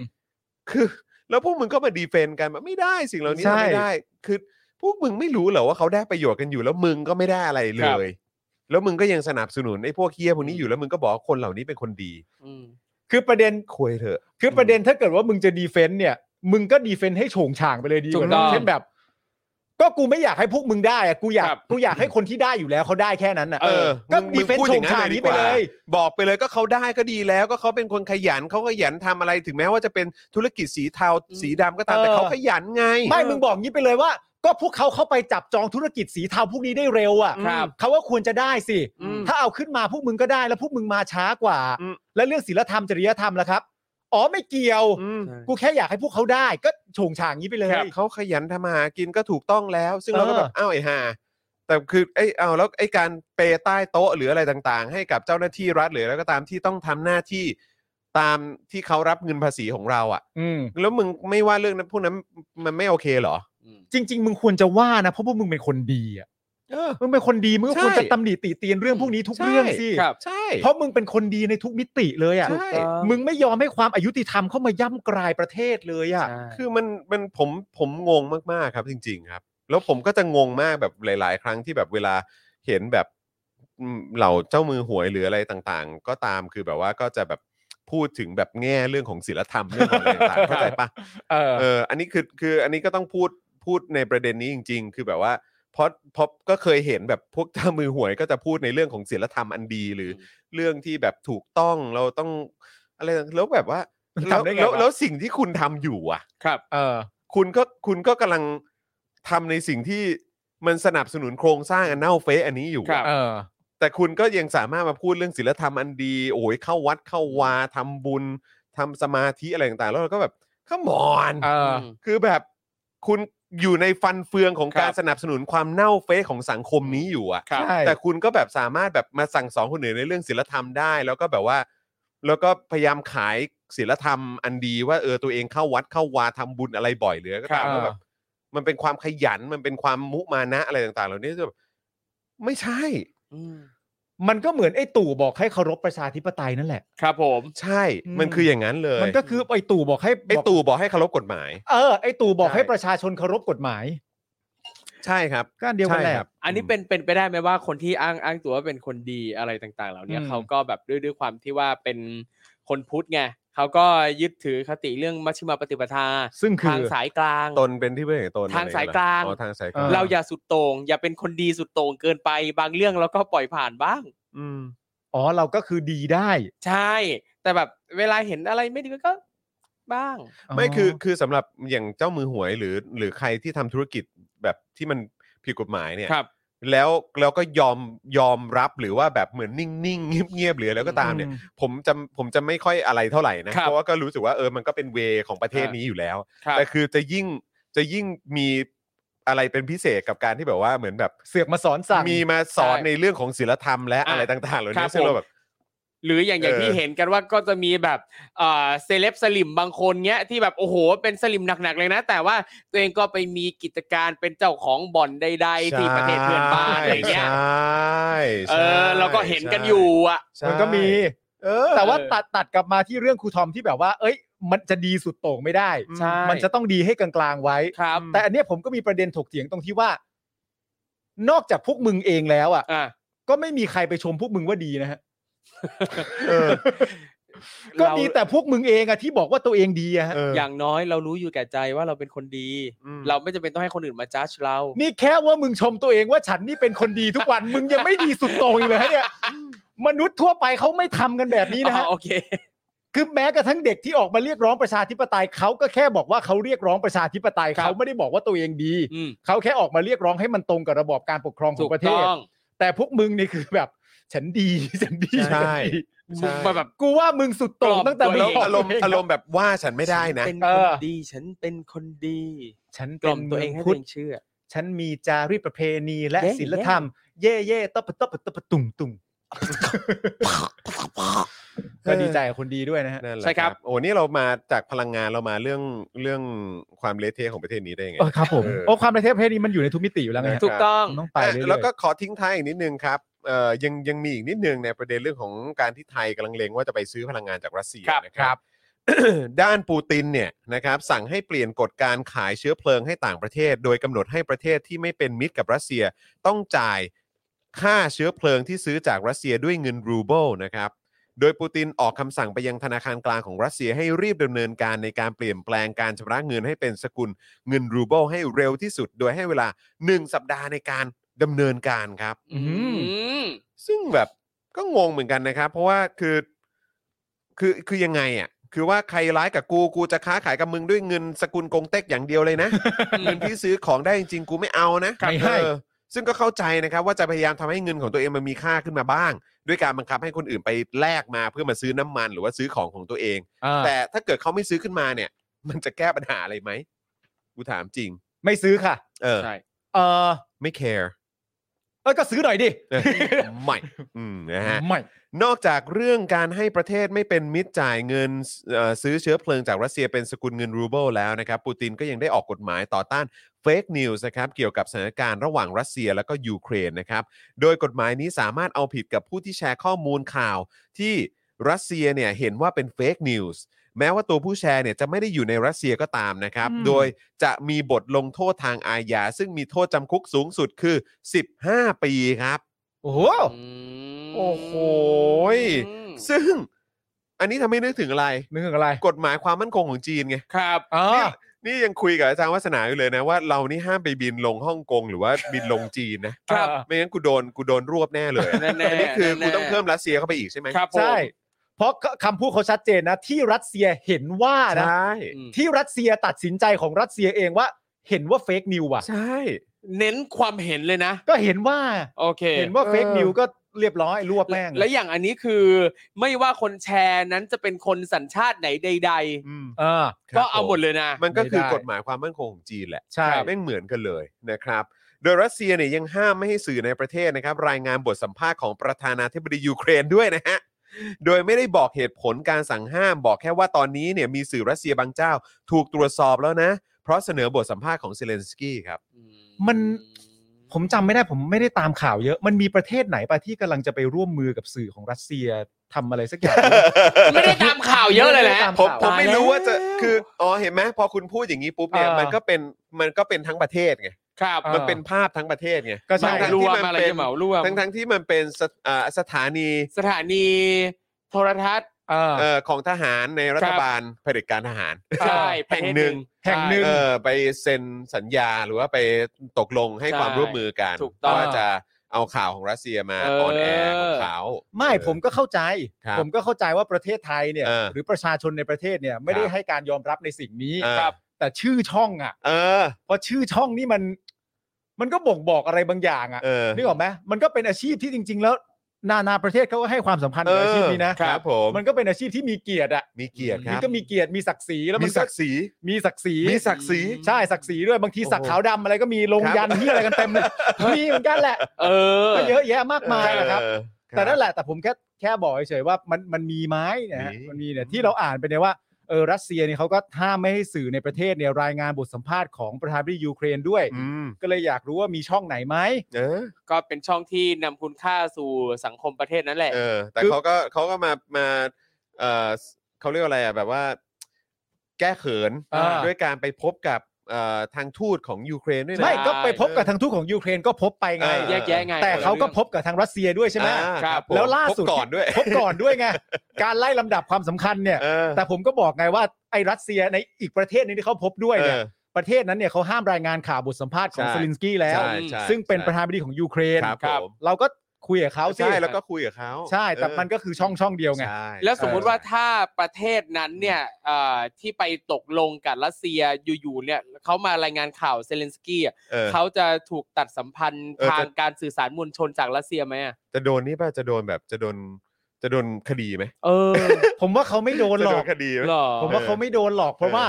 Speaker 2: คือ แล้วพวกมึงก็มาดีเฟนต์กันแบบไม่ได้สิ่งเหล่านี้
Speaker 3: ใช่
Speaker 2: ทำไม่ได้ คือ พวกมึงไม่รู้เหรอว่าเขาได้ประโยชน์กันอยู่ แล้วมึงก็ไม่ได้อะไรเลย แล้วมึงก็ยังสนับสนุนไอ้พวกเฮียพวกนี้อยู่แล้วมึงก็บอกว่าคนเหล่านี้เป็นคนดี
Speaker 4: อืม
Speaker 3: คือประเด็น
Speaker 2: คุยเถอะ
Speaker 3: คือประเด็นถ้าเกิดว่ามึงจะดีเฟนต์เนี่ย มึงก็ดีเฟนต์ให้โฉงฉางไปเลยดีก
Speaker 4: ถู
Speaker 3: ว่าก
Speaker 4: ต้อง
Speaker 3: เช่นแบบ ก็กูไม่อยากให้พวกมึงได้อะกูอยาก
Speaker 4: ครับ
Speaker 3: กูอยากให้คนที่ได้อยู่แล้วเขาได้แค่นั้นน่ะ
Speaker 2: เออ
Speaker 3: ก็
Speaker 2: มึง
Speaker 3: ดีเฟน
Speaker 2: มึงพูดอ
Speaker 3: ต์โฉ
Speaker 2: ย่าง งนั้น
Speaker 3: ฉาง
Speaker 2: เลยดี
Speaker 3: นี้
Speaker 2: ก
Speaker 3: ไป
Speaker 2: ว่า
Speaker 3: เลย
Speaker 2: บอกไปเลยก็เขาได้ก็ดีแล้วก็เขาเป็นคนขยันเขาขยันทำอะไรถึงแม้ว่าจะเป็นธุรกิจสีเทา
Speaker 4: อืม
Speaker 2: สีดำก็ตามแต่
Speaker 3: เออ
Speaker 2: เขาขยันไง
Speaker 3: ไม่มึงบอกงี้ไปเลยว่า ก็พวกเขาเข้าไปจับจองธุรกิจสีเทาพวกนี้ได้เร็วอ่ะ
Speaker 4: ครับ
Speaker 3: เขาว่าควรจะได้สิ
Speaker 4: อืม
Speaker 3: ถ้าเอาขึ้นมาพวกมึงก็ได้แล้วพวกมึงมาช้ากว่า
Speaker 2: อืม
Speaker 3: และเรื่องศีลธรรมจริยธรรมล่ะครับ อ๋อไม่เกี่ยว
Speaker 2: อืม
Speaker 3: กูแค่อยากให้พวกเขาได้ ก็โฉงฉางนี้ไปเลย
Speaker 2: เขาขยันทำมาหากินก็ถูกต้องแล้ว ซึ่ง
Speaker 3: เออ
Speaker 2: เราก็แบบอ้าวไอ้ห่าแต่คือไอ้ยเอาแล้วไอ้การเปใต้โต๊ะหรืออะไรต่างๆ ให้กับเจ้าหน้าที่รัฐหรือแล้วก็ตามที่ต้องทำหน้าที่ตามที่เขารับเงินภาษีของเราอะ่ะ
Speaker 3: ืม
Speaker 2: แล้วมึงไม่ว่าเรื่องนั้นพวกนั้นมันไม่โอเคเหรอ
Speaker 3: จริง ๆ มึงควรจะว่านะ เพราะพวกมึงเป็นคนดีอ่ะมึงเป็นคนดีมึงก็
Speaker 2: ใช่
Speaker 3: ควรจะตำหนิติเตียนเรื่องพวกนี้ทุก
Speaker 2: ใช่
Speaker 3: เรื่องสิ
Speaker 4: ครับ
Speaker 2: ใช่
Speaker 3: เพราะมึงเป็นคนดีในทุกมิติเลยอ่ะ
Speaker 2: ใช่
Speaker 3: มึงไม่ยอมให้ความอายุติธรรมเข้ามาย่ำกรายประเทศเลยอ่ะ
Speaker 2: คือมันมันผมผมงงมากๆครับจริง ๆ ครับ แล้วผมก็จะงงมากแบบหลาย ๆ ครั้งที่แบบเวลาเห็นแบบอืมเหล่าเจ้ามือหวยหรืออะไรต่างๆ ก็ตามคือแบบว่าก็จะแบบพูดถึงแบบแง่เรื่องของศีลธรรมเรื่องของอะไรต่างๆเข้าใจปะ
Speaker 3: เออ
Speaker 2: เออ อันนี้คือ คือ อันนี้ก็ต้องพูด พูดในประเด็นนี้จริง ๆ คือแบบว่า เพราะเพราะก็เคยเห็นแบบพวกเจ้ามือหวยก็จะพูดในเรื่องของศีลธรรมอันดีหรืออเรื่องที่แบบถูกต้อง เราต้องอะไรต่างแล้วแบบว่า
Speaker 3: มัน
Speaker 2: แล้ว
Speaker 3: ทำได้ไง
Speaker 2: แล้ว
Speaker 3: วะ
Speaker 2: แล้วสิ่งที่คุณทำอยู่อ่ะ
Speaker 4: ครับ
Speaker 3: เออ
Speaker 2: คุณก็ คุณก็กำลังทำในสิ่งที่มันสนับสนุนโครงสร้างอันเน่าเฟะอันนี้อยู่อะ
Speaker 4: ครับ
Speaker 3: เออ
Speaker 2: แต่คุณก็ยังสามารถมาพูดเรื่องศีลธรรมอันดี โอ้ยเข้าวัดเข้าวาทำบุญทำสมาธิอะไรต่างๆ แล้วเราก็แบบขมอน
Speaker 3: เออ
Speaker 4: ม
Speaker 2: คือแบบคุณอยู่ในฟันเฟืองของ
Speaker 4: ครับ
Speaker 2: การสนับสนุนความเน่าเฟะของสังคมนี้อยู่อะ
Speaker 4: ครับ
Speaker 3: ใช่
Speaker 2: แต่คุณก็แบบสามารถแบบมาสั่งสอนคนอื่นในเรื่องศีลธรรมได้ แล้วก็แบบว่า แล้วก็พยายามขายศีลธรรมอันดีว่าเออตัวเองเข้าวัดเข้าวาทำบุญอะไรบ่อยเหลือก็ตาม
Speaker 3: ครับ
Speaker 2: แล้วแบบ มันเป็นความขยันมันเป็นความมุมานะอะไรต่างๆ เหล่านี้จะแบบไม่ใช่
Speaker 4: อืม
Speaker 3: มันก็เหมือนไอ้ตู่บอกให้เคารพประชาธิปไตยนั่นแหละ
Speaker 4: ครับผม
Speaker 2: ใช่ มันคืออย่างนั้นเลย
Speaker 3: มันก็คือไอ้ตู่บอกให้
Speaker 2: ไอ้
Speaker 3: บอก
Speaker 2: ตู่บอกให้เคารพกฎหมาย
Speaker 3: เออไอ้ตู่บอก
Speaker 2: ใช่
Speaker 3: ให้ประชาชนเคารพกฎหมาย
Speaker 2: ใช่ครับ
Speaker 3: ก็อันเดียวกัน
Speaker 2: ใช่
Speaker 3: แหละ
Speaker 2: ครับ
Speaker 4: อันนี้เป็นเป็นไปได้ไหมว่าคนที่อ้างอ้างตัวว่าเป็นคนดีอะไรต่างๆ เหล่าเนี้ย
Speaker 3: อืม
Speaker 4: เขาก็แบบด้วยด้วยความที่ว่าเป็นคนพุทธไงเขาก็ยึดถือคติเรื่องมัชฌิมาปฏิปทา
Speaker 3: ซึ่งคื
Speaker 4: ทาง
Speaker 3: อ
Speaker 4: สายกลาง
Speaker 2: ตนเป็นที่พึ่งแห่งตน
Speaker 4: ทาง
Speaker 2: อะไร
Speaker 4: สาย
Speaker 2: เหรอก
Speaker 4: ลาง
Speaker 2: อ๋อทางสายก
Speaker 3: เอ
Speaker 2: ลาง
Speaker 3: อ
Speaker 4: เราอย่าสุดโต่งอย่าเป็นคนดีสุดโต่งเกินไปบางเรื่องเราก็ปล่อยผ่านบ้าง
Speaker 2: อืม
Speaker 3: อ๋อเราก็คือดีได้
Speaker 4: ใช่ แต่แบบเวลาเห็นอะไรไม่ดีก็บ้าง
Speaker 2: ไม่คือคือสำหรับอย่างเจ้ามือหวยหรือหรือใครที่ทำธุรกิจแบบที่มันผิดกฎหมายเนี่ย
Speaker 4: ครับ
Speaker 2: แล้วแล้วก็ยอมยอมรับหรือว่าแบบเหมือนนิ่งๆ เงียบๆหรืออะไรก็ตามเนี่ย
Speaker 3: อื
Speaker 2: ผมจะผมจะไม่ค่อยอะไรเท่าไหร่นะครับ เพราะว่าก็รู้สึกว่าเออมันก็เป็นเวของประเทศนี้อยู่แล้ว
Speaker 4: ครับ
Speaker 2: แต่คือจะยิ่งจะยิ่งมีอะไรเป็นพิเศษกับการที่แบบว่าเหมือนแบบ
Speaker 3: เสือกมาสอนสั่ง
Speaker 2: มีมาสอน
Speaker 4: ใช่
Speaker 2: ในเรื่องของศีลธรรมและ
Speaker 4: อ่ะ
Speaker 2: อะไรต่างๆเหล่า
Speaker 4: ครั
Speaker 2: นี้
Speaker 4: บ
Speaker 2: ซึ่งเรา
Speaker 4: ผม
Speaker 2: แบบ
Speaker 4: หรืออย่างอย่าง
Speaker 2: เออ
Speaker 4: ที่เห็นกันว่าก็จะมีแบบเอ่อเซเลบสลิมบางคนเงี้ยที่แบบโอ้โหเป็นสลิมหนักๆเลยนะ แต่ว่าตัวเองก็ไปมีกิจการเป็นเจ้าของบ่อนใดๆที่ประเทศเพื่อนบ้านอะไรเงี้ย
Speaker 2: ใช่
Speaker 4: เอ
Speaker 2: ใช่
Speaker 4: อเราก็เห็นกันอยู่อ่ะ
Speaker 2: ใช่
Speaker 3: มันก็มี
Speaker 2: เออ
Speaker 3: แต่ว่าตัดตัดกลับมาที่เรื่องครูทอมที่แบบว่า เอ้ย มันจะดีสุดโต่งไม่ได้
Speaker 2: ใช่
Speaker 3: มันจะต้องดีให้กลางๆไว้
Speaker 4: ครับ
Speaker 3: แต่อันเนี้ยผมก็มีประเด็นถกเถียงตรงที่ว่า นอกจากพวกมึงเองแล้วอ่ะ
Speaker 4: อ่ะ
Speaker 3: ก็ไม่มีใครไปชมพวกมึงว่าดีนะฮะ
Speaker 2: เออ
Speaker 3: ก็
Speaker 4: เรา
Speaker 3: มีแต่พวกมึงเองอะที่บอกว่าตัวเองดีอะฮะ
Speaker 2: เออ
Speaker 4: อ
Speaker 2: อย่าง
Speaker 4: น้อยเรารู้อยู่แก่ใจว่าเราเป็นคนดี
Speaker 2: อืม
Speaker 4: เราไม่จำเป็นต้องให้คนอื่นมาจ้าชเรา
Speaker 3: นี่แค่ว่ามึงชมตัวเองว่าฉันนี่เป็นคนดีทุกวัน มึงยังไม่ดีสุดโต่งอีกเลยฮะเนี่ย มนุษย์ทั่วไปเขาไม่ทำกันแบบนี้นะฮะ
Speaker 4: อ๋อโอเค
Speaker 3: คือแม้กระทั่งเด็กที่ออกมาเรียกร้องประชาธิปไตยเขาก็แค่บอกว่าเขาเรียกร้องประชาธิปไตย
Speaker 4: ครับ
Speaker 3: เขาไม่ได้บอกว่าตัวเองดี
Speaker 4: อืม
Speaker 3: เขาแค่ออกมาเรียกร้องให้มันตรงกับระบอบการปกครองขอ
Speaker 4: ถู
Speaker 3: ง
Speaker 4: ก
Speaker 3: ประเทศ
Speaker 4: ต้อง
Speaker 3: แต่พวกมึงนี่คือแบบ ฉันดี ฉันดี
Speaker 2: ใช่
Speaker 3: ฉันดี
Speaker 2: ใช่
Speaker 4: มึงมาแบบ
Speaker 3: กูว่ามึงสุดโต่งตั้งแต่
Speaker 4: กรอบตัว
Speaker 2: แล้วอา
Speaker 4: เง
Speaker 2: รมณ์อารมณ์แบบว่าฉันไม่ได้นะ
Speaker 4: ฉัเป็นคนดีฉันเป็นคนดี
Speaker 3: ฉัน
Speaker 4: ก
Speaker 3: เป็
Speaker 4: ล่อม
Speaker 3: น
Speaker 4: ตัวเองให้ตั
Speaker 3: พุ
Speaker 4: ว
Speaker 3: ทธ
Speaker 4: เองเชื่อ
Speaker 3: ฉันมีจารีตประเพณีและ
Speaker 4: เย้
Speaker 3: ศิลธรรม เย่เย่ตบปะตบปะตบปะตุ่งตุ่งก็ดีใจกับคนดีด้วยนะฮะ
Speaker 2: นั่นแหละ
Speaker 4: ใช่ครับ
Speaker 2: โอ้นี่เรามาจากพลังงานเรามาเรื่องเรื่องความเละเทะของประเทศนี้ได้ยังไง
Speaker 3: เออครับผม
Speaker 2: เออ
Speaker 3: โอ้ความในเทพเพศนี้มันอยู่ในทุกมิติอยู่แล้วไงฮะ
Speaker 4: ถูกต้อง
Speaker 3: ต้องไป
Speaker 2: เอ่อ
Speaker 3: เรื่อยๆ
Speaker 2: แล้วก็ขอทิ้งท้ายอีกนิดนึงครับเอ่อยังยังมีอีกนิดนึงในประเด็นเรื่องของการที่ไทยกำลังเลงว่าจะไปซื้อพลังงานจากรัสเซีย
Speaker 4: ครับ
Speaker 2: นะครั
Speaker 4: ครับ บ
Speaker 2: ด้านปูตินเนี่ยนะครับสั่งให้เปลี่ยนกฎการขายเชื้อเพลิงให้ต่างประเทศ โดยกำหนดให้ประเทศที่ไม่เป็นมิตรกับรัสเซีย ต้องจ่ายค่าเชื้อเพลิงที่ซื้อจากรัสเซียด้วยเงินรูเบิลนะครับ โดยปูตินออกคำสั่งไปยังธนาคารกลางของรัสเซียให้รีบดำเนินการในการเปลี่ยนแปลงการชำระเงินให้เป็นสกุลเงินรูเบิลให้เร็วที่สุด โดยให้เวลา 1 สัปดาห์ในการดำเนินการครับ
Speaker 3: อืม
Speaker 4: ม
Speaker 2: ซึ่งแบบก็งงเหมือนกันนะครับ เพราะว่าคือคือคือยังไงอ่ะคือว่าใครร้ายกับกูกูจะค้าขายกับมึงด้วยเงินสกุลกงเต็กอย่างเดียวเลยนะ เงินที่ซื้อของได้จริงๆกูไม่เอานะครับ
Speaker 3: ไม่ให้
Speaker 2: เออซึ่งก็เข้าใจนะครับ ว่าจะพยายามทำให้เงินของตัวเองมันมีค่าขึ้นมาบ้าง ด้วยการบังคับให้คนอื่นไปแลกมาเพื่อมาซื้อน้ำมัน หรือว่าซื้อของของตัวเอง
Speaker 3: อ่า
Speaker 2: แต่ถ้าเกิดเขาไม่ซื้อขึ้นมาเนี่ย มันจะแก้ปัญหาอะไรไหมกูถามจริง
Speaker 3: ไม่ซื้อค่ะ
Speaker 2: เออ
Speaker 4: ใช่
Speaker 3: เออ
Speaker 2: ไม่ care
Speaker 3: เอ้ยก็ซื้อหน่อยดิ
Speaker 2: เออไม่อืมนะฮะ
Speaker 3: ไม่
Speaker 2: นอกจากเรื่องการให้ประเทศไม่เป็นมิตรจ่ายเงินเอ่อซื้อเชื้อเพลิงจากรัสเซียเป็นสกุลเงินรูเบิลแล้วนะครับ ปูตินก็ยังได้ออกกฎหมายต่อต้านเฟกนิวส์นะครับ เกี่ยวกับสถานการณ์ระหว่างรัสเซียและก็ยูเครนนะครับ โดยกฎหมายนี้สามารถเอาผิดกับผู้ที่แชร์ข้อมูลข่าว ที่รัสเซียเนี่ยเห็นว่าเป็นเฟกนิวส์แม้ว่าตัวผู้แชร์เนี่ยจะไม่ได้อยู่ในรัสเซียก็ตามนะครับ
Speaker 3: อืม
Speaker 2: โดยจะมีบทลงโทษทางอาญาซึ่งมีโทษจำคุกสูงสุดคือ 15 ปีครับ
Speaker 3: โอ้โห
Speaker 4: ม
Speaker 2: โอ้โหย ซึ่งอันนี้ทำให้นึกถึงอะไร
Speaker 3: นึกถึงอะไร
Speaker 2: กฎหมายความมั่นคงของจีนไง
Speaker 4: ครับ
Speaker 3: อ่า
Speaker 2: เนี่ย นี่ยังคุยกับอาจารย์วัฒนาอยู่เลยนะว่าเรานี่ห้ามไปบินลงฮ่องกงหรือว่าบินลงจีนนะ
Speaker 4: ครับ
Speaker 3: อ่า
Speaker 2: ไม่งั้นกูโดนกูโดนรวบแน่เลย
Speaker 4: แน่ๆ
Speaker 2: อันนี้คือกู
Speaker 4: แน่ๆ
Speaker 2: ต้องเพิ่มรัสเซียเข้าไปอีกใช่ไหม
Speaker 4: ครับผม
Speaker 3: ใช่ เพราะคำพูดเขาชัดเจนนะ ที่รัสเซียเห็นว่านะ
Speaker 2: ใช่
Speaker 4: อืม
Speaker 3: ที่รัสเซียตัดสินใจของรัสเซียเองว่า เห็นว่าเฟกนิวอ่ะ
Speaker 2: ใช่
Speaker 4: เน้นความเห็นเลยนะ
Speaker 3: ก็เห็นว่า
Speaker 4: โอเค
Speaker 3: เห็นว่าเฟกนิวก็เรียบร้อยรวบแม่ง
Speaker 4: และอย่างอันนี้คือไม่ว่าคนแชร์นั้นจะเป็นคนสัญชาติไหนใด
Speaker 2: อืม
Speaker 3: เออ
Speaker 2: ค
Speaker 4: ๆ
Speaker 2: รับ
Speaker 4: ก็เอาหมดเลยนะ
Speaker 2: มันก็คือ
Speaker 3: ไม่ได้
Speaker 2: กฎหมายความมั่นคงของจีนแหละ
Speaker 3: ใช่
Speaker 2: ไม่งเหมือนกันเลยนะครับ โดยรัสเซียเนี่ยยังห้ามไม่ให้สื่อในประเทศนะครับ รายงานบทสัมภาษณ์ของประธานาธิบดียูเครนด้วยนะฮะ โดยไม่ได้บอกเหตุผลการสั่งห้ามบอกแค่ว่าตอนนี้เนี่ยมีสื่อรัสเซียบางเจ้า ถูกตรวจสอบแล้วนะ เพราะเสนอบทสัมภาษณ์ของเซเลนสกี้ครับ
Speaker 3: มัน ผมจำไม่ได้ผมไม่ได้ตามข่าวเยอะ มันมีประเทศไหนปะที่กำลังจะไปร่วมมือกับสื่อของรัสเซียทำอะไรสักอย่าง
Speaker 4: ไม่ได้ตามข่าวเยอะเลยแหละ
Speaker 3: ไม่ได้ตา
Speaker 2: ผม
Speaker 3: ข่าว
Speaker 2: ผมไม่รู้ว่าจะ
Speaker 4: ตายแล้ว
Speaker 2: คืออ๋อเห็นไหมพอคุณพูดอย่างนี้ปุ๊บเนี่ย
Speaker 3: เออ
Speaker 2: มันก็เป็นมันก็เป็นทั้งประเทศไง
Speaker 4: ครับ
Speaker 3: เออ
Speaker 2: มันเป็นภาพทั้งประเทศไง
Speaker 3: ก็ใช่
Speaker 4: เห
Speaker 2: ทั้
Speaker 4: มาง ร
Speaker 2: ๆที่
Speaker 4: วม
Speaker 2: มัน
Speaker 4: อะไร
Speaker 2: เป็น
Speaker 4: จะเหมารวม
Speaker 2: ทั้งทั้งๆที่มันเป็นสถอ่าสถานี
Speaker 4: สถานีโทรทัศน์
Speaker 3: เออ
Speaker 2: เออของทหารในรั
Speaker 4: ค
Speaker 2: ฐ
Speaker 4: รับ
Speaker 2: บาลเผด็จการทหาร
Speaker 4: ใช่ประ
Speaker 2: แห่ง
Speaker 4: เทศ
Speaker 2: หนึ่ง
Speaker 3: แห่งหนึ่ง
Speaker 2: เออไปเซ็นสัญญาหรือว่าไปตกลงให้
Speaker 4: ใช่
Speaker 2: ความร่วมมือกัน
Speaker 4: ถูกต้อง
Speaker 2: ว่าจะเอาข่าวของรัสเซียมา
Speaker 4: เอ
Speaker 2: อ
Speaker 4: อ
Speaker 2: อนแอร์ของเขา
Speaker 3: ไม่ผมก็เข้าใจ
Speaker 2: ครับ
Speaker 3: ผมก็เข้าใจว่าประเทศไทยเนี่ย
Speaker 2: เออ
Speaker 3: หรือประชาชนในประเทศเนี่ยไม่ได้
Speaker 2: ครับ
Speaker 3: ให้การยอมรับในสิ่งนี้
Speaker 2: เออ
Speaker 3: ครับ แต่ชื่อช่องอ่ะ
Speaker 2: เออ
Speaker 3: เพราะชื่อช่องนี่มัน มันก็บ่งบอกอะไรบางอย่างอ่ะ
Speaker 2: เออ
Speaker 3: นึกออกไหมมันก็เป็นอาชีพที่จริง ๆ แล้ว นานาประเทศเขาก็ให้ความสำคัญ
Speaker 2: เอ
Speaker 3: กับอา
Speaker 2: อ
Speaker 3: ชีพนี้นะครับ
Speaker 2: ผม
Speaker 3: มันก็เป็นอาชีพที่มีเกียรติอ่ะ
Speaker 2: มีเกียรติค
Speaker 3: มัน
Speaker 2: รับ
Speaker 3: ก็มีเกียรติมีศักดิ์ศรีแล้ว
Speaker 2: มี
Speaker 3: มัน
Speaker 2: ศักดิ์ศรี
Speaker 3: มีศักดิ์ศรี
Speaker 2: มีศักดิ์ศรี
Speaker 3: ใช่ศักดิ์ศรีด้วยบางที
Speaker 2: โอ้โห
Speaker 3: สักขาวดำอะไรก็มีลง
Speaker 2: ครับ
Speaker 3: ยันที่อะไรกันเต็มเลยมีเหมือนกันแหละ
Speaker 4: เออ
Speaker 3: ก็เยอะแยะมากมายนะครับ
Speaker 2: เออ
Speaker 3: แต่นั่นแหละแต่ผมแค่แค่บอกเฉยๆว่ามันมันมีไหมเนะฮะ
Speaker 2: มี
Speaker 3: มันมีเนี่ยที่เราอ่านไปเนี่ยว่าเออรัสเซียเนี่ยเขาก็ห้ามไม่ให้สื่อในประเทศเนี่ยรายงานบทสัมภาษณ์ของประธานาธิบดียูเครนด้วย
Speaker 2: อืม
Speaker 3: ก็เลยอยากรู้ว่ามีช่องไหนไหม
Speaker 2: เออ
Speaker 4: ก็เป็นช่องที่นำคุณค่าสู่สังคมประเทศนั่นแหละ
Speaker 2: เออ แต่
Speaker 3: คือ
Speaker 2: เขาก็เขาก็มามาเออเขาเรียกว่าอะไรอ่ะแบบว่า แก้เขิน
Speaker 3: อ่า
Speaker 2: ด้วยการไปพบกับเอ่อทางทูตของยูเครนด้วยนะ
Speaker 3: ไม่
Speaker 4: ใช่
Speaker 3: ก็ไปพบกับทางทูตของยูเครนก็พบไปไง
Speaker 2: เออ
Speaker 4: แยกแยะไง
Speaker 3: แต่เขา
Speaker 4: ค
Speaker 3: ก็
Speaker 4: นละ
Speaker 3: พบกับทางรัสเซียด้วยใช่ไหม
Speaker 2: อ่า
Speaker 4: ครับ
Speaker 2: ผม
Speaker 3: แล้วล่าสุด
Speaker 2: พบก่อนด้วย
Speaker 3: พบก่อนด้วยไง การไล่ลำดับความสำคัญเนี่ย
Speaker 2: เออ
Speaker 3: แต่ผมก็บอกไงว่าไอ้รัสเซียในอีกประเทศหนึงที่เขาพบด้วยเนี่ย
Speaker 2: เออ
Speaker 3: ประเทศนั้นเนี่ยเขาห้ามรายงานข่าวบทสัมภาษณ์ของ
Speaker 2: ใช่
Speaker 3: เซลินสกี้แล้ว
Speaker 2: ใช่ใช่
Speaker 3: ซึ่งเป็น
Speaker 2: ใช่
Speaker 3: ประธานาธิบดีของยูเครน
Speaker 2: ครับผม
Speaker 3: เราก็คุยกับเขาสิ
Speaker 2: ใช่แล้วก็คุยกับเขา
Speaker 3: ใช่ แต่มันก็คือช่องช่องเดียวไง
Speaker 2: ใช่
Speaker 4: แล้วสมมุติว่าถ้าประเทศนั้นเนี่ยเอ่อที่ไปตกลงกับรัสเซียอยู่ๆเนี่ยเขามารายงานข่าวเซเลนสกี้อะ
Speaker 2: เออ
Speaker 4: เขาจะถูกตัดสัมพันธ์
Speaker 2: เออจะ
Speaker 4: ทางการสื่อสารมวลชนจากรัสเซียไหมอะ
Speaker 2: จะโดนนี่ป่ะจะโดนแบบจะโดนจะโดนคดีไหม
Speaker 4: เออ
Speaker 3: ผมว่าเขาไม่โดนหร
Speaker 2: จะโด
Speaker 3: อก
Speaker 2: นคดีไหม
Speaker 4: หรอ
Speaker 3: ผมว่าเขาไม่โดนหรอก เพราะว่า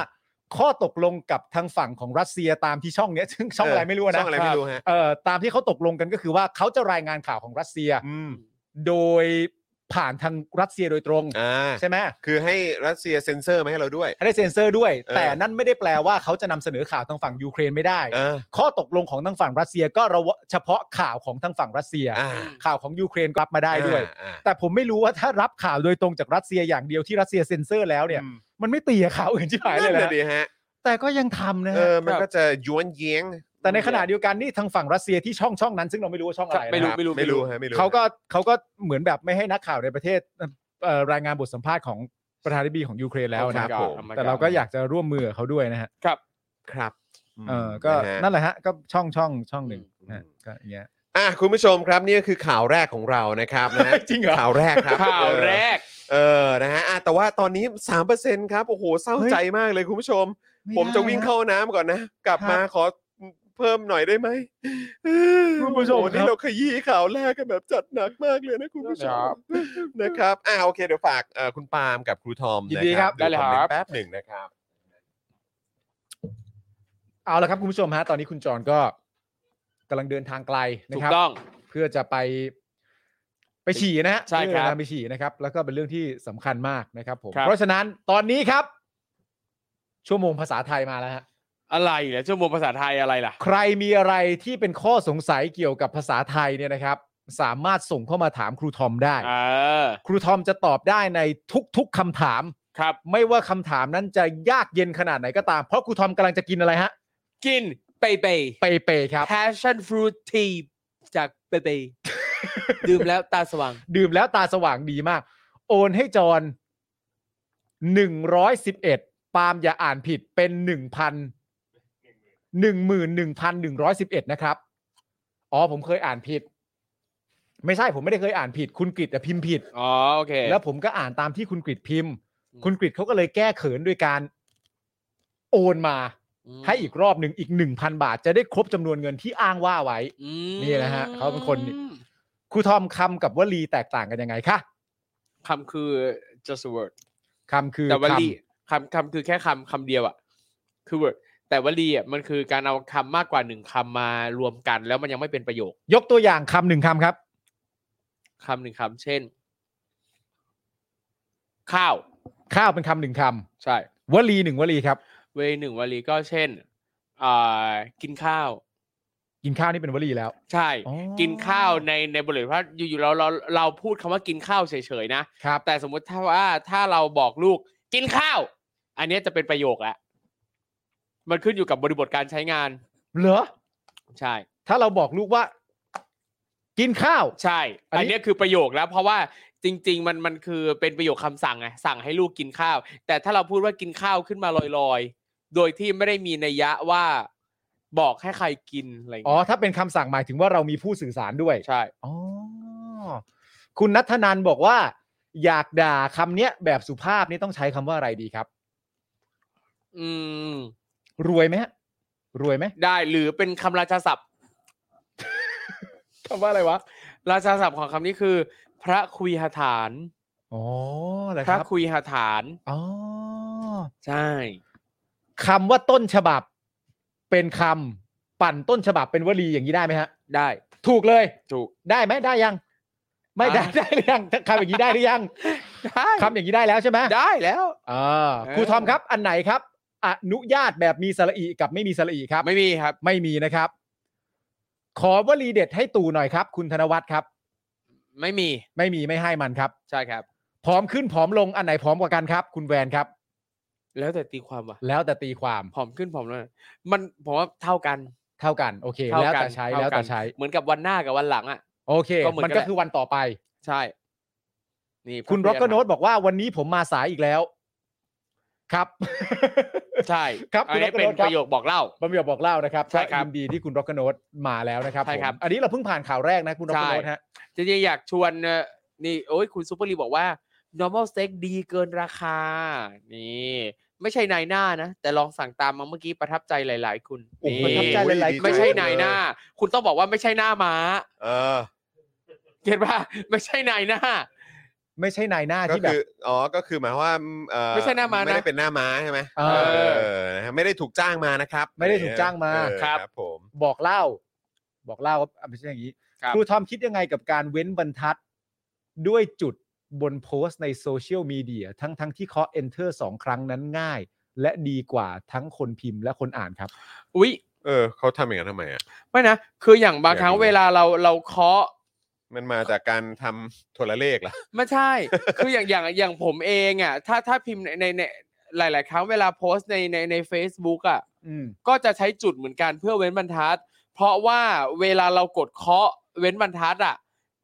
Speaker 3: ข้อตกลงกับทางฝั่งของรัสเซียตามที่ช่องเนี้ย ซึ่งช่องอะไรไม่รู้นะ
Speaker 2: ช่องอะไรไม่รู้ฮะ
Speaker 3: เอ่อตามที่เขาตกลงกันก็คือว่าเขาจะรายงานข่าวของรัสเซีย
Speaker 2: อืม
Speaker 3: โดยผ่านทางรัสเซียโดยตรง
Speaker 2: อ่า
Speaker 3: ใช่ไหม
Speaker 2: คือให้รัสเซียเซ็นเซอร์มาให้เราด้วย
Speaker 3: ให้ได้เซ็นเซอร์ด้วย
Speaker 2: เออ
Speaker 3: แต่นั่นไม่ได้แปลว่าเขาจะนำเสนอข่าวทางฝั่งยูเครนไม่ได้
Speaker 2: เออ
Speaker 3: ข้อตกลงของทางฝั่งรัสเซียก็ระวะเฉพาะข่าวของทางฝั่งรัสเซีย
Speaker 2: อ่า
Speaker 3: ข่าวของยูเครนรับมาได้ด้วย
Speaker 2: อ่า
Speaker 3: แต่ผมไม่รู้ว่าถ้ารับข่าวโดยตรงจากรัสเซียอย่างเดียวที่รัสเซียเซ็นเซอร์แล้วเนี่ย
Speaker 2: อืม
Speaker 3: มันไม่ตีกับข่าวอื่นที่หายเล
Speaker 2: นั่
Speaker 3: ย
Speaker 2: น
Speaker 3: นะ
Speaker 2: นะดีฮะ
Speaker 3: แต่ก็ยังทำนะ
Speaker 2: เอ
Speaker 3: ฮะ
Speaker 2: อมันก็จะย้วนเย้ง
Speaker 3: แต่ในขณะเดียวกันนี่ทางฝั่งรัสเซียที่ช่องช่องนั้น ซึ่งเราไม่รู้ว่าช่องอะไรนะ
Speaker 4: ไม่
Speaker 2: ค
Speaker 4: รู้
Speaker 2: รับไม่รู้ฮะไม่รู้
Speaker 3: เขาก็เขาก็เหมือนแบบไม่ให้นักข่าวในประเทศเอ่อรายงานบทสัมภาษณ์ของประธานาธิบดีของยูเครนแล้วนะครับ
Speaker 4: ผม
Speaker 3: แต่เราก็อยากจะร่วมมือกับเขาด้วยนะฮะ
Speaker 4: ครับ
Speaker 2: ครับม
Speaker 3: เออก็
Speaker 2: ะฮะ
Speaker 3: นั่นแหละฮะก็ช่องช่องช่องหนึ่งนะฮะก็อย่างเงี้ย
Speaker 2: อ่ะคุณผู้ชมครับนี่ก็คือข่าวแรกของเรานะครับนะฮะ
Speaker 3: จริงเหรอ
Speaker 2: ข่าวแรกครับ
Speaker 4: ข่าวแรก
Speaker 2: เออนะฮะอ่ะแต่ว่าตอนนี้ 3%ครับ โอ้โห เศร้าใจมากเลยคุณผู้ชม ผมจะวิ่งเข้าน้ำก่อนนะ กลับมาขอเพิ่มหน่อยได้ไหม
Speaker 3: คุณผู้ชม
Speaker 2: โอ้โหนี่
Speaker 3: ครับ
Speaker 2: เราขยี้ข่าวแรกกันแบบจัดหนักมากเลยนะคุณผู้ชมนะครับอ่าโอเคเดี๋ยวฝากเอ่อคุณปาล์มกับครูทอม
Speaker 4: ยินดีครับได้เลย
Speaker 2: คอมเมน
Speaker 4: ครับ
Speaker 2: ต์แป๊บหนึ่งนะครับ
Speaker 3: เอาละครับคุณผู้ชมฮะตอนนี้คุณจรก็กำลังเดินทางไกลนะ
Speaker 4: ถู
Speaker 3: ค
Speaker 4: ก
Speaker 3: รับ
Speaker 4: ต้อง
Speaker 3: เพื่อจะไปไปฉี่นะฮะ
Speaker 4: ใช่ครับ
Speaker 3: เพื่อเดินทางไปฉี่นะครับ แล้วก็เป็นเรื่องที่สำคัญมากนะครับผม
Speaker 4: ครับ
Speaker 3: เพราะฉะนั้นตอนนี้ครับ ชั่วโมงภาษาไทยมาแล้วฮะ
Speaker 4: อะไรเหรอชั่วโมงภาษาไทยอะไรล่ะ
Speaker 3: ใครมีอะไรที่เป็นข้อสงสัยเกี่ยวกับภาษาไทยเนี่ยนะครับ สามารถส่งเข้ามาถามครูทอมได้
Speaker 4: เออ
Speaker 3: ครูทอมจะตอบได้ในทุก ๆคำถาม
Speaker 4: ครับ
Speaker 3: ไม่ว่าคำถามนั้นจะยากเย็นขนาดไหนก็ตาม เพราะครูทอมกำลังจะกินอะไรฮะ
Speaker 4: กินเปเป
Speaker 3: เปเปครับ
Speaker 4: passion fruit tea จากเป เป ดื่มแล้วตาสว่าง
Speaker 3: ดื่มแล้วตาสว่างดีมาก โอนให้จอนหนึ่งร้อยสิบเอ็ดปาล์มอย่าอ่านผิดเป็นหนึ่งพันหนึ่งหมื่นหนึ่งพันหนึ่งร้อยสิบเอ็ดนะครับ อ๋อผมเคยอ่านผิด ไม่ใช่ผมไม่ได้เคยอ่านผิด คุณกริตพิมพ์ผิด
Speaker 4: อ๋อ โอเค
Speaker 3: แล้วผมก็อ่านตามที่คุณกริตพิมพ์
Speaker 4: อืม
Speaker 3: คุณกริตเขาก็เลยแก้เขินด้วยการโอนมา
Speaker 4: ม
Speaker 3: ให้อีกรอบหนึ่งอีกหนึ่งพันบาท จะได้ครบจำนวนเงินที่อ้างว่าไว้
Speaker 4: อืม
Speaker 3: นี่นะฮะเขาเป็นคน ครูทอมคำกับวลีแตกต่างกันยังไงคะ
Speaker 4: คำคือ just a word
Speaker 3: คำคือ
Speaker 4: แต่วลีคำ
Speaker 3: คำ
Speaker 4: คำคือแค่คำคำเดียวอะคือ word แต่วลีอะมันคือการเอาคำมากกว่าหนึ่งคำมารวมกัน แล้วมันยังไม่เป็นประโยค
Speaker 3: ยกตัวอย่างคำหนึ่งคำครับ
Speaker 4: คำหนึ่งคำเช่น ข้าว
Speaker 3: ข้าวเป็นคำหนึ่งค
Speaker 4: ใช่
Speaker 3: ำวลีหนึ่งวลีครับ
Speaker 4: เวหนึ่งวลีก็เช่นอ่ากินข้าว
Speaker 3: กินข้าวนี่เป็นวลีแล้ว
Speaker 4: ใช่
Speaker 3: อ๋อ
Speaker 4: กินข้าวในในบริบทว่าอยู่ๆเราเราเราพูดคำว่ากินข้าวเฉยๆนะครับ แต่สมมุติถ้าว่าถ้าเราบอกลูกกินข้าว อันเนี้ยจะเป็นประโยคละมันขึ้นอยู่กับบริบทการใช้งาน
Speaker 3: เหรอ
Speaker 4: ใช่
Speaker 3: ถ้าเราบอกลูกว่า กินข้าว
Speaker 4: ใช่
Speaker 3: อันนี้
Speaker 4: อันเนี้ยคือประโยคแล้ว เพราะว่าจริง ๆ มันมันคือเป็นประโยคคำสั่งไงสั่งให้ลูกกินข้าว แต่ถ้าเราพูดว่ากินข้าวขึ้นมาลอยๆ โดยที่ไม่ได้มีนัยยะว่าบอกให้ใครกินอะไรอย่าง
Speaker 3: อ๋อ
Speaker 4: เงี้ย
Speaker 3: ถ้าเป็นคำสั่งหมายถึงว่าเรามีผู้สื่อสารด้วย
Speaker 4: ใช่
Speaker 3: อ๋อคุณนัทธนันบอกว่า อยากด่าคำเนี้ยแบบสุภาพนี่ต้องใช้คำว่าอะไรดีครับ
Speaker 4: อืม
Speaker 3: รวยไหมฮะรวยไหม
Speaker 4: ได้หรือเป็นคำราชาศัพท์
Speaker 3: คำว่าอะไรวะ
Speaker 4: ราชาศัพท์ของคำนี้คือ พระคุยหฐาน
Speaker 3: อ๋อเหรอ
Speaker 4: พ
Speaker 3: ค
Speaker 4: ระ
Speaker 3: รับ
Speaker 4: คุยหฐาน
Speaker 3: อ๋อ
Speaker 4: ใช่
Speaker 3: คำว่าต้นฉบับ เป็นคำปั่นต้นฉบับเป็นวลีอย่างนี้ได้ไหมฮะ
Speaker 4: ได้
Speaker 3: ถูกเลย
Speaker 4: ถูก
Speaker 3: ได้ไหมได้ยัง ไม่ได้
Speaker 4: อ่ะ
Speaker 3: ได้หรือยังคำอย่างนี้ได้หรือยัง
Speaker 4: ได้
Speaker 3: คำอย่างนี้ได้แล้วใช่ไหม
Speaker 4: ได้แล้ว
Speaker 3: อ่า
Speaker 4: เออ
Speaker 3: ครูทอมครับอันไหนครับ อนุญาตแบบมีสระอีกับไม่มีสระอีครับ
Speaker 4: ไม่มีครับ
Speaker 3: ไม่มีนะครับ ขอวลีเด็ดให้ตู่หน่อยครับ คุณธนวัฒน์ครับ
Speaker 4: ไม่มี
Speaker 3: ไม่มีไม่ให้มันครับ
Speaker 4: ใช่ครับ
Speaker 3: ผอมขึ้นผอมลงอันไหนผอมกว่ากันครับ คุณแวนครับ
Speaker 4: แล้วแต่ตีความว่ะ
Speaker 3: แล้วแต่ตีความ
Speaker 4: ผอมขึ้นผอมลงมันผมว่าเท่ากัน
Speaker 3: เท่ากันโอเค
Speaker 4: เท่า
Speaker 3: แล้ว
Speaker 4: กัน
Speaker 3: แต่ใช้
Speaker 4: เท่ากัน
Speaker 3: แล้วแต่ใช้
Speaker 4: เหมือนกับวันหน้ากับวันหลังอ่ะ
Speaker 3: โอเค
Speaker 4: ก็เหมือนกั
Speaker 3: มัน น
Speaker 4: แห
Speaker 3: ก็
Speaker 4: ละ
Speaker 3: คือวันต่อไป
Speaker 4: ใช่ นี่
Speaker 3: คุณ
Speaker 4: พ
Speaker 3: ร็
Speaker 4: ระ
Speaker 3: อกเกอร์โนตบอกว่าวันนี้ผมมาสายอีกแล้ว ครับ
Speaker 4: ใช่
Speaker 3: ครับ
Speaker 4: อันนี้
Speaker 3: คุณ
Speaker 4: เป็น
Speaker 3: รัตนโนชครับ
Speaker 4: ประโยคบอกเล่า
Speaker 3: บะหมี่บอกเล่านะครับ
Speaker 4: ใช่ครับ
Speaker 3: ก็ยินดีที่คุณร็อกกโนตมาแล้วนะครับ
Speaker 4: ใช่ครับ
Speaker 3: ผมอันนี้เราเพิ่งผ่านข่าวแรกนะคุณร็อกกโนต
Speaker 4: ใช่
Speaker 3: ฮะ
Speaker 4: จริงๆอยากชวนเอ่อนี่โอ้ยคุณซูเปอร์ลีบอกว่า normal steak ดีเกินราคา นี่ ไม่ใช่นายหน้านะ แต่ลองสั่งตามมาเมื่อกี้ประทับใจหลาย ๆ คุณ
Speaker 2: โอ้โห
Speaker 4: นี่
Speaker 2: ประทับใจหลาย ๆ
Speaker 4: ไม่ใช่
Speaker 2: คน
Speaker 4: นายหน้า คุณต้อง บอกว่าไม่ใช่หน้าม้า
Speaker 2: เออ
Speaker 4: เก็ตป่ะไม่ใช่นายหน้า
Speaker 3: ไม่ใช่นายหน้า
Speaker 2: ก็
Speaker 3: ที่แบบ
Speaker 2: คืออ๋อก็คือหมายความว่าเอ่อ
Speaker 4: ไม่ใช่หน้าม้านะ
Speaker 2: ไม่ได้เป็นหน้าม้าใช่ไหม
Speaker 3: เอ
Speaker 2: เอ
Speaker 3: อ
Speaker 2: อนะฮะไม่ได้ถูกจ้างมานะครับ
Speaker 3: ไม่ได้ถูกจ้างมา
Speaker 2: เออ
Speaker 4: ครับ
Speaker 2: ผม
Speaker 3: บอกเล่า บอกเล่าว่าอ่ะไม่ใช่อย่างนี้
Speaker 4: ครับ
Speaker 3: ครูทอมคิดยังไงกับการเว้นบรรทัด ด้วยจุดบนโพสต์ในโซเชียลมีเดียทั้งทั้งที่เคาะ enter สองครั้งนั้นง่าย และดีกว่าทั้งคนพิมพ์และคนอ่านครับ
Speaker 4: อุ๊ย
Speaker 2: เออเขาทำอย่างนั้นทำไมอ่ะ
Speaker 4: ไม่นะคืออย่างบางครั้ง
Speaker 2: อยากรู้
Speaker 4: เวลาเราเราเคาะ
Speaker 2: มันมาจากการทำโทรเลขเหรอ
Speaker 4: ไม่ใช่ คืออย่างอย่างอย่างผมเองอ่ะ ถ้าถ้าพิมพ์ในในในหลาย ๆ ครั้งเวลาโพสต์ในในใน Facebook อ่ะ
Speaker 3: อืม
Speaker 4: ก็จะใช้จุดเหมือนกันเพื่อเว้นบรรทัด เพราะว่าเวลาเรากดเคาะเว้นบรรทัดอ่ะ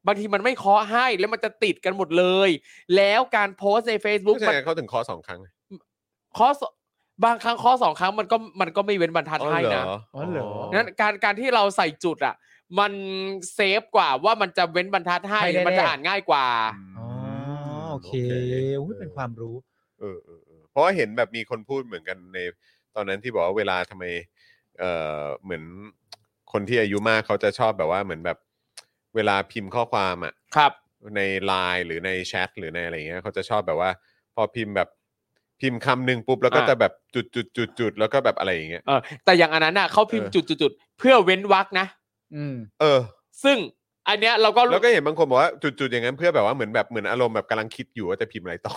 Speaker 4: บางทีมันไม่เคาะให้แล้วมันจะติดกันหมดเลย แล้วการโพสต์ใน Facebook
Speaker 2: ไม่ใช่
Speaker 4: มัน
Speaker 2: ไงเขาถึงเคอสองครั้งเลย
Speaker 4: เคาะสบางครั้งเคาะสองครั้งมันก็มันก็ไม่เว้นบรรทัดให้นะ
Speaker 3: อ๋อเหรอ
Speaker 4: นั้นการการที่เราใส่จุดอ่ะ มันเซฟกว่าว่ามันจะเว้นบรรทัดให้
Speaker 3: ให้แน่ๆ
Speaker 4: มันจะอ่านง่ายกว่า
Speaker 3: อ๋อโอเคอุ๊ยเป็นความรู้
Speaker 2: เออเออเออเพราะว่าเห็นแบบมีคนพูดเหมือนกันในตอนนั้นที่บอกว่าเวลาทำไมเออเหมือนคนที่อายุมากเขาจะชอบแบบว่าเหมือนแบบเวลาพิมพ์ข้อความอ่ะ
Speaker 4: ครับ
Speaker 2: ในไลน์หรือในแชทหรือในอะไรอย่างเงี้ยเขาจะชอบแบบว่า พอพิมพ์แบบพิมพ์คำหนึ่งปุ๊บแล้วก็
Speaker 4: อ่ะ
Speaker 2: จะแบบจุดจุดจุดจุดแล้วก็แบบอะไรอย่างเงี้ย
Speaker 4: เออแต่อย่างอันนั้นน่ะเขาพิมพ์
Speaker 2: เออ
Speaker 4: จุดๆๆเพื่อเว้นวรรคนะ
Speaker 3: อืม
Speaker 2: เออ
Speaker 4: ซึ่งอันเนี้ยเราก็รู้
Speaker 2: แล้วก็เห็นบางคนบอกว่าจุดจุดอย่างนั้นเพื่อแบบว่าเหมือนแบบเหมือนอารมณ์แบบกำลังคิดอยู่ว่าจะพิมพ์อะไรต่อ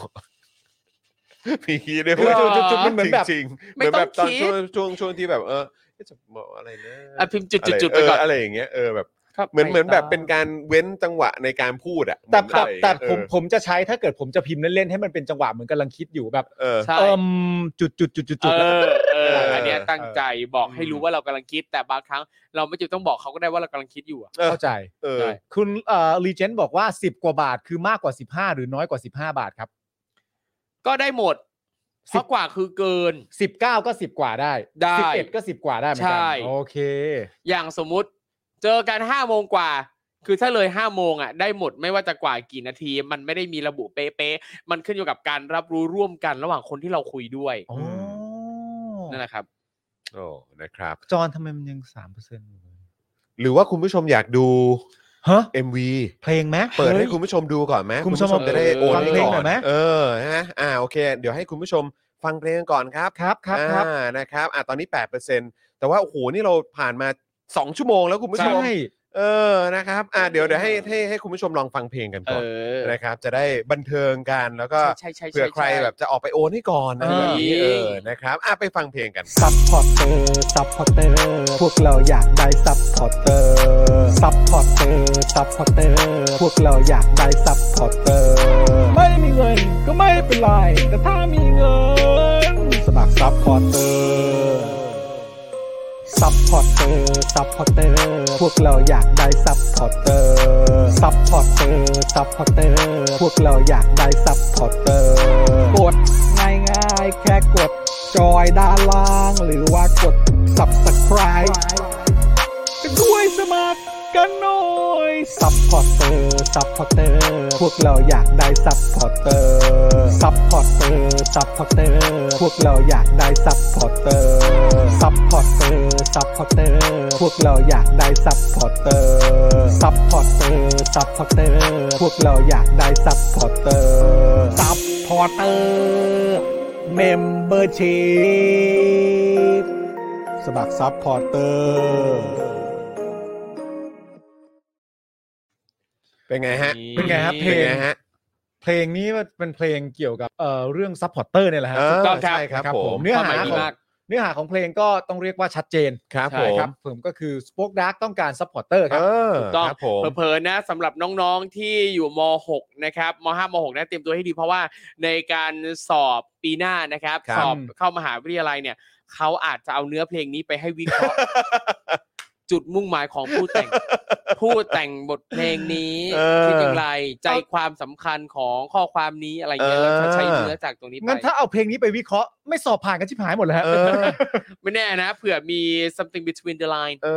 Speaker 2: มีคีด้วย
Speaker 3: คือจุดจุดจุดมันเหมือนแบบ
Speaker 2: จริงๆ
Speaker 4: ไม่ต้อง
Speaker 2: ตอน
Speaker 4: คิด
Speaker 2: ช่วงช่วงช่วงที่แบบเออเอ๊ะจะบอกอะไรนะ
Speaker 4: อ่ะพิมพ์จุดๆๆไปก่อน
Speaker 2: เอะไรอย่างเงี้ยเออแบบ
Speaker 4: ครับ
Speaker 2: เหมือนเหมือนแบบ
Speaker 3: ไปต่อ
Speaker 2: เป็นการเว้นจังหวะในการพูดอ่ะ
Speaker 3: แต่
Speaker 2: เหมื
Speaker 3: แต่
Speaker 2: อนอะไร
Speaker 3: แต่
Speaker 2: เออ
Speaker 3: ผมผมจะใช้ถ้าเกิดผมจะพิมพ์เล่นๆให้มันเป็นจังหวะเหมือนกำลังคิดอยู่แบบ
Speaker 2: เออ
Speaker 4: ใช่
Speaker 3: เอิ่มจุดจุดจุดจุด
Speaker 4: เอ
Speaker 3: จุดแล้ว
Speaker 4: อเออ
Speaker 2: เอออั
Speaker 4: อันเนี้ยตั้งใจบอกให้
Speaker 3: อืม
Speaker 4: รู้ว่าเรากำลังคิด แต่บางครั้งเราไม่จำเป็นต้องบอกเขาก็ได้ว่าเรากำลังคิดอยู่อะ
Speaker 3: เข้าใจ
Speaker 2: เออ
Speaker 4: ใช่
Speaker 3: คุณเอ่อรีเจนบอกว่า 10 กว่าบาทคือมากกว่า 15 หรือน้อยกว่า 15 บาทครับ
Speaker 4: ก็ได้หมด
Speaker 3: สิ
Speaker 4: เพราะ
Speaker 3: บ
Speaker 4: กว่าคือเกิน
Speaker 3: 19 ก็ 10 กว่าได้
Speaker 4: ได้
Speaker 3: 11 ก็ 10 กว่าได้เหมือนกั
Speaker 4: ใช่
Speaker 3: โอเค
Speaker 4: อย่างสมมุติ เจอกันห้าโมงกว่า คือถ้าเลยห้าโมงอ่ะได้หมดไม่ว่าจะกว่ากี่นาที มันไม่ได้มีระบุเป๊ะๆมันขึ้นอยู่กับการรับรู้ร่วมกันระหว่างคนที่เราคุยด้วย
Speaker 3: โอ้
Speaker 4: นั่นแหละครับ
Speaker 2: โอ้นะครับ
Speaker 3: จอนทำไมมันยัง 3%อยู่เลย
Speaker 2: หรือว่าคุณผู้ชมอยากดู
Speaker 3: ฮะ
Speaker 2: MV
Speaker 3: เพลงไหม
Speaker 2: เปิดให้คุณผู้ชมดูก่อนไหม
Speaker 3: คุณผู้ชม
Speaker 2: จะได้โอน
Speaker 3: ฟัง
Speaker 2: ให้
Speaker 3: เพลง
Speaker 2: ก่อ
Speaker 3: หน่อนยไหม
Speaker 2: เออฮะอ่าโอเค เดี๋ยวให้คุณผู้ชมฟังเพลงกันก่อนครับ
Speaker 3: ครับครับครับ
Speaker 2: อ่านะครับอ่าตอนนี้ 8%แต่ว่าโอ้โหนี่เราผ่านมา 2 ชั่วโมงแล้วคุณผู้ช
Speaker 3: ใช่
Speaker 2: มเออนะครับอ่าเดี๋ยวเดี๋ยวให้ให้ให้คุณผู้ชมลองฟังเพลงกัน
Speaker 4: เอ
Speaker 2: ก่อน
Speaker 4: อ
Speaker 2: นะครับ จะได้บันเทิงกันแล้วก็
Speaker 4: ใช่ใช่ใช่
Speaker 2: เผื่อใครแบบจะออกไปโอนให้ก่อนนะ
Speaker 3: เออ
Speaker 2: แบบนี้เออนะครับอ่าไปฟังเพลงกัน
Speaker 1: ซัพพอร์เตอร์ซัพพอร์เตอร์ พวกเราอยากได้ซัพพอร์เตอร์ซัพพอร์เตอร์ซัพพอร์เตอร์ พวกเราอยากได้ซัพพอร์เตอร์ ไม่มีเงินก็ไม่เป็นไร แต่ถ้ามีเงิน สมัครซัพพอร์เตอร์ ซัพพอร์เตอร์ ซัพพอร์เตอร์ พวกเราอยากได้ซัพพอร์เตอร์ ซัพพอร์เตอร์ ซัพพอร์เตอร์ พวกเราอยากได้ซัพพอร์เตอร์ กดง่ายง่ายๆแค่กดจอยด้านล่าง หรือว่ากด subscribe ด้วยสมัครกันหน่อย ซัพพอร์เตอร์ ซัพพอร์เตอร์ พวกเราอยากได้ซัพพอร์เตอร์ ซัพพอร์เตอร์ ซัพพอร์เตอร์ พวกเราอยากได้ซัพพอร์เตอร์ ซัพพอร์เตอร์ ซัพพอร์เตอร์ พวกเราอยากได้ซัพพอร์เตอร์ ซัพพอร์เตอร์ ซัพพอร์เตอร์ พวกเราอยากได้ซัพพอร์เตอร์ ซัพพอร์เตอร์ เมมเบอร์ชีพสมัครซัพพอร์เตอร์
Speaker 2: เป็นไงฮะ
Speaker 3: เป็นไงครับเพล
Speaker 2: เป็น
Speaker 3: ง
Speaker 2: ไงฮะ
Speaker 3: เพลงนี้มันเป็นเพลงเกี่ยวกับเอ่อเรื่องซัพพอร์เตอร์เนี่ยแหละฮะ
Speaker 2: เออ
Speaker 3: ถูกต้อง
Speaker 2: ใช่ครับ
Speaker 3: นะ
Speaker 2: ผม
Speaker 3: เนื้อ
Speaker 4: ความ
Speaker 3: หา
Speaker 4: หมาย
Speaker 3: ข
Speaker 4: ดี
Speaker 3: อง
Speaker 4: มาก
Speaker 3: เนื้อหาของเพลงก็ต้องเรียกว่าชัดเจน
Speaker 2: ครับ
Speaker 4: ใช่
Speaker 2: ผม
Speaker 3: นะครับผมก็คือสป o อ e ดาร์กต้องการซัพพอร์เตอร์ค
Speaker 2: เอ
Speaker 3: รับ
Speaker 2: อ
Speaker 4: ถูกต้อง
Speaker 2: ครับผม
Speaker 4: เผลอๆนะสำหรับน้องๆที่อยู่ม .6 นะครับม .5 ม .6 นะเตรียมตัวให้ดีเพราะว่าในการสอบปีหน้านะครับ
Speaker 2: ครับ
Speaker 4: สอบเข้ามหาวิทยาลัยเนี่ย เขาอาจจะเอาเนื้อเพลงนี้ไปให้วิเค ราะห์ จุดมุ่งหมายของผู้แต่ง ผู้แต่งบทเพลงนี้
Speaker 2: เออ
Speaker 4: คิดอย่างไรใจความสำคัญของข้อความนี้อะไรอย่างเงี้ย
Speaker 2: เออ
Speaker 4: แล้วถ้าใช้เนื้อจากตรงนี้ไป
Speaker 3: งั้นถ้าเอาเพลงนี้ไปวิเคราะห์ไม่สอบผ่านกันชิบหายหมดเลยฮะ
Speaker 2: เออ
Speaker 4: ไม่แน่นะเผื่อมี something between the line
Speaker 2: เอ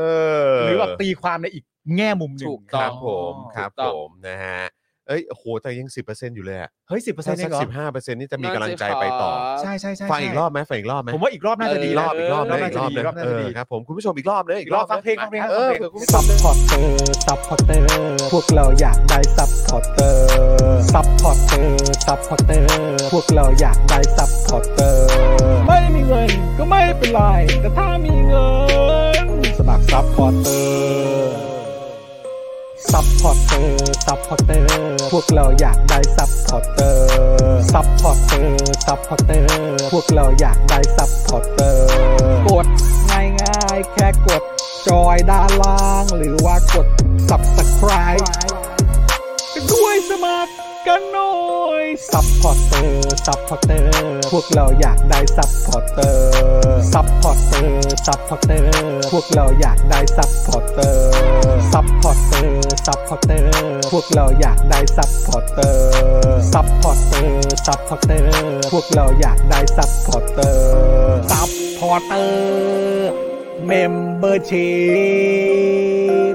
Speaker 2: อ
Speaker 3: หรือแบบตีความในอีกแง่มุมหนึ่ง
Speaker 4: ถูก
Speaker 2: ค
Speaker 4: ต้
Speaker 2: รั
Speaker 4: อง
Speaker 2: บผม
Speaker 3: อ๋อ
Speaker 2: ครับ
Speaker 4: ถูกต้
Speaker 2: ผ
Speaker 4: อง
Speaker 2: มนะฮะ เอ้ยโอ้โหแต่ยัง 10%อยู่เลยอะ
Speaker 3: เฮ้ยสิบเปอร์เซ็
Speaker 2: ถ้าน
Speaker 3: ต์เอ
Speaker 2: สัก
Speaker 3: งเหรอ
Speaker 2: สิบห้าเปอร์เซ็นต์นี่จะมีกำลังใจไปต่อ
Speaker 3: ใช่ใช่ใช่
Speaker 2: ฟังอีกรอบไหมฟังอีกรอบไหม
Speaker 3: ผมว่าอีกรอบน่าจะดี
Speaker 2: อีกรอบอีกรอบนะ
Speaker 3: น่า
Speaker 2: อี
Speaker 3: จะ
Speaker 2: กรอบ
Speaker 3: ดี
Speaker 2: นะ
Speaker 3: รอบน่า
Speaker 2: เอ
Speaker 3: จะ
Speaker 2: อ
Speaker 3: ดี
Speaker 2: ครับผมคุณผู้ชมอีกรอบนะอีกรอบ
Speaker 3: ฟังเพลงฟังเพลง
Speaker 2: เออ
Speaker 3: ฟังเพลง
Speaker 2: เผื่อคุณผู้ช
Speaker 1: ซั
Speaker 2: ม
Speaker 1: พพอร์เตอร์ ซัพพอร์เตอร์ พวกเราอยากได้ซัพพอร์เตอร์ ซัพพอร์เตอ ซัพพอร์เตอร์ พวกเราอยากได้ซัพพอร์เตอร์ ไม่มีเงินก็ไม่เป็นไร แต่ถ้ามีเงิน สมัครซัพพอร์เตอร์ ซัพพอร์เตอร์ ซัพพอร์เตอร์ พวกเราอยากได้ซัพพอร์เตอร์ ซัพพอร์เตอร์ ซัพพอร์เตอร์ พวกเราอยากได้ซัพพอร์เตอร์ กดง่ายง่ายๆแค่กดจอยด้านล่าง หรือว่ากด subscribe กันด้วยสมัครกันหน่อย ซัพพอร์เตอร์ ซัพพอร์เตอร์ พวกเราอยากได้ซัพพอร์เตอร์ ซัพพอร์เตอร์ ซัพพอร์เตอร์ พวกเราอยากได้ซัพพอร์เตอร์ ซัพพอร์เตอร์ ซัพพอร์เตอร์ พวกเราอยากได้ซัพพอร์เตอร์ ซัพพอร์เตอร์ ซัพพอร์เตอร์ พวกเราอยากได้ซัพพอร์เตอร์ ซัพพอร์เตอร์ เมมเบอร์ชีพ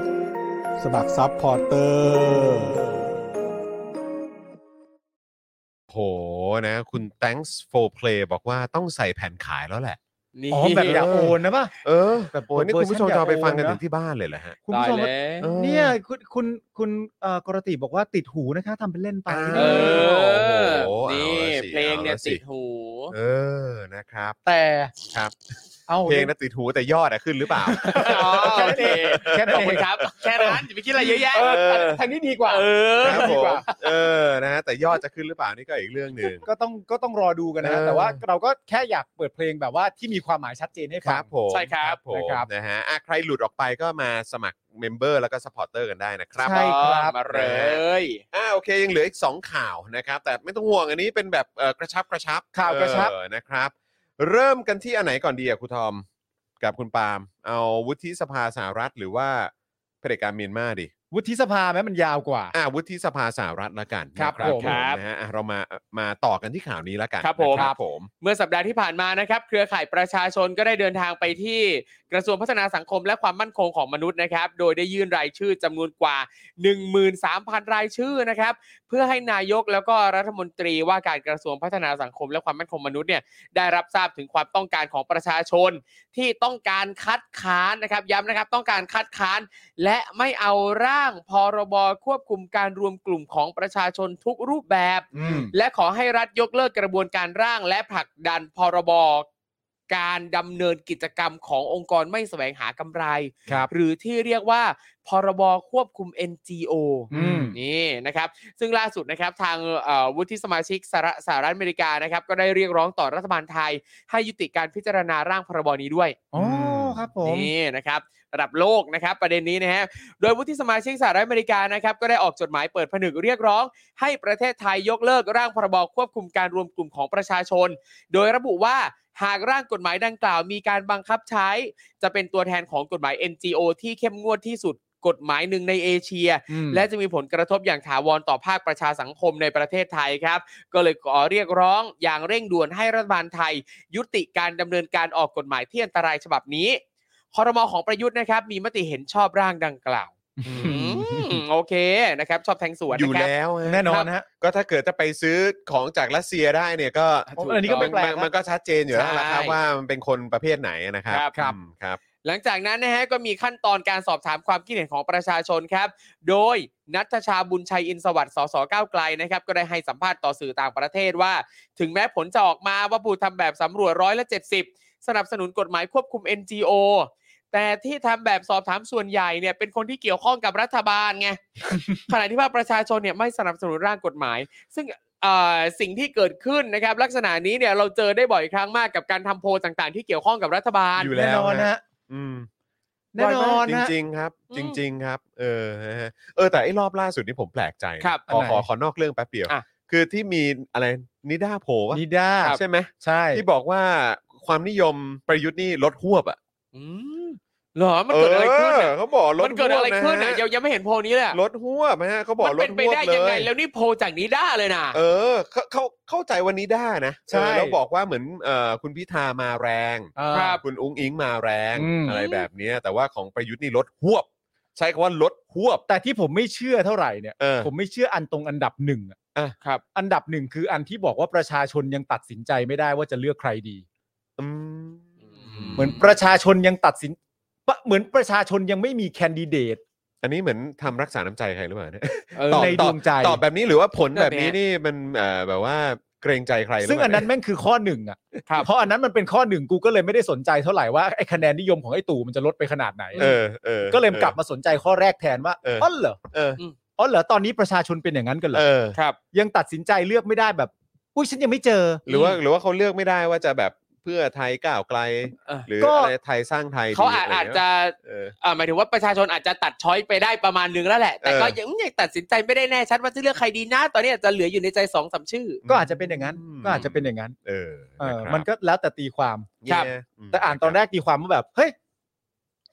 Speaker 1: สมัครซัพพอร์เตอร์
Speaker 2: โหนะ คุณ thanks for play บอกว่าต้องใส่แผ่นขายแล้วแหละ
Speaker 4: นี่
Speaker 3: อ๋อแบบอย่าโอนนะป่ะ
Speaker 2: เออแบบโอ้ยนี่
Speaker 3: เวอร์
Speaker 2: คุณผู้ชม
Speaker 3: ชัน
Speaker 2: จะเอาไป
Speaker 3: แบบโอน
Speaker 2: ฟังกัน
Speaker 3: นะ
Speaker 2: ถึงที่บ้านเลยแหละฮะ
Speaker 3: คุณ
Speaker 4: ตา
Speaker 3: ผู้
Speaker 4: ย
Speaker 3: ชม
Speaker 4: แล้
Speaker 2: เอ
Speaker 4: ว
Speaker 2: อ
Speaker 3: เนี่ยคุณคุณคุณเอ่อกรติบอกว่าติดหูนะคะทำเป็นเล่นไป
Speaker 2: อ่า
Speaker 4: เออ
Speaker 2: โอ้โห
Speaker 4: นี่
Speaker 2: เอาละสิ
Speaker 4: เพลงเนี่
Speaker 2: เอา
Speaker 4: ย
Speaker 2: ละสิ
Speaker 4: ติดหู
Speaker 2: เออนะครับ
Speaker 3: แต่
Speaker 2: ครับ
Speaker 3: เอา
Speaker 2: เพลงน่ะติดหูแต่ยอดอะขึ้นหรือเปล่า
Speaker 4: อ๋อโอเค
Speaker 3: แค่
Speaker 4: ข
Speaker 3: นั้
Speaker 4: อบ
Speaker 3: นเอ
Speaker 4: คุณ
Speaker 3: ง
Speaker 4: ครับ แค่นั้นอย่าไปคิดอะไรเยอะแยะ
Speaker 3: เออทางนี้ดีกว่า
Speaker 4: เออ
Speaker 2: ครับผ
Speaker 3: ดีก
Speaker 2: ม
Speaker 3: ว่า
Speaker 2: เออนะฮะแต่ยอดจะขึ้นหรือเปล่านี่ก็อีกเรื่องหนึ่ง
Speaker 3: ก็ต้องก็ต้องรอดูกันนะฮะ
Speaker 2: เออ
Speaker 3: แต่ว่าเราก็แค่อยากเปิดเพลงแบบว่าที่มีความหมายชัดเจนให้
Speaker 2: ค
Speaker 3: ฟั
Speaker 2: รั
Speaker 3: ง
Speaker 2: บผม
Speaker 4: ใช่ครับ
Speaker 2: ผม
Speaker 3: นะครับ
Speaker 2: นะฮะอ่ะใครหลุดออกไปก็มาสมัครเมมเบอร์แล้วก็สปอร์เตอร์กันได้นะครับ
Speaker 3: ใช่ครับ
Speaker 4: มาเลย
Speaker 2: อ่าโอเคยังเหลืออีก 2 ข่าวนะครับ แต่ไม่ต้องห่วงอันนี้เป็นแบบเอ่อกระชับกระชับ
Speaker 3: ข่าวกระชับ
Speaker 2: เออนะครับ เริ่มกันที่อันไหนก่อนดีอ่ะครูทอม กับคุณปาล์มเอาวุฒิสภาสหรัฐหรือว่าเผด็จการเมียนมาดิ
Speaker 3: วุฒิสภาแม้มันยาวกว่า
Speaker 2: อ่าวุฒิสภาสหรัฐละกัน
Speaker 3: ครับ
Speaker 2: นะ
Speaker 3: ผม
Speaker 4: ครับ
Speaker 2: นะฮะอ่ะเรามามาต่อกันที่ข่าวนี้ละกัน
Speaker 4: ครับผม
Speaker 2: นะครับผม
Speaker 4: เมื่อสัปดาห์ที่ผ่านมานะครับ เครือข่ายประชาชนก็ได้เดินทางไปที่กระทรวงพัฒนาสังคมและความมั่นคงของมนุษย์นะครับ โดยได้ยื่นรายชื่อจำนวนกว่า 13,000 รายชื่อนะครับ เพื่อให้นายกแล้วก็รัฐมนตรีว่าการกระทรวงพัฒนาสังคมและความมั่นคงมนุษย์เนี่ยได้รับทราบถึงความต้องการของประชาชน ที่ต้องการคัดค้านนะครับย้ำนะครับต้องการคัดค้าน และไม่เอาร่างพรบควบคุมการรวมกลุ่มของประชาชนทุกรูปแบบ
Speaker 3: อืม
Speaker 4: และขอให้รัฐยกเลิกกระบวนการร่างและผลักดันพรบการดำเนินกิจกรรมขององค์กรไม่แสวงหากำไร
Speaker 3: ครับ
Speaker 4: หรือที่เรียกว่า พรบควบคุม NGO
Speaker 3: อืม
Speaker 4: นี่นะครับ ซึ่งล่าสุดนะครับทางเอ่อวุฒิสมาชิกสหรัฐสหรัฐอเมริกานะครับ ก็ได้เรียกร้องต่อรัฐบาลไทย ให้ยุติการพิจารณาร่างพรบนี้ด้วย
Speaker 3: อ๋อครับผม
Speaker 4: นี่นะครับระดับโลกนะครับประเด็นนี้นะฮะโดยวุฒิสมาชิกสหรัฐอเมริกานะครับก็ได้ออกจดหมายเปิดผนึกเรียกร้อง ให้ประเทศไทยยกเลิกร่างพรบควบคุมการรวมกลุ่มของประชาชน โดยระบุว่าหากร่างกฎหมายดังกล่าวมีการบังคับใช้ จะเป็นตัวแทนของกฎหมาย NGO ที่เข้มงวดที่สุดกฎหมายหนึ่งในเอเชีย และจะมีผลกระทบอย่างถาวรต่อภาคประชาสังคมในประเทศไทยครับ ก็เลยขอเรียกร้องอย่างเร่งด่วนให้รัฐบาลไทย ยุติการดำเนินการออกกฎหมายที่อันตรายฉบับนี้คอรมอของประยุทธ์นะครับ มีมติเห็นชอบร่างดังกล่าวอืมโอเคนะครับ ชอบแทงสวน
Speaker 2: อยู่
Speaker 4: นะครับ
Speaker 2: แล้วฮะ
Speaker 3: แน่นอนฮะ
Speaker 2: ก็ถ้าเกิดจะไปซื้อของจากรัสเซียได้เนี่ยก็
Speaker 3: ผมอันนี้ก็ไม่แปล
Speaker 2: มัน
Speaker 3: กนะ
Speaker 2: มันก็ชัดเจนอยู่แล้ว
Speaker 4: ใช่
Speaker 2: ล่ะครับว่ามันเป็นคนประเภทไหนนะครับ
Speaker 4: ครับ
Speaker 2: อืมครับ
Speaker 4: หลังจากนั้นนะฮะก็มีขั้นตอนการสอบถามความคิดเห็นของประชาชนครับ โดยนัทชาบุญชัยอินทร์สวัสดิ์สสก้าวไกลนะครับ ก็ได้ให้สัมภาษณ์ต่อสื่อต่างประเทศว่า ถึงแม้ผลจะออกมาว่าผู้ทำแบบสำรวจร้อยละ70 สนับสนุนกฎหมายควบคุม NGO แต่ที่ทำแบบสอบถามส่วนใหญ่เนี่ยเป็นคนที่เกี่ยวข้องกับรัฐบาลไง ขณะที่ว่าประชาชนเนี่ยไม่สนับสนุนร่างกฎหมาย ซึ่งเอ่อสิ่งที่เกิดขึ้นนะครับ ลักษณะนี้เนี่ยเราเจอได้บ่อยครั้งมากกับการทำโพลต่างๆ ที่เกี่ยวข้องกับรัฐบาล
Speaker 2: อยู่
Speaker 3: แน่นอนฮะ
Speaker 2: อืม
Speaker 3: แน่นอน
Speaker 2: จ
Speaker 3: ฮะ
Speaker 2: ริงๆครับ
Speaker 4: อืม
Speaker 2: จริง ๆ ครับ เออนะฮะเออแต่ไอ้รอบล่าสุดนี่ผมแปลกใจนะครับ ขอ
Speaker 3: อันไหน
Speaker 2: ขอขอนอกเรื่องแป๊บเดียว
Speaker 4: อ่ะ
Speaker 2: คือที่มีอะไรนิด้าโผล่วะ
Speaker 3: นิด้า
Speaker 2: ใช่ไหม
Speaker 3: ใช่
Speaker 2: ที่บอกว่าความนิยมประยุทธ์นี่ลดหวบอ่ะ
Speaker 4: อืมเหรอ มันเกิดอะไรขึ้น
Speaker 2: เอ
Speaker 4: อะ
Speaker 2: อเขาบอกลด
Speaker 4: มันเกิดอะไรขึ้น
Speaker 2: ฮ
Speaker 4: อ่ะยังยังไม่เห็นโพลนี้เลยอะ
Speaker 2: ลดหวบนะฮะเขาบอก
Speaker 4: มัน
Speaker 2: ล
Speaker 4: เป็
Speaker 2: ด
Speaker 4: น
Speaker 2: ห
Speaker 4: ไป
Speaker 2: วบ
Speaker 4: ได้
Speaker 2: เล
Speaker 4: ยังไง
Speaker 2: ย
Speaker 4: แล้วนี่โพลจากนี้ได้าเลยนะ
Speaker 2: เออเขาเขาเข้าใจวันนี้ได้นะ
Speaker 3: ใช่
Speaker 2: เออแล้วบอกว่าเหมือนเอ่อคุณพิธามาแรง
Speaker 3: อ่า
Speaker 4: ครับ
Speaker 2: คุณอุ้งอิงมาแรง
Speaker 3: อืม
Speaker 2: อะไรแบบเนี้ยแต่ว่าของประยุทธ์นี่ลดหวบ ใช้คำว่าลดหวบ
Speaker 3: แต่ที่ผมไม่เชื่อเท่าไหร่เนี่ย
Speaker 2: เออ
Speaker 3: ผมไม่เชื่ออันตรงอันดับหนึ่งอะ
Speaker 2: อ่ะ
Speaker 4: ครับ
Speaker 3: อันดับหนึ่งคืออันที่บอกว่าประชาชนยังตัดสินใจไม่ได้ว่าจะเลือกใครดี
Speaker 2: อืม
Speaker 4: อืม
Speaker 3: เหมือนประชาชนยังตัดสินปะเหมือนประชาชนยังไม่มีแคนดิเดต
Speaker 2: อันนี้เหมือนทำรักษาน้ำใจใครหรือเปล่าเนี่ย
Speaker 4: เออ
Speaker 2: ตอบ
Speaker 3: ในดวงใจ
Speaker 2: ตอบแบบนี้หรือว่าผลแบบนี้
Speaker 4: แบบเนี้ย
Speaker 2: นี่มันเอ่อแบบว่าเกรงใจใครหรื
Speaker 3: ซึ่ง
Speaker 2: เปล่า
Speaker 3: อันนั้นแม่งคือข้อหนึ่งอ่ะ
Speaker 4: ครับ
Speaker 3: เพราะอันนั้นมันเป็นข้อหนึ่งกูก็เลยไม่ได้สนใจเท่าไหร่ว่าไอ้คะแนนนิยมของไอ้ตู่มันจะลดไปขนาดไหน
Speaker 2: เออเออ
Speaker 3: ก็เลยกลับมาสนใจข้อแรกแทนว่า
Speaker 2: เอออ๋
Speaker 3: อ๋อเหรอ
Speaker 2: เออ
Speaker 3: อ๋อเหรอตอนนี้ประชาชนเป็นอย่างนั้นกันเหร
Speaker 2: เอ
Speaker 3: อ
Speaker 2: อ
Speaker 4: ครับ
Speaker 3: ยังตัดสินใจเลือกไม่ได้แบบ อุ้ยฉันยังไม่เจอ
Speaker 2: หรือว่าหรือว่าเขาเลือกไม่ได้ว่าจะแบบเพื่อไทยก้าวไกล
Speaker 4: เออ
Speaker 2: หรือ
Speaker 3: ก็
Speaker 2: อะไรไทยสร้างไทย
Speaker 4: เขา
Speaker 2: ดี
Speaker 4: อาจ
Speaker 2: ไร
Speaker 4: อาจ
Speaker 2: เงี้ย
Speaker 4: จะ
Speaker 2: เออ
Speaker 4: อ่าหมายถึงว่าประชาชนอาจจะตัดช้อยไปได้ประมาณนึงแล้วแหละ แต่ก็
Speaker 2: เออ
Speaker 4: ยังยังตัดสินใจไม่ได้แน่ชัดว่าจะเลือกใครดีนะ ตอนนี้อาจจะเหลืออยู่ในใจสองสามชื่อ
Speaker 3: ก็อาจจะเป็นอย่างนั้น
Speaker 2: อืม
Speaker 3: ก็อาจจะเป็นอย่างนั้น
Speaker 2: เออ
Speaker 3: เออ
Speaker 2: นะครับ
Speaker 3: มันก็แล้วแต่ตีความ
Speaker 2: แย่
Speaker 4: ครับ
Speaker 2: อืม
Speaker 3: แต่อ่านตอนแรกตีความว่าแบบเฮ้ย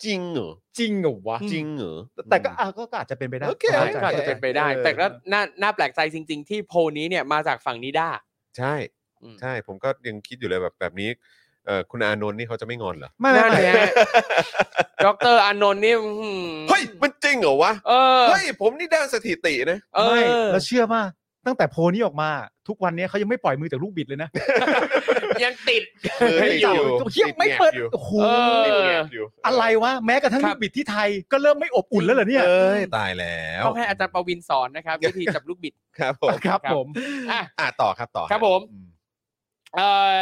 Speaker 2: จริงเหรอ
Speaker 3: จริงเหรอวะ
Speaker 2: จริงเหรอ
Speaker 3: แต่ก็อ่ะก็ก็อาจจะเป็นไปได้
Speaker 2: โอเค
Speaker 4: ใช่
Speaker 3: ข้าใจ
Speaker 4: ก็อาจจะเป็นไปได้
Speaker 2: เออ
Speaker 4: แต่ก็น่าน่าแปลกใจจริง ๆ ที่โพลนี้เนี่ยมาจากฝั่งนิด้า
Speaker 2: ใช่
Speaker 4: อืม
Speaker 2: ใช่ผมก็ยังคิดอยู่เลยแบบแบบนี้เอ่อคุณอานนท์นี่เขาจะไม่งอนเหรอ
Speaker 3: ไม่ไม่
Speaker 4: นั่น
Speaker 3: ไม่
Speaker 4: ไง ดอกเตอรอานนท์นี่อื้อหือ
Speaker 2: เฮ้ย มันจริงเหรอวะ
Speaker 4: เออ
Speaker 2: เฮ้ย ผมนี่ด้านสถิตินะ
Speaker 4: เอ
Speaker 3: ไม่
Speaker 4: อ
Speaker 3: แล้วเชื่อมากตั้งแต่โพลนี้ออกมา ทุกวันนี้เขายังไม่ปล่อยมือจากลูกบิดเลยนะ
Speaker 4: ยังติด
Speaker 2: มือติดอยู่
Speaker 3: ตัวเหี้ยไม่เปิด
Speaker 2: ติดแงกอยู่
Speaker 3: โอ้โห
Speaker 4: เออ
Speaker 2: ติดแงกยู่
Speaker 3: อะไรวะแม้กระทั่ง
Speaker 4: ครั
Speaker 3: ลู
Speaker 4: บ
Speaker 3: กบิดที่ไทยก็เริ่มไม่อบอุ่นแล้วเหรอเนี่ย
Speaker 2: เอ้ย ตายแล้ว
Speaker 4: ต้องให้อาจารย์ประวินสอนนะครับ วิธีจับลูกบิด
Speaker 2: ครับผม
Speaker 3: ครับ
Speaker 4: ครับ
Speaker 3: ผม
Speaker 4: อ่ะ
Speaker 2: อ่ะต่อครับต่อ
Speaker 4: ครับผม
Speaker 2: อื
Speaker 4: เอ่อ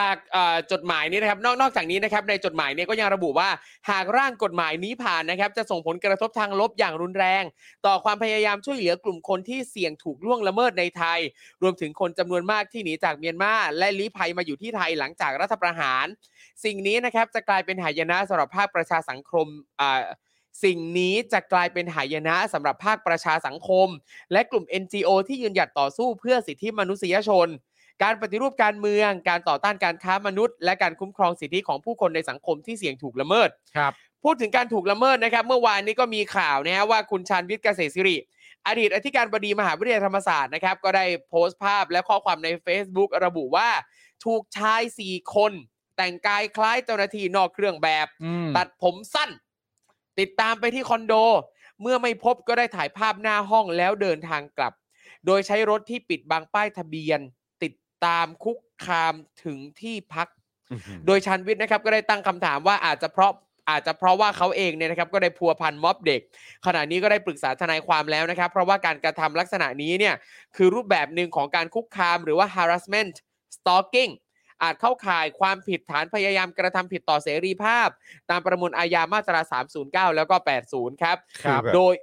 Speaker 4: จากเอ่อจดหมายนี้นะครับนอกนอกจากนี้นะครับในจดหมายเนี่ยก็ยังระบุว่า หากร่างกฎหมายนี้ผ่านนะครับ จะส่งผลกระทบทางลบอย่างรุนแรง ต่อความพยายามช่วยเหลือกลุ่มคนที่เสี่ยงถูกล่วงละเมิดในไทย รวมถึงคนจำนวนมากที่หนีจากเมียนมาและลี้ภัยมาอยู่ที่ไทยหลังจากรัฐประหาร สิ่งนี้นะครับจะกลายเป็นหายนะสำหรับภาคประชาสังคมอ่าสิ่งนี้จะกลายเป็นหายนะสำหรับภาคประชาสังคม และกลุ่ม NGO ที่ยืนหยัดต่อสู้เพื่อสิทธิมนุษยชน การปฏิรูปการเมือง การต่อต้านการค้ามนุษย์ และการคุ้มครองสิทธิของผู้คนในสังคมที่เสี่ยงถูกละเมิด
Speaker 3: ครับ
Speaker 4: พูดถึงการถูกละเมิดนะครับ เมื่อวานนี้ก็มีข่าวนะฮะว่าคุณชานวิทย์เกษตรสิริ อดีตอธิการบดีมหาวิทยาลัยธรรมศาสตร์นะครับ ก็ได้โพสต์ภาพและข้อความใน Facebook ระบุว่า ถูกชาย 4 คน แต่งกายคล้ายเจ้าหน้าที่นอกเครื่องแบบ ตัดผมสั้น ติดตามไปที่คอนโด เมื่อไม่พบก็ได้ถ่ายภาพหน้าห้องแล้วเดินทางกลับ โดยใช้รถที่ปิดบังป้ายทะเบียน ติดตามคุกคามถึงที่พัก
Speaker 2: ม
Speaker 4: โดยชันวิทย์นะครับก็ได้ตั้งคำถามว่าอาจจะเพราะอาจจะเพราะว่าเขาเองเนี่ยนะครับก็ได้พัวพันม็อบเด็ก ขณะนี้ก็ได้ปรึกษาทนายความแล้วนะครับ เพราะว่าการกระทำลักษณะนี้เนี่ยคือรูปแบบหนึ่งของการคุกคามหรือว่า harassment stalking อาจเข้าข่ายความผิดฐานพยายามกระทำผิดต่อเสรีภาพ ตามประมวลอาญามาตรา 309 แล้วก็ 80 ครับ
Speaker 2: ครับ
Speaker 4: โดย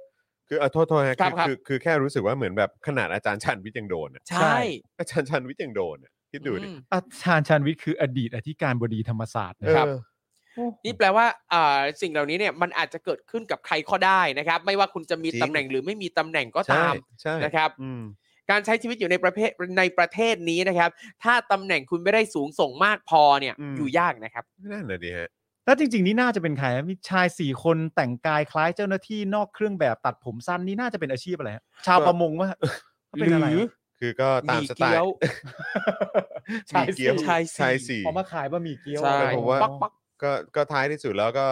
Speaker 2: คือเอาโทษโทษฮะ
Speaker 4: ครับครับ
Speaker 2: คือคือแค่รู้สึกว่าเหมือนแบบขนาดอาจารย์ชันวิทย์ยังโดนอะ
Speaker 4: ใช่
Speaker 2: อาจารย์ชันวิทย์ยังโดนอะคิดดูดิ
Speaker 4: อืม
Speaker 3: อาจารย์ชันวิทย์คืออดีตอธิการบดีธรรมศาสตร์นะ
Speaker 2: เออ
Speaker 3: ครับ
Speaker 4: นี่แปลว่าอ่าสิ่งเหล่านี้เนี่ยมันอาจจะเกิดขึ้นกับใครก็ได้นะครับ ไม่ว่าคุณจะมีตำแหน่งหรือไม่มีตำแหน่งก็
Speaker 2: ใช่
Speaker 4: ตาม
Speaker 2: ใช่
Speaker 4: นะครับ
Speaker 2: อืม
Speaker 4: การใช้ชีวิตอยู่ในประเภทในประเทศนี้นะครับ ถ้าตำแหน่งคุณไม่ได้สูงส่งมากพอเนี่ย
Speaker 2: อืม
Speaker 4: อยู่ยากนะครับ
Speaker 2: นั่นน่ะดิฮะ
Speaker 3: แล้วจริง ๆ นี่น่าจะเป็นใครนะมีชายสี่คนแต่งกายคล้ายเจ้าหน้าที่นอกเครื่องแบบตัดผมสั้นนี่น่าจะเป็นอาชีพอะไรฮะชาวประมงวะเป็นอะไร
Speaker 4: หรือ
Speaker 2: คือก็ตาม
Speaker 4: มี
Speaker 2: สไต
Speaker 4: เกี๊
Speaker 2: ล์
Speaker 4: ยว
Speaker 2: ชายเกี๊ยว
Speaker 4: ชายสี่
Speaker 2: ชายสี่
Speaker 3: ออกมาขายบะหมี่เกี๊ยว
Speaker 4: ใช่
Speaker 2: แต่ผมว่า
Speaker 3: ปักปัก
Speaker 2: ก็ก็ท้ายที่สุดแล้วก็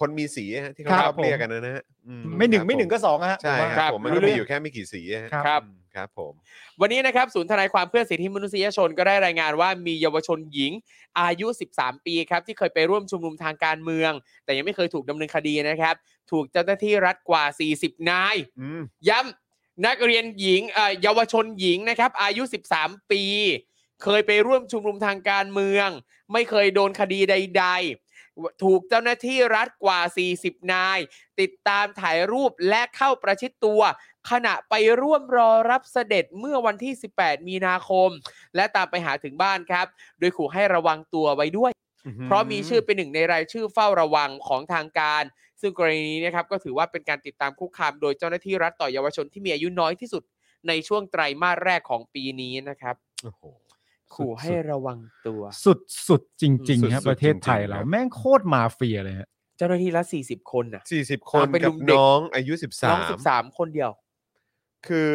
Speaker 2: คนมีสีฮะที่เขา
Speaker 3: ครับ
Speaker 2: ชอบเรียก
Speaker 3: ผม
Speaker 2: กันนะฮะอื
Speaker 3: ไม่หนึ่ง
Speaker 2: ครับ
Speaker 3: ไม่หนึ่ง
Speaker 2: ผ
Speaker 3: ก็สองอะฮะ
Speaker 2: ใช่
Speaker 3: ผมว่า
Speaker 2: ค
Speaker 4: ครั
Speaker 2: รับบ ผมมัน
Speaker 4: รู้
Speaker 2: ก็มี
Speaker 4: เรื่อง
Speaker 2: อยู่แค่ไม่กี่สีอะฮะ
Speaker 3: ครับ
Speaker 2: อืมครับผม
Speaker 4: วันนี้นะครับศูนย์ทนายความเพื่อสิทธิมนุษยชนก็ได้รายงานว่ามีเยาวชนหญิงอายุ 13 ปีครับ ที่เคยไปร่วมชุมนุมทางการเมือง แต่ยังไม่เคยถูกดำเนินคดีนะครับ ถูกเจ้าหน้าที่รัฐกว่า 40 นาย
Speaker 2: อืม
Speaker 4: ย้ำนักเรียนหญิงเอ่อเยาวชนหญิงนะครับ อายุ 13 ปี เคยไปร่วมชุมนุมทางการเมือง ไม่เคยโดนคดีใด ๆ ถูกเจ้าหน้าที่รัฐกว่า 40 นาย ติดตามถ่ายรูปและเข้าประชิดตัว ขณะไปร่วมรอรับเสด็จเมื่อวันที่ 18 มีนาคม และตามไปหาถึงบ้านครับ โดยขู่ให้ระวังตัวไว้ด้วย เพราะมีชื่อเป็นหนึ่งในรายชื่อเฝ้าระวังของทางการ ซึ่งกรณีนี้นะครับก็ถือว่าเป็นการติดตามคุกคามโดยเจ้าหน้าที่รัฐต่อเยาวชนที่มีอายุน้อยที่สุดในช่วงไตรมาสแรกของปีนี้นะครับ
Speaker 2: โอ้โห
Speaker 4: ขู่ให้ระวังตัว
Speaker 3: สุดสุดจริง ๆ ครับ
Speaker 2: สุดๆ
Speaker 3: ประเทศไทยเรา
Speaker 2: จริงๆครับ
Speaker 3: แม่งโคตรมาเฟียเลยฮะ
Speaker 4: เจ้าหน้าที่รัฐ40 คนนะ
Speaker 2: สี่สิบคน
Speaker 4: เอาไป
Speaker 2: กั
Speaker 4: ลุ
Speaker 2: บ
Speaker 4: มเด็ก
Speaker 2: น้องอายุสิบสา
Speaker 4: น้อง
Speaker 2: ม
Speaker 4: 13 คนเดียว
Speaker 2: คือ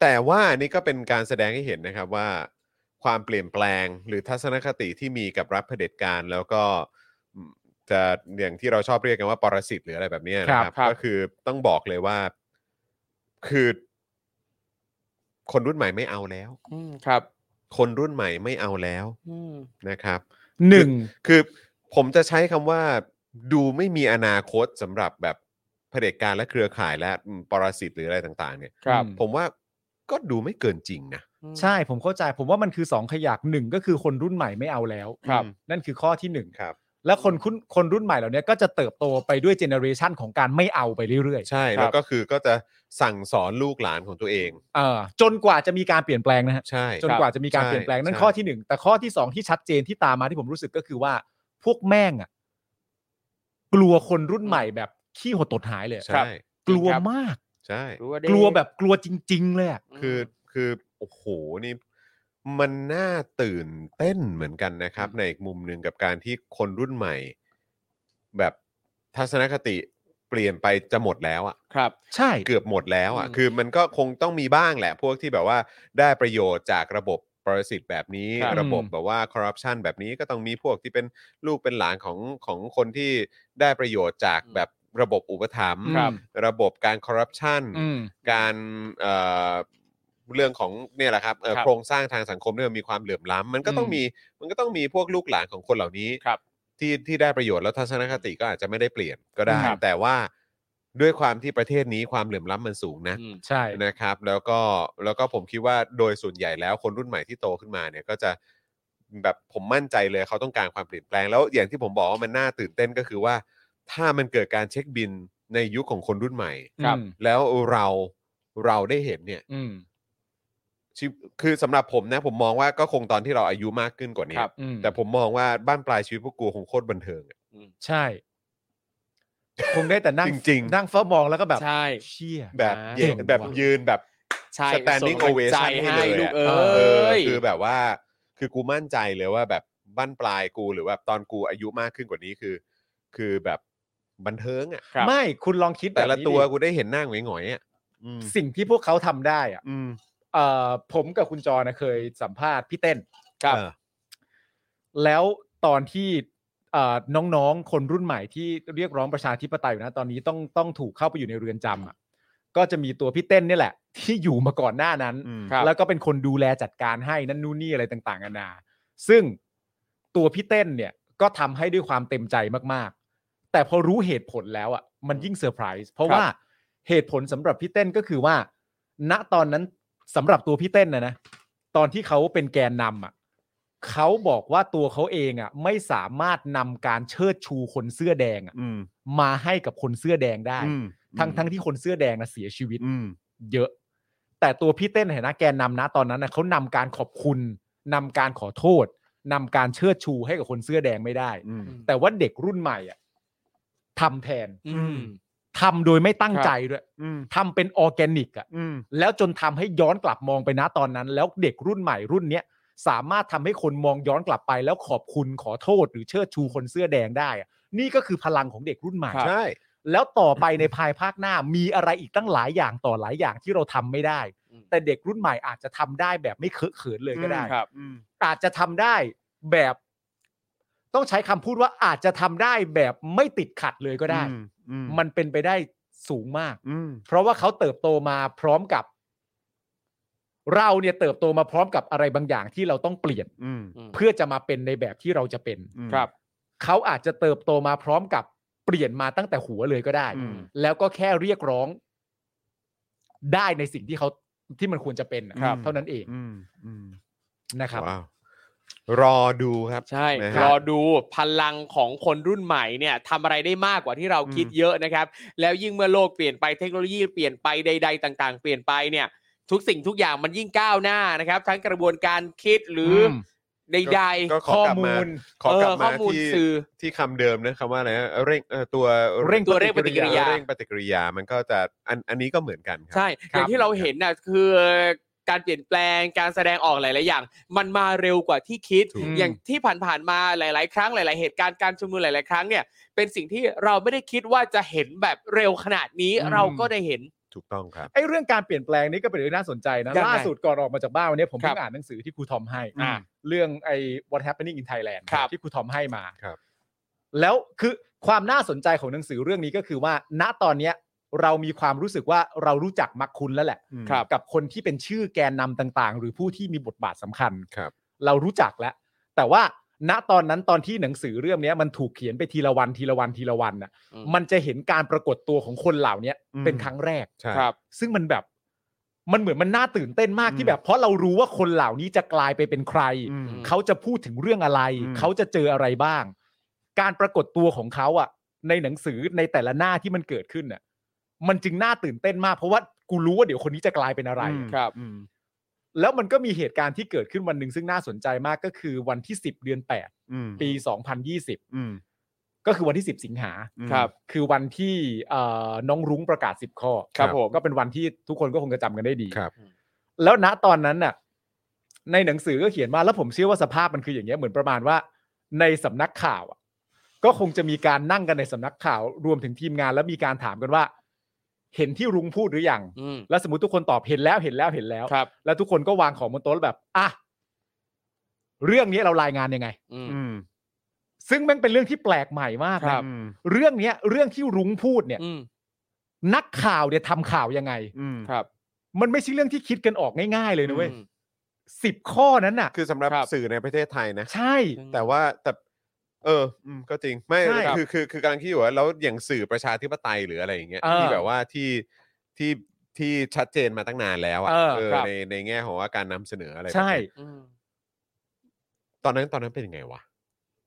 Speaker 2: แต่ว่านี่ก็เป็นการแสดงให้เห็นนะครับว่า ความเปลี่ยนแปลงหรือทัศนคติที่มีกับรัฐเผด็จการแล้วก็อืมจะอย่างที่เราชอบเรียกกันว่าปรสิตหรืออะไรแบบเนี้ยนะครับ
Speaker 3: ครับครับ
Speaker 2: ก็คือต้องบอกเลยว่า คือ คนรุ่นใหม่ไม่เอาแล้ว
Speaker 4: อืมครับ
Speaker 2: คนรุ่นใหม่ไม่เอาแล้ว
Speaker 4: อืม
Speaker 2: นะครับ
Speaker 3: หนึ่ง
Speaker 2: คือผมจะใช้คำว่าดูไม่มีอนาคตสำหรับแบบเผ เผด็จการและเครือข่ายและอืมปรสิตหรืออะไรต่างๆเนี่ย
Speaker 4: ครับ
Speaker 3: อืม
Speaker 2: ผมว่าก็ดูไม่เกินจริงนะ
Speaker 3: ใช่ผมเข้าใจผมว่ามันคือสองขยักหนึ่งก็คือคนรุ่นใหม่ไม่เอาแล้ว
Speaker 4: ครับ
Speaker 3: นั่นคือข้อที่หนึ่ง
Speaker 2: ครับ
Speaker 3: และคนคุ้นคนรุ่นใหม่เหล่านี้ก็จะเติบโตไปด้วยเจเนอเรชันของการไม่เอาไปเรื่อย
Speaker 2: ใช่แล้วก็คือก็จะสั่งสอนลูกหลานของตัวเอง
Speaker 3: ๆเออจนกว่าจะมีการเปลี่ยนแปลงนะฮะ
Speaker 2: ใช่
Speaker 3: จนกว่าจะมีการเปลี่ยนแปลงนั่นข้อที่หนึ่งแต่ข้อที่สองที่ชัดเจนที่ตามมาที่ผมรู้สึกก็คือว่า พวกแม่งอ่ะกลัวคนรุ่นใหม่แบบขี้หดตดหายเลยอะ
Speaker 2: ใช่
Speaker 3: กลัว
Speaker 4: ครับ
Speaker 3: มาก
Speaker 2: ใช่
Speaker 4: รู้าได้
Speaker 3: กลัวแบบกลัวจริง ๆ เลยอะ
Speaker 2: คือคือโอ้โหนี่มันน่าตื่นเต้นเหมือนกันนะครับ ในอีกมุมหนึ่งกับการที่คนรุ่นใหม่ แบบทัศนคติเปลี่ยนไปจะหมดแล้วอะ
Speaker 4: ครับ
Speaker 3: ใช่
Speaker 2: เกือบหมดแล้วอะ
Speaker 4: อืม
Speaker 2: คือมันก็คงต้องมีบ้างแหละ พวกที่แบบว่าได้ประโยชน์จากระบบปรสิตแบบนี้
Speaker 3: ครับ
Speaker 2: ระบบ
Speaker 3: อืม
Speaker 2: แบบว่าคอร์รัปชันแบบนี้ก็ต้องมีพวกที่เป็นลูกเป็นหลานของของคนที่ได้ประโยชน์จากแบบระบบอุปถัมภ์
Speaker 4: ครับ
Speaker 2: ระบบการคอร์รัปชัน
Speaker 3: อืม
Speaker 2: การเอ่อเรื่องของเนี่ยแหละครับเอ่อ
Speaker 4: ครับ
Speaker 2: โครงสร้างทางสังคมเนี่ยมันมีความเหลื่อมล้ำมันก็ต้อง
Speaker 3: อืม
Speaker 2: มีมันก็ต้องมีพวกลูกหลานของคนเหล่านี้
Speaker 4: ครับ
Speaker 2: ที่ที่ได้ประโยชน์แล้วทัศนคติก็อาจจะไม่ได้เปลี่ยนก็ได้
Speaker 4: ครับ
Speaker 2: แต่ว่าด้วยความที่ประเทศนี้ความเหลื่อมล้ำมันสูงนะ
Speaker 4: อืม
Speaker 3: ใช่
Speaker 2: นะครับ แล้วก็แล้วก็ผมคิดว่าโดยส่วนใหญ่แล้วคนรุ่นใหม่ที่โตขึ้นมาเนี่ยก็จะแบบผมมั่นใจเลยเขาต้องการความเปลี่ยนแปลงแล้วอย่างที่ผมบอกว่ามันน่าตื่นเต้นก็คือว่า ถ้ามันเกิดการเช็คบินในยุคของคนรุ่นใหม่
Speaker 4: ครับ
Speaker 2: แล้วเราเราได้เห็นเนี่ย
Speaker 3: อืม
Speaker 2: ชีวิตคือสำหรับผมนะผมมองว่าก็คงตอนที่เราอายุมากขึ้นกว่านี้
Speaker 4: ครับ
Speaker 3: อืม
Speaker 2: แต่ผมมองว่าบ้านปลายชีวิตพวกกูคงโคตรบันเทิงอะ
Speaker 3: ใช่ คงได้แต่นั่ง
Speaker 2: จริงๆ
Speaker 3: นั่งเฝ้ามองแล้วก็แบบ
Speaker 4: ใช่
Speaker 3: เชี่ย
Speaker 2: แบบ
Speaker 4: อ่า
Speaker 2: เย็น
Speaker 3: เก่งว่ะ
Speaker 2: แบบยืนแบบ
Speaker 4: ใช่
Speaker 2: standing
Speaker 4: ส่
Speaker 2: ovation
Speaker 4: กำลังใจ
Speaker 2: ให้
Speaker 4: ให้
Speaker 2: เลย
Speaker 4: ลูก
Speaker 2: อะ
Speaker 4: เอ
Speaker 2: เออ้
Speaker 4: ย
Speaker 2: คือแบบว่า คือกูมั่นใจเลยว่าแบบบ้านปลายกูหรือว่าตอนกูอายุมากขึ้นกว่านี้คือ คือแบบบันเทิงอ่ะ
Speaker 4: ครับ
Speaker 3: ไม่คุณลองคิด
Speaker 2: แต่
Speaker 3: บบ
Speaker 2: ละ
Speaker 3: นี้
Speaker 2: ตัว
Speaker 3: ดิ
Speaker 2: กูได้เห็นหน้าหงอยๆอ่ะอืม
Speaker 3: สิ่งที่พวกเขาทำได้อะ
Speaker 2: อืม
Speaker 3: เอ่อผมกับคุณจอนะเคยสัมภาษณ์พี่เต้น
Speaker 4: ครับ
Speaker 2: เออ
Speaker 3: แล้วตอนที่เอ่อน้องๆ คนรุ่นใหม่ที่เรียกร้องประชาธิปไตยอยู่นะตอนนี้ต้องต้องถูกเข้าไปอยู่ในเรือนจำอ่ะก็จะมีตัวพี่เต้นเนี่ยแหละ ที่อยู่มาก่อนหน้านั้น
Speaker 2: อืม
Speaker 4: ครับ
Speaker 3: แล้วก็เป็นคนดูแลจัดการให้นั่นนู่นนี่อะไรต่างๆนานา ซึ่งตัวพี่เต้นเนี่ยก็ทำให้ด้วยความเต็มใจมากๆ แต่พอรู้เหตุผลแล้วอ่ะมันยิ่งเซอร์ไพรส์เพราะ
Speaker 4: ครับ
Speaker 3: ว่าเหตุผลสำหรับพี่เต้นก็คือว่า ณตอนนั้นสำหรับตัวพี่เต้นนะนะ ตอนที่เขาเป็นแกนนำอ่ะเขาบอกว่าตัวเขาเองอ่ะไม่สามารถนำการเชิดชูคนเสื้อแดงอ่ะ
Speaker 2: อืม
Speaker 3: มาให้กับคนเสื้อแดงได้
Speaker 2: อืม
Speaker 3: ทั้งทั้งที่คนเสื้อแดงนะเสียชีวิต
Speaker 2: อืม
Speaker 3: เยอะ แต่ตัวพี่เต้นเห็นนะแกนนำนะตอนนั้นนะเขานำการขอบคุณนำการขอโทษนำการเชิดชูให้กับคนเสื้อแดงไม่ได้
Speaker 2: อืม
Speaker 3: แต่ว่าเด็กรุ่นใหม่อะทำแทน
Speaker 4: อืม
Speaker 3: ทำโดยไม่ตั้ง
Speaker 4: ครับ
Speaker 3: ใจด้วย
Speaker 2: อืม
Speaker 3: ทำเป็นออร์แกนิกอะ
Speaker 2: อืม
Speaker 3: แล้วจนทำให้ย้อนกลับมองไปนะตอนนั้น แล้วเด็กรุ่นใหม่รุ่นเนี้ยสามารถทำให้คนมองย้อนกลับไป แล้วขอบคุณขอโทษหรือเชิดชูคนเสื้อแดงได้อะนี่ก็คือพลังของเด็กรุ่นใหม่
Speaker 2: ใช่
Speaker 3: แล้วต่อไปในภายภาคหน้ามีอะไรอีกตั้งหลายอย่างต่อหลายอย่างที่เราทำไม่ได้
Speaker 4: อืม
Speaker 3: แต่เด็กรุ่นใหม่อาจจะทำได้แบบไม่เคอะเขินเลยก็ได้
Speaker 4: ครับ
Speaker 3: อาจจะทำได้แบบ ต้องใช้คำพูดว่าอาจจะทำได้แบบไม่ติดขัดเลยก็ได้ มันเป็นไปได้สูงมาก เพราะว่าเขาเติบโตมาพร้อมกับ เราเนี่ยเติบโตมาพร้อมกับอะไรบางอย่างที่เราต้องเปลี่ยน เพื่อจะมาเป็นในแบบที่เราจะเป็น
Speaker 4: ครับ
Speaker 3: เขาอาจจะเติบโตมาพร้อมกับเปลี่ยนมาตั้งแต่หัวเลยก็ได้
Speaker 2: อืม
Speaker 3: แล้วก็แค่เรียกร้อง ได้ในสิ่งที่เขาที่มันควรจะเป็นน่ะ
Speaker 4: ครับ
Speaker 3: เท่านั้นเองนะครับ
Speaker 2: ว้าวรอดูครับ
Speaker 4: ใช่
Speaker 2: นะฮะ
Speaker 4: รอดูพลังของคนรุ่นใหม่เนี่ยทำอะไรได้มากกว่าที่เราคิด
Speaker 2: อืม
Speaker 4: เยอะนะครับ แล้วยิ่งเมื่อโลกเปลี่ยนไปเทคโนโลยีเปลี่ยนไปใด ๆ ต่าง ๆ เปลี่ยนไปเนี่ย ทุกสิ่งทุกอย่างมันยิ่งก้าวหน้านะครับ ทั้งกระบวนการคิดหรืออ
Speaker 3: ม
Speaker 4: ใด
Speaker 2: ก็ขอกลับมา
Speaker 3: ข้อมูล
Speaker 2: ขอกลับ
Speaker 4: เออข้
Speaker 2: มา
Speaker 4: อมูล
Speaker 2: ที่
Speaker 4: สื่อ
Speaker 2: ที่คำเดิมนะคำว่าอะไรนะเร่งเอ่อตัว
Speaker 3: เร่ง
Speaker 4: ตัวเร่งปฏิกิริยา
Speaker 2: เร่งปฏิกิริยามันก็จะอันอันนี้ก็เหมือนกันค
Speaker 4: ๆ
Speaker 2: รั
Speaker 4: ใช่ อย่างที่เราเห็นน่ะคือการเปลี่ยนแปลงการแสดงออกหลาย ๆ อย่าง มันมาเร็วกว่าที่คิด
Speaker 2: ถูก
Speaker 3: อืม
Speaker 4: อย่างที่ผ่านๆมาหลาย ๆ ครั้งหลาย ๆ เหตุการณ์การชุมนุมหลาย ๆ ครั้งเนี่ยเป็นสิ่งที่เราไม่ได้คิดว่าจะเห็นแบบเร็วขนาดนี้
Speaker 2: อืม
Speaker 4: เราก็ได้เห็น
Speaker 2: ถูกต้องครับ
Speaker 3: ไอ้เรื่องการเปลี่ยนแปลงนี้ก็เป็นเรื่องน่าสนใจนะ
Speaker 4: ยังไง
Speaker 3: ล่าสุดก่อนออกมาจากบ้านวันนี้ผม
Speaker 4: ครั
Speaker 3: เพิ่
Speaker 4: บ
Speaker 3: งอ่านหนังสือที่ครูทอมให้
Speaker 4: อ่า
Speaker 3: เรื่องไอ้ What Happening in Thailand
Speaker 4: ครับ
Speaker 3: ที่ครูทอมให้มา
Speaker 2: ครับ
Speaker 3: แล้วคือความน่าสนใจของหนังสือเรื่องนี้ก็คือว่า ณตอนเนี้ย เรามีความรู้สึกว่าเรารู้จักมักคุ้นแล้วแหละ
Speaker 2: อืม
Speaker 4: ครับ
Speaker 3: กับคนที่เป็นชื่อแกนนำต่าง ๆ หรือผู้ที่มีบทบาทสำคัญ
Speaker 2: ครับ
Speaker 3: เรารู้จักแล้ว แต่ว่า ณตอนนั้นตอนที่หนังสือเรื่องเนี้ยมันถูกเขียนไปทีละวันทีละวันทีละวันน่ะ
Speaker 4: อืม
Speaker 3: มันจะเห็นการปรากฏตัวของคนเหล่าเนี้ย
Speaker 2: อืม
Speaker 3: เป็นครั้งแรก
Speaker 2: ใช่
Speaker 4: ครับ
Speaker 3: ซึ่งมันแบบมันเหมือนมันน่าตื่นเต้นมาก
Speaker 2: อืม
Speaker 3: ที่แบบ เพราะเรารู้ว่าคนเหล่านี้จะกลายไปเป็นใคร
Speaker 2: อืม
Speaker 4: ม
Speaker 3: เขาจะพูดถึงเรื่องอะไร
Speaker 2: อืม
Speaker 3: เขาจะเจออะไรบ้าง การปรากฏตัวของเขาอ่ะ ในหนังสือในแต่ละหน้าที่มันเกิดขึ้นอ่ะ มันจึงน่าตื่นเต้นมากเพราะว่ากูรู้ว่าเดี๋ยวคนนี้จะกลายเป็นอะไร
Speaker 4: ครับ
Speaker 2: อืม
Speaker 3: แล้วมันก็มีเหตุการณ์ที่เกิดขึ้นวันหนึ่งซึ่งน่าสนใจมากก็คือวันที่ 10 เดือน 8
Speaker 2: อืม
Speaker 3: ปี 2020
Speaker 2: อืม
Speaker 3: ก็คือวันที่ 10 สิงหา
Speaker 2: อืม
Speaker 4: ครับ
Speaker 3: คือวันที่เอ่อน้องรุ้งประกาศ 10 ข้อ
Speaker 4: ครับผม
Speaker 3: ก็เป็นวันที่ทุกคนก็คงจะจำกันได้ดี
Speaker 2: ครับ
Speaker 3: แล้วณตอนนั้นน่ะ ในหนังสือก็เขียนมาแล้วผมเชื่อว่าสภาพมันคืออย่างเงี้ยเหมือนประมาณว่า ในสำนักข่าวอะก็คงจะมีการนั่งกันในสำนักข่าว รวมถึงทีมงานแล้วมีการถามกันว่า เห็นที่รุ้งพูดหรือยัง
Speaker 4: อืม
Speaker 3: แล้วสมมติทุกคนตอบเห็นแล้วเห็นแล้วเห็นแล้ว
Speaker 4: ครับ
Speaker 3: แล้วทุกคนก็วางของบนโต๊ะแล้วแบบ อ่ะ เรื่องนี้เรารายงานยังไง
Speaker 4: อืม
Speaker 2: อืม
Speaker 3: ซึ่งแมันเป็นเรื่องที่แปลกใหม่มาก
Speaker 4: ค
Speaker 3: นะ
Speaker 4: รับ
Speaker 2: อืม
Speaker 3: เรื่องเนี้ย เรื่องที่รุ้งพูดเนี่ย
Speaker 4: อืม
Speaker 3: นักข่าวเนี่ยทำข่าวยังไง
Speaker 2: อืม
Speaker 4: ครับ
Speaker 3: มันไม่ใช่เรื่องที่คิดกันออกง่ายๆเลยนะเว้ย
Speaker 4: อืม
Speaker 3: สิบข้อนั้นน่ะ
Speaker 2: คือสำหรับ
Speaker 4: ครับ
Speaker 2: สื่อในประเทศไทยนะ
Speaker 3: ใช่
Speaker 2: แต่ว่าแต่ เอออืมก็จริง ไม่
Speaker 3: ใช่
Speaker 2: คือคือคือกำลังคิดอยู่ว่าแล้วอย่างสื่อประชาธิปไตยหรืออะไรอย่างเงี้ย
Speaker 3: เออ
Speaker 2: ที่แบบว่าที่ที่ที่ชัดเจนมาตั้งนานแล้วอ่ะ
Speaker 3: เออ
Speaker 2: เออ
Speaker 3: ครับ
Speaker 2: ในในแง่ของว่าการนำเสนออะไรแบบ
Speaker 3: ใช่
Speaker 2: เนี้ย
Speaker 4: อืม
Speaker 2: ตอนนั้นตอนนั้นเป็นยังไงวะ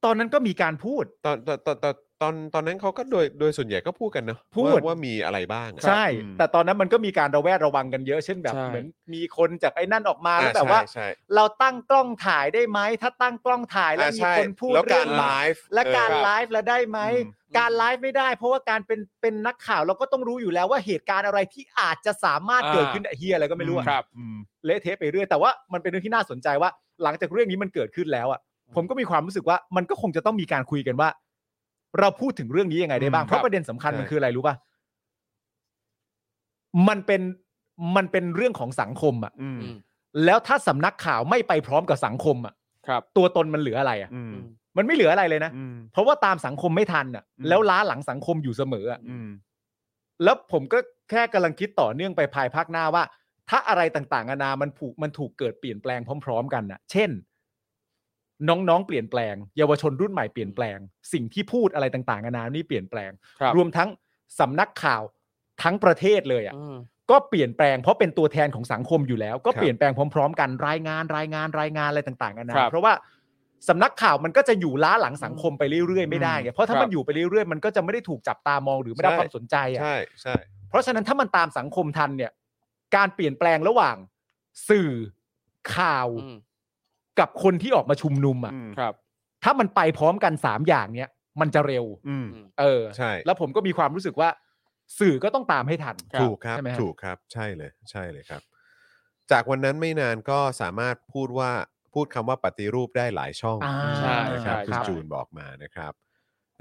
Speaker 3: ตอนนั้นก็มีการพูด
Speaker 2: ตอนตอนตอนตอนตอนตอนนั้นเขาก็โดยโดยส่วนใหญ่ก็พูดกันเนอะ
Speaker 3: พูด
Speaker 2: ว่าว่ามีอะไรบ้างอะ
Speaker 3: ใช่
Speaker 2: อืม
Speaker 3: แต่ตอนนั้นมันก็มีการระแวดระวังกันเยอะเช่นแบบ
Speaker 4: ใช่
Speaker 3: เหมือนมีคนจากไอ้นั่นออกมา
Speaker 2: อ่
Speaker 3: แล้วแบบว่า
Speaker 2: ใช่
Speaker 3: เราตั้งกล้องถ่ายได้ไหมถ้าตั้งกล้องถ่ายแล้ว
Speaker 2: อ่า
Speaker 3: มี
Speaker 2: ใช่
Speaker 3: คนพูด
Speaker 2: แล้ว
Speaker 3: เรื่
Speaker 2: กา
Speaker 3: อ
Speaker 2: รง ไล
Speaker 3: นี้
Speaker 2: ฟ์
Speaker 3: และการ
Speaker 2: เออ
Speaker 3: ไลฟ์แล้วได้ไหม
Speaker 2: อืม
Speaker 3: การไลฟ์ไม่ได้ เพราะว่าการเป็นเป็นนักข่าวเราก็ต้องรู้อยู่แล้วว่าเหตุการณ์อะไรที่อาจจะสามารถเกิดขึ้นได้เฮียอะไรก็ไม่รู้อะ
Speaker 4: ครับ
Speaker 2: อืม
Speaker 3: เละเทะไปเรื่อยแต่ว่ามันเป็นเรื่องที่น่าสนใจว่า หลังจากเรื่องนี้มันเกิดขึ้นแล้วอ่ะผมก็มีความรู้สึกว่ามันก็คงจะต้องมีการคุยกันว่า เราพูดถึงเรื่องนี้ยังไงได้บ้าง
Speaker 2: อืม
Speaker 3: เพราะประเด็นสำคัญ
Speaker 2: ใช่
Speaker 3: มันคืออะไรรู้ป่ะมันเป็นมันเป็นเรื่องของสังคมอ่ะ
Speaker 2: อืม
Speaker 4: อืม
Speaker 3: แล้วถ้าสำนักข่าวไม่ไปพร้อมกับสังคมอ่ะ
Speaker 4: ครับ
Speaker 3: ตัวตนมันเหลืออะไรอ่ะ
Speaker 2: อืม
Speaker 4: อืม
Speaker 3: มันไม่เหลืออะไรเลยนะ
Speaker 2: อืม
Speaker 3: เพราะว่าตามสังคมไม่ทันอ่ะ
Speaker 2: อืม
Speaker 3: แล้วล้าหลังสังคมอยู่เสมออ่ะ
Speaker 2: อืม
Speaker 3: แล้วผมก็แค่กำลังคิดต่อเนื่องไปภายภาคหน้าว่า ถ้าอะไรต่างๆนานามันผูกมันถูกเกิดเปลี่ยนแปลงพร้อม ๆ กันน่ะ เช่น น้องๆเปลี่ยนแปลง เยาวชนรุ่นใหม่เปลี่ยนแปลง สิ่งที่พูดอะไรต่างๆนานานี่เปลี่ยนแปลง
Speaker 4: ครับ
Speaker 3: รวมทั้งสำนักข่าวทั้งประเทศเลยอ่ะ
Speaker 4: อืม
Speaker 3: ก็เปลี่ยนแปลงเพราะเป็นตัวแทนของสังคมอยู่แล้ว ก็
Speaker 2: ครับ
Speaker 3: เปลี่ยนแปลงพร้อม ๆ กันรายงานรายงานรายงานอะไรต่างๆกันา
Speaker 4: ครั
Speaker 3: นะ
Speaker 4: บ
Speaker 3: เพราะว่าสำนักข่าวมันก็จะอยู่ล้าหลังสังคมไปเรื่อยๆไม่ได้ไงเพราะถ้า
Speaker 4: ครับ
Speaker 3: มันอยู่ไปเรื่อยๆมันก็จะไม่ได้ถูกจับตามองหรือไม่ได้รับความสนใจอ่ะ
Speaker 2: ใช่ใช่
Speaker 3: เพราะฉะนั้นถ้ามันตามสังคมทันเนี่ย การเปลี่ยนแปลงระหว่างสื่อข่าว
Speaker 4: อืม
Speaker 3: กับคนที่ออกมาชุมนุมอ่ะ
Speaker 2: อืม
Speaker 4: ครับ
Speaker 3: ถ้ามันไปพร้อมกันสามอย่างเนี้ยมันจะเร็ว
Speaker 2: อืม
Speaker 3: เออ
Speaker 2: ใช่
Speaker 3: แล้วผมก็มีความรู้สึกว่า สื่อก็ต้องตามให้ทัน
Speaker 2: ถูกครับ
Speaker 3: ใช่ไหมฮะ
Speaker 2: ถูกครับ ใช่เลย ใช่เลยครับ จากวันนั้นไม่นานก็สามารถพูดว่าพูดคำว่าปฏิรูปได้หลายช่อง
Speaker 3: อ่า
Speaker 4: ใช่
Speaker 2: นะครับคุณ
Speaker 4: ใช่ครับ
Speaker 2: จูนบอกมานะครับ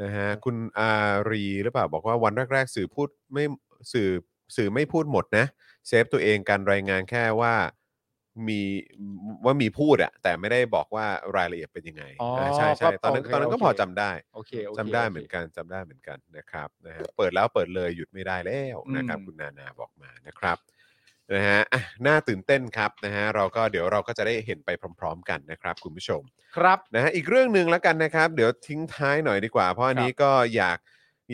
Speaker 2: นะฮะ คุณอารีหรือเปล่าบอกว่าวันแรก ๆ สื่อพูดไม่สื่อสื่อไม่พูดหมดนะ เซฟตัวเองการรายงานแค่ว่ามีว่ามีพูดอะแต่ไม่ได้บอกว่ารายละเอียดเป็นยังไง
Speaker 3: อ๋ออ่
Speaker 2: าใช่ใช่
Speaker 3: ก็
Speaker 2: ตอนนั้น
Speaker 3: โอเค
Speaker 2: ตอนนั้นก็
Speaker 3: โอเค
Speaker 2: พอจำได้
Speaker 3: โอเคโอเค
Speaker 2: จำได้
Speaker 3: โค
Speaker 2: เหมือนกันจำได้เหมือนกันนะครับนะฮะเปิดแล้วเปิดเลยหยุดไม่ได้แล้วนะครับ
Speaker 3: อืม
Speaker 2: คุณนานาบอกมานะครับ นะฮะอ่ะน่าตื่นเต้นครับนะฮะเราก็เดี๋ยวเราก็จะได้เห็นไปพร้อม ๆ กันนะครับ คุณผู้ชม
Speaker 3: ครับ
Speaker 2: นะฮะอีกเรื่องหนึ่งแล้วกันนะครับ เดี๋ยวทิ้งท้ายหน่อยดีกว่า เพราะอันนี้ก็อยาก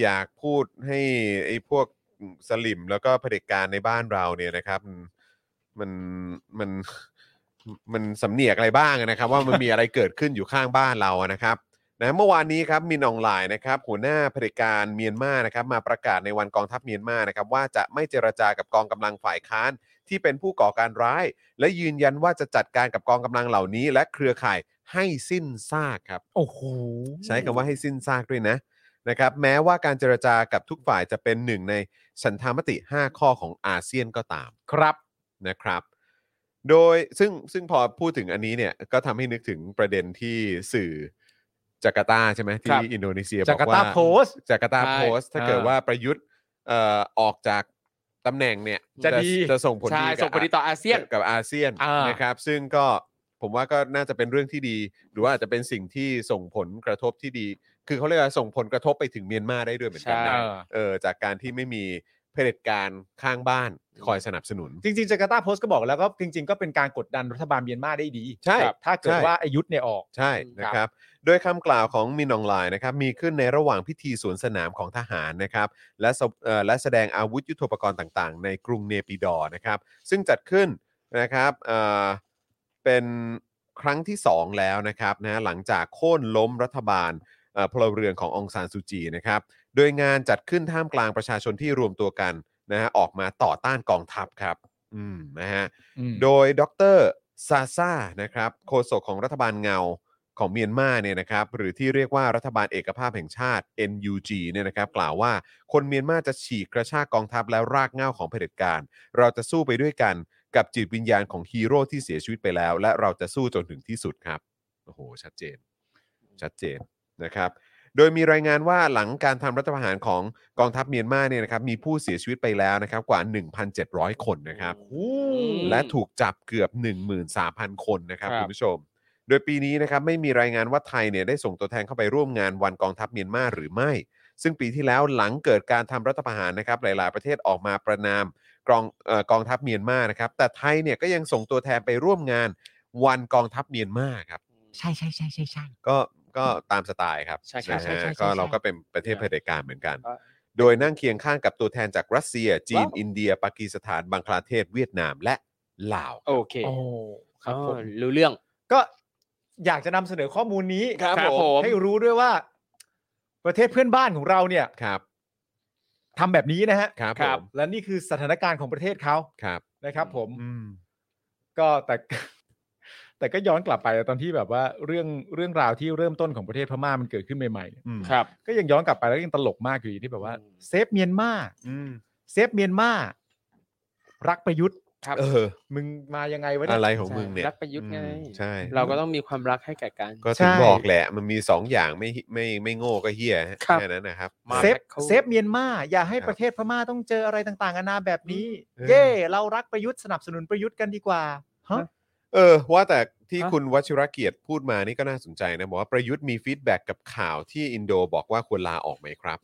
Speaker 2: อยากพูดให้ไอ้พวกสลิมแล้วก็เผด็จการในบ้านเราเนี่ยนะครับ มันมันมันสำเนียกอะไรบ้างนะครับ ว่ามันมีอะไรเกิดขึ้นอยู่ข้างบ้านเราอะนะครับนะเมื่อวานนี้ครับมินอองไลน์นะครับหัวหน้าเผด็จการเมียนมานะครับมาประกาศในวันกองทัพเมียนมานะครับว่าจะไม่เจรจากับกองกำลังฝ่ายค้าน ที่เป็นผู้ก่อการร้าย และยืนยันว่าจะจัดการกับกองกำลังเหล่านี้ และเครือข่ายให้สิ้นซากครับ
Speaker 3: โอ้โห
Speaker 2: ใช้คำว่าให้สิ้นซากด้วยนะนะครับ แม้ว่าการเจรจากับทุกฝ่ายจะเป็นหนึ่งในฉันทามติ 5 ข้อของอาเซียนก็ตาม
Speaker 3: ครับ
Speaker 2: นะครับ โดยซึ่งซึ่งพอพูดถึงอันนี้เนี่ยก็ทำให้นึกถึงประเด็นที่สื่อจาการ์ตาใช่ไหม
Speaker 4: ครั
Speaker 2: ที่
Speaker 4: บ
Speaker 2: อินโดนีเซียบอก
Speaker 3: จาาร์
Speaker 2: กว่า
Speaker 3: ตาโพสต์
Speaker 2: จาการ์ตา
Speaker 4: ใช่
Speaker 2: โพสต์ถ้า
Speaker 4: อ่า
Speaker 2: เกิดว่าประยุทธ์เอ่อออกจากตำแหน่งเนี่ย
Speaker 4: จะดี
Speaker 2: จะส่งผล
Speaker 4: ใช่
Speaker 2: ดีกับ
Speaker 4: ส่งผลดีต่ออาเซียน
Speaker 2: กับอาเซียน
Speaker 3: อ่าน
Speaker 2: นะครับ ซึ่งก็ผมว่าก็น่าจะเป็นเรื่องที่ดี หรือว่าอาจจะเป็นสิ่งที่ส่งผลกระทบที่ดี คือเขาเรียกว่าส่งผลกระทบไปถึงเมียนมาได้ด้วยเหมือนกันนะ
Speaker 4: ใช่
Speaker 2: เออจากการที่ไม่มี เผด็จการข้างบ้านคอยสนับสนุน
Speaker 3: จริงๆจาการ์ตาโพสต์ก็บอกแล้วก็จริง ๆ ก็เป็นการกดดันรัฐบาลเมียนมาได้ดี
Speaker 2: ใช่
Speaker 3: ครับถ้าเกิด
Speaker 2: ใช่
Speaker 3: ว่าอายุธเนี่ยออก
Speaker 2: ใช่นะครับ โดยคำกล่าวของมินอองไลน์นะครับ มีขึ้นในระหว่างพิธีสวนสนามของทหารนะครับ และสเอ่อและแสดงอาวุธยุทโธปกรณ์ต่างๆ ในกรุงเนปิดอร์นะครับ ซึ่งจัดขึ้นนะครับเอ่อเป็นครั้งที่ 2 แล้วนะครับนะหลังจากโค่นล้มรัฐบาลเอ่อพลเรือนขององซานซูจีนะครับ โดยงานจัดขึ้นท่ามกลางประชาชนที่รวมตัวกันนะฮะออกมาต่อต้านกองทัพครับอืมนะฮะ โดยดรซาซานะครับโฆษกของรัฐบาลเงาของเมียนมาเนี่ยนะครับหรือที่เรียกว่ารัฐบาลเอกภาพแห่งชาติ NUG เนี่ยนะครับกล่าวว่าคนเมียนมาจะฉีกกระชากกองทัพและรากเหง้าของเผด็จการ เราจะสู้ไปด้วยกันกับจิตวิญญาณของฮีโร่ที่เสียชีวิตไปแล้ว และเราจะสู้จนถึงที่สุดครับ โอ้โห ชัดเจน ชัดเจนนะครับ โดยมีรายงานว่าหลังการทำรัฐประหารของกองทัพเมียนมาเนี่ยนะครับมีผู้เสียชีวิตไปแล้วนะครับกว่า 1,700 คนนะครับ
Speaker 4: ม
Speaker 2: และถูกจับเกือบ 13,000 คนนะครับ
Speaker 4: ครับ
Speaker 2: คุณผู้ชม โดยปีนี้นะครับไม่มีรายงานว่าไทยเนี่ยได้ส่งตัวแทนเข้าไปร่วมงานวันกองทัพเมียนมาหรือไม่ ซึ่งปีที่แล้วหลังเกิดการทำรัฐประหารนะครับหลาย ๆ ประเทศออกมาประนามกองเอ่อกองทัพเมียนมานะครับแต่ไทยเนี่ยก็ยังส่งตัวแทนไปร่วมงานวันกองทัพเมียนมาครับ
Speaker 6: ใช่ใช่ใช่ใช่ใช่
Speaker 2: ก็ก็ตามสไตล์ครับ
Speaker 4: ใช่ใช่
Speaker 2: นะ
Speaker 4: ใช่
Speaker 2: ฮะ
Speaker 4: ใช่ใช่
Speaker 2: ก็เรา
Speaker 6: ใช่
Speaker 2: ก็เป็นประเทศเผด็จการเหมือนกัน
Speaker 4: ครับ
Speaker 2: โดยนั่งเคียงข้างกับตัวแทนจากรัสเซีย จีน อินเดีย ปากีสถานบังคลาเทศ เวียดนามและลาว
Speaker 4: โอเค
Speaker 3: โอ้ครับผม
Speaker 4: อ๋อรู้เรื่อง
Speaker 3: ก็อยากจะนำเสนอข้อมูลนี้
Speaker 4: ครับครับผม
Speaker 3: ให้รู้ด้วยว่า ประเทศเพื่อนบ้านของเราเนี่ย
Speaker 2: ครับ
Speaker 3: ทำแบบนี้นะฮะ
Speaker 2: ครับผม
Speaker 3: และนี่คือสถานการณ์ของประเทศเขา
Speaker 2: ครับ
Speaker 3: นะครับ ผม
Speaker 2: อืม
Speaker 3: ก็แต่ แต่ก็ย้อนกลับไปตอนที่แบบว่าเรื่องเรื่องราวที่เริ่มต้นของประเทศพม่ามันเกิดขึ้นใหม่ๆเนี่ย
Speaker 2: อืม
Speaker 4: ครับ
Speaker 3: ก็ยังย้อนกลับไปแล้วก็ยังตลกมากอยู่ดีที่แบบว่า เซฟเมียนมา
Speaker 2: อืม
Speaker 3: เซฟเมียนมารักประยุทธ์
Speaker 4: ครับ
Speaker 2: เออ
Speaker 3: มึงมายังไงวะเนี่ย
Speaker 2: อะไรของมึงเนี่ย
Speaker 4: รักประยุทธ์ไง
Speaker 2: อืมใช่
Speaker 4: เราก็ต้องมีความรักให้แก่กัน
Speaker 2: ก็ถึง
Speaker 3: ใช่
Speaker 2: บอกแหละ มันมีสองอย่างไม่ไม่ไม่โง่ก็เฮี้ยฮะ
Speaker 4: ครับ
Speaker 2: แค่นั้นนะครับ
Speaker 4: มา
Speaker 3: เซฟ
Speaker 4: แพ็คเขา
Speaker 3: เซฟเมียนมาอย่าให้
Speaker 2: ครับ
Speaker 3: ประเทศพม่าต้องเจออะไรต่างๆนานาแบบนี้ เย่เรารักประยุทธ์สนับสนุนประยุทธ์กันดีกว่าฮะ
Speaker 2: เออ ว่าแต่ที่
Speaker 4: ฮะ
Speaker 2: คุณวชิรเกียรติพูดมานี่ก็น่าสนใจนะบอกว่าประยุทธ์มีฟีดแบ็กกับข่าวที่อินโดบอกว่าควรลาออกไหมครับ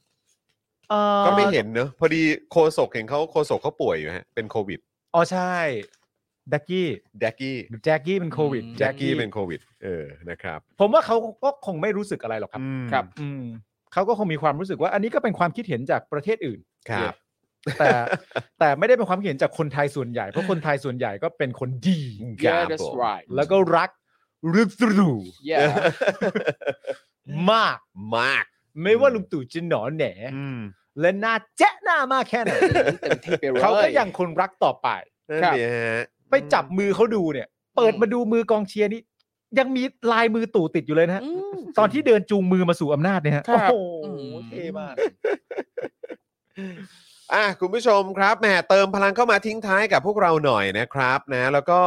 Speaker 3: เอ่อ
Speaker 2: ก็ไม่เห็นเนอะพอดีโคศกเห็นเขาโคศกเขาป่วยอยู่ฮะเป็นโควิด
Speaker 3: อ๋อใช่แจ็กกี้
Speaker 2: แดกกี้
Speaker 3: แจ็กกี้เป็นโควิด
Speaker 2: แดกกี้เป็นโควิด เออนะครับ
Speaker 3: ผมว่าเขาก็คงไม่รู้สึกอะไรหรอกครับ
Speaker 2: อืม
Speaker 4: ครับ
Speaker 3: อืมเขาก็คงมีความรู้สึกว่า อันนี้ก็เป็นความคิดเห็นจากประเทศอื่น
Speaker 2: ครับ
Speaker 3: แต่ แต่ไม่ได้เป็นความคิดเห็นจากคนไทยส่วนใหญ่เพราะคนไทยส่วนใหญ่ก็เป็นคนดี
Speaker 4: Yeah
Speaker 2: ครับผ
Speaker 4: that's
Speaker 2: ม
Speaker 4: right
Speaker 3: แล้วก็รักรึกรู
Speaker 4: Yeah
Speaker 3: มาก
Speaker 2: มาก
Speaker 3: ไม่ว่าลุงตู่จะหนอแหน
Speaker 2: อืม
Speaker 3: และหน้าแจ๊ะหน้ามากแค่ไห น
Speaker 4: เต็มที่ไปเลย
Speaker 3: เขาก็ยังคนรักต่อไป
Speaker 2: นั่น
Speaker 4: ครับ
Speaker 2: ดิฮะ
Speaker 3: ไปจับมือเขาดูเนี่ย เปิดมาดูมือกองเชียร์นี่ยังมีลายมือตู่ติดอยู่เลยนะฮะ
Speaker 4: อืม
Speaker 3: ตอนที่เดินจูงมือมาสู่อำนาจเนี่ยฮะ
Speaker 4: ครับ
Speaker 3: โอ้โห
Speaker 4: อืม
Speaker 3: เท่มาก
Speaker 2: อ่ะคุณผู้ชมครับแหมเติมพลังเข้ามาทิ้งท้ายกับพวกเราหน่อยนะครับนะแล้วก็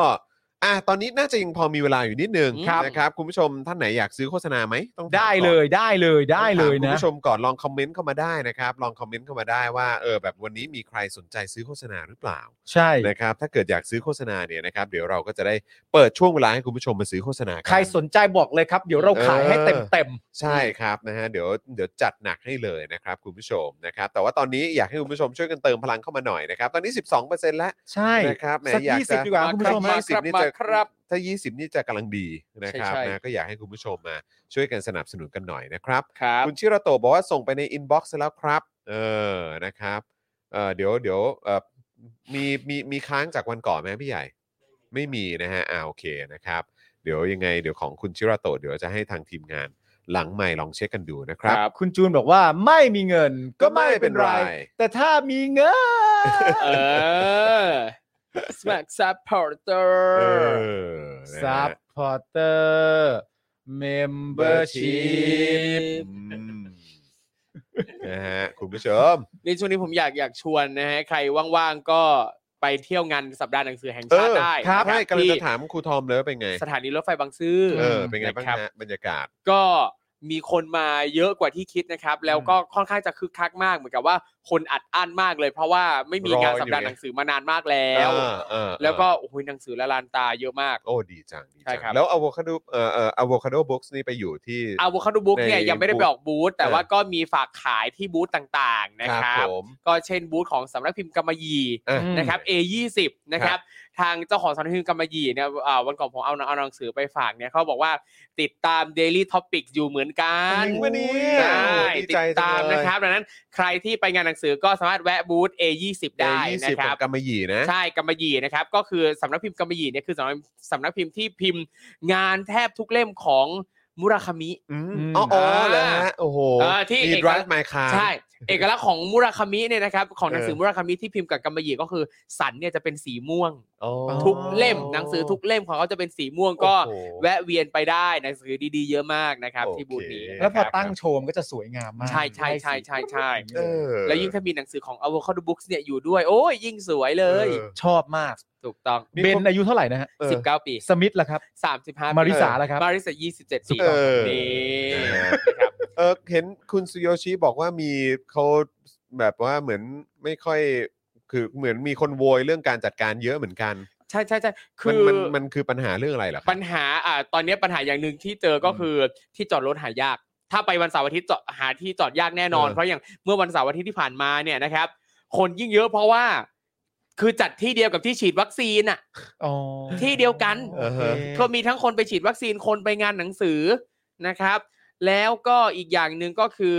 Speaker 2: อ่ะตอนนี้น่าจะยังพอมีเวลาอยู่นิดนึง
Speaker 4: ครับ
Speaker 2: นะครับคุณผู้ชมท่านไหนอยากซื้อโฆษณาไหมต้องถาม
Speaker 3: ได้
Speaker 2: ก่อน
Speaker 3: เลยได้เลยได้เลย
Speaker 2: ต้องถามคุณ
Speaker 3: นะ
Speaker 2: ผู้ชมก่อนลองคอมเมนต์เข้ามาได้นะครับลองคอมเมนต์เข้ามาได้ว่าเออแบบวันนี้มีใครสนใจซื้อโฆษณาหรือเปล่า
Speaker 3: ใช่
Speaker 2: นะครับถ้าเกิดอยากซื้อโฆษณาเนี่ยนะครับเดี๋ยวเราก็จะได้เปิดช่วงเวลาให้คุณผู้ชมมาซื้อโฆษณากัน
Speaker 3: ใครสนใจบอกเลยครับ เดี๋ยวเราขายให้เต็มเต็ม
Speaker 2: ใช่ครับนะฮะเดี๋ยวเดี๋ยวจัดหนักให้เลยนะครับคุณผู้ชมนะครับแต่ว่าตอนนี้อยากให้คุณผู้ชมช่วยกันเติมพลังเข้ามาหน่อยนะครับตอนนี้ 12%แล้ว
Speaker 3: ๆใช่
Speaker 2: นะครับแหม
Speaker 3: สัก
Speaker 2: อยาก
Speaker 3: ยี่สิ
Speaker 2: จะ
Speaker 3: บดีกว่าคุณผู้ชม
Speaker 2: ถ้20นี่จะ
Speaker 3: ฮะ
Speaker 4: มาครับ
Speaker 2: ถ้า 20 นี่จะกำลังดีนะครับ
Speaker 4: ใช่ใช่
Speaker 2: นะก็อยากให้คุณผู้ชมมาช่วยกันสนับสนุนกันหน่อยนะครับ
Speaker 4: ครับ
Speaker 2: คุณชิระโตะบอกว่าส่งไปในอินบ็อกซ์แล้วครับ เออนะครับเออเดี๋ยวเดี๋ยวเออมีมีมีค้างจากวันก่อนไหมพี่ใหญ่ ไม่มีนะฮะอ่าโอเคนะครับ เดี๋ยวยังไงเดี๋ยวของคุณชิระโตะเดี๋ยวจะให้ทางทีมงานหลังใหม่ลองเช็คกันดูนะครับ
Speaker 3: คุณจูนบอกว่าไม่มีเงินก็ไม่เป็นไร
Speaker 2: ไม่เป็นไร
Speaker 3: แต่ถ้ามีเงิน
Speaker 4: เออ Smack Supporter
Speaker 2: เออนะฮะ
Speaker 3: Supporter Membership
Speaker 2: อืมนะฮะคุณผู้ชม
Speaker 4: นี่ช่วงนี้ผมอยากอยากชวนนะฮะใครว่างๆก็ไปเที่ยวงานสัปดาห์หนังสือแห่งชาติ
Speaker 2: เออ
Speaker 4: ได้
Speaker 2: ครับ
Speaker 4: นะ
Speaker 2: ใช่กำลัง
Speaker 4: ที่
Speaker 2: จะถามครูทอมเลยว่าเป็นไง
Speaker 4: สถานีรถไฟบางซื่อ
Speaker 2: เออเป็นไงบ้าง
Speaker 4: นะครับ
Speaker 2: ฮะบรรยากาศ
Speaker 4: ก็ มีคนมาเยอะกว่าที่คิดนะครับ แล้วก็ค่อนข้างจะคึกคักมาก เหมือนกับว่าคนอัดอั้นมากเลย เพราะว่าไม่มีงาน
Speaker 2: รออยู่
Speaker 4: สัปดาห์
Speaker 2: ไง
Speaker 4: หนังสือมานานมากแล้ว
Speaker 2: เออเออเออ
Speaker 4: แล้วก็โอ้โหหนังสือละลานตาเยอะมาก
Speaker 2: โอ้ดีจังดี
Speaker 4: ใช่
Speaker 2: จัง
Speaker 4: ครับ
Speaker 2: แล้วอะโวคาโดเอ่อเอ่ออะโวคาโดบ็อกซ์นี่ไปอยู่ที่
Speaker 4: อะโวคาโดบุ๊กเนี่ย
Speaker 2: ใน
Speaker 4: ยังไม่ได้ไปออกบูธแต่
Speaker 2: เออ
Speaker 4: ว่าก็มีฝากขายที่บูธต่างๆนะครับ
Speaker 2: ผม
Speaker 4: ก็เช่นบูธของสำนักพิมพ์กำมะหยี่
Speaker 2: อ่ะ
Speaker 3: อืม
Speaker 4: นะครับ A20 นะครับ ทางเจ้าของสำนักพิมพ์กำมะหยี่เนี่ยอ่าวันก่อนผมเอาเอาหนังสือไปฝากเนี่ยเขาบอกว่าติดตาม Daily Topics อยู่เหมือนกัน
Speaker 2: จริงปะเนี่ย
Speaker 4: ใช่
Speaker 2: โอ้โหดี
Speaker 4: ติ
Speaker 2: ใจ
Speaker 4: ด
Speaker 2: จัง
Speaker 4: ตาม
Speaker 2: เลย
Speaker 4: นะครับ ดังนั้นใครที่ไปงานหนังสือก็สามารถแวะบูธ A20 ได้นะ
Speaker 2: 20
Speaker 4: ค
Speaker 2: ข
Speaker 4: รั
Speaker 2: อบ งกำมะหยี่นะ
Speaker 4: ใช่กำมะหยี่นะครับ ก็คือสำนักพิมพ์กำมะหยี่เนี่ยคือสำนักสำนักพิมพ์ที่พิมพ์งานแทบทุกเล่มของมุราคามิ
Speaker 2: อืม
Speaker 3: อืม
Speaker 2: อ๋ออ๋อเหรอฮะโอ้โห
Speaker 4: เออที่
Speaker 2: มี
Speaker 4: เอกลักษ
Speaker 2: drive my car
Speaker 4: ใช่ เอกลักษณ์ของมุราคามิเนี่ยนะครับ ของหนังสือ
Speaker 2: เออ
Speaker 4: มุราคามิที่พิมพ์กับกำมะหยี่ก็คือสันเนี่ยจะเป็นสีม่วง
Speaker 2: อ๋อ
Speaker 4: ทุกเล่มหนังสือทุกเล่มของเขาจะเป็นสีม่วงก็
Speaker 2: โอ้โห
Speaker 4: แวะเวียนไปได้หนังสือดีๆ เยอะมากนะครับ
Speaker 2: โอเค
Speaker 4: ที่บูธนี้
Speaker 3: แล้วพอตั้งโชว์มนก็จะสวยงามมาก
Speaker 4: ใช่ใช่ใช่ใช่ใช่
Speaker 2: เออ
Speaker 4: แล้วยิ่งถ้ามีหนังสือของ Avocado Books เนี่ยอยู่ด้วย โอ้ยยิ่งสวยเลย
Speaker 2: ออ
Speaker 3: ชอบมาก
Speaker 4: ถูกต้อง
Speaker 2: นี่
Speaker 3: เบนอายุเท่าไหร่นะฮะ
Speaker 2: เออ
Speaker 4: 19 ปี
Speaker 3: สมิธล่ะครับ
Speaker 4: 35
Speaker 3: มาริสาล่ะครับ
Speaker 4: มาริสา27 ปี
Speaker 2: เออ
Speaker 4: นี่
Speaker 2: นะครับเออเห็นคุณสุโยชิบอกว่ามีเขาแบบว่าเหมือนไม่ค่อย คือเหมือนมีคนโวยเรื่องการจัดการเยอะเหมือนกัน
Speaker 4: ใช่ใช่ใช่คื
Speaker 2: มัน
Speaker 4: อ
Speaker 2: มันมันคือปัญหาเรื่องอะไรเหรอครับ
Speaker 4: ปัญหาอ่าตอนนี้ปัญหาอย่างหนึ่งที่เจอก็คือที่จอดรถหายาก ถ้าไปวันเสาร์อาทิตย์จอดหาที่จอดยากแน่นอน
Speaker 2: เออ
Speaker 4: เพราะอย่างเมื่อวันเสาร์อาทิตย์ที่ผ่านมาเนี่ยนะครับ คนยิ่งเยอะเพราะว่า คือจัดที่เดียวกับที่ฉีดวัคซีนอ่ะ
Speaker 3: อ๋อ
Speaker 4: ที่เดียวกัน
Speaker 3: โอเค
Speaker 4: ก็มีทั้งคนไปฉีดวัคซีนคนไปงานหนังสือนะครับ แล้วก็อีกอย่างหนึ่งก็คือ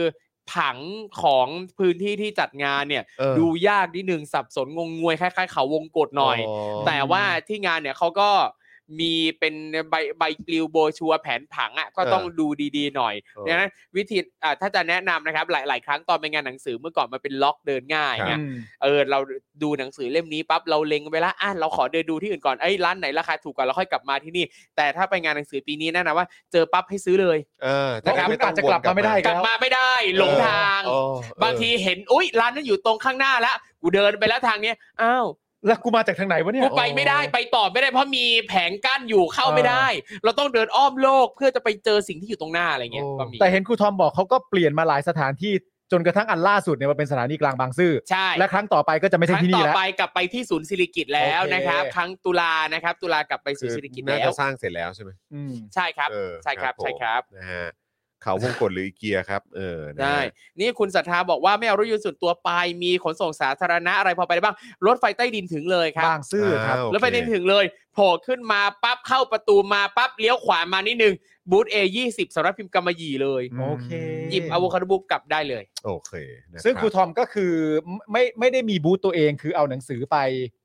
Speaker 4: ผังของพื้นที่ที่จัดงานเนี่ย
Speaker 2: เออ
Speaker 4: ดูยากนิดนึงสับสนงงงวยคล้ายๆเขาวงกดหน่อย แต่ว่าที่งานเนี่ยเขาก็มีเป็นใบใบปลิวโบรชัวร์แผนผังอ่ะก็ต้องดูดีๆหน่อย
Speaker 2: เออ
Speaker 4: ดังนั้นวิธีอ่าถ้าจะแนะนำนะครับ หลาย ๆ ครั้งตอนไปงานหนังสือเมื่อก่อนมันเป็นล็อกเดินง่าย
Speaker 2: ค
Speaker 4: ไง
Speaker 2: รับ
Speaker 4: เออเราดูหนังสือเล่มนี้ปั๊บเราเล็งไปแล้วอ่ะเราขอเดินดูที่อื่นก่อนเอ้ยร้านไหนราคาถูกกว่าเราค่อยกลับมาที่นี่ แต่ถ้าไปงานหนังสือปีนี้แนะนำว่าเจอปั๊บให้ซื้อเลย
Speaker 2: เออ
Speaker 3: เพราะ
Speaker 2: จได้
Speaker 3: คุณอาจจะกลับมาไม่ได้
Speaker 4: กลับมาไม่ได้หลงทาง
Speaker 2: เออเออ
Speaker 4: บางทีเห็นอุ้ยร้านนั้นอยู่ตรงข้างหน้าแล้วกูเดินไปแล้วทางเนี้ยอ้าว
Speaker 3: แล้วกูมาจากทางไหนวะเนี่ย
Speaker 4: กูไปไม่ได้ไปต่อไม่ได้เพราะมีแผงกั้นอยู่เข้าไม่ได้ เราต้องเดินอ้อมโลกเพื่อจะไปเจอสิ่งที่อยู่ตรงหน้าอะไรเงี้ย
Speaker 2: โอ้
Speaker 4: ก็มี
Speaker 3: แต่เห็นครูทอมบอกเขาก็เปลี่ยนมาหลายสถานที่จนกระทั่งอันล่าสุดเนี่ยมาเป็นสถานีกลางบางซื่อ
Speaker 4: ใช่
Speaker 3: และครั้งต่อไปก็จะไม่
Speaker 4: ค
Speaker 3: ใช่
Speaker 4: รั้ง
Speaker 3: ที่
Speaker 4: ต่
Speaker 3: นี่
Speaker 4: อ
Speaker 3: แล้ว
Speaker 4: ไปกลับไปที่ศูนย์ศิริกิตแล้ว
Speaker 3: โอเค
Speaker 4: นะครับ ครั้งตุลานะครับ ตุลากลับไปศู
Speaker 2: คือ
Speaker 4: นย์ศิริกิต
Speaker 2: น่า
Speaker 4: แล้
Speaker 2: จะ
Speaker 4: ว
Speaker 2: สร้างเสร็จแล้วใช่ไหม
Speaker 3: อืม
Speaker 4: ใช่ครับ
Speaker 2: เออ
Speaker 4: ใช่ครับ
Speaker 2: ผม
Speaker 4: ใช่ครับ
Speaker 2: นะฮะเขาวงกดหรืออีเกียครับ เออนะฮะ
Speaker 4: ได้ นี่คุณศรัทธาบอกว่าไม่เอารถยนต์ส่วนตัวไป มีขนส่งสาธารณะอะไรพอไปได้บ้าง รถไฟใต้ดินถึงเลยครับ
Speaker 3: บางซื่อครับ
Speaker 2: อ้าว
Speaker 4: รถไฟใต้ดินถึงเลยโผล่ขึ้นมาปั๊บเข้าประตูมาปั๊บเลี้ยวขวามานิดนึง บูธ A20 สำหรับพิมพ์กำมะหยี่เลย
Speaker 3: โอเค
Speaker 4: หยิบอะโวคาโดบุ๊กกลับได้เลย
Speaker 2: โอเคนะ
Speaker 3: ซึ่งครู
Speaker 2: บ
Speaker 3: ทอมก็คือไม่ไม่ได้มีบูธตัวเองคือเอาหนังสือไป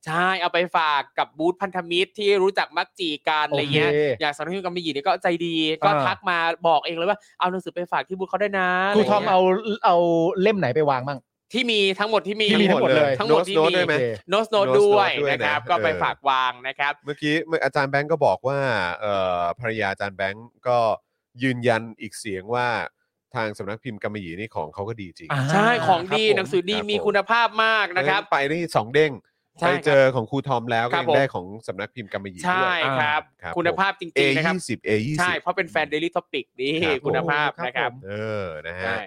Speaker 4: ใช่ เอาไปฝากกับบูธพันธมิตรที่รู้จักมักจีกันอะไรเงี้ย
Speaker 3: โอเค
Speaker 4: อย่างสำนักพิมพ์กำมะหยี่เนี่ยก็ใจดี ก็
Speaker 3: อ่า
Speaker 4: ทักมาบอกเองเลยว่าเอาหนังสือไปฝากที่บูธเขาได้นะ
Speaker 3: ครูทอม
Speaker 4: ะไงี้ย
Speaker 3: เอาเอาเล่มไหนไปวางมั่ง
Speaker 4: ที่มีทั้งหมดที่มี
Speaker 3: ที่มีทั้งหมดเลย
Speaker 4: ทั้งหมดที่
Speaker 2: โน้ต
Speaker 4: มี
Speaker 2: ด้วยไหม
Speaker 4: โนสโน
Speaker 2: Notes
Speaker 4: ด้วย
Speaker 2: ด้วย
Speaker 4: นะครับ
Speaker 2: นะ
Speaker 4: ก็ไป
Speaker 2: เออ
Speaker 4: ฝากวางนะครับ
Speaker 2: เมื่อกี้เมื่ออาจารย์แบงก์ก็บอกว่าเอ่อภรรยาอาจารย์แบงก์ก็ยืนยันอีกเสียงว่าทางสำนักพิมพ์กำมะหยี่นี่ของเขาก็ดีจริง
Speaker 4: ใช่ของดี
Speaker 3: ครับผม
Speaker 4: หนังสือดี
Speaker 2: ครับ
Speaker 4: มี
Speaker 2: ผม
Speaker 4: คุณภาพมากนะครับ
Speaker 2: ไปนี่สองเด้ง
Speaker 4: ใช่
Speaker 2: ไปเจอของครูทอมแล้ว
Speaker 4: ค
Speaker 2: ก็
Speaker 4: รับ
Speaker 2: ยังได้
Speaker 4: ผม
Speaker 2: ของสำนักพิมพ์กำมะหยี่
Speaker 4: ใช่
Speaker 2: ด้วย
Speaker 4: ครับ
Speaker 2: ครับ
Speaker 4: คุณภาพจริงๆนะครับ
Speaker 2: A20 A20
Speaker 4: ใช่ เพราะเป็นแฟน Daily Topic นี่
Speaker 2: ครับผม
Speaker 4: คุณภาพนะครับ
Speaker 2: เออนะฮะ
Speaker 4: ใช่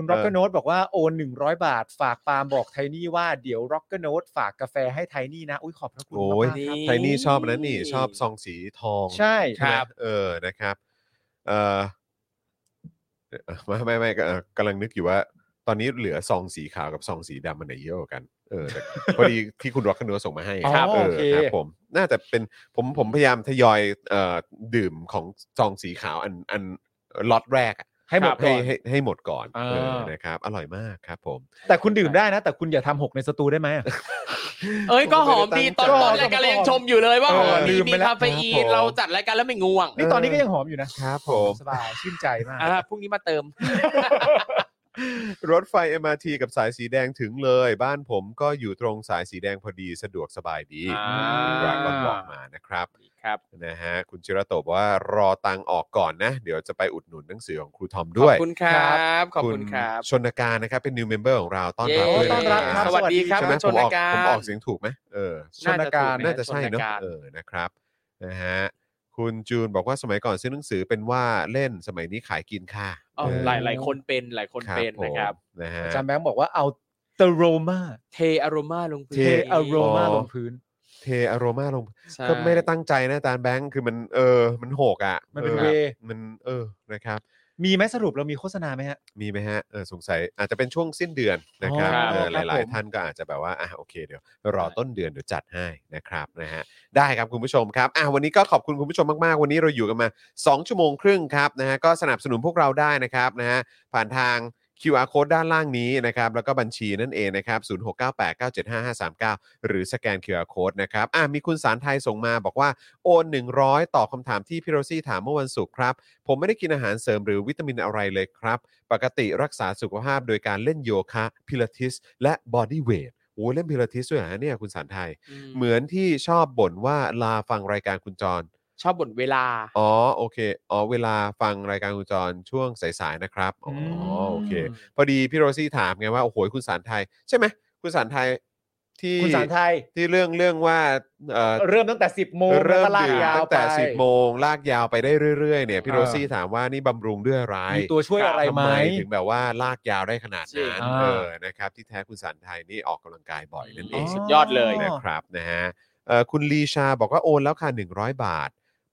Speaker 3: คุณร็อกเกอร์โนบอกว่าโอน100 บาท ฝากปาล์มบอกไทนี่ว่าเดี๋ยวร็อกเกอร์โนฝากกาแฟให้ไทนี่นะ อุ้ยขอบพระคุณ
Speaker 2: โอ้
Speaker 3: มาก
Speaker 2: ย
Speaker 3: ๆครับ
Speaker 2: ไทนี่ชอบอันนั้นนี่ชอบซองสีทอง
Speaker 3: ใช่
Speaker 2: ไหม
Speaker 4: ครับ
Speaker 2: เออนะครับเออเอ่อไม่ไม่ไม่ก็เอ่อกำลังนึกอยู่ว่า ตอนนี้เหลือซองสีขาวกับซองสีดำมันไหนเยอะกว่ากันเออแต่ พอดีที่คุณร็อกคนัวส่งมาให้
Speaker 3: ครับ
Speaker 2: เอ
Speaker 3: โอ
Speaker 2: อ
Speaker 3: เค
Speaker 2: ครับผมน่าจะเป็นผมผมพยายามทยอยเอ่อดื่มของซองสีขาวอันอันล็อตแรกอะ
Speaker 3: ให้หมดก่
Speaker 2: ให้
Speaker 3: อน
Speaker 2: ให้ให้หมดก่อน
Speaker 3: อ่า
Speaker 2: เออนะครับ อร่อยมากครับผม
Speaker 3: แต่คุณดื่มได้นะ แต่คุณอย่าทำหกในสตูได้ไหมอะ
Speaker 4: เอ้ยก็หอมดีตอน
Speaker 3: ก็
Speaker 4: ต
Speaker 3: ห
Speaker 4: อ
Speaker 3: อน ม
Speaker 4: รายการเรายังชมอยู่เลยว่า
Speaker 3: เอ
Speaker 4: ห
Speaker 3: อ
Speaker 4: อมดี
Speaker 3: ลืม
Speaker 4: มี
Speaker 3: ไปแล้ว
Speaker 4: คาเฟอี
Speaker 2: ครับ
Speaker 4: น
Speaker 2: ผม
Speaker 4: เราจัดรายการแล้วไม่ง่วง
Speaker 3: นี่ตอนนี้ก็ยังหอมอยู่นะครับ
Speaker 2: ผม
Speaker 3: สบายชื่นใจมาก
Speaker 4: อ่าพรุ่งนี้มาเติม
Speaker 2: รถไฟ MRT กับสายสีแดงถึงเลย บ้านผมก็อยู่ตรงสายสีแดงพอดีสะดวกสบายดี
Speaker 4: อ่า
Speaker 2: คุณรักก็บอกมานะครับ
Speaker 4: ครับ
Speaker 2: นะฮะคุณจิระโตะบอกว่ารอตังค์ออกก่อนนะ เดี๋ยวจะไปอุดหนุนหนังสือของครูทอม
Speaker 4: ขอ
Speaker 2: ด้
Speaker 4: บ
Speaker 2: วย
Speaker 4: คุณครับ ขอบคุณครับ
Speaker 2: ชนการนะครับเป็น new member ของเราต้อนรับ
Speaker 4: เย้
Speaker 2: ด้วย
Speaker 3: ต้อนรับ
Speaker 2: ะ
Speaker 3: ครับ
Speaker 4: สวัสดีครับ
Speaker 2: ใช่ไหม
Speaker 4: ช
Speaker 2: ผม
Speaker 4: น
Speaker 2: ออก
Speaker 4: การ
Speaker 2: ผมออกเสียงถูกไหมเออ
Speaker 4: ชน
Speaker 2: ช
Speaker 4: การ
Speaker 2: นน่าจะใช่เนอะ
Speaker 4: ชนการ
Speaker 2: เออนะครับนะฮะคุณจูนบอกว่าสมัยก่อนซื้อหนังสือเป็นว่าเล่นสมัยนี้ขายกินค่ะ
Speaker 4: อ๋อ
Speaker 2: เออ
Speaker 4: หลายหลายคนเป็นหลายคนเป็น
Speaker 2: ผม
Speaker 4: นะครับ
Speaker 2: นะฮะ
Speaker 3: อาจารย์แบงค์บอกว่าเอาเตโรมา
Speaker 4: เทอารมาลงพื้น
Speaker 2: เท
Speaker 3: เทอโรมา
Speaker 2: อ๋อ
Speaker 3: ลงพื้น
Speaker 2: เทอโรมาลง
Speaker 4: ใช่
Speaker 2: ก็ไม่ได้ตั้งใจนะอาจารย์แบงค์คือมันเออมันโหกอ่ะ
Speaker 3: มันเป็น
Speaker 2: ออ
Speaker 3: เว
Speaker 2: มันเออนะครับ
Speaker 3: มีไหมสรุปเรามีโฆษณาไหมฮะ
Speaker 2: มีไหมฮะเออสงสัยอาจจะเป็นช่วงสิ้นเดือนนะครับ
Speaker 4: อ๋อครับ
Speaker 2: เออห
Speaker 3: ครับ
Speaker 2: ลาย
Speaker 3: ผม
Speaker 2: ๆ ท่านก็อาจจะแบบว่าอ่ะโอเคเดี๋ยว รอต้นเดือนเดี๋ยวจัดให้นะครับนะฮะได้ครับคุณผู้ชมครับอ่ะวันนี้ก็ขอบคุณคุณผู้ชมมากๆ วันนี้เราอยู่กันมา 2 ชั่วโมงครึ่งครับนะฮะก็สนับสนุนพวกเราได้นะครับนะฮะผ่านทาง QR code ด้านล่างนี้นะครับแล้วก็บัญชีนั่นเองนะครับ0698975539 หรือสแกน QR code นะครับอ่ะมีคุณสารไทยส่งมาบอกว่าโอน 100 ตอบคำถามที่พี่โรซี่ถามเมื่อวันศุกร์ครับ ผมไม่ได้กินอาหารเสริมหรือวิตามินอะไรเลยครับ ปกติรักษาสุขภาพโดยการเล่นโยคะพิลาทิส และบอดี้เวทโอ้เล่นพิลาทิสด้วยเหรอฮะเนี่ยคุณสารไทย
Speaker 4: อืม
Speaker 2: เหมือนที่ชอบบ่นว่าลาฟังรายการคุณจร
Speaker 4: ชอบบ่นเวลา
Speaker 2: อ๋อโอเค อ๋อเวลาฟังรายการคุณจรช่วงสายๆนะครับ อ๋ออ
Speaker 3: ม
Speaker 2: โอเค พอดีพี่โรซี่ถามไงว่า โอ้โหคุณสารไทย ใช่ไหมคุณสารไทยที่
Speaker 3: คุณสารไทย
Speaker 2: ที่เรื่องเรื่องว่าเอ่อ
Speaker 3: เริ่มตั้งแต่ 10 โมง
Speaker 2: เริ่ม
Speaker 3: แล้วก็ลาก
Speaker 2: ดื่ม
Speaker 3: ยาว
Speaker 2: ตั้ง
Speaker 3: ไป
Speaker 2: แต่ 10 โมงลากยาวไปได้เรื่อยๆเนี่ยพี่
Speaker 3: เอ
Speaker 2: โร
Speaker 3: อ
Speaker 2: ซี่ถามว่านี่บำรุงด้วยอะไร
Speaker 3: มีตัวช่วยอะไร
Speaker 2: ทำ
Speaker 3: ไหม
Speaker 2: ไมถึงแบบว่าลากยาวได้ขนาดนั้น
Speaker 3: จริง
Speaker 2: เอ
Speaker 3: อ่า
Speaker 2: อนะครับที่แท้คุณสันไทยนี่ออกกำลังกายบ่อยนั่นเอ
Speaker 4: อ๋
Speaker 2: ง
Speaker 4: อสุดยอดเลย
Speaker 2: นะครับนะฮะเอ่อคุณลีชาบอกว่าโอนแล้วค่ะ 100 บาท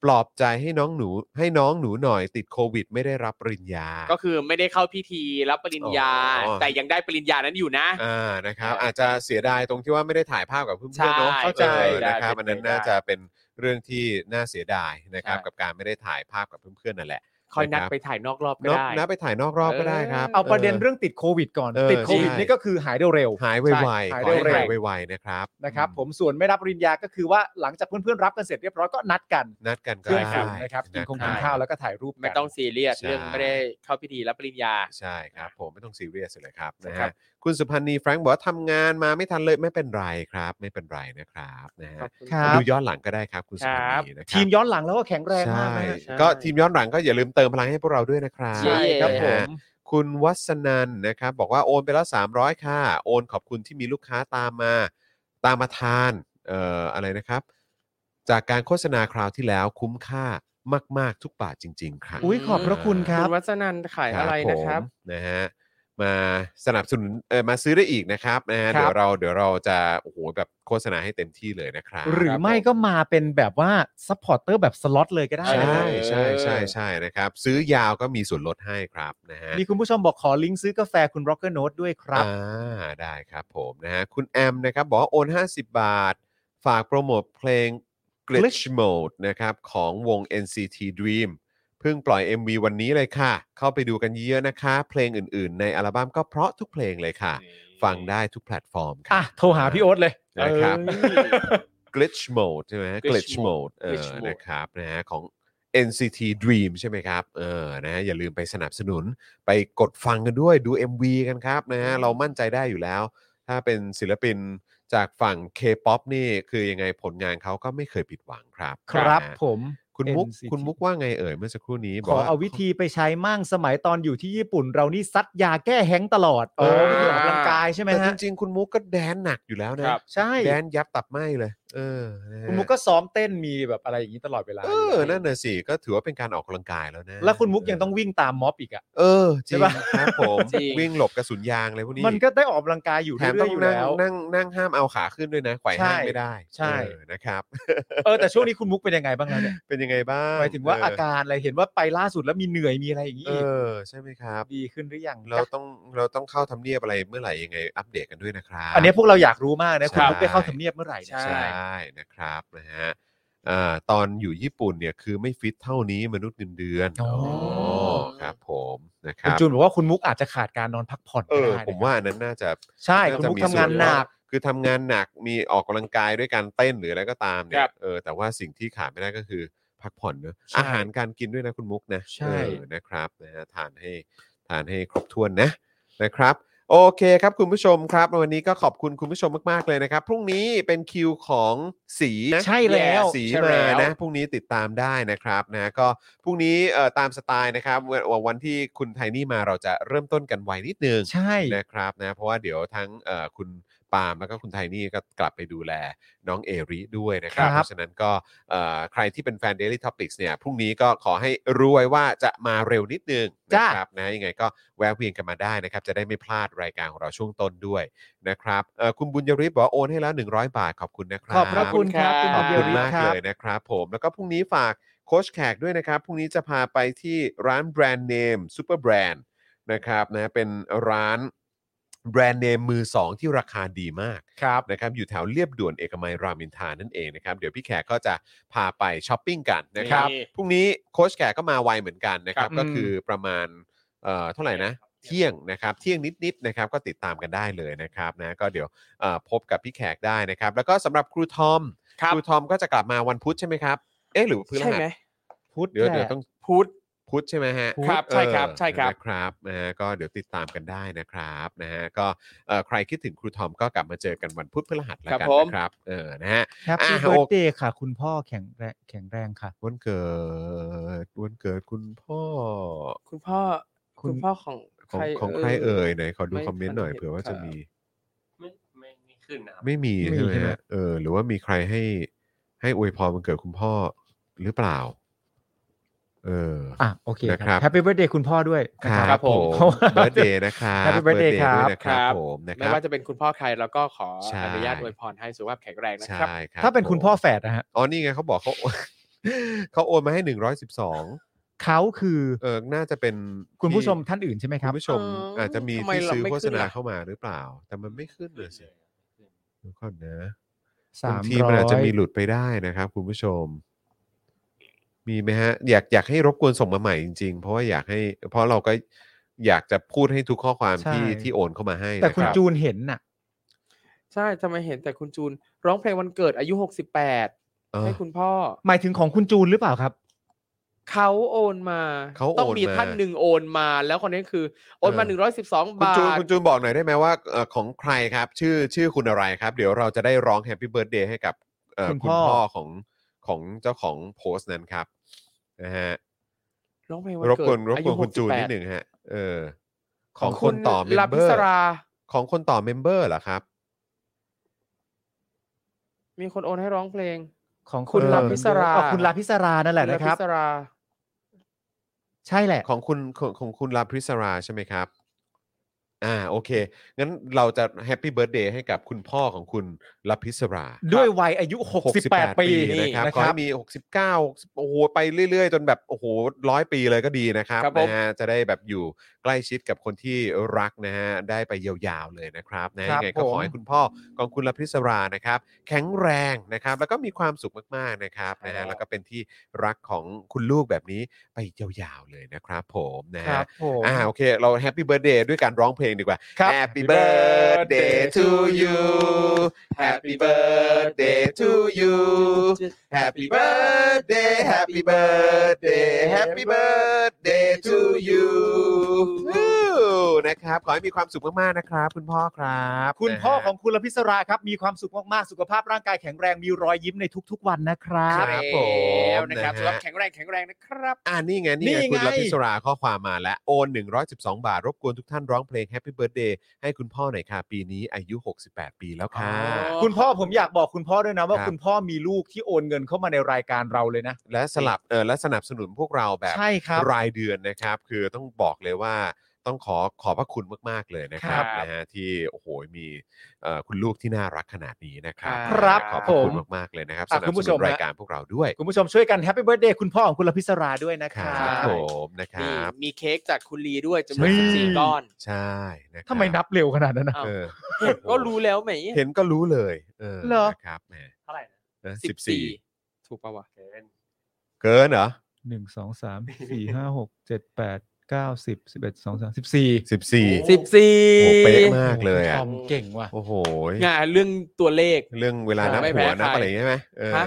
Speaker 2: ปลอบใจให้น้องหนูให้น้องหนูหน่อยติดโควิด ไม่ได้รับปริญญา
Speaker 4: ก็คือไม่ได้เข้าพิธีรับปริญญา
Speaker 2: อ๋อ
Speaker 4: แต่ยังได้ปริญญานั้นอยู่นะ
Speaker 2: อ่านะครับอาจจะเสียดายตรงที่ว่าไม่ได้ถ่ายภาพกับเพื่อนๆเนาะ
Speaker 4: ใช่
Speaker 2: เข้าใจ
Speaker 4: ใช่
Speaker 2: นะครับ
Speaker 4: ได้
Speaker 2: อันนั้น
Speaker 4: ได้
Speaker 2: น่าจะเป็นเรื่องที่น่าเสียดายนะครับ
Speaker 4: ใช่
Speaker 2: กับการไม่ได้ถ่ายภาพกับเพื่อนๆนั่นแหละ
Speaker 4: คอยนัด
Speaker 2: นะครับ
Speaker 4: ไปถ่ายนอกรอบ
Speaker 2: น
Speaker 4: ก็
Speaker 2: อก
Speaker 4: ได้
Speaker 2: นับไปถ่ายนอกรอบก็ได้ครับ
Speaker 4: เออ
Speaker 3: เอาประเด็นเรื่องติดโควิดก่อน
Speaker 2: เออ
Speaker 3: ติดโควิด
Speaker 2: ใช่
Speaker 3: นี่ก็คือหายเร็ว
Speaker 2: หายไว
Speaker 3: ใช่
Speaker 2: ๆ
Speaker 3: หาย
Speaker 2: ขอให้
Speaker 3: เร็วๆ
Speaker 2: หายไวๆนะครับ
Speaker 3: ๆนะครับผมส่วนไม่รับปริญญาก็คือว่าหลังจากเพื่อนๆรับกันเสร็จเรียบร้อยก็นัดกัน
Speaker 2: นัดกันก็
Speaker 3: เพื่อน
Speaker 2: ได้
Speaker 3: ฝูงนะครับกินคงกิ
Speaker 2: ะ
Speaker 3: น
Speaker 2: รับ
Speaker 3: ข้าวแล้วก็ถ่ายรูปกัน
Speaker 4: ไม่ต้องซีเรียส
Speaker 2: ใช่
Speaker 4: เรื่องไม่ได้เข้าพิธีรับปริญญา
Speaker 2: ใช่ครับผมไม่ต้องซีเรียสเลยครับนะ
Speaker 4: ครั
Speaker 2: ฮะ
Speaker 4: บ
Speaker 2: คุณสุพันธ์นีแฟรงค์บอกว่าทำงานมาไม่ทันเลยไม่เป็นไรครับ ไม่เป็นไรนะครับนะฮะ
Speaker 4: ขอบคุณ
Speaker 3: ครับ
Speaker 2: ดูย้อนหลังก็ได้ครับ คุณสุพันธ์นีนะครับ
Speaker 3: ทีมย้อนหลังแล้วก็แข็งแรงมากนะ
Speaker 2: ใช่
Speaker 3: ฮะ
Speaker 4: ใช่
Speaker 2: ก็ทีมย้อนหลังก็อย่าลืมเติมพลังให้พวกเราด้วยนะครับ
Speaker 4: ใช่
Speaker 3: ครับผม
Speaker 2: นะฮะ คุณวัฒนันนะครับ บอกว่าโอนไปแล้ว 300 ค่ะ โอนขอบคุณที่มีลูกค้าตามมาตามมาทานเอ่ออะไรนะครับ จากการโฆษณาคราวที่แล้วคุ้มค่ามาก ๆ ทุกบาทจริง ๆ ค่ะ
Speaker 3: อุ้ยขอบพระคุณ
Speaker 4: คุ
Speaker 3: ครับ
Speaker 4: ณวัฒนันขายอะไรนะครับ
Speaker 2: ผมนะฮะมาสนับสนุนเอ่อมาซื้อได้อีกนะครับนะฮะ
Speaker 3: ครับ
Speaker 2: เดี๋ยวเราเดี๋ยวเราจะโอ้โหแบบโฆษณาให้เต็มที่เลยนะครับ
Speaker 3: หรือไม่ก็มาเป็นแบบว่าซัพพอร์เตอร์แบบสล็อตเลยก็ได้
Speaker 2: ใช่
Speaker 3: นะ
Speaker 2: ใช่ใช่ใช่นะครับ ซื้อยาวก็มีส่วนลดให้ครับนะฮะ
Speaker 3: มีคุณผู้ชมบอกขอลิงก์ซื้อกาแฟคุณ Rocker Note ด้วยครับ
Speaker 2: อ่าได้ครับผมนะฮะคุณแอมนะครับ บอกว่าโอน 50 บาท ฝากโปรโมทเพลง Glitch Mode นะครับ ของวง NCT Dream เพิ่งปล่อย MV วันนี้เลยค่ะ เข้าไปดูกันเยอะๆนะคะ เพลงอื่นๆ ในอัลบั้มก็เพราะทุกเพลงเลยค่ะ ฟังได้ทุกแพลตฟอร์มค่ะ
Speaker 3: อ่ะ โทรหาพี่โอ๊ตเลย
Speaker 2: นะครับ
Speaker 4: เอ้ย
Speaker 2: Glitch Mode ใช่ไหม Glitch
Speaker 4: Glitch
Speaker 2: Mode เออ
Speaker 4: Glitch Mode
Speaker 2: นะครับนะฮะของ NCT Dream ใช่ไหมครับ เออนะฮะอย่าลืมไปสนับสนุนไปกดฟังกันด้วยดู MV กันครับนะฮะเรามั่นใจได้อยู่แล้ว ถ้าเป็นศิลปินจากฝั่ง K-POP นี่คือยังไงผลงานเขาก็ไม่เคยผิดหวังครับ
Speaker 3: ครับ
Speaker 2: นะฮะ
Speaker 3: ผม
Speaker 2: คุณมุก
Speaker 3: NCT
Speaker 2: คุณมุกว่าไงเอ่ยเมื่อสักครู่นี้บ
Speaker 3: ข
Speaker 2: ก
Speaker 3: อเอาวิธีไปใช้มั่งสมัยตอนอยู่ที่ญี่ปุ่น เรานี่ซัดยาแก้แห้งก์ตลอด โอ้ไม่ยอมออกกำลังกายใช่ไหม
Speaker 2: แต่จ
Speaker 3: ฮะ
Speaker 2: ริงๆ คุณมุกก็แดนหนักอยู่แล้วนะครับ
Speaker 3: ใช่
Speaker 2: แดนยับตับไหมเลย เออนะฮะ
Speaker 3: คุณมุกก็ซ้อมเต้นมีแบบอะไรอย่างนี้ตลอดเวลา
Speaker 2: เออนั่นน่ะสิก็ถือว่าเป็นการออกกำลังกายแล้วนะ
Speaker 3: แล้วคุณมุกยังต้องวิ่งตามม็อบอีกอ่ะ
Speaker 2: เออจริง
Speaker 3: ใช่ปะ
Speaker 2: ครับผม
Speaker 4: จริง
Speaker 2: วิ่งหลบกระสุนยางอะไรพวกนี้
Speaker 3: มันก็ได้ออกกำลังกายอยู่
Speaker 2: แถ
Speaker 3: เรื่
Speaker 2: มต้
Speaker 3: อ
Speaker 2: อยง
Speaker 3: ๆอยู่
Speaker 2: นั่ง
Speaker 3: แล้ว
Speaker 2: นั่งนั่งห้ามเอาขาขึ้นด้วยนะไขว่ห้าง
Speaker 3: ใช่
Speaker 2: ไม่ได้
Speaker 3: ใช่
Speaker 2: เออนะครับ
Speaker 3: เออแต่ช่วงนี้คุณมุกเป็นยังไงบ้างนะเนี่ย
Speaker 2: เป็นยังไงบ้าง
Speaker 3: หมายถึงว่า
Speaker 2: เอา
Speaker 3: การอะไรเห็นว่าไปล่าสุดแล้วมีเหนื่อยมีอะไรอย่างนี้
Speaker 2: เอ
Speaker 3: อีก
Speaker 2: อใช่ไหมครับ
Speaker 3: ดีขึ้นหรือยัง
Speaker 2: เราต้องเราต้องเข้าทำเนียบอะไรเมื่อไหร่ยังไงอัปเดตกันด้วยนะครับ
Speaker 3: อันนี้พวกเราอยากรู้มากนะคุณ
Speaker 2: ใช่
Speaker 3: มุกไปเข้าทำเนียบเมื่อไหร่เนี่ย
Speaker 4: ใช่
Speaker 2: ใช่นะครับนะฮะอ่าตอนอยู่ญี่ปุ่นเนี่ยคือไม่ฟิตเท่านี้มนุษย์เงินเดือน
Speaker 3: อ๋อ
Speaker 2: ครับ ผมนะค
Speaker 3: คุณ
Speaker 2: รับ
Speaker 3: จูนบอกว่าคุณมุกอาจจะขาดการนอนพักผ่อน
Speaker 2: เอ
Speaker 3: ก็
Speaker 2: อ
Speaker 3: ได้นะ
Speaker 2: ผมว่าอันนั้นน่าจะ
Speaker 3: ใช่คุณมุกทำงานหนัก
Speaker 2: คือทำงานหนักมีออกกำลังกายด้วยการเต้นหรืออะไรก็ตามเนี่
Speaker 4: ครั
Speaker 2: ย
Speaker 4: บ
Speaker 2: เออแต่ว่าสิ่งที่ขาดไม่ได้ก็คือพักผ่อนเนอะ
Speaker 3: ใช่
Speaker 2: อาหารการกินด้วยนะคุณมุกนะ
Speaker 3: ใช่
Speaker 2: เออนะครับนะฮะทานให้ทานให้ครบถ้วนนะนะครับ โอเคครับคุณผู้ชมครับ วันนี้ก็ขอบคุณคุณผู้ชมมากๆเลยนะครับ พรุ่งนี้เป็นคิวของสีนะ
Speaker 3: ใช่แล้ว
Speaker 2: สี
Speaker 4: ใช่
Speaker 2: มา
Speaker 4: แล้ว
Speaker 2: นะพรุ่งนี้ติดตามได้นะครับนะก็พรุ่งนี้เอ่อตามสไตล์นะครับวันวันที่คุณไทนี่มาเราจะเริ่มต้นกันไวนิดนึง
Speaker 3: ใช่
Speaker 2: นะครับนะเพราะว่าเดี๋ยวทั้งเอ่อคุณป ปาล์มแล้วก็คุณไทนี่ก็กลับไปดูแลน้องเอริด้วยนะครับ
Speaker 3: ครับ
Speaker 2: เพราะฉะนั้นก็เอ่อใครที่เป็นแฟน Daily Topics เนี่ยพรุ่งนี้ก็ขอให้รู้ไว้ว่าจะมาเร็วนิดนึงนะครับนะยังไงก็แวะเวียนกันมาได้นะครับ จะได้ไม่พลาดรายการของเราช่วงต้นด้วยนะครับเอ่อคุณบุญยริศบอกว่าโอนให้แล้ว 100 บาทขอบคุณนะครับ
Speaker 3: ขอบพระคุณครับคุณ
Speaker 2: ข
Speaker 3: บุ
Speaker 2: อ
Speaker 3: ญ
Speaker 2: บ
Speaker 3: เดีย
Speaker 2: คุณ
Speaker 3: ริ
Speaker 2: มาก
Speaker 3: ครั
Speaker 2: เล
Speaker 3: บ
Speaker 2: ยนะครับผมแล้วก็พรุ่งนี้ฝากโค้ชแขกด้วยนะครับ พรุ่งนี้จะพาไปที่ร้านแบรนด์เนมซูเปอร์แบรนด์นะครับนะเป็นร้านแบรนด์เนมมือ 2 ที่ราคาดีมาก
Speaker 3: ครับ
Speaker 2: นะครับอยู่แถวเรียบด่วนเอกมัยรามอินทรานั่นเองนะครับเดี๋ยวพี่แขกก็จะพาไปช้อปปิ้งกันนะครับ
Speaker 4: นี่
Speaker 2: พรุ่งนี้โค้ชแขกก็มาไวเหมือนกันนะครับ
Speaker 3: ครับ
Speaker 2: ก็คือประมาณเอ่อเท่าไหร่นะ เที่ยงนะครับเที่ยงนิดๆนะครับก็ติดตามกันได้เลยนะครับนะก็เดี๋ยวเอ่อพบกับพี่แขกได้นะครับ แล้วก็สำหรับครูทอม
Speaker 4: ครับ
Speaker 2: ครูทอมก็จะกลับมาวันพุธใช่ไหมครับ เอ๊ะหรือพฤหั
Speaker 4: ใช่
Speaker 2: ส
Speaker 4: ไหม
Speaker 2: เดี๋ยว
Speaker 3: แหละ
Speaker 2: เดี๋ยวต้อง
Speaker 4: พุธ
Speaker 2: พุธใช่ไหมฮะ
Speaker 4: ครับ
Speaker 2: เออ
Speaker 4: ใช่ครับใช่ครับ
Speaker 2: นะครับนะฮะก็เดี๋ยวติดตามกันได้นะครับนะฮะก็เอ่อใครคิดถึงครูทอมก็กลับมาเจอกันวันพุธพฤหัสแล้วกันนะครับเออนะฮะ
Speaker 1: แฮป
Speaker 2: อ่ะ
Speaker 1: ปี้
Speaker 2: โอ
Speaker 1: เบิร์ดเดย์ค่ะ คุณพ่อแข็งแรงแข็งแรงค่ะ
Speaker 2: วันเกิดวันเกิดคุณพ่อ
Speaker 4: คุณพ่อ
Speaker 1: คุ
Speaker 4: คุณ ณพ่อของ
Speaker 2: ข
Speaker 4: ใค
Speaker 2: อง
Speaker 4: ร
Speaker 2: ของใครเอ่ยไหนขอดู
Speaker 4: ไ
Speaker 2: คอมเมนต์หน่อย
Speaker 4: ทัห็
Speaker 2: เผื่อว่าจะมี
Speaker 5: ไม่ไม่ไม่ขึ้นนะครับ
Speaker 2: ไม่มี
Speaker 1: ไม่มี
Speaker 2: ใช่ไหม
Speaker 1: ใช่ไหม
Speaker 2: ฮะเออ หรือว่ามีใครให้ให้อวยพรวันเกิดคุณพ่อหรือเปล่า เออ
Speaker 1: อ่ะ โอเค
Speaker 2: นะค
Speaker 1: ค
Speaker 2: รั
Speaker 1: รับ บแฮปปี้เบิร์ดเดย์คุณพ่อด้วยนะ
Speaker 2: ครับผมเบิร์ดเดย์นะครับ
Speaker 1: Happy birthday
Speaker 2: birthday
Speaker 1: ครับ
Speaker 2: ด้วยนะครับผมนะค
Speaker 4: ไม่
Speaker 2: รับ
Speaker 4: ว่าจะเป็นคุณพ่อใครเราก็ขอ
Speaker 2: ใช่
Speaker 4: อนุญาตอวยพรให้สุขภาพแข็งแรงนะ
Speaker 2: ใช่
Speaker 4: ครับ
Speaker 2: ครับ
Speaker 1: ถ้าเป็นคุณพ่อ
Speaker 2: ผม
Speaker 1: แฝดนะฮะ
Speaker 2: อ๋อนี่ไงเขาบอกเขา เขาโอนมาให้หนึ่งร้อยสิบสอง
Speaker 1: เขาคือ
Speaker 2: เออน่าจะเป็น
Speaker 1: คุณผู้ชม
Speaker 2: ที่
Speaker 1: ท่านอื่นใช่ไหมค
Speaker 2: คุ
Speaker 1: รับ
Speaker 2: ณผู้ชม
Speaker 4: อ๋ออ
Speaker 2: อาจจะมี
Speaker 4: ทำไม
Speaker 2: ที่
Speaker 4: เรา
Speaker 2: ซื้อ
Speaker 4: ไม่
Speaker 2: โฆษ
Speaker 4: ขึ้น
Speaker 2: ณา
Speaker 4: ล่ะ
Speaker 2: เข้ามาหรือเปล่า แต่มันไม่ขึ้นเลยสิเดี๋ยวก่อนนะ
Speaker 1: สา
Speaker 2: บาง
Speaker 1: ม
Speaker 2: ที
Speaker 1: ร้
Speaker 2: มันอาจจะ
Speaker 1: อย
Speaker 2: มีหลุดไปได้นะครับ คุณผู้ชม มีไหมฮะ อยากอยากให้รบกวนส่งมาใหม่จริงๆ เพราะว่าอยากให้ เพราะเราก็อยากจะพูดให้ทุกข้อความที่
Speaker 1: ใช่
Speaker 2: ที่โอนเข้ามาให้
Speaker 1: แต่
Speaker 2: นะ
Speaker 1: คุณ
Speaker 2: รับ
Speaker 1: จูนเห็นน่ะ
Speaker 4: ใช่ทำไมเห็นแต่คุณจูน ร้องเพลงวันเกิดอายุ 68
Speaker 2: เออ
Speaker 4: ให้คุณพ่อ
Speaker 1: หมายถึงของคุณจูนหรือเปล่าครับ
Speaker 4: เขาโอนมา
Speaker 2: เขา
Speaker 4: ต้อง
Speaker 2: โอน
Speaker 4: มี
Speaker 2: มา
Speaker 4: ท่านหนึ่งโอนมา แล้วคนนี้คือโอนมา
Speaker 2: เออ
Speaker 4: 112 บ
Speaker 2: คุณ
Speaker 4: า
Speaker 2: จูน
Speaker 4: ท
Speaker 2: คุณจูนบอกหน่อยได้ไหมว่าเอ่อของใครครับ ชื่อชื่อคุณอะไรครับ เดี๋ยวเราจะได้ร้องแฮปปี้เบิร์ดเดย์ให้กับเอ่อ
Speaker 1: คุณ
Speaker 2: คุณ
Speaker 1: พ่อ
Speaker 2: พ่อของของเจ้าของโพสต์นั้นครับนะฮะ
Speaker 4: ร้องเพลงวั
Speaker 2: รบ
Speaker 4: นเกิ
Speaker 2: กว
Speaker 4: ด
Speaker 2: นรบ
Speaker 4: อาก ยุ
Speaker 2: วนคุณจูน
Speaker 4: 68
Speaker 2: นิดหนึ่งฮะ เออ ข
Speaker 4: ข
Speaker 2: อ
Speaker 4: อง ง
Speaker 2: ค
Speaker 4: คุ
Speaker 2: น
Speaker 4: ณ
Speaker 2: ต่อเมม
Speaker 4: ลา
Speaker 2: เบ
Speaker 4: พิ
Speaker 2: อร์
Speaker 4: สรา
Speaker 2: ของคนต่อเมมเบอร์เหรอครับ
Speaker 4: มีคนโอนให้ร้องเพลง
Speaker 1: ของ
Speaker 4: คุณ
Speaker 1: เอ่อ
Speaker 4: ลาพิสรา
Speaker 1: อ๋อคุณลาพิสรานั่นแหละ
Speaker 4: ณ
Speaker 1: นะครับ
Speaker 4: พิสรา
Speaker 1: ใช่แหละ
Speaker 2: ของคุณของของคุณลาพริสราใช่ไหมครับ อ่าโอเค งั้นเราจะแฮปปี้เบิร์ดเดย์ให้กับคุณพ่อของคุณลาพริสรา
Speaker 1: ด้วยวัยอายุ
Speaker 2: 68
Speaker 1: 68
Speaker 2: ปี
Speaker 1: ปี
Speaker 2: นะครับ
Speaker 1: นะ
Speaker 2: ข
Speaker 1: ค
Speaker 2: อ
Speaker 1: รับ
Speaker 2: ให้มี 69 60โอ้โห ไปเรื่อย ๆ จนแบบ โอ้โหร้อยปีเลยก็ดีนะครับ
Speaker 4: ครับผม
Speaker 2: นะฮะจะได้แบบอยู่ใกล้ชิดกับคนที่รักนะฮะ ได้ไปยาวๆเลยนะครับนะยังไงก็
Speaker 1: ผม
Speaker 2: ขอให้คุณพ่อของคุณลพิศรานะครับ แข็งแรงนะครับ แล้วก็มีความสุขมากๆนะครับนะฮะแล้วก็เป็นที่รักของคุณลูกแบบนี้ไปยาวๆเลยนะครับ ผมนะ
Speaker 1: ค
Speaker 2: ฮะ
Speaker 1: รับผม
Speaker 2: อ่าโอเค เราแฮปปี้เบิร์ดเดย์ด้วยการร้องเพลงดีกว่า
Speaker 1: ครับ
Speaker 2: Happy birthday to you Happy birthday to you Happy birthday Happy birthday Happy birthday to you วู้นะครับ ขอให้มีความสุขมาก ๆ นะครับ คุณพ่อครับ
Speaker 1: คุณพ่อ
Speaker 2: นะฮะ
Speaker 1: ของคุณลพิสราครับ มีความสุขมาก ๆ สุขภาพร่างกายแข็งแรงมีรอยยิ้มในทุก ๆ วันนะครั
Speaker 2: ค
Speaker 1: บ
Speaker 2: รับผม
Speaker 4: แล้วนะครับ
Speaker 2: นะฮะ
Speaker 4: สุขภาพแข็งแรงแข็งแรงนะครับ
Speaker 2: อ่านี่ไง นี่ไง
Speaker 1: นี่ไง
Speaker 2: คุณลพิศราข้อความมาแล้ว โอน 112 บาท รบกวนทุกท่านร้องเพลง Happy Birthday ให้คุณพ่อหน่อยค่ะ ปีนี้อายุ 68 ปีแล้วค่ะ
Speaker 4: อ๋อ
Speaker 1: คุณพ่อผมอยากบอกคุณพ่อด้วยนะว่า
Speaker 2: ครับ
Speaker 1: คุณพ่อมีลูกที่โอนเงินเข้ามาในรายการเราเลยนะ
Speaker 2: และสลับเออและสนับสนุนพวกเราแบบ
Speaker 1: ใช่ครับ
Speaker 2: รายเดือนนะครับ คือต้องบอกเลยว่าต้องขอขอบพระคุณมาก ๆ เลยนะครับ
Speaker 4: ครับ
Speaker 2: นะฮะที่โอ้โหมีเอ่อคุณลูกที่น่ารักขนาดนี้นะครับ
Speaker 1: ครับ
Speaker 2: ขอบพระคุณ
Speaker 1: ผม
Speaker 2: มากๆเลยนะครับ
Speaker 1: อ่ะ
Speaker 2: สนับ
Speaker 1: คุณ
Speaker 2: ส
Speaker 1: ผู้ช
Speaker 2: นุ
Speaker 1: ม
Speaker 2: น
Speaker 1: ฮะ
Speaker 2: รายการพวกเราด้วย
Speaker 1: คุณผู้ชมช่วยกันแฮปปี้เบิร์ดเดย์คุณพ่อของคุณลพิสราด้วยนะค
Speaker 2: ค
Speaker 1: รั
Speaker 2: รับบ ผมนะค
Speaker 4: มี
Speaker 2: รับ
Speaker 4: มีเค้กจากคุณลีด้วยจำนวน
Speaker 2: ใช่
Speaker 4: 14ก้อน
Speaker 2: ใช่นะครับ
Speaker 1: ทำไมนับเร็วขนาดนั้นนะ
Speaker 4: อ้าว
Speaker 2: เออ
Speaker 4: ก็รู้แล้วไหม
Speaker 2: เห็นก็รู้เลยเออ
Speaker 1: เหรอ
Speaker 2: นะครับแหม
Speaker 5: เท่าไหร่นะ
Speaker 2: สิบสี่
Speaker 4: ถูกปะวะ
Speaker 5: เกิน
Speaker 2: เกินเหรอ
Speaker 1: หนึ่งสองสามสี่ห้าหกเจ็ดแปดเก้าสิบสิบเอ็ดสองสามสิบสี่
Speaker 2: สิบสี่
Speaker 5: ะ
Speaker 2: โอ้โหเป๊ะ
Speaker 4: 14
Speaker 2: มากเลย
Speaker 1: ท
Speaker 2: อ่ะ
Speaker 1: อมเก่งว่ะ
Speaker 2: โอ้โห
Speaker 4: งานเรื่องตัวเลข
Speaker 2: เรื่องเวลานับ
Speaker 4: ไม่
Speaker 2: หั
Speaker 4: แพ้
Speaker 2: วนับ
Speaker 4: ใคร
Speaker 2: อะไรอย่างเงี้ยใช่ไหมเออ
Speaker 4: ฮะ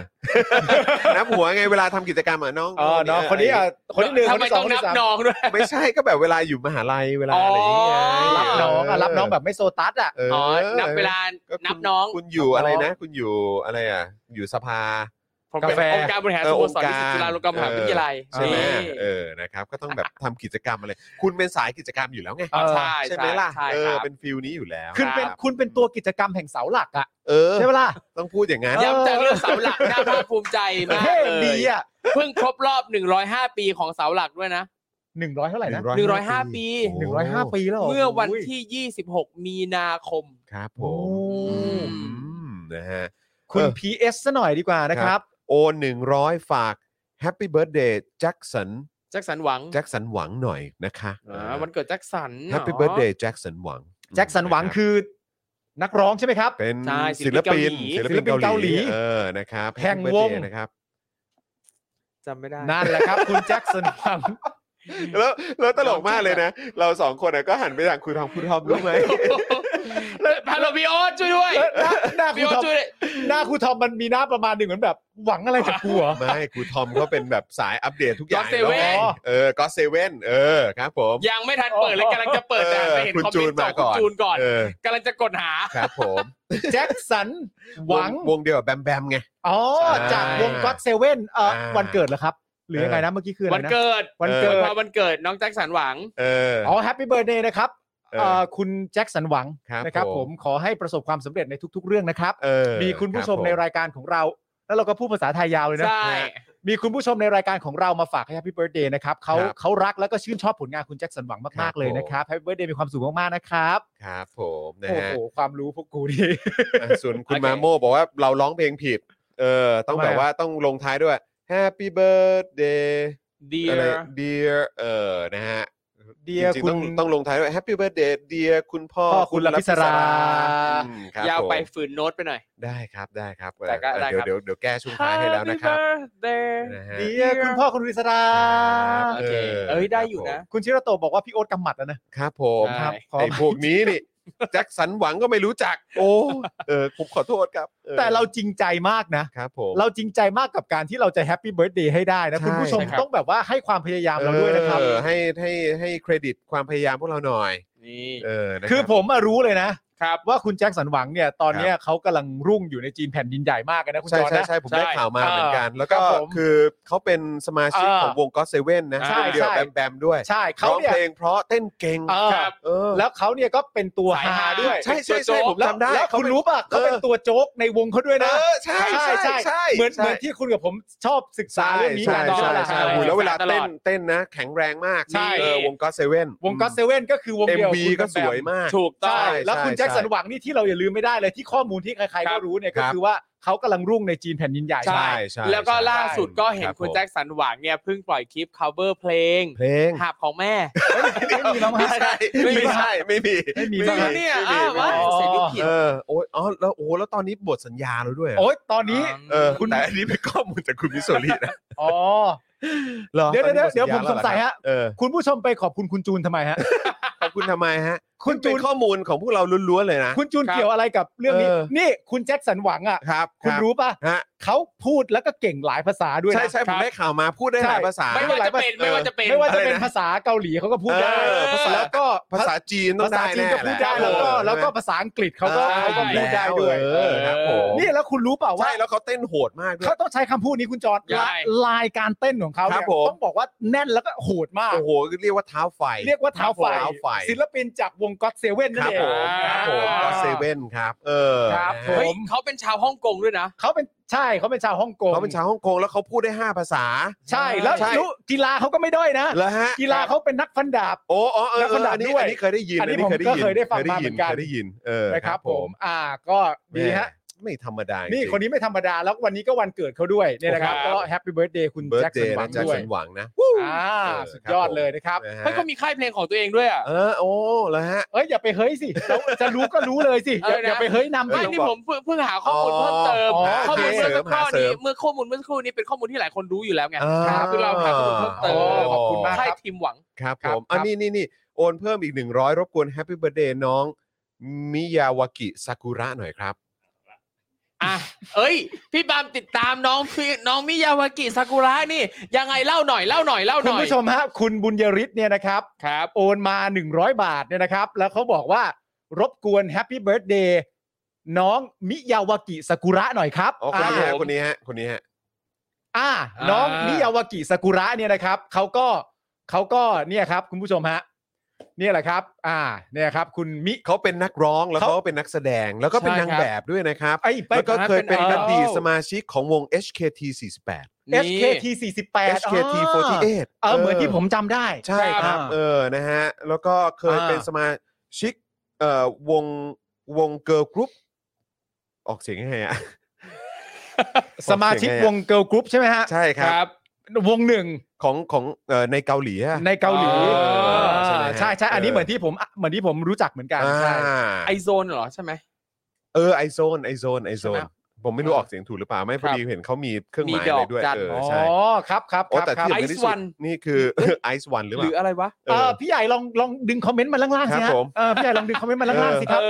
Speaker 2: นับหัวไงเวลาทำกิจกรรมอ่ะน้อง
Speaker 1: อ๋อน้องคนนี้อ่ะ คนที่หนึ่ง
Speaker 4: ทำ
Speaker 1: คน
Speaker 4: ไม
Speaker 1: ที่สองคน
Speaker 4: ต้องนับ
Speaker 1: ที่สาม
Speaker 4: น้องด้วย
Speaker 2: ไม่ใช่ก็แบบเวลาอยู่มหาลัยเวลาอะไรอย่างเงี้ย
Speaker 4: อ๋อ
Speaker 1: รับน้องอ่ะรับน้องแบบไม่โซตัสอ่ะ
Speaker 2: เออ
Speaker 4: อ๋อ นับเวลา
Speaker 2: ก็คุณ
Speaker 4: นับน้อง
Speaker 2: คุณอยู่
Speaker 1: นับน้อง
Speaker 2: อะไรนะ คุณอยู่อะไรอ่ะ อยู่สภา
Speaker 4: ผมเป็น
Speaker 2: กาแฟ
Speaker 4: องค์การบริหารสโมสรนิสิตจุฬาลงกรณ์มหาวิทยาลัย
Speaker 2: ใช่ไหม
Speaker 4: นี่
Speaker 2: เออนะครับก็ต้องแบบทำกิจกรรมอะไร คุณเป็นสายกิจกรรมอยู่แล้วไง
Speaker 3: เออ
Speaker 4: ใช่
Speaker 2: ใช่ไหมล่ะ
Speaker 4: ใช่
Speaker 2: เอ
Speaker 4: ค
Speaker 2: อ
Speaker 4: รับ
Speaker 2: เป็นฟิลนี้อยู่แล้ว
Speaker 3: คุณเป็น
Speaker 2: รับ
Speaker 3: คุณเป็นตัวกิจกรรมแห่งเสาหลักอ่ะ
Speaker 2: เออ
Speaker 3: ใช่ปะล่ะ
Speaker 2: ต้องพูดอย่างนั้น
Speaker 3: เอ
Speaker 4: ย้ำจากเรื่องเสาหลักน่าภาคภูมิใจมาก
Speaker 3: เท่
Speaker 4: เล
Speaker 3: ดี
Speaker 4: ย
Speaker 3: อ่ะ
Speaker 4: เพิ่งครบรอบ 105 ปีของเสาหลักด้วยนะ
Speaker 3: หนึ่งร้อยเท่าไหร่นะ
Speaker 2: 100
Speaker 4: 105 ปี
Speaker 2: โอ้
Speaker 3: หนึ่งร้อยห้าปีแล้วหร
Speaker 4: เมื่อวันที่ 26 มีนาคม
Speaker 2: ครับผ
Speaker 3: โอ้
Speaker 2: มอืมนะฮะ
Speaker 3: คุณ
Speaker 2: เออ
Speaker 3: PS ซะหน่อยดีกว่านะครับ
Speaker 2: โอหนึ่งร้อยฝากแฮปปี้เบิร์ดเดย์แจ็คสัน
Speaker 4: แจ็คสันหวัง
Speaker 2: แจ็คสันหวังหน่อยนะคะ
Speaker 4: อ่าวันเกิดแจ็คสัน
Speaker 2: แฮปปี้
Speaker 4: หอ
Speaker 2: เบิร์ดเดย์แจ็คสันหวัง
Speaker 3: แจ็คสันหวังคือนักร้องใช่ไหมครับ
Speaker 2: เป็น
Speaker 4: ใช่ศิ
Speaker 2: ศิล
Speaker 4: ลปิ
Speaker 2: ปิน
Speaker 4: น
Speaker 2: ศิลปิน
Speaker 3: ศิลปิน
Speaker 2: เกา
Speaker 3: เกา
Speaker 2: ห
Speaker 3: หลี
Speaker 2: ลีเออนะครับ
Speaker 3: แห่งว
Speaker 2: แฮ
Speaker 3: ง
Speaker 2: ปปี้เบิร์ดเดย์นะครับ
Speaker 4: จำไม่ได้
Speaker 3: นั่นแหละครับ คุณแจ็คสันหวัง
Speaker 2: แล้วแล้วตลกมากเลยนะ เราสองคนน่ะก็หันไปทางคุณทอมคุณทอมรู้ไหม
Speaker 4: ฮัลโหลพี่โอ๊ตช่วยด้วย
Speaker 3: เออหน้าหน้าครู
Speaker 4: พี่โอ๊ต
Speaker 3: ทอม
Speaker 4: ช่วยด้วย
Speaker 3: หน้าครูทอมมันมีหน้าประมาณหนึ่งเหมือนแบบ หวังอะไรจากกู เหรอ
Speaker 2: ไม่ครูทอมเขาเป็นแบบสายอัปเดตทุกอย่าง
Speaker 4: God
Speaker 2: อยู่แล้ว
Speaker 4: Seven
Speaker 2: ไงเออก็เซเว่นเออครับผม
Speaker 4: ยังไม่ทันเปิดเลยกำลังจะเปิดแต่ไปเห็น
Speaker 2: เออคุณ
Speaker 4: คอม
Speaker 2: จู
Speaker 4: เมนต์จาม
Speaker 2: นาก ก่อน
Speaker 4: คุณจูนก่อน
Speaker 2: เออก
Speaker 4: ำลังจะกดหา
Speaker 2: ครับผม
Speaker 3: แจ็คสันหวัง
Speaker 2: วงเดียวกับแบมแบมไง
Speaker 3: อ๋อ
Speaker 2: ใช่
Speaker 3: จากวงก็อตเซเว่นเอ่ออา วันเกิดเหรอครับ หรือยังไงนะเมื่อกี้คืออะไร
Speaker 4: วัน
Speaker 3: นะ
Speaker 4: เกิด
Speaker 3: วันเกิด
Speaker 4: อวยพรวันเกิดน้องแจ็คสันหวัง
Speaker 2: เออ
Speaker 3: อ๋อแฮปปี้เบิร์ดเดย์นะครับ
Speaker 2: เออ
Speaker 3: เอ่อคุณแจ็คสันหวัง
Speaker 2: ครับ
Speaker 3: นะครับ
Speaker 2: ผ
Speaker 3: ผม มขอให้ประสบความสำเร็จในทุก ๆ เรื่องนะครับ
Speaker 2: เออ
Speaker 3: มีคุณผู้ชม
Speaker 2: รับ
Speaker 3: ในรายการของเรา แล้วเราก็พูดภาษาไทยยาวเลยนะ
Speaker 4: ใช่
Speaker 3: มีคุณผู้ชมในรายการของเรามาฝากให้ Happy Birthday นะครับเขาเขารักแล้วก็ชื่นชอบผลงานคุณแจ็คสันหวังมาก ๆ เลยนะครับ Happy Birthday มีความสุขมาก ๆ นะครับ
Speaker 2: ครับผมนะ
Speaker 3: โอ้
Speaker 2: ฮะ
Speaker 3: โห ความรู้พวกกู นี่
Speaker 2: อ่ะส่วนคุณ
Speaker 4: โอเค
Speaker 2: มาโมบอกว่าเราร้องเพลงผิด เออ ต้อง
Speaker 3: ทำไม
Speaker 2: แบบว่าต้องลงท้ายด้วย Happy Birthday
Speaker 4: ดี
Speaker 2: อะไร
Speaker 4: นะ
Speaker 2: Dear เออนะฮะ
Speaker 3: Dear
Speaker 2: จริงๆต้อง
Speaker 3: คุณ
Speaker 2: ต้องลงท้ายด้วย Happy Birthday Dear คุณพ่อ
Speaker 3: พ่อคุณลัทธิสรา
Speaker 2: อืมครับ
Speaker 4: ยาวไป
Speaker 2: ผม
Speaker 4: ฝืนโน้ตไปหน่อย
Speaker 2: ได้ครับได้ครับ
Speaker 4: แต่ก็
Speaker 2: เอ่อ
Speaker 4: ได้
Speaker 2: เดี๋ยว
Speaker 4: ครับ
Speaker 2: เดี๋ยวเดี๋ยวแก้ช่วงท้ายให้แล้วนะครับ
Speaker 4: Happy birthday
Speaker 2: นะฮะ
Speaker 3: เดียวคุณพ่อคุณวิศรา
Speaker 2: ครับ
Speaker 4: โอเค
Speaker 2: เออ
Speaker 4: เอ้ย ได้อยู่
Speaker 2: ครับ
Speaker 4: นะ
Speaker 3: คุณชิโรโตะบอกว่าพี่โอ๊ตกำหมัดแล้วนะ
Speaker 2: ครับผม
Speaker 4: ได้
Speaker 3: ครับขอ
Speaker 2: ไอ้พวกนี้นี่ แจ็คสันหวังก็ไม่รู้จัก โอ้เออผมขอโทษครับออ
Speaker 3: แต่เราจริงใจมากนะ
Speaker 2: ครับผม
Speaker 3: เราจริงใจมากกับการที่เราจะแฮปปี้เบิร์ดเดย์ให้ได้นะ
Speaker 2: ใช่
Speaker 3: คุณผู้ชม
Speaker 2: ครับ
Speaker 3: ต้องแบบว่าให้ความพยายามเราด้วยนะครับ
Speaker 2: เออให้ให้ให้เครดิตความพยายามพวกเราหน่อย
Speaker 4: นี่
Speaker 2: เออนะรับ
Speaker 3: คือผมอะรู้เลยนะ
Speaker 4: ครับ
Speaker 3: ว่าคุณแจ็คสันหวังเนี่ยตอนเนี้ยเขากำลังรุ่งอยู่ในจีนแผ่นดินใหญ่มากเลยนะคุณ
Speaker 2: ใช่
Speaker 3: จอห์น
Speaker 2: ใช่
Speaker 3: นะ
Speaker 2: ใช่ผมได้
Speaker 4: ใช่
Speaker 2: ข่าวมาเหมือนกัน แล้วก็
Speaker 3: ครับผม
Speaker 2: คือเขาเป็นสมาชิก
Speaker 3: เออ
Speaker 2: ของวงก็เซเว่นนะ
Speaker 4: ใช่
Speaker 2: เดี่ยว
Speaker 3: ใช่
Speaker 2: แบมแบมด้วย
Speaker 3: ใช่เขา
Speaker 2: ร้อง
Speaker 3: เนี่ย
Speaker 2: เพลงเพราะเต้นเก่ง
Speaker 3: เออ
Speaker 4: ครับ
Speaker 2: เออ
Speaker 3: แล้วเขาเนี่ยก็เป็นตัว
Speaker 4: สาย
Speaker 3: ฮา
Speaker 4: ฮา
Speaker 3: ด้วย
Speaker 2: ใช่ใช่ใช่ผมจำได้
Speaker 3: แล้ว
Speaker 2: เขา
Speaker 3: คุณ
Speaker 2: เป็น
Speaker 3: รู้ป่ะเขาเป็น
Speaker 2: เออ
Speaker 3: ตัวโจ๊กในวงเขาด้วย
Speaker 2: เอ
Speaker 3: นะ
Speaker 2: อใช่ใช่ใช่ใช่
Speaker 3: เหมือน
Speaker 2: ใช่
Speaker 3: เหมือนที่คุณกับผมชอบศึกษา
Speaker 2: ใช่
Speaker 3: เรื่องนี้
Speaker 2: ใช่
Speaker 3: กัน
Speaker 2: ใช่
Speaker 3: ไหมล่ะ
Speaker 2: ใช่
Speaker 4: ใช่
Speaker 2: โอ้โหแล้วเวลา
Speaker 4: ตล
Speaker 2: เต้
Speaker 4: อนด
Speaker 2: เต้นนะ แข็งแรงมาก
Speaker 4: ใช่
Speaker 2: เออวงก็เซเว่น
Speaker 3: วงก็อตเซเว่นก็คือวง
Speaker 2: เอ็ม
Speaker 3: เดียว
Speaker 2: วี
Speaker 3: คุณ
Speaker 2: ก็
Speaker 3: แบม
Speaker 2: สวยมาก
Speaker 4: ถูกต้อง
Speaker 3: ใช่แล้วคุณ
Speaker 2: ใช่
Speaker 3: แจ็คสัน
Speaker 2: ใช่
Speaker 3: หวังนี่ที่เราอย่าลืมไม่ได้เลยที่ข้อมูลที่ใครๆ
Speaker 4: ครั
Speaker 3: ก็
Speaker 4: บ
Speaker 3: รู้เนี่ย
Speaker 2: ค
Speaker 3: ก็
Speaker 2: รับ
Speaker 3: คือว่าเขากำลังรุ่งในจีนแผ่นดินใหญ่
Speaker 2: ใช่ใช่
Speaker 4: แล้วก็ล่าสุดก็เห็น
Speaker 2: รับ
Speaker 4: คุณ
Speaker 2: ผม
Speaker 4: แจ็คสันหวังเนี่ยเพิ่งปล่อยคลิป cover เพลง
Speaker 2: เพลง
Speaker 4: หาบของแม่
Speaker 3: ไม่มีแล้วมั้ง
Speaker 2: ไม่ใช่ไม่
Speaker 4: ไม่ใช่
Speaker 2: ใช่ไม่มี
Speaker 3: ไม่มี
Speaker 4: จริงเหรอเนี่ยอ้าว
Speaker 2: ไม่
Speaker 4: ว้า
Speaker 2: มี
Speaker 4: เสียงลิขิต
Speaker 2: เออโอ้ยอ๋อแล้วโอ้แล้วตอนนี้บทสัญญาแล้วด้วยเหรอ
Speaker 3: โอ๊ยตอนนี้
Speaker 2: เออ
Speaker 3: คุณ
Speaker 2: แต่อันนี้เป็นข้อมูลจากคุณมิโซรินะ
Speaker 3: อ๋อ
Speaker 2: หรอ
Speaker 3: เดี๋ยว
Speaker 2: ตอนนี้
Speaker 3: เดี๋ยว
Speaker 2: บทญญา
Speaker 3: เดี๋ยวผมสงสัยฮะ
Speaker 2: แล้วเหรอครับ
Speaker 3: คุณผู้ชมไปขอบคุณคุณจูนทำไมฮะ
Speaker 2: เออขอบคุณทำไมฮะ
Speaker 3: คุณ
Speaker 2: เป็
Speaker 3: จู
Speaker 2: น
Speaker 3: น
Speaker 2: ข้อมูลของพวกเราล้วนๆเลยนะ
Speaker 3: คุณจูน
Speaker 4: ครับ
Speaker 3: เกี่ยวอะไรกับเรื่องนี้
Speaker 2: เออ
Speaker 3: นี่คุณแจ็คสันหวังอ่ะ
Speaker 2: ครับ
Speaker 3: คุณ
Speaker 2: บ
Speaker 3: รู้ป่ะ
Speaker 2: ฮะ
Speaker 3: เขาพูดแล้วก็เก่งหลายภาษาด้วย
Speaker 2: ใช่
Speaker 3: นะ
Speaker 2: ใช่ผมได้ข่าวมาพูดได้หลายภาษา
Speaker 4: ไม่
Speaker 3: ป็
Speaker 4: ว่าน
Speaker 3: ไร
Speaker 4: จะเป็นไม่ว่าจะเป็น
Speaker 3: ไม่ว่า
Speaker 2: อะ
Speaker 3: จะ
Speaker 2: ไรนะ
Speaker 3: เป็นภาษาเกาหลีเขาก็พูดได้
Speaker 2: เออภาษา
Speaker 3: แล้วก็
Speaker 2: ภาษาจีนต้อ
Speaker 3: ภางษา
Speaker 2: ได้
Speaker 3: จีน
Speaker 2: แน่
Speaker 3: ก็พูดได้
Speaker 2: หะ
Speaker 3: แล้วก็
Speaker 2: เออ
Speaker 3: แล้วก็ภาษาอังกฤษเขาก็
Speaker 2: ออ
Speaker 3: เขาก็พูดได้ด้วย
Speaker 2: เออครับผม
Speaker 3: นี่แล้วคุณรู้เปล่าว่า
Speaker 2: ใช่แล้วเขาเต้นโหดมากด้วย
Speaker 3: เขาต้องใช้คำพูดนี้คุณจอร์ด
Speaker 4: ใช่
Speaker 3: ลายการเต้นของเขา
Speaker 2: ครับ
Speaker 3: เนี่ย
Speaker 2: ผม
Speaker 3: ต้องบอกว่าแน่นแล้วก็โหดมาก
Speaker 2: โอ้โหเรียกว่าเท้าไฟ
Speaker 3: เรียกว่าเท้าไฟ
Speaker 2: เท้าไฟ
Speaker 3: ศิลปินจากวงก็อตเซเว่น
Speaker 2: ครั
Speaker 3: นั่น
Speaker 2: บ
Speaker 3: เอง
Speaker 2: ผมครับผม
Speaker 4: อ่า
Speaker 2: ก็เซเว่นครับ เออ
Speaker 3: ครับ
Speaker 2: นะ
Speaker 3: ผ
Speaker 2: ฮะ
Speaker 3: ม
Speaker 4: เฮ้ยเขาเป็นชาวฮ่องกงด้วยนะ
Speaker 3: เขาเป็นใช่เขาเป็นชาวฮ่องกง
Speaker 2: เขาเป็นชาวฮ่องกงแล้วเขาพูดได้ 5 ภาษา
Speaker 3: ใช่แล้ว
Speaker 2: ใช่
Speaker 3: รู้กีฬาเขาก็ไม่ด้อยนะ
Speaker 2: แล้วฮะ
Speaker 3: กีฬาเขาเป็นนักฟันดาบ
Speaker 2: โอ้อ๋อเออ
Speaker 3: นัก
Speaker 2: เอ
Speaker 3: ฟั
Speaker 2: อน
Speaker 3: ดาบ
Speaker 2: อันนี้
Speaker 3: ด้วย
Speaker 2: อันนี้เคยได้ยิน
Speaker 3: อันนี้
Speaker 2: เคยได้ยิ
Speaker 3: ผมก็เคยได้ฟังมาเห
Speaker 2: เคยได้
Speaker 3: มื
Speaker 2: ยิน
Speaker 3: อนกัน
Speaker 2: เคยได้ยินเออ
Speaker 3: นะครับผมอ่าก็ดีฮะ
Speaker 2: ไม่ธรรมดาจริง
Speaker 3: นี่คนนี้ไม่ธรรมดาแล้ววันนี้ก็วันเกิดเขาด้วยเนี่ยนะครับ
Speaker 4: ครับ
Speaker 3: ก็แฮปปี้เบิร์ดเดย์คุณแจ็คสัน
Speaker 2: Birthday
Speaker 3: หวั
Speaker 2: นะ
Speaker 3: ง
Speaker 2: แจ็ค
Speaker 3: ด้วย
Speaker 2: สันหวังนะ
Speaker 3: อ่าสุด
Speaker 2: ครับ
Speaker 3: ยอด
Speaker 2: ผม
Speaker 3: เลยนะครับ
Speaker 2: นะฮะ
Speaker 4: เฮ้ยเขามีค่ายเพลงของตัวเองด้วยอ่ะ
Speaker 2: เออโอ้แล้วฮะ
Speaker 3: เอ้ยอย่าไปเฮ้ยสิเราจะรู้ก็รู้เลยสิอย่า
Speaker 4: เออนะ
Speaker 3: อย่าไปเฮ้ยนำ
Speaker 4: ไม่
Speaker 3: สิ
Speaker 4: นี่ผมเพิ่งเพิ่งหาข้อมูลเพิ่มเติม
Speaker 3: อ๋อ
Speaker 4: ข้อมูล
Speaker 3: โอเค
Speaker 4: เมื่อสักครู่
Speaker 2: เสริมหาเส
Speaker 4: นี้
Speaker 2: ริม
Speaker 4: เมื่อข้อมูลเมื่อสักครู่นี้เป็นข้อมูลที่หลายคนรู้อยู่แล้วไง
Speaker 2: อ่า
Speaker 4: ครับคือเราหาข้อมูลเพิ่มเติ
Speaker 3: โอ้
Speaker 4: ม
Speaker 3: ขอบคุณมากค
Speaker 4: ค่าย
Speaker 3: รับ
Speaker 4: ทีมหวัง
Speaker 2: ครับผ
Speaker 3: ครับ
Speaker 2: มอัน
Speaker 3: ครับ
Speaker 2: นี้นี่นี่โอนเพิ่มอีก 100 รบกวนแฮปปี้เบ t ร์ a เดย์น้องมิยาวากิซากุระหน่อยครับ
Speaker 4: อ่ะ เอ้ย พี่ปาล์มติดตามน้องพี่น้องมิยาวากิซากุระนี่ ยังไงเล่าหน่อยเล่าหน่อยเล่าห
Speaker 3: คุณ
Speaker 4: น่อย
Speaker 3: ผู้ชมฮะคุณบุญยริศเนี่ยนะครับ
Speaker 4: ครับ
Speaker 3: โอนมา 100 บาทเนี่ยนะครับ แล้วเขาบอกว่ารบกวนแฮปปี้เบิร์ดเดย์น้องมิยาวากิสากุระหน่อยครับ
Speaker 2: อ๋อคนนี้
Speaker 3: า
Speaker 2: ฮะค
Speaker 4: ผม
Speaker 2: นนี้ฮะคนนี้ฮะ
Speaker 3: อ่าน้อง
Speaker 4: อ่านิ
Speaker 3: นิยาวากิสากุระเนี่ยนะครับเขาก็เขาก็เนี่ยครับคุณผู้ชมฮะเนี่ยแหละครับ อ่าเนี่ยครับ คุณมิ
Speaker 2: เขาเป็นนักร้องแล้ว
Speaker 3: เขา
Speaker 2: เขาก็เป็นนักแสดงแล้วก็เป็น
Speaker 4: ใช่
Speaker 2: นาง
Speaker 4: ครับ
Speaker 2: แบบด้วยนะครับ
Speaker 3: ไอ้ไป
Speaker 2: แล้วก็เคยเป็น
Speaker 4: เป็น
Speaker 2: อ
Speaker 4: เอา
Speaker 2: ดีตสมาชิกของวง HKT 48
Speaker 3: เอ
Speaker 4: นี่
Speaker 3: สเคทีสี่สิบแปด
Speaker 2: HKT 48
Speaker 3: เออเหมือนที่ผมจำได้
Speaker 2: ใช่ครับ
Speaker 3: อ่า
Speaker 2: เออนะฮะ แล้วก็เคย
Speaker 3: อ่า
Speaker 2: เป็นสมาชิกเอ่อวงวงเกิร์ลกรุ๊ปออกเสียงยังไงอ่ะ
Speaker 3: สมาชิกวงเกิร์ลกรุ๊ปใช่ไหมฮะ
Speaker 2: ใช่ครับ
Speaker 3: วงหนึ่ง
Speaker 2: ของของเอ่อในเกาหลีอะ
Speaker 3: ในเกาหลี
Speaker 4: อ๋อ
Speaker 3: เออ
Speaker 2: ใช่ไหมฮะ
Speaker 3: ใช่ใช่อันนี้
Speaker 2: เออ
Speaker 3: เหมือนที่ผมเหมือนที่ผมรู้จักเหมือนกัน
Speaker 2: อ่า
Speaker 3: ใช่
Speaker 4: ไอโซนเหรอใช่ไหม
Speaker 2: เออไอโซนไอโซนไอโซน
Speaker 4: ใช่ไหม
Speaker 2: ผมไม่รู้ออกเสียงถูกหรือเปล่าไม่พอดีเห็นเขามีเครื่องหมาย
Speaker 4: มีด
Speaker 2: อะ
Speaker 4: อ
Speaker 2: ไร
Speaker 4: ก
Speaker 2: ด้วย
Speaker 4: จันทร์
Speaker 2: เออ
Speaker 3: อ๋อ
Speaker 2: ใช่
Speaker 3: ครับครับ
Speaker 2: โอ้
Speaker 3: ครับ
Speaker 2: แต่
Speaker 3: ค
Speaker 2: ที่สำคั
Speaker 3: รับ
Speaker 2: ญที่สุ
Speaker 4: ไอซ์วั
Speaker 2: ด
Speaker 4: น
Speaker 2: นี่คือ ไอซ์วันหรือ
Speaker 4: ห
Speaker 2: เป
Speaker 4: รือ
Speaker 2: ล่า
Speaker 4: อะไรวะ
Speaker 2: เอ
Speaker 3: เออ
Speaker 2: อ
Speaker 3: พี่ใหญ่ลองลองดึงคอมเมนต์มาล่างๆสิ
Speaker 2: ครับ
Speaker 3: ฮะ
Speaker 2: ผม
Speaker 3: เออพี่ใหญ่ลองดึงคอมเมนต์มาล่างๆสิค
Speaker 4: เอ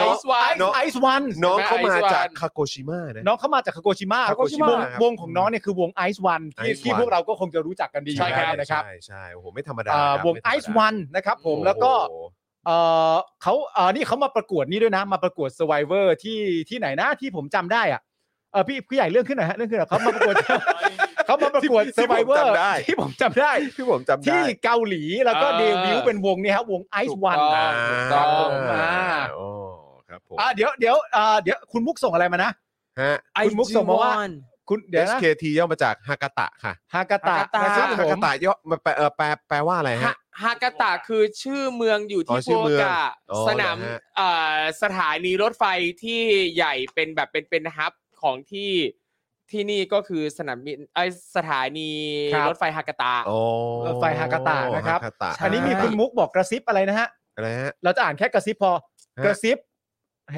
Speaker 4: อไอ
Speaker 3: ับ
Speaker 2: น้อง
Speaker 4: ซ์วัน
Speaker 2: น้อง
Speaker 3: ไอซ์วัน
Speaker 2: น้องเขามา
Speaker 4: ไอซ์วัน
Speaker 2: จากคาโกชิมะนะ
Speaker 3: น้องเข้ามาจากคาโกชิมะ
Speaker 2: Kagoshima
Speaker 3: วง
Speaker 2: ครับ
Speaker 3: วงของน้องเนี่ยคือวงไอซ์วันที่
Speaker 2: Ice
Speaker 3: ที่
Speaker 2: One
Speaker 3: พวกเราก็คงจะรู้จักกันดี
Speaker 4: ใช่ครับ
Speaker 3: อยู่แล้วนะครับ
Speaker 2: ใช่ใช่โอ้โหไม่ธรรมดา
Speaker 3: อ่า
Speaker 2: ครับ
Speaker 3: วง
Speaker 2: ม่ธร
Speaker 3: ไอ
Speaker 2: รมดา
Speaker 3: ซ์วันนะครับผม
Speaker 2: โอ้โห
Speaker 3: แล้วก็เอ่อเขาเอ่อนี่เขามาประกวดนี่ด้วยนะ มาประกวด Survivor ที่ที่ไหนนะที่ผมจำได้อ่ะเออพี่พี่ใหญ่เรื่องขึ้นหน่อยฮะเรื่องขึ้นหน่อยเขามาประกวด เขามาประกวด
Speaker 2: ที่
Speaker 3: Survivor
Speaker 2: ที่ผมจำได้
Speaker 3: ที่ผม
Speaker 2: ที่ผมจำได้
Speaker 3: จำได้ที่เกาหลีแล้วก็
Speaker 4: อ่า
Speaker 3: เดวิวเป็นวงเนี่ยฮะวงไอซ์วัน
Speaker 4: ถูก
Speaker 2: อ่า
Speaker 4: ต้อง
Speaker 3: ผมอ่า
Speaker 2: โอ้ครับผม
Speaker 3: อ่าเดี๋ยวเดี๋ยวอ่าเดี๋ยวคุณมุกส่งอะไรมานะ
Speaker 2: ฮะ
Speaker 3: คุณมุกส่งมาว่า
Speaker 4: ไอซ์น
Speaker 3: คุณเดี๋ยวนะ
Speaker 2: SKT ย่อมาจากฮากาตะค่ะ
Speaker 3: ฮากาตะ
Speaker 4: ฮากาตะ
Speaker 3: นะค
Speaker 2: ซึ่
Speaker 3: รั
Speaker 2: ง
Speaker 3: บ
Speaker 2: ฮา
Speaker 3: ผ
Speaker 2: กาม ตะย่อมาแปลเอ่อแปลแปลว่าอะไร
Speaker 4: ฮะ
Speaker 2: ฮะ
Speaker 4: ฮากาตะคือชื่อเมืองอยู่
Speaker 2: อ๋
Speaker 4: ที่
Speaker 2: อชื่
Speaker 4: ฟุ
Speaker 2: อ
Speaker 4: กุ
Speaker 2: เมือง
Speaker 4: โอกะ
Speaker 2: อ๋อ
Speaker 4: สนาม
Speaker 2: เหรอฮะ
Speaker 4: เอ่อสถานีรถไฟที่ใหญ่เป็นแบบเป็นเป็นฮับของที่ที่นี่ก็คือสนามบินไอยสถานี
Speaker 3: ครับ
Speaker 4: รถไฟฮากาตะ
Speaker 2: โอ้
Speaker 3: รถไฟฮากาตะนะครับ
Speaker 2: ฮากาตะ
Speaker 4: ใช่
Speaker 3: อันนี้มีคุณมุกบอกกระซิบอะไรนะฮะ
Speaker 2: อะไรฮะ
Speaker 3: เราจะอ่านแค่กระซิบพอ
Speaker 2: ฮะ
Speaker 3: กระซิบ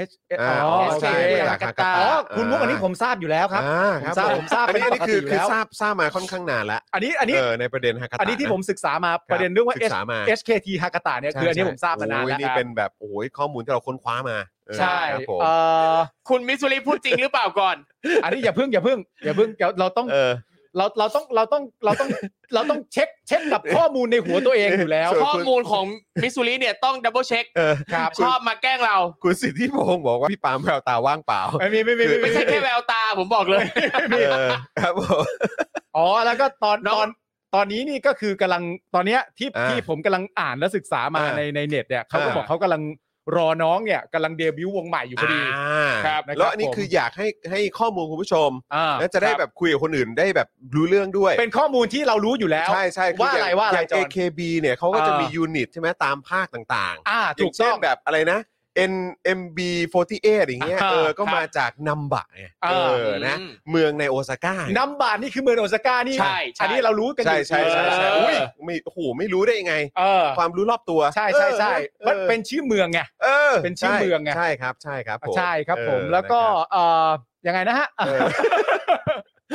Speaker 3: H เอ๋
Speaker 2: อ่า
Speaker 3: อโอ
Speaker 2: ใช่
Speaker 3: เค
Speaker 2: มาจากฮากา
Speaker 4: อ๋
Speaker 2: ตะ
Speaker 4: อ
Speaker 3: อ๋อคุณมุกอันนี้ผมทราบอยู่แล้วครับ
Speaker 2: อ่าครับ
Speaker 3: ผมทราบผมทราบ
Speaker 2: อันนี้
Speaker 3: เป็
Speaker 2: อัน
Speaker 3: น
Speaker 2: นี้คือ
Speaker 3: ปกติอยู่
Speaker 2: คือ
Speaker 3: แล้ว
Speaker 2: ทราบทราบมาค่อนข้างนานละ
Speaker 3: อันนี้อันนี้
Speaker 2: เออในประเด็นฮากาตะ
Speaker 3: อันนี้ที่ผม
Speaker 2: ะ
Speaker 3: ศึกษามา
Speaker 2: คบ
Speaker 3: ประเด็นเรื่องว่า
Speaker 2: ศึกษามา
Speaker 3: H- HKT ฮากาตะเนี่ยคืออันนี้ผมทราบมานาน
Speaker 2: โอ้ย
Speaker 3: แล้ว
Speaker 2: นี่เป็นแบบโอ้ยข้อมูลที่เราค้นคว้ามาเออ
Speaker 3: ใช่
Speaker 2: ครับผม
Speaker 3: เอ่อ
Speaker 4: คุณมิสซูริพูดจริงหรือเปล่าก่อน
Speaker 3: อันนี้อย่าเพิ่งอย่าเพิ่งอย่าเพิ่งเดี๋ยวเราต้อง
Speaker 2: เออ
Speaker 3: เราเราต้องเราต้องเราต้องเราต้องเช็คเช็คกับข้อมูลในหัวตัวเองอยู่แล้ว
Speaker 4: ข้อมูลของมิสซูริเนี่ยต้องดับเบิลเช็ค
Speaker 2: เออ
Speaker 3: ครับ
Speaker 4: ชอบมาแกล้งเรา
Speaker 2: คุณสิทธิพงศ์บอกว่าพี่ปาล์มแววตาว่างเปล่า
Speaker 3: ไม่มีไม่มีไม่มี
Speaker 4: ไม่ใช่แค่แววตาผมบอกเลย
Speaker 2: เออครับผม
Speaker 3: อ๋อแล้วก็ตอน
Speaker 4: น้
Speaker 3: ต
Speaker 4: อง
Speaker 3: อนตอนนี้นี่ก็คือกำลังตอนเนี้ยที่
Speaker 2: อ่า
Speaker 3: ที่ผมกำลังอ่านและศึกษามา
Speaker 2: อ่า
Speaker 3: ในในเน็ตเนี่ยเขาก็
Speaker 2: อ่า
Speaker 3: บอกเขากำลังรอน้องเนี่ยกำลังเดบิวต์วงใหม่อยู่พอดี
Speaker 2: อ่า
Speaker 3: ครับนะครับ
Speaker 2: แล้วอันนี้
Speaker 3: ผม
Speaker 2: คืออยากให้ให้ข้อมูลคุณผู้ชม
Speaker 3: อ่า
Speaker 2: แล้วจะได้แบบคุยกับคนอื่นได้แบบรู้เรื่องด้วย
Speaker 3: เป็นข้อมูลที่เรารู้อยู่แล้ว
Speaker 2: ใช่ใช่คื
Speaker 3: ว่าอะไร
Speaker 2: ย่ง
Speaker 3: ว่าอะไร
Speaker 2: ย่ง
Speaker 3: จอน
Speaker 2: AKB เนี่ยเขาก็จะมี
Speaker 3: อ่ายู
Speaker 2: ยูนิตใช่ไหมตามภาคต่าง
Speaker 3: อ่า
Speaker 2: ๆ
Speaker 3: ถูกต้อ
Speaker 2: ย่า
Speaker 3: ง
Speaker 2: เช่นแบบอะไรนะ NMB 48อย่างเงี้ย
Speaker 3: อ่า
Speaker 2: เออก็
Speaker 3: ครับ
Speaker 2: มาจากนัมบะไง
Speaker 3: อ่า
Speaker 2: เออนะ เมืองในโอซาก้า
Speaker 3: นัมบาร์นี่คือเมืองโอซาก้านี่
Speaker 4: ใช่ใช่
Speaker 3: อันนี้เรารู้กันอ
Speaker 2: ใช่
Speaker 3: ยู่
Speaker 2: ใช่ใช่ใช่
Speaker 4: เอออุ๊
Speaker 2: อุ้ยไม่โอ้โหไม่รู้ได้ยังไง
Speaker 3: เออ
Speaker 2: ความรู้รอบตัว
Speaker 3: ใช่ใช่ใช่
Speaker 2: ออ
Speaker 3: มัน
Speaker 2: ออ
Speaker 3: เป็นชื่อเมืองไง
Speaker 2: เออ
Speaker 3: เป็นชื่อ
Speaker 2: ใ
Speaker 3: เมืองไง
Speaker 2: ใช่ครับ ใช่ครับผม
Speaker 3: ใช่ครับ ผม
Speaker 2: เออ
Speaker 3: แล้วก็
Speaker 2: นะครับ
Speaker 3: เอ่อยังไงนะฮะ
Speaker 2: เออ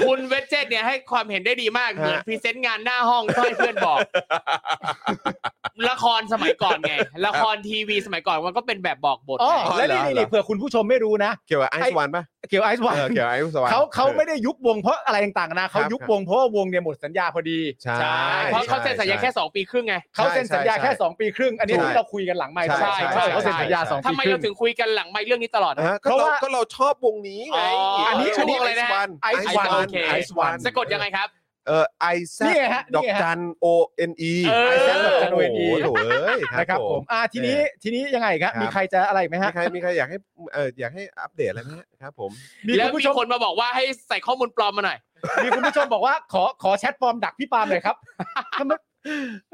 Speaker 4: คุณเวจเจตเนี่ยให้ความเห็นได้ดีมาก
Speaker 2: ฮะ
Speaker 4: เหมือนพรีเซนต์งานหน้าห้องก็ให้เพื่อนบอก ละครสมัยก่อนไง ละครทีวีสมัยก่อนมันก็เป็นแบบบอกบท
Speaker 3: อ๋อ
Speaker 4: ไง
Speaker 3: และนี่นี่เผื่อคุณผู้ชมไม่รู้นะ
Speaker 2: เกี่ยวกับไอ
Speaker 3: ไอ้
Speaker 2: ซ์วันป่ะ
Speaker 3: เกี่ยวไอซ์วา
Speaker 2: เออเกี่ยวกับไอซ์วัน
Speaker 3: เขาเขาไม่ได้ยุบวงเพราะอะไรต่างๆนะเขา
Speaker 2: ครับ
Speaker 3: ยุบ
Speaker 2: ครับ
Speaker 3: วงเพราะว่าวงเนี่ยหมดสัญญาพอดี
Speaker 2: ใช่
Speaker 4: ใช่เพราะเขาเซ็นสัญญาแค่
Speaker 2: ใช่
Speaker 4: 2 ปีครึ่งไง
Speaker 3: เขาเซ็นสัญญา
Speaker 2: ใช่
Speaker 3: แค่ 2 ปีครึ่ง อันนี้
Speaker 2: ใช่
Speaker 3: ที่เราคุยกันหลังไมค์
Speaker 2: ใช่
Speaker 3: ใช่
Speaker 2: ใช่
Speaker 3: ใช่เขาเซ็น
Speaker 2: ใช่
Speaker 3: สัญญาสอง
Speaker 4: ทำ
Speaker 3: ปี
Speaker 4: ไม
Speaker 3: ครึ่
Speaker 4: เรา
Speaker 3: ง
Speaker 4: ถึงคุยกันหลังไม่เรื่องนี้ตลอดนะ
Speaker 2: อ่ะก็
Speaker 3: เพราะ
Speaker 2: เรา
Speaker 3: ว่า
Speaker 2: ก็เราชอบวงนี้ไง
Speaker 4: อ๋ออั
Speaker 2: น
Speaker 4: นนี้
Speaker 2: ชื่อว
Speaker 4: ว
Speaker 2: ง
Speaker 4: ง
Speaker 2: อะ
Speaker 4: อะไร ไร
Speaker 2: นะ
Speaker 4: นะ
Speaker 3: Ice One
Speaker 2: วัน
Speaker 3: Ice One
Speaker 4: สะกดยังไงครับ
Speaker 2: เออไอแซ
Speaker 3: นี่ไงฮะนี่
Speaker 2: ดอก
Speaker 3: ไงฮะ
Speaker 2: จันโอเอ็นอี
Speaker 4: เออ
Speaker 2: แซดดอกจันโอเอ็นอีโถเอ้ย
Speaker 3: นะค
Speaker 2: ค
Speaker 3: รั
Speaker 2: รั
Speaker 3: บบ ผ
Speaker 2: ผม ม
Speaker 3: อ่าทีนี้ทีนี้ยังไงครับ
Speaker 2: ครับ
Speaker 3: มีใครจะอะไรอีกไหม
Speaker 2: มี
Speaker 3: ฮะ
Speaker 2: ใครมีใครอยากให้เอออยากให้อัปเดตอะไรไหมฮะครับผม
Speaker 3: มี
Speaker 4: แล้ว
Speaker 3: คุณ
Speaker 4: มี
Speaker 3: ผู้ชม
Speaker 4: คนมาบอกว่าให้ใส่ข้อมูลปลอมมาหน่อย
Speaker 3: มีคุณผู้ชมบอกว่าขอขอแชทฟอร์มดักพี่ปาล์มหน่อยครับทำไม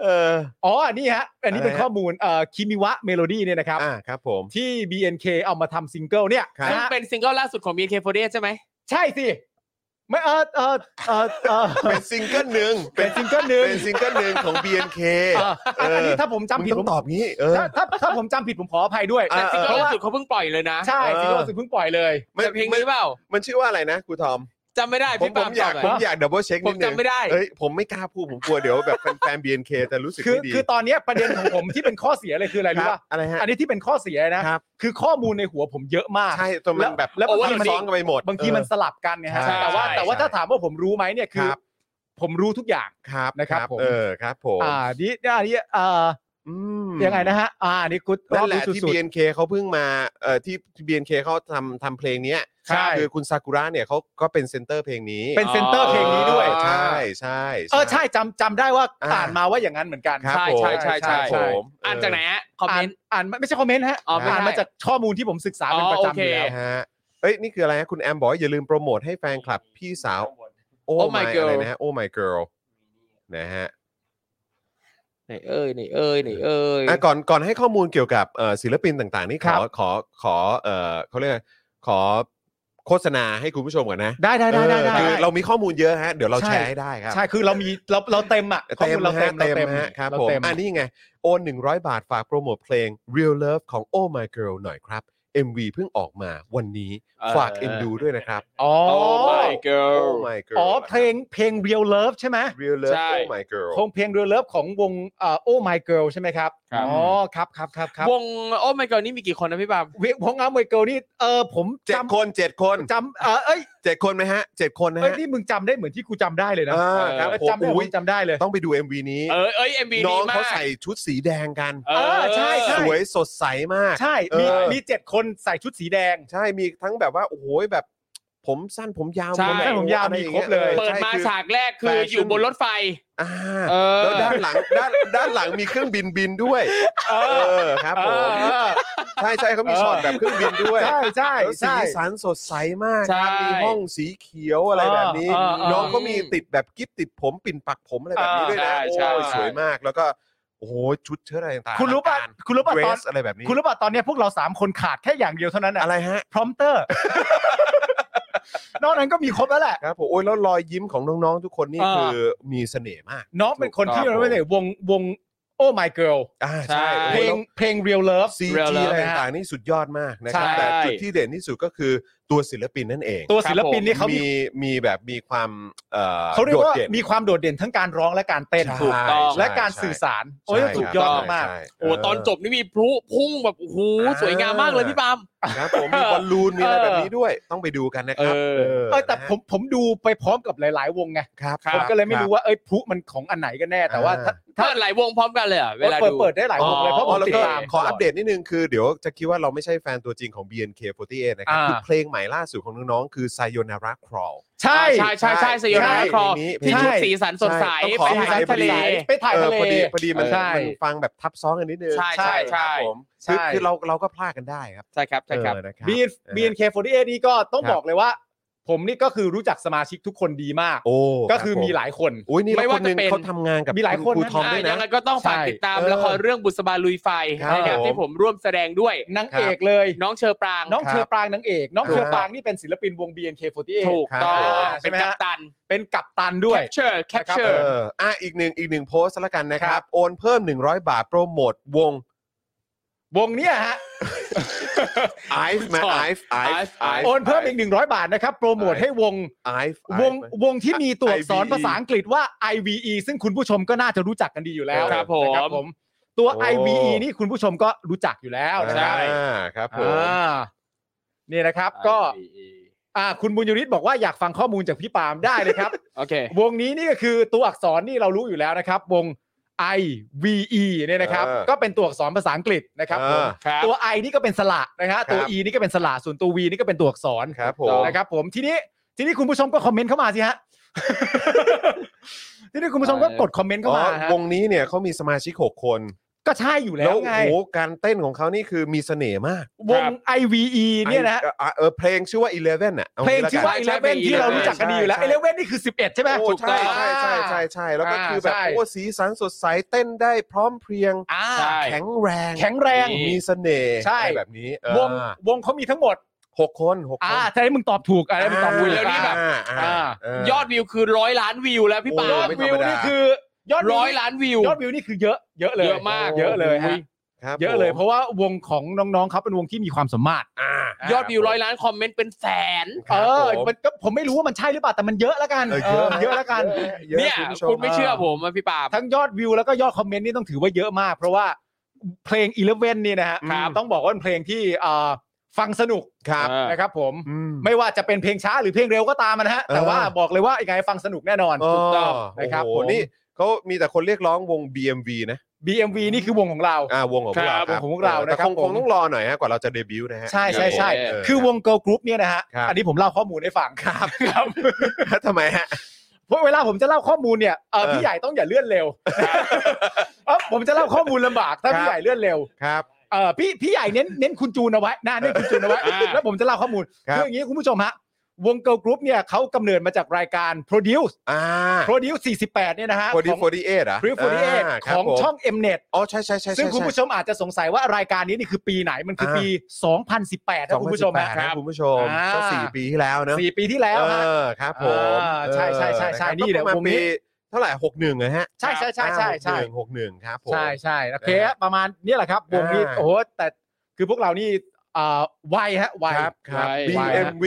Speaker 2: เออ
Speaker 3: อ๋ออันนี้ฮะ อันนี้เป็น
Speaker 2: อะไรฮะ
Speaker 3: ข้อมูลเอ่อคิมิวะเมโลดี้เนี่ยนะครับ
Speaker 2: อ่าครับผม
Speaker 3: ที่ BNK เอามาทำซิงเกิลเนี่ย
Speaker 2: ครับ
Speaker 4: ซึ่ง
Speaker 3: นะฮะ
Speaker 4: เป็นซิงเกิลล่าสุดของ BK48 ใช่ไหม
Speaker 3: ใช่สิไม่เออเออเออเออ
Speaker 2: เป็นซิงเกิลหนึ่ง
Speaker 3: เป็
Speaker 2: เป็น น
Speaker 3: ซิงเกิลหนึ่ง
Speaker 2: เป็นซิงเกิลหนึ่งของ BNK
Speaker 3: เอออันอันนี้ถ้าผมจำ
Speaker 2: มึง
Speaker 3: ผิด
Speaker 2: ต้
Speaker 3: ผ
Speaker 2: อ
Speaker 3: ม
Speaker 2: งตอบงี้ เออ
Speaker 3: ถ้าถ้าถ้าผมจำผิดผมขออภัยด้วย
Speaker 2: อ่า
Speaker 4: แต่ซิงเกิล
Speaker 3: เพราะ
Speaker 4: ล่า
Speaker 3: ว่า
Speaker 4: สุดเขาเพิ่งปล่อยเลยนะ
Speaker 3: ใช่ซิงเกิลล่าสุดเพิ่งปล่อยเลย
Speaker 2: มัน
Speaker 4: แต่เพลง
Speaker 2: มัน
Speaker 4: นี้เปล่า
Speaker 2: มันชื่อว่าอะไรนะครูทอม
Speaker 4: จำไม่ได้
Speaker 2: ผม
Speaker 4: พี่
Speaker 2: ผ
Speaker 4: ปาม ล์ม
Speaker 2: อยากผ
Speaker 4: จำเหร
Speaker 2: ม
Speaker 4: อ
Speaker 2: อยากดับเบิลเช็ค
Speaker 4: ผ
Speaker 2: นิด
Speaker 4: ม
Speaker 2: นึง
Speaker 4: จำไม่ได้
Speaker 2: เอ้ยผมไม่กล้าพูดผมกลัวเดี๋ยวแบบ แฟนๆ BNK จะรู้สึก
Speaker 3: คือ
Speaker 2: ไม่ดี
Speaker 3: คือตอนเนี้ยประเด็นของผมที่เป็นข้อเสียเลยคืออะไรรู้
Speaker 2: คบ
Speaker 3: ป่ะ
Speaker 2: อะไรฮะ
Speaker 3: อันนี้ที่เป็นข้อเสียนะครับ คือข้อมูลในหัวผมเยอะมาก
Speaker 2: ใช่ตัวมันแบบ
Speaker 3: แล้ว
Speaker 2: โอเว
Speaker 3: แล้
Speaker 2: อบ
Speaker 3: วางที
Speaker 2: ร์ซ้อน
Speaker 3: มัน
Speaker 2: กันไปหมด
Speaker 3: บางที
Speaker 2: เออ
Speaker 3: มันสลับกันเนี่ยฮะ
Speaker 2: ใช่
Speaker 3: แต่ว่า
Speaker 2: ใช่
Speaker 3: แต่ว่า
Speaker 2: ใช่
Speaker 3: ถ้าถามว่าผมรู้ไหมเนี่ยคื
Speaker 2: ค
Speaker 3: อ
Speaker 2: รับ
Speaker 3: ผมรู้ทุกอย่าง
Speaker 2: ครับ
Speaker 3: นะครับผม
Speaker 2: เออครับผม
Speaker 3: อ่านี่อันนี้เอ่อ
Speaker 2: อืม
Speaker 3: ยังไงนะฮะ อ่านี่กูร
Speaker 2: นั่
Speaker 3: อบ
Speaker 2: นแห
Speaker 3: นี้
Speaker 2: ละที่
Speaker 3: สุด
Speaker 2: BNK เขาเพิ่งมาเอ่อที่ BNK เขาทำทำเพลงเนี้ย
Speaker 3: ใช่
Speaker 2: คือคุณซากุระเนี่ยเขาก็เป็นเซนเตอร์เพลงนี้
Speaker 3: ๆ เป็นเซนเตอร์เพลงนี้ด้วย
Speaker 2: ใช่ใช่
Speaker 3: เออใช่จำจำได้ว่า
Speaker 2: อ่า
Speaker 3: อ่านมาว่าอย่างนั้นเหมือนกัน
Speaker 2: ครับ
Speaker 4: ใช่
Speaker 2: ผม
Speaker 4: ใช่ใช่
Speaker 2: ค
Speaker 4: ใช่
Speaker 2: รับ
Speaker 4: ใช่
Speaker 2: ผม
Speaker 4: อ่านจากไหนฮะคอมเม
Speaker 3: อ่าน
Speaker 4: นต์
Speaker 3: อ่านไม่ใช่คอมเมนต์ฮะ
Speaker 4: อ๋อไม่ใช่
Speaker 3: อ่านมาจากข้อมูลที่ผมศึกษาเป็นประจำอยู่
Speaker 2: เออ
Speaker 3: แล้ว
Speaker 4: โค
Speaker 2: ฮะเอ้ยนี่คืออะไรฮะคุณแอมบอกว่าอย่าลืมโปรโมทให้แฟนคลับพี่สาว
Speaker 5: ข้งบน
Speaker 2: โอ้
Speaker 4: Oh my
Speaker 2: ไม่
Speaker 4: girl
Speaker 2: อะไรนะฮะโอ้ my girl นะฮะ
Speaker 4: ไหนเอ้ยไหนเอ้ยไหนเอ้ย
Speaker 2: อ่ะก่อนก่อนให้ข้อมูลเกี่ยวกับเอ่อศิลปินต่างๆ นี่ข
Speaker 3: ครั
Speaker 2: อบ ขอขอเอ่อเขาเรียกอะไรขอโฆษณาให้คุณผู้ชมก่อนนะ
Speaker 3: ได้ได้ได้ได้ได้
Speaker 2: เออคือเรามีข้อมูลเยอะฮะ เดี๋ยวเรา
Speaker 3: ใช่
Speaker 2: แชร์ให้ได้ครับ
Speaker 3: ใช่คือเรามีเราเราเต็มอ่ะข้อ
Speaker 2: เต็
Speaker 3: มู
Speaker 2: ม
Speaker 3: ลเรา
Speaker 2: ฮะ
Speaker 3: เต็ม
Speaker 2: เต็ม
Speaker 3: เรา
Speaker 2: ฮะครับ
Speaker 3: เา
Speaker 2: ผม
Speaker 3: เต็ม
Speaker 2: อันนี้ไง โอน 100 บาทฝากโปรโมทเพลง real love ของ oh my girl หน่อยครับ MV เพิ่งออกมาวันนี้ฝากเอ็นดูด้วยนะครับ
Speaker 3: อ๋อ
Speaker 4: โอ้ my
Speaker 2: โอ้
Speaker 4: girl
Speaker 2: my girl
Speaker 3: อ๋อเพลงเพลง Real Love ใช่ไหม
Speaker 2: real love
Speaker 4: ใช่
Speaker 2: oh my girl
Speaker 3: คงเพลง Real Love ของวงเอ่อ Oh My Girl ใช่ไหมครับ
Speaker 4: ครับ
Speaker 3: อ๋อ ครับครับครับครับ
Speaker 4: วงโอ้ my girl นี่มีกี่คนนะพี่บาม
Speaker 3: วงของอาร์มวยเกิลนี่เออผม
Speaker 2: เจ็ด
Speaker 3: จำ
Speaker 2: คนเจ็ดคน
Speaker 3: จำเออเอ้ย
Speaker 2: เจ็ดคนไหมฮะเจ็ดคนนะ
Speaker 3: เอ้ย
Speaker 2: ฮะ
Speaker 3: นี่มึงจำได้เหมือนที่กูจำได้เลยนะ
Speaker 2: อ่าครับ
Speaker 3: เออ
Speaker 2: ผม
Speaker 3: จำได้เหมือน
Speaker 2: อุ้ย
Speaker 3: ที่จำได้เลย
Speaker 2: ต้องไปดู MV นี้
Speaker 4: เออเอ้ยเอ็มบี
Speaker 2: น้
Speaker 4: ดี
Speaker 2: อง
Speaker 4: มา
Speaker 2: เขา
Speaker 4: ก
Speaker 2: ใส่ชุดสีแดงกัน
Speaker 4: เออ
Speaker 3: อใช่ใช่
Speaker 2: สวยสดใสมาก
Speaker 3: ใช่ มี
Speaker 2: เออ
Speaker 3: มีเจ็ดคนใส่ชุดสีแดง
Speaker 2: ใช่มีทั้งแบบว่า โอ้โหแบบ ผมสั้นผมยาว
Speaker 4: ใช่
Speaker 2: แบบ
Speaker 3: สั้นผมยาว
Speaker 2: อะไอ
Speaker 3: มีครบเลย
Speaker 4: เปิด
Speaker 2: ใช่
Speaker 4: มา
Speaker 2: คือ
Speaker 4: ฉากแรกคือ
Speaker 2: แฟชั่น
Speaker 4: อยู่บนรถไฟ
Speaker 2: อ่า
Speaker 4: เออ
Speaker 2: แล้วด้านหลังด้านด้านหลังมีเครื่องบินบินด้วย เออครับ
Speaker 4: เอ
Speaker 2: ผม
Speaker 4: อ
Speaker 2: ใช่ใช่เขามี
Speaker 3: เออ
Speaker 2: ช็อตแบบเครื่องบินด้วย
Speaker 3: ใช่
Speaker 2: แ
Speaker 3: ใช่
Speaker 2: ล้วสี
Speaker 3: ใช่
Speaker 2: สันสดใสมากค
Speaker 4: ใช่
Speaker 2: รับมีห้องสีเขียวอะไรแบบนี้
Speaker 3: เออเออเออ
Speaker 2: น้องก็มีติดแบบกิ๊บติดผมปิ่นปักผมอะไรแบบนี้ด้วยนะ
Speaker 4: เออใช่
Speaker 2: โอ้ย
Speaker 4: ใช่
Speaker 2: สวยมากแล้วก็โอ้โหชุดเชิ้ตอะไรต่างๆ
Speaker 3: คุณรู้ป่ะ
Speaker 2: อลังการ
Speaker 3: คุณรู้ป่ะ
Speaker 2: เดร
Speaker 3: ตอน
Speaker 2: สอะไรแบบนี้
Speaker 3: คุณรู้ป่ะตอนเนี้ยพวกเราสามคนขาดแค่อย่างเดียวเท่านั้น
Speaker 2: อะไรฮะ
Speaker 3: พร้อมเตอร์ นอกนั้นก็มีครบแล้วแหละ
Speaker 2: ครับผมโอ้ยแล้วรอยยิ้มของน้องๆทุกคนนี่
Speaker 4: อ่า
Speaker 2: คือมีเสน่ห์มาก
Speaker 3: น้องเป็นคนที่
Speaker 2: ถูกต้อง
Speaker 3: เราไม่ได้วงวง Oh My Girl
Speaker 2: อ่า
Speaker 4: ใช่
Speaker 2: ใช่
Speaker 3: เพลงเพลง Real Love
Speaker 2: ซี
Speaker 4: Real
Speaker 2: จี
Speaker 4: Love
Speaker 2: อะไรต่างๆนี่สุดยอดมากนะครับ
Speaker 3: ใช่
Speaker 2: แต่จุดที่เด่นที่สุดก็คือตัวศิลปินนั่นเอง
Speaker 3: ตัวศิลปินนี่เขามี
Speaker 2: มีมีแบบมีความเอ่อ
Speaker 3: เขาเรีย
Speaker 2: โด
Speaker 3: ก
Speaker 2: ด
Speaker 3: ว่า
Speaker 2: เด่น
Speaker 3: มีความโดดเด่นทั้งการร้องและการเต้น
Speaker 2: ใช่
Speaker 4: ถูกต้อง
Speaker 3: และการ
Speaker 2: ใช่
Speaker 3: สื่อสาร
Speaker 2: ใช่
Speaker 3: โอ้ย
Speaker 2: ครับ
Speaker 3: สุดยอดมาก
Speaker 2: ใช่
Speaker 4: โอ้ตอนจบนี่มีพลุพุ่งแบบโอ้โหสวยงามมากเลยพี่บาม
Speaker 2: ครับผมมีบอลลูนมีอะไรแบบนี้ด้วยต้องไปดูกันนะครั
Speaker 4: เออ
Speaker 2: เออ
Speaker 3: เออแต่
Speaker 2: นะฮะ
Speaker 3: ผมผมดูไปพร้อมกับหลาย ๆ วงไง
Speaker 2: ครับ
Speaker 4: ครับ
Speaker 3: ผมก็เลยไม่รู้
Speaker 2: คบ
Speaker 3: ว่าเอ้ยพลุมันของอันไหนกันแน่ แต่ว่าถ้า
Speaker 4: ถ้าหลายวงพร้อมกันเลยเหรอ่ะเวลา
Speaker 3: เปิด
Speaker 4: ดู
Speaker 3: เปิดได้หลายวงเลยเพราะ
Speaker 2: อ๋
Speaker 3: ผ
Speaker 2: อ
Speaker 3: ม
Speaker 2: แล้ว
Speaker 3: ติด
Speaker 2: ก็
Speaker 3: ตาม
Speaker 2: ขออัปเดตนิดนึงคือเดี๋ยวจะคิดว่าเราไม่ใช่แฟนตัวจริงของ BNK48 นะครับ
Speaker 3: อ่า
Speaker 2: คือเพลงใหม่ล่าสุดของน้องๆ คือ Sayonara Crawl
Speaker 3: ใช่
Speaker 4: ใช่ใช่ใช่สยอง
Speaker 3: ใช่
Speaker 4: นาคอ
Speaker 2: เพลงนี้
Speaker 4: ที่ชุด
Speaker 3: ใช่
Speaker 4: สีสันสดใส
Speaker 2: ใช่ต้องขอ
Speaker 4: ไปถ่าย
Speaker 2: อภัย
Speaker 4: ทะเล
Speaker 3: ไปถ่าย
Speaker 2: เออ
Speaker 3: ทะ
Speaker 2: พอ
Speaker 3: เล
Speaker 2: ดีพอดีมัน
Speaker 4: ใช่
Speaker 2: มันฟังแบบทับซ้อนกันนิดนึง
Speaker 4: ใช่ใช่ใช่
Speaker 2: ครับผม
Speaker 3: ใช่
Speaker 2: คือคือเราเราก็พลาดกันได้ครับ
Speaker 4: ใช่ครับใช่ครับ
Speaker 2: เออนะครับ
Speaker 3: บีบีนเคโฟดีเอนี่ก็ต้อง
Speaker 2: ครับ
Speaker 3: บอกเลยว่า ผมนี่ก็คือรู้จักสมาชิกทุกคนดีมาก
Speaker 2: โอ้
Speaker 3: ก็คือมีห
Speaker 2: ย
Speaker 3: ลายคน
Speaker 2: อุ้ยนี่
Speaker 4: ไม่
Speaker 2: ไม่ว่าค
Speaker 4: ว่า
Speaker 2: นหนึง
Speaker 4: จะเป็น
Speaker 2: เขาทำงานกับ
Speaker 3: มีหลาย
Speaker 2: ณ
Speaker 3: คน
Speaker 2: รู
Speaker 3: นะ
Speaker 2: ทอมด้วย
Speaker 4: อ่ะ
Speaker 2: นะ
Speaker 4: ยังไงก็ต้องฝาก
Speaker 3: ใช่
Speaker 4: ติดตาม
Speaker 2: เออ
Speaker 4: ละครเรื่องบุษบาลุยไฟ
Speaker 2: ครับ
Speaker 4: นะครับ
Speaker 2: ผม
Speaker 4: ที่ผมร่วมแสดงด้วย
Speaker 3: นางเอกเลย
Speaker 4: น้องเชอปราง
Speaker 3: น้องเชอปรางนางเอก น้อง
Speaker 2: ครับ
Speaker 3: เชอปรางนี่เป็นศิลปินวง BNK48
Speaker 4: ถูกต้อง
Speaker 3: ครับ
Speaker 4: เป็น
Speaker 3: ใช่ไหม
Speaker 4: กัป
Speaker 3: ฮะ
Speaker 4: ตัน
Speaker 3: เป็นกัปตันด้วย
Speaker 4: capture
Speaker 2: เอ
Speaker 4: capture
Speaker 2: ออ่ะอีกหนึ่งอีกหนึ่งโพสต์ละกันนะค
Speaker 3: ค
Speaker 2: รั
Speaker 3: รับ บ
Speaker 2: โอนเพิ่ม 100 บาทโปรโมทวง
Speaker 3: วงเนี้ยฮะ
Speaker 2: IVE ไหม IVE IVE IVE
Speaker 3: โอนเพิ่มอีก 100 บาทนะครับ โปรโมทให้วง
Speaker 2: IVE
Speaker 3: วงวงที่มีตัวอักษร
Speaker 2: IVE
Speaker 3: ภาษาอังกฤษว่า IVE ซึ่งคุณผู้ชมก็น่าจะรู้จักกันดีอยู่แล้ว
Speaker 4: ครับผม
Speaker 3: นะตัว
Speaker 2: โอ้
Speaker 3: IVE นี่คุณผู้ชมก็รู้จักอยู่แล้วนะค
Speaker 2: ใช่
Speaker 3: รับ
Speaker 2: ครับผม
Speaker 3: อ่านี่นะครับก็อ่าคุณบุญยริศบอกว่าอยากฟังข้อมูลจากพี่ปาล์มได้เลย ครับ
Speaker 4: โอเคว
Speaker 3: งนี้นี่ก็คือตัวอักษรนี่เรารู้อยู่แล้วนะครับ วง I V E เนี่ยนะครับ
Speaker 2: เออ
Speaker 3: ก็เป็นตัวอักษรภาษาอังกฤษนะครับ
Speaker 2: เออ
Speaker 3: ผม
Speaker 4: ครับ
Speaker 3: ตัว I นี่ก็เป็นสระนะฮะตัว
Speaker 2: ครับ
Speaker 3: E นี่ก็เป็นสระส่วนตัว V นี่ก็เป็นตัวอักษร
Speaker 2: ครับผม
Speaker 3: นะครับ ผมทีนี้ทีนี้คุณผู้ชมก็คอมเมนต์เข้ามาสิฮะ ทีนี้คุณผู้ชมก็กดคอมเมนต์เข้ามาฮะ
Speaker 2: วงนี้เนี่ยเขามีสมาชิก 6 คน
Speaker 3: ก็ใช่อยู่แล้
Speaker 2: แล้ว ว
Speaker 3: ไง
Speaker 2: โอ้โหการเต้นของเขานี่คือมีเสน่ห์มาก
Speaker 3: วง I V E เนี่ยนะฮะ
Speaker 2: อ่เออเพลงชื่อว่า Eleven อ่ะ
Speaker 3: เพลงชื่อว่า
Speaker 4: ใช่
Speaker 3: Eleven ที่เรารู้จักกันดีอยู่แล้ว Eleven นี่คือ 11 ใช่ไหม
Speaker 2: โอ้ใช่ใช่ใช่ใช่ใช่แล้วก็
Speaker 3: อ่า
Speaker 2: คือแบบ
Speaker 3: ใช่
Speaker 2: โอ้สีสันสดใสเต้นได้พร้อมเพรียง
Speaker 3: อ่า
Speaker 4: ใช่
Speaker 2: แข็งแรง
Speaker 3: แข็งแรง
Speaker 2: มีเสน่ห์
Speaker 3: ใช่
Speaker 2: อะไรแบบนี้เออ
Speaker 3: วงวงเขามีทั้งหมด
Speaker 2: หกคนหกค
Speaker 3: อ่าน ถ้าให้มึงตอบถูกอ่ะให้มึงตอบถูก
Speaker 4: แล้วนี่แบบ
Speaker 2: อ่าอ่าเ
Speaker 4: ยอดวิวคือร้อยล้านวิวแล้วพี่ปา
Speaker 2: โอ้
Speaker 3: ยอด
Speaker 2: ไม่ธร
Speaker 3: วิ
Speaker 2: รม
Speaker 3: ว
Speaker 2: ดา
Speaker 3: นี่คือยอดวิว
Speaker 4: ร้อยล้านวิว
Speaker 3: ยอดวิวนี่คือเยอะ เยอะเลย
Speaker 4: เยอะมาก
Speaker 3: เยอะเลยฮะ
Speaker 2: ครับ
Speaker 3: เยอะเลย
Speaker 2: ผม
Speaker 3: เพราะว่าวงของน้องๆเขาเป็นวงที่มีความสามารถ
Speaker 2: อ่าย
Speaker 4: อดวิวร้อยล้านคอมเมนต์เป็นแสน
Speaker 2: ค
Speaker 3: เอ
Speaker 2: รับ
Speaker 3: อ
Speaker 2: ผม
Speaker 3: มันก็ผมไม่รู้ว่ามันใช่หรือเปล่าแต่มันเยอะแล้วกัน
Speaker 2: เออเยอะ
Speaker 3: เยอะแล้วกัน
Speaker 2: เยอะ
Speaker 4: เนี่ย
Speaker 2: คุณผู้ช
Speaker 4: คุ
Speaker 2: ม
Speaker 4: ณไม่เชื่อผมอะพี่ปาล์ม
Speaker 3: ทั้งยอดวิวแล้วก็ยอดคอมเมนต์นี่ต้องถือว่าเยอะมาก เพราะว่าเพลง Eleven นี่นะฮะ
Speaker 2: ครับ
Speaker 3: ต้องบอกว่าเป็นเพลงที่อ่าฟังสนุก
Speaker 2: ครับ
Speaker 4: อ่า
Speaker 3: นะครับผม
Speaker 2: อืม
Speaker 3: ไม่ว่าจะเป็นเพลงช้าหรือเพลงเร็วก็ตามนะฮะแต่ว่า
Speaker 2: เออ
Speaker 3: บอกเลยว่ายังไงฟังสนุกแน่นอน
Speaker 2: ถูกต้อง
Speaker 3: นะครับ
Speaker 2: โอ้โห
Speaker 3: ผม
Speaker 2: นี่เขามีแต่คนเรียกร้องวง BMV นะ
Speaker 3: BMV นี่คือวงของเรา
Speaker 2: อ่าวงของพวกเรา
Speaker 3: ครับวงของพวกเรานะครับ
Speaker 2: แต่คง
Speaker 3: ผม
Speaker 2: คงต้องรอหน่อยฮะกว่าเราจะเดบิวต์นะฮะ
Speaker 3: ใช่ใช่ใช่
Speaker 2: เ
Speaker 4: เออ
Speaker 3: คือวง Girl Group เนี่ยนะฮะ
Speaker 2: ครับ
Speaker 3: อันนี้ผมเล่าข้อมูลให้ฟังครับครับ
Speaker 2: ทำไมฮะ
Speaker 3: เพราะเวลาผมจะเล่าข้อมูลเนี่ยเอ่อ
Speaker 2: เออ
Speaker 3: พี่ใหญ่ต้องอย่าเลื่อนเร็ว เอ้าผมจะเล่าข้อมูลลำบากถ้า
Speaker 2: ครับ
Speaker 3: พี่ใหญ่เลื่อนเร็ว
Speaker 2: ครับ
Speaker 3: เออพี่พี่ใหญ่เน้นเน้นคุณจูนเอาไว้นะเน้นคุณจูนเอาไว้
Speaker 4: อ่า
Speaker 3: แล้วผมจะเล่าข้อมูล
Speaker 2: ครับ
Speaker 3: คืออย่างนี้คุณผู้ชมฮะวง Girl Group เนี่ยเขากำเนิดมาจากรายการ Produce
Speaker 2: อ่า
Speaker 3: Produce 48เนี่ยนะฮะ
Speaker 2: โฟดี
Speaker 3: ของ
Speaker 2: โฟดีเอ็ดอ่ะ
Speaker 3: พรีฟอรีเอ
Speaker 2: อ่าค
Speaker 3: ข
Speaker 2: รับ
Speaker 3: อง
Speaker 2: ผม
Speaker 3: ช่อง Mnet
Speaker 2: อ๋อใช่ใช่ใช่ใช่
Speaker 3: ซึ่งคุณผู้
Speaker 2: ใช่
Speaker 3: ชมอาจจะสงสัยว่ารายการนี้นี่คือปีไหนมันคือปี 2018นะคุณผู้ชม
Speaker 2: 2018
Speaker 3: นะ
Speaker 2: คุณผู้ชม
Speaker 3: อ่า
Speaker 2: ก็สี่ปีที่แล้วเนอะ
Speaker 3: สี่ปีที่แล้วฮะ
Speaker 2: เออครับผม
Speaker 3: อ่าใช่ใช่ใช่ใช่
Speaker 2: เออ
Speaker 3: นี่เดี๋ยว
Speaker 2: ก็ประ
Speaker 3: ว
Speaker 2: มาง ณ
Speaker 3: นี้
Speaker 2: ปีเท่าไหร่หกหนึ่งเหรอฮะ
Speaker 3: ใช่ใช่ใช่ใช่ใช่
Speaker 2: หกหนึ่งครับผม
Speaker 3: ใช่ใช่โอเค
Speaker 2: นะฮะ
Speaker 3: ประมาณนี้แหละครับวงนี้
Speaker 2: อ่า
Speaker 3: โอ้โหแต่คือพวกเรานี่อ่าวัยฮะวัย
Speaker 2: ครับครับ
Speaker 4: ไว้
Speaker 2: BMV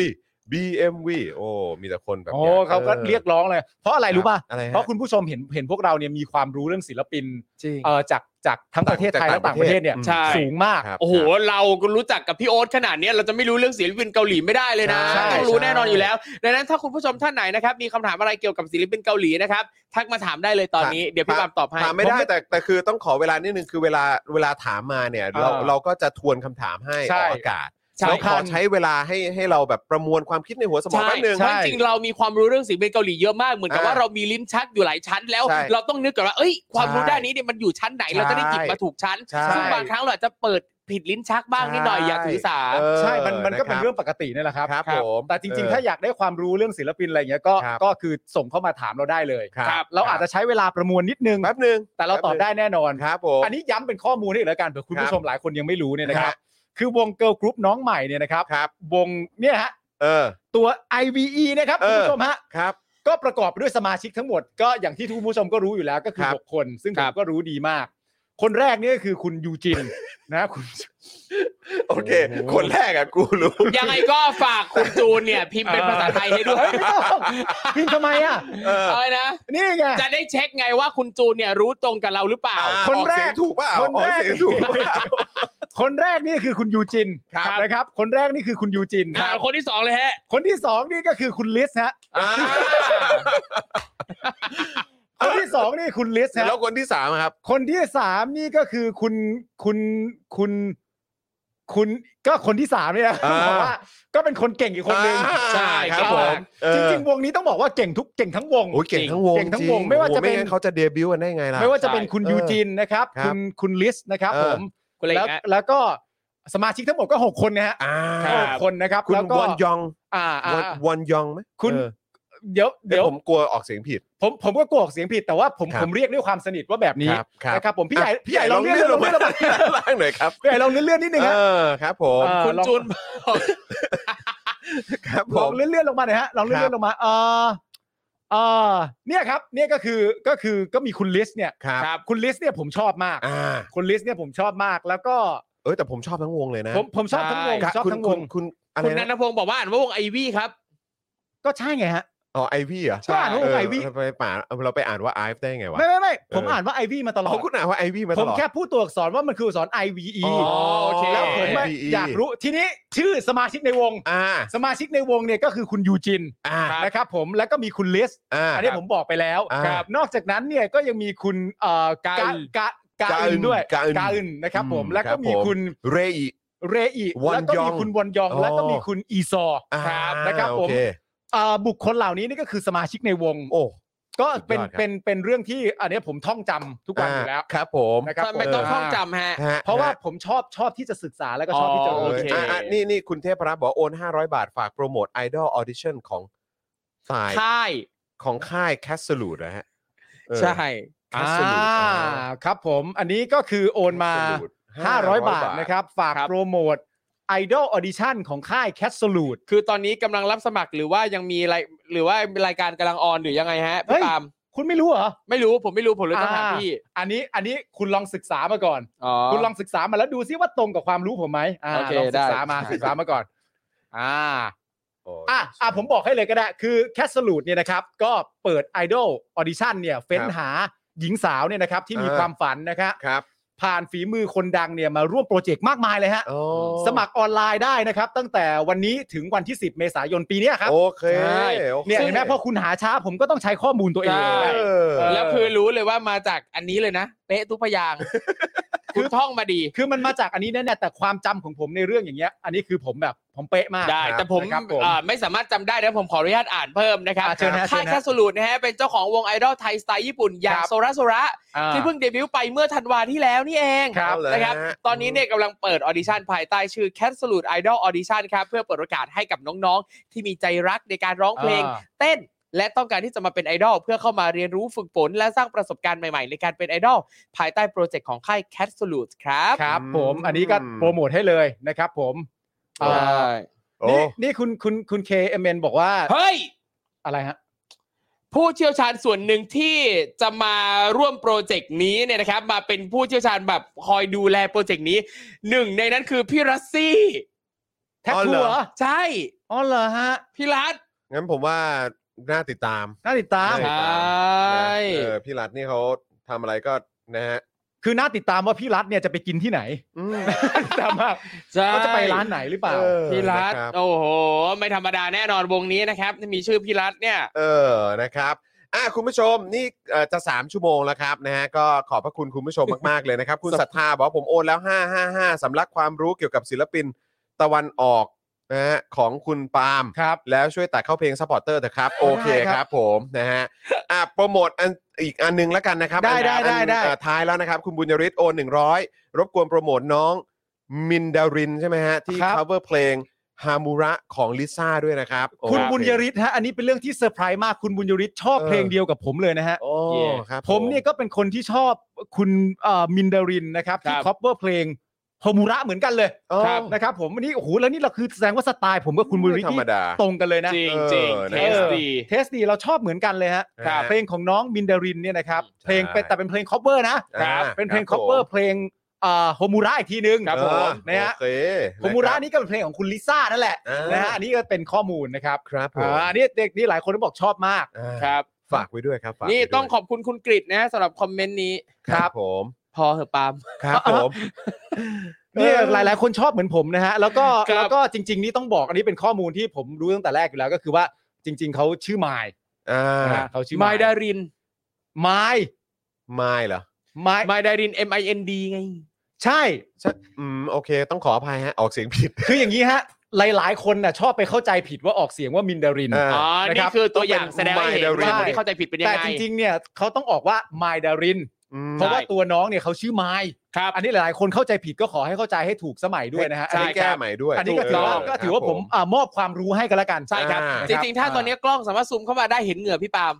Speaker 2: BMV โอ้มีแต่คนแบบ
Speaker 3: โอ้เขาก็เรียกร้องเลย เพราะอะไรรู้ป่ะ
Speaker 2: อะไรฮ
Speaker 3: เพราะคุณผู้ชมเห็นเห็นพวกเราเนี่ยมีความรู้เรื่องศิลปิน
Speaker 4: จริง
Speaker 3: เอ่อจากจากทั้งประเทศไทยและต่างประเทศเนี่ย
Speaker 2: อืม
Speaker 4: ใช่
Speaker 3: สูงมาก
Speaker 2: ครับ
Speaker 4: โอ้โห เราก็รู้จักกับพี่โอ๊ตขนาดเนี้ยเราจะไม่รู้เรื่องศิลปินเกาหลีไม่ได้เลยนะ
Speaker 2: ใช่
Speaker 4: ต้องรู้
Speaker 2: ใช่
Speaker 4: แน่นอนอยู่แล้ว ดังนั้นถ้าคุณผู้ชมท่านไหนนะครับ มีคำถามอะไรเกี่ยวกับศิลปินเกาหลีนะครับ ทักมาถามได้เลยตอนนี้ เดี๋ยวพี่ปามตอบให้
Speaker 2: ถามไม่ได้แต่แต่คือต้องขอเวลานิดนึงคือเวลาเวลาถามมาเนี่ยเรา
Speaker 3: อ่า
Speaker 2: เราก็จะทวนคำถามให้
Speaker 3: ใช่
Speaker 2: ออกอากาศ
Speaker 4: ใช่
Speaker 2: แล้วขอใช้เวลาให้ให้เราแบบประมวลความคิดในหัวสมอง
Speaker 4: ใช่
Speaker 2: แป๊บนึง
Speaker 4: เพราะจริงๆเรามีความรู้เรื่องศิลปินเกาหลีเยอะมาก เหมือนกับ
Speaker 2: อ่า
Speaker 4: ว่าเรามีลิ้นชักอยู่หลายชั้นแล้ว
Speaker 2: ใช่
Speaker 4: เราต้องนึกก่อนว่า เอ้ย ความรู้
Speaker 2: ใช่
Speaker 4: ด้านนี้เนี่ยมันอยู่ชั้นไหน เราจะได้หยิบมาถูกชั้น
Speaker 2: ใช่
Speaker 4: ซึ่งบางครั้งเราอาจจะเปิดผิดลิ้นชักบ้างนิดหน่อยอย่าถือสา
Speaker 2: เออ
Speaker 3: ใช่ มันมันก็เป็น
Speaker 2: นะครับ
Speaker 3: เรื่องปกตินี่แหละครับ
Speaker 2: ครับผม
Speaker 3: แต่จริง
Speaker 2: เออ
Speaker 3: ๆ ถ้าอยากได้ความรู้เรื่องศิลปินอะไรอย่างเงี้ย ก็
Speaker 2: ครับ
Speaker 3: ก็คือส่งเข้ามาถามเราได้เลย
Speaker 2: ครับ
Speaker 3: เราอาจจะใช้เวลาประมวลนิดนึง
Speaker 2: แป๊บนึง
Speaker 3: แต่เราตอบได้แน่นอน
Speaker 2: ครับผม
Speaker 3: อันนี้ย้ำเป็นข้อมูลนี่แล้วกันเผื่อคุณ
Speaker 2: ครั
Speaker 3: ผู้
Speaker 2: บ
Speaker 3: ชมหลายคนยังไม่รู้เนี่ยนะค
Speaker 2: ค
Speaker 3: รั
Speaker 2: รับ บ
Speaker 3: คือวงเกิร์ลกรุ๊ปน้องใหม่เนี่ยนะครับ
Speaker 2: ครับ
Speaker 3: วงเนี่ยฮะ
Speaker 2: เออ
Speaker 3: ตัว IVE นะครับ
Speaker 2: เอ
Speaker 3: คุ
Speaker 2: อ
Speaker 3: ณผู้ชมฮะ
Speaker 2: ครับ
Speaker 3: ก็ประกอบไปด้วยสมาชิกทั้งหมด ก็อย่างที่ทุกผู้ชมก็รู้อยู่แล้วก็คือ
Speaker 2: ครับ
Speaker 3: หกคน ซึ่งผ
Speaker 4: ครั
Speaker 3: ม
Speaker 4: บ
Speaker 3: ก็รู้ดีมาก คนแรกเนี่ยก็คือคุณยูจิน นะคุณ
Speaker 2: โอเค คนแรกอะกูรู้
Speaker 4: ยังไงก็ฝากคุณจูนเนี่ย พิมพ์เป็นภาษาไทยให้ด้วย
Speaker 3: เฮ้ยไม่ต้องพิมพ์ทำไมอ่ะ
Speaker 2: เออ
Speaker 4: เอาเลยนะ
Speaker 3: นี่ไง
Speaker 4: จะได้เช็คไงว่าคุณจูนเนี่ยรู้ตรงกับเราหรือเปล่า
Speaker 2: อ่า
Speaker 3: คนแร
Speaker 2: ออ
Speaker 3: ก
Speaker 2: เสียงถูกเปล่า
Speaker 3: คน
Speaker 2: ออ
Speaker 3: แรก
Speaker 2: เสียงถูกเปล่า
Speaker 3: คนแรกนี่คือคุณยูจิน
Speaker 2: ครับ
Speaker 3: นะครับ คนแรกนี่คือคุณยูจิน
Speaker 4: อ่าคนที่สองเลยฮะ
Speaker 3: คนที่สองนี่ก็คือคุณลิสฮะ
Speaker 2: อ่า
Speaker 3: คนที่สองนี่คุณลิสฮะ
Speaker 2: แล้วคนที่สามอะครับ
Speaker 3: คนที่สามนี่ก็คือคุณคุณคุณคุณก็คนที่สามเนี่ยนะบอกว่าก็เป็นคนเก่งอีกคนนึง
Speaker 2: อ่า
Speaker 4: ใช่
Speaker 2: ครับ
Speaker 4: เก่
Speaker 2: ผม
Speaker 4: งาม ก
Speaker 2: เออ
Speaker 3: จริงๆ วงนี้ต้องบอกว่าเก่งทุกเก่งทั้งวง
Speaker 2: โอ้ยเก่งทั้งวง
Speaker 3: เก่งทั้งวงไม่ว่าจะเป็น
Speaker 2: โอ้โหไงั้เขาจะเดบิวต์กันได้ไงล่ะ
Speaker 3: ไม่ว่าจะเป็นคุณ
Speaker 2: เออ
Speaker 3: ยูจินนะครับ
Speaker 2: ครับ
Speaker 3: คุณคุณลิสนะครับ
Speaker 2: เออ
Speaker 3: ผม
Speaker 4: คุณเล็ก
Speaker 3: แล้ว
Speaker 4: ฮะ
Speaker 3: แล้วก็สมาชิกทั้งหมดก็หกคนนะฮะ
Speaker 2: อ่า
Speaker 4: ครับ
Speaker 3: หกคนนะครับ
Speaker 2: คุณ
Speaker 3: แล้วก็
Speaker 2: วอนยอง
Speaker 3: อ่าอ่า
Speaker 2: วอนวอนยองไหม
Speaker 3: คุณ
Speaker 2: เออ
Speaker 3: เดี๋ยว
Speaker 2: เดี๋
Speaker 3: เดี๋
Speaker 2: ย
Speaker 3: ยว ว
Speaker 2: ผมกลัวออกเสียงผิด
Speaker 3: ผมผมก็กลัวออกเสียงผิดแต่ว่าผม
Speaker 2: ครับ
Speaker 3: ผมเรียกด้วยความสนิทว่าแบบนี้
Speaker 2: ครับครับ
Speaker 3: นะครับผมพี่ใหญ่
Speaker 2: อ่ะ
Speaker 3: พี่ใหญ่ลองเลื่อนลงมา
Speaker 2: ด้านล่างหน่อยครับ
Speaker 3: พี่ใหญ่ลองเลื่อนเลื่อนนิดนึง
Speaker 2: เอ
Speaker 3: ฮะ
Speaker 2: อครับผม
Speaker 3: เอ่อ
Speaker 4: คุณ
Speaker 3: ลอง
Speaker 4: จูน
Speaker 2: ครับผ
Speaker 3: ลอ
Speaker 2: ม
Speaker 3: งเลื่อนเลื่อนลงมาหน่อยฮะลองเลื่อน
Speaker 2: ครับ
Speaker 3: เลื่อนลงมาเออเออเนี่ยครับเนี่ยก็คือก็คือก็มีคุณลิสเนี่ย
Speaker 2: ครับ
Speaker 4: ครับ
Speaker 3: คุณลิสเนี่ยผมชอบมาก
Speaker 2: อ่า
Speaker 3: คุณลิสเนี่ยผมชอบมากแล้วก็
Speaker 2: เออแต่ผมชอบทั้งวงเลยนะ
Speaker 3: ผมผมชอบทั้งวง
Speaker 4: ใช่
Speaker 3: ชอบ
Speaker 2: คุณ
Speaker 3: ทั้งว
Speaker 2: คุณ
Speaker 3: ง
Speaker 2: คุณอะไร
Speaker 4: คุณนั
Speaker 2: นะ
Speaker 4: นทพงศ์บอกว่าอ่านว่าวงไอวี่ครับ
Speaker 3: ก็ใช่ไงฮะ
Speaker 2: อ๋อไอวี่เหรอ
Speaker 3: ก็อ่านว่า
Speaker 2: เ
Speaker 3: ไอวี่
Speaker 2: เราไปป่านเราไปอ่านว่าไอฟ์ได้ไงวะ
Speaker 3: ไม่ไม่ไม่
Speaker 2: เออ
Speaker 3: ผมอ่านว่าไอวี่มาตลอ
Speaker 2: อ๋อ
Speaker 3: ด
Speaker 2: คุณอ่านว่าไอวี่มา
Speaker 3: ผ
Speaker 2: ต
Speaker 3: ม
Speaker 2: ลอด
Speaker 3: แค่พูดตัวอักษรว่ามันคืออักษร I V E
Speaker 2: อ๋อ
Speaker 4: โอเค
Speaker 3: แล้วผมอะ
Speaker 2: IVE
Speaker 3: อยากรู้ทีนี้ชื่อสมาชิกในวง
Speaker 2: อ่า
Speaker 3: สมาชิกในวงเนี่ยก็คือคุณยูจิน
Speaker 2: อ่า
Speaker 4: ครับ
Speaker 3: นะครับผมแล้วก็มีคุณลิส
Speaker 2: อ่า
Speaker 3: อันนี้ผมบอกไปแล้ว
Speaker 2: อ่า
Speaker 3: ครับนอกจากนั้นเนี่ยก็ยังมีคุณเอ่อกาก
Speaker 4: าอึน
Speaker 3: กากาอึนด้วย
Speaker 2: กาอึน
Speaker 3: อึนนะครับผม
Speaker 2: อืม
Speaker 3: แล้ว
Speaker 2: ครั
Speaker 3: ก็
Speaker 2: บ
Speaker 3: มี
Speaker 2: ผม
Speaker 3: คุณ
Speaker 2: เรอิ
Speaker 3: เรอี
Speaker 2: วอน
Speaker 3: แล้วก็
Speaker 2: ยอ
Speaker 3: มี
Speaker 2: ง
Speaker 3: คุณวอนยอง
Speaker 2: อ๋อ
Speaker 3: แล้วก็มีคุณอีซอ
Speaker 2: อ่า
Speaker 3: ครับนะครับผม
Speaker 2: โอเ
Speaker 3: เอ่อบุคคลเหล่านี้นี่ก็คือสมาชิกในวง
Speaker 2: โอ้
Speaker 3: ก็เป็นเป็นเป็นเรื่องที่อันเนี้ยผมท่องจำทุกวันอยู่แล้ว
Speaker 2: าครับผม
Speaker 3: นะครับ
Speaker 4: ไม่ต้องท่องจำฮะ
Speaker 2: ฮ
Speaker 3: เพราะว่าผมชอบชอบที่จะศึกษาแล้วก็ชอบที่จะ
Speaker 4: อ๋อ
Speaker 3: รู้
Speaker 4: โอเค
Speaker 2: อ่ะอ่ะนี่นี่คุณเทพรัตน์บอกว่าโอน 500 บาทฝากโปรโมท Idol Audition ของสาย
Speaker 4: ค่าย
Speaker 2: ของค่าย Castle นะฮะเออ
Speaker 4: ใช่
Speaker 3: อ่า
Speaker 2: Castle
Speaker 3: ครับผมอันนี้ก็คือโอนมา
Speaker 2: Absolute
Speaker 3: 500 บาทนะครับ ฝาก
Speaker 4: ครับ
Speaker 3: โปรโมท Idol Audition ของค่าย Cat Salute
Speaker 4: คือตอนนี้กำลังรับสมัครหรือว่ายังมีรายหรือว่ารายการกำลังออนหรือยังไงฮะ
Speaker 3: เฮ้
Speaker 4: พี่
Speaker 3: ย
Speaker 4: ปาล์ม
Speaker 3: คุณไม่รู้เหรอ
Speaker 4: ไม่รู้ผมไม่รู้ผมเลยต้องถาม
Speaker 3: อ่า
Speaker 4: พี่
Speaker 3: อันนี้อันนี้คุณลองศึกษามาก่อน
Speaker 4: อ๋อ
Speaker 3: คุณลองศึกษามาแล้วดูซิว่าตรงกับความรู้ผมไหมอ่า
Speaker 4: โอเค
Speaker 3: ลองศึกษา
Speaker 4: ได้
Speaker 3: มาศึกษามาก่อน อ่า
Speaker 2: โอ้
Speaker 3: อ่ะอ่ะผมบอกให้เลยก็ได้ คือ Cat Salute เนี่ยนะครับ ก็เปิด Idol Audition เนี่ยเฟ้นหาหญิงสาวเนี่ยนะครับที่มีความฝันนะครับ
Speaker 2: ครับ
Speaker 3: ผ่านฝีมือคนดังเนี่ยมาร่วมโปรเจกต์มากมายเลยฮะ
Speaker 2: โอ้
Speaker 3: สมัครออนไลน์ได้นะครับ ตั้งแต่วันนี้ถึงวันที่ 10 เมษายนปีเนี้ยครับ
Speaker 2: โอเค
Speaker 4: ใช่
Speaker 2: โอค
Speaker 3: เนี่ยเห็นไหมพอคุณหาช้าผมก็ต้องใช้ข้อมูลตัวเอง
Speaker 4: ใช่
Speaker 2: เออ
Speaker 3: เ
Speaker 4: แล้วคือรู้เลยว่ามาจากอันนี้เลยนะ เป๊ะทุกพยางค์คือท่องมาดี
Speaker 3: คือมันมาจากอันนี้แน่ๆแต่ความจำของผมในเรื่องอย่างเงี้ย อันนี้คือผมแบบผมเป๊ะมาก
Speaker 4: ได้ แต่ผม
Speaker 3: นะครับผม
Speaker 4: เอ่อไม่สามารถจำได้นะผมขออนุญาตอ่านเพิ่มนะครับ
Speaker 3: อ่าเชิญฮะ
Speaker 4: ค่าย
Speaker 3: เชิญฮะ
Speaker 4: คาสุลูดนะฮะ เป็นเจ้าของวงไอดอลไทยสไตล์ญี่ปุ่น อย่าง
Speaker 3: ครับ
Speaker 4: โซระโซระ
Speaker 3: อ่า
Speaker 4: ที่เพิ่งเดบิวต์ไปเมื่อธันวาที่แล้วนี่เอง
Speaker 2: ครับ
Speaker 4: นะครับ
Speaker 2: เลยฮะ
Speaker 4: ตอนนี้เนี่ยกำลังเปิดออดิชั่นภายใต้ชื่อ c a t s l u t e Idol Audition ครับ เพื่อเปิดโอกาสให้กับน้องๆ ที่มีใจรักในการร้องเพลง
Speaker 3: อ่า
Speaker 4: เต้น และต้องการที่จะมาเป็นไอดอลเพื่อเข้ามาเรียนรู้ฝึกฝนและสร้างประสบการณ์ใหม่ๆ ในการเป็นไอดอลภายใต้โปรเจกต์ของค่าย c a t s l u t e ครับ
Speaker 3: ครับ
Speaker 2: อืม
Speaker 3: ผมอันนี้ก็โปรโมทให้เลยนะครับผมอ่า
Speaker 2: โอ้
Speaker 3: นี่นี่คุณคุณคุณเคเอเมนบอกว่า
Speaker 4: เฮ้ย
Speaker 3: อะไรฮะ
Speaker 4: ผู้เชี่ยวชาญส่วนหนึ่งที่จะมาร่วมโปรเจกต์นี้เนี่ยนะครับ มาเป็นผู้เชี่ยวชาญแบบคอยดูแลโปรเจกต์นี้หนึ่งในนั้นคือพี่รัสซี่
Speaker 3: แท็ก
Speaker 2: อ๋อ
Speaker 3: ทั
Speaker 2: เหร
Speaker 3: ว
Speaker 2: อ
Speaker 3: ร์เหรอ
Speaker 4: ใช่
Speaker 3: อ๋อเหรอฮะ
Speaker 4: พี่รัส
Speaker 2: งั้นผมว่าน่าติดตาม
Speaker 3: น่าติดตาม
Speaker 4: ใช
Speaker 2: น่าติดตาม่ นะเออพี่รัฐนี่เขาทำอะไรก็นะฮะ
Speaker 3: คือน่าติดตามว่าพี่รัฐเนี่ยจะไปกิน ที่ไหน
Speaker 2: อืม
Speaker 3: แต่ว่า
Speaker 4: ใช่
Speaker 3: เขาจะไปร้านไหนหรือเปล่า
Speaker 2: เออ
Speaker 4: พี่รัต
Speaker 2: นะครับ
Speaker 4: โอ้โห ไม่ธรรมดาแน่นอนวงนี้นะครับมีชื่อพี่รัตเนี่ย
Speaker 2: เออ นะครับ อ่ะคุณผู้ชม นี่เอ่อจะ 3 ชั่วโมงแล้วครับนะฮะ ก็ขอบพระคุณคุณผู้ชมมาก ๆ เลย นะครับ คุณศรัทธาบอกว่าผมโอนแล้ว 555สำลักความรู้เกี่ยวกับศิลปินตะวันออกนะฮะของคุณปาล์ม
Speaker 3: ครับ
Speaker 2: แล้วช่วยตัดเข้าเพลงซัพพอร์เตอร์เถอะครับ โอเคครับผมนะฮะอ่ะโปรโมทอันอีกอันหนึงแล้วกันนะครับ
Speaker 3: ได้
Speaker 2: อัน
Speaker 3: ได้ได้
Speaker 2: อัน
Speaker 3: ได้
Speaker 2: เอ่อท้ายแล้วนะครับ คุณบุญยริศโอน100 รบกวนโปรโมทน้องมินดารินใช่ไหมฮะ ที่
Speaker 3: ครับ
Speaker 2: cover เพลงฮามูระของลิซ่าด้วยนะครับโอ้
Speaker 3: คุณ
Speaker 2: รับ
Speaker 3: บุญยริศฮะอันนี้เป็นเรื่องที่เซอร์ไพรส์มากคุณบุญยริศชอบเพลงเดียวกับผมเลยนะฮะ
Speaker 2: โอ้ครับ
Speaker 3: ผมเนี่ยก็เป็นคนที่ชอบคุณเอ่อมินดารินนะครับ ที่
Speaker 4: ครับ
Speaker 3: คอปเวอร์เพลงฮมูระเหมือนกันเลย
Speaker 2: โอ้
Speaker 3: นะครับผมวันนี้โอ้โหแล้วนี่เราคือแสดงว่าสไตล์ผมกับคุณบุญยริศ
Speaker 2: ไม่ธรรม
Speaker 3: นี่
Speaker 2: ดา
Speaker 3: ตรงกันเลยนะ
Speaker 4: จริง
Speaker 2: เออ
Speaker 4: จริง
Speaker 2: นะ
Speaker 4: เทสดี
Speaker 3: เทสดีเราชอบเหมือนกันเลยฮะ
Speaker 2: ครับ
Speaker 3: เพลงของน้องมินดารินเนี่ยนะครับ เพลงเป็น
Speaker 2: ใช่
Speaker 3: แต่เป็นเพลงคอปเวอร์นะครับ เป็นเพลง
Speaker 2: ค
Speaker 3: ครับ อปเวอ
Speaker 2: ผ
Speaker 3: ร์
Speaker 2: ม
Speaker 3: เพลงเอ่อโฮมูระอีกทีนึง
Speaker 2: ครับผม
Speaker 3: นะฮะ
Speaker 2: โอเค
Speaker 3: โฮมูระ
Speaker 2: คบ
Speaker 3: นี่ก็เป็นเพลงของคุณลิซ่านั่นแหละ
Speaker 2: อ่าน
Speaker 3: นะฮะอันนี้ก็เป็นข้อมูลนะครับ
Speaker 2: ครับผม
Speaker 3: อ่าอันนี้เด็กนี่หลายคนก็บอกชอบมาก
Speaker 2: อ่า
Speaker 4: ครับ
Speaker 2: ฝากไว้ด้วยครับฝาก
Speaker 4: นี่
Speaker 2: ไว้ด้วย
Speaker 4: ต้องขอบคุณคุณกริตนะฮะสำหรับคอมเมนต์นี้
Speaker 2: ครับผม
Speaker 4: พอเหอะปาล์ม
Speaker 2: ครับผม
Speaker 3: เนี่ยหลาย ๆ คนชอบเหมือนผมนะฮะแล้วก็
Speaker 4: ครับ
Speaker 3: แล้วก็จริง ๆ นี่ต้องบอกอันนี้เป็นข้อมูลที่ผมรู้ตั้งแต่แรกอยู่แล้วก็คือว่าจริง ๆเขาชื่อไมล์
Speaker 2: อ่า
Speaker 3: นะฮะเขาชื่อ
Speaker 4: ไมดาริน
Speaker 3: ไมล์
Speaker 2: ไม่เหรอ
Speaker 3: ไมล์
Speaker 4: ไมดาริน M I N D ไง
Speaker 3: ใช่
Speaker 2: ใช่อืม โอเค ต้องขออภัยฮะ ออกเสียงผิด
Speaker 3: คืออย่างนี้ฮะ หลาย ๆ คนน่ะชอบไปเข้าใจผิดว่าออกเสียงว่ามินดาริน
Speaker 2: อ่า
Speaker 4: อ๋อ
Speaker 3: นะค
Speaker 4: นี่
Speaker 3: รับ
Speaker 4: คือตัวอย่าง
Speaker 2: ต้องเป็น
Speaker 4: แสดงให้เห็น
Speaker 2: Mandarin
Speaker 4: ว่าคนที่เข้าใจผิดเป็นยัง
Speaker 3: แต่
Speaker 4: ไง
Speaker 3: จริง ๆ เนี่ยเขาต้องออกว่าไมล์ดาริน
Speaker 2: ม
Speaker 3: เพราะว่าตัวน้องเนี่ยเขาชื่อไมล์
Speaker 4: ครับ
Speaker 3: อันนี้หลายๆ คนเข้าใจผิดก็ขอให้เข้าใจให้ถูกสมัยด้วยนะฮะ
Speaker 2: ใช่
Speaker 3: อันนี้
Speaker 2: แก้ใหม่ด้วย
Speaker 3: อันนี้ก็ถือว่าก็ถือว่าผมอ่ามอบความรู้ให้กันละกัน
Speaker 4: ใช่ครับ
Speaker 2: อ่า
Speaker 4: จริง ๆ ถ้าตอนนี้กล้องสามารถซูมเข้ามาได้เห็นเหงื่อพี่ปาล์ม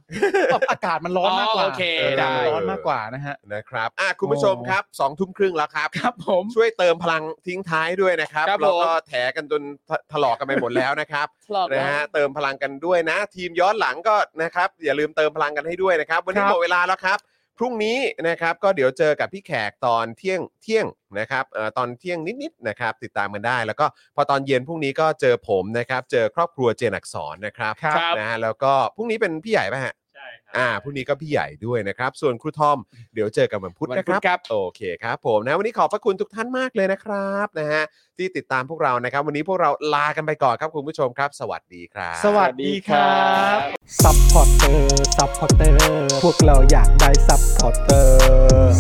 Speaker 3: อากาศมันร้อนมากกว่า
Speaker 4: อ๋อโอเค
Speaker 3: อากาศมัน
Speaker 4: ได้
Speaker 3: ร้อนมากกว่านะฮะ
Speaker 2: นะครับอ่ะคุณผู้ชมครับสองทุ่มครึ่งแล้วครับ
Speaker 3: ครับผม
Speaker 2: ช่วยเติมพลังทิ้งท้ายด้วยนะครับ
Speaker 4: ครับผม
Speaker 2: แล้วก็แถกันจนทะถลอกกันไปหมดแล้วนะครับ
Speaker 4: ตลอด
Speaker 2: นะ
Speaker 4: นะ
Speaker 2: ฮะเติมพลังกันด้วยนะ ทีมย้อนหลังก็นะครับ อย่าลืมเติมพลังกันให้ด้วยนะครับ วันนี้
Speaker 3: ครับ
Speaker 2: หมดเวลาแล้วครับ พรุ่งนี้นะครับก็เดี๋ยวเจอกับพี่แขกตอนเที่ยงเที่ยงนะครับเอ่อตอนเที่ยงนิดๆนะครับติดตามกันได้ แล้วก็พอตอนเย็นพรุ่งนี้ก็เจอผมนะครับเจอครอบครัวเจนอักษรนะครับ
Speaker 4: ครับ
Speaker 2: นะฮะแล้วก็พรุ่งนี้เป็นพี่ใหญ่ป่ะฮะ
Speaker 5: ใช่ครั
Speaker 2: อ่าพรุ่งนี้ก็พี่ใหญ่ด้วยนะครับ ส่วนครูทอมเดี๋ยวเจอกันวันพุธนะครับ
Speaker 4: ครับ
Speaker 2: โอเคครับผมนะวันนี้ขอบพระคุณทุกท่านมากเลยนะครับนะฮะที่ติดตามพวกเรานะครับ วันนี้พวกเราลากันไปก่อนครับคุณผู้ชมครับ สวัสดีครับ
Speaker 3: สวัสดีครับ
Speaker 1: ซัพพอร์เตอร์ ซัพพอร์เตอร์ พวกเราอยากได้ซัพพอร์เตอร์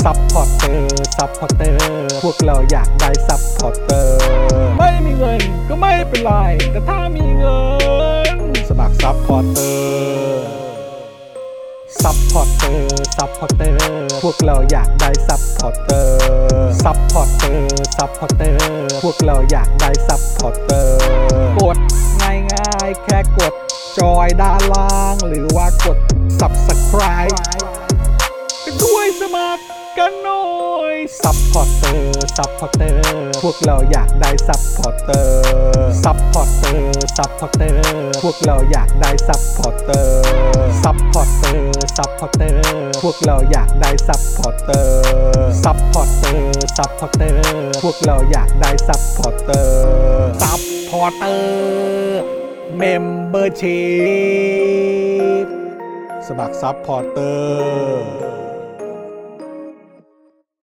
Speaker 1: ซัพพอร์เตอร์ ซัพพอร์เตอร์ พวกเราอยากได้ซัพพอร์เตอร์ ไม่มีเงินก็ไม่เป็นไร แต่ถ้ามีเงิน สมัครซัพพอร์เตอร์ ซัพพอร์เตอร์ ซัพพอร์เตอร์ พวกเราอยากได้ซัพพอร์เตอร์ ซัพพอร์เตอร์ ซัพพอร์เตอร์ พวกเราอยากได้ซัพพอร์เตอร์ กดง่ายง่ายๆแค่กด จอยด้านล่าง หรือว่ากด subscribe ไปด้วยสมัครกันหน่อย ซัพพอร์เตอร์ ซัพพอร์เตอร์ พวกเราอยากได้ซัพพอร์เตอร์ ซัพพอร์เตอร์ ซัพพอร์เตอร์ พวกเราอยากได้ซัพพอร์เตอร์ ซัพพอร์เตอร์ ซัพพอร์เตอร์ พวกเราอยากได้ซัพพอร์เตอร์ ซัพพอร์เตอร์ ซัพพอร์เตอร์ พวกเราอยากได้ซัพพอร์เตอร์ ซัพพอร์เตอร์ Membership สมัครซัพพอร์เตอร์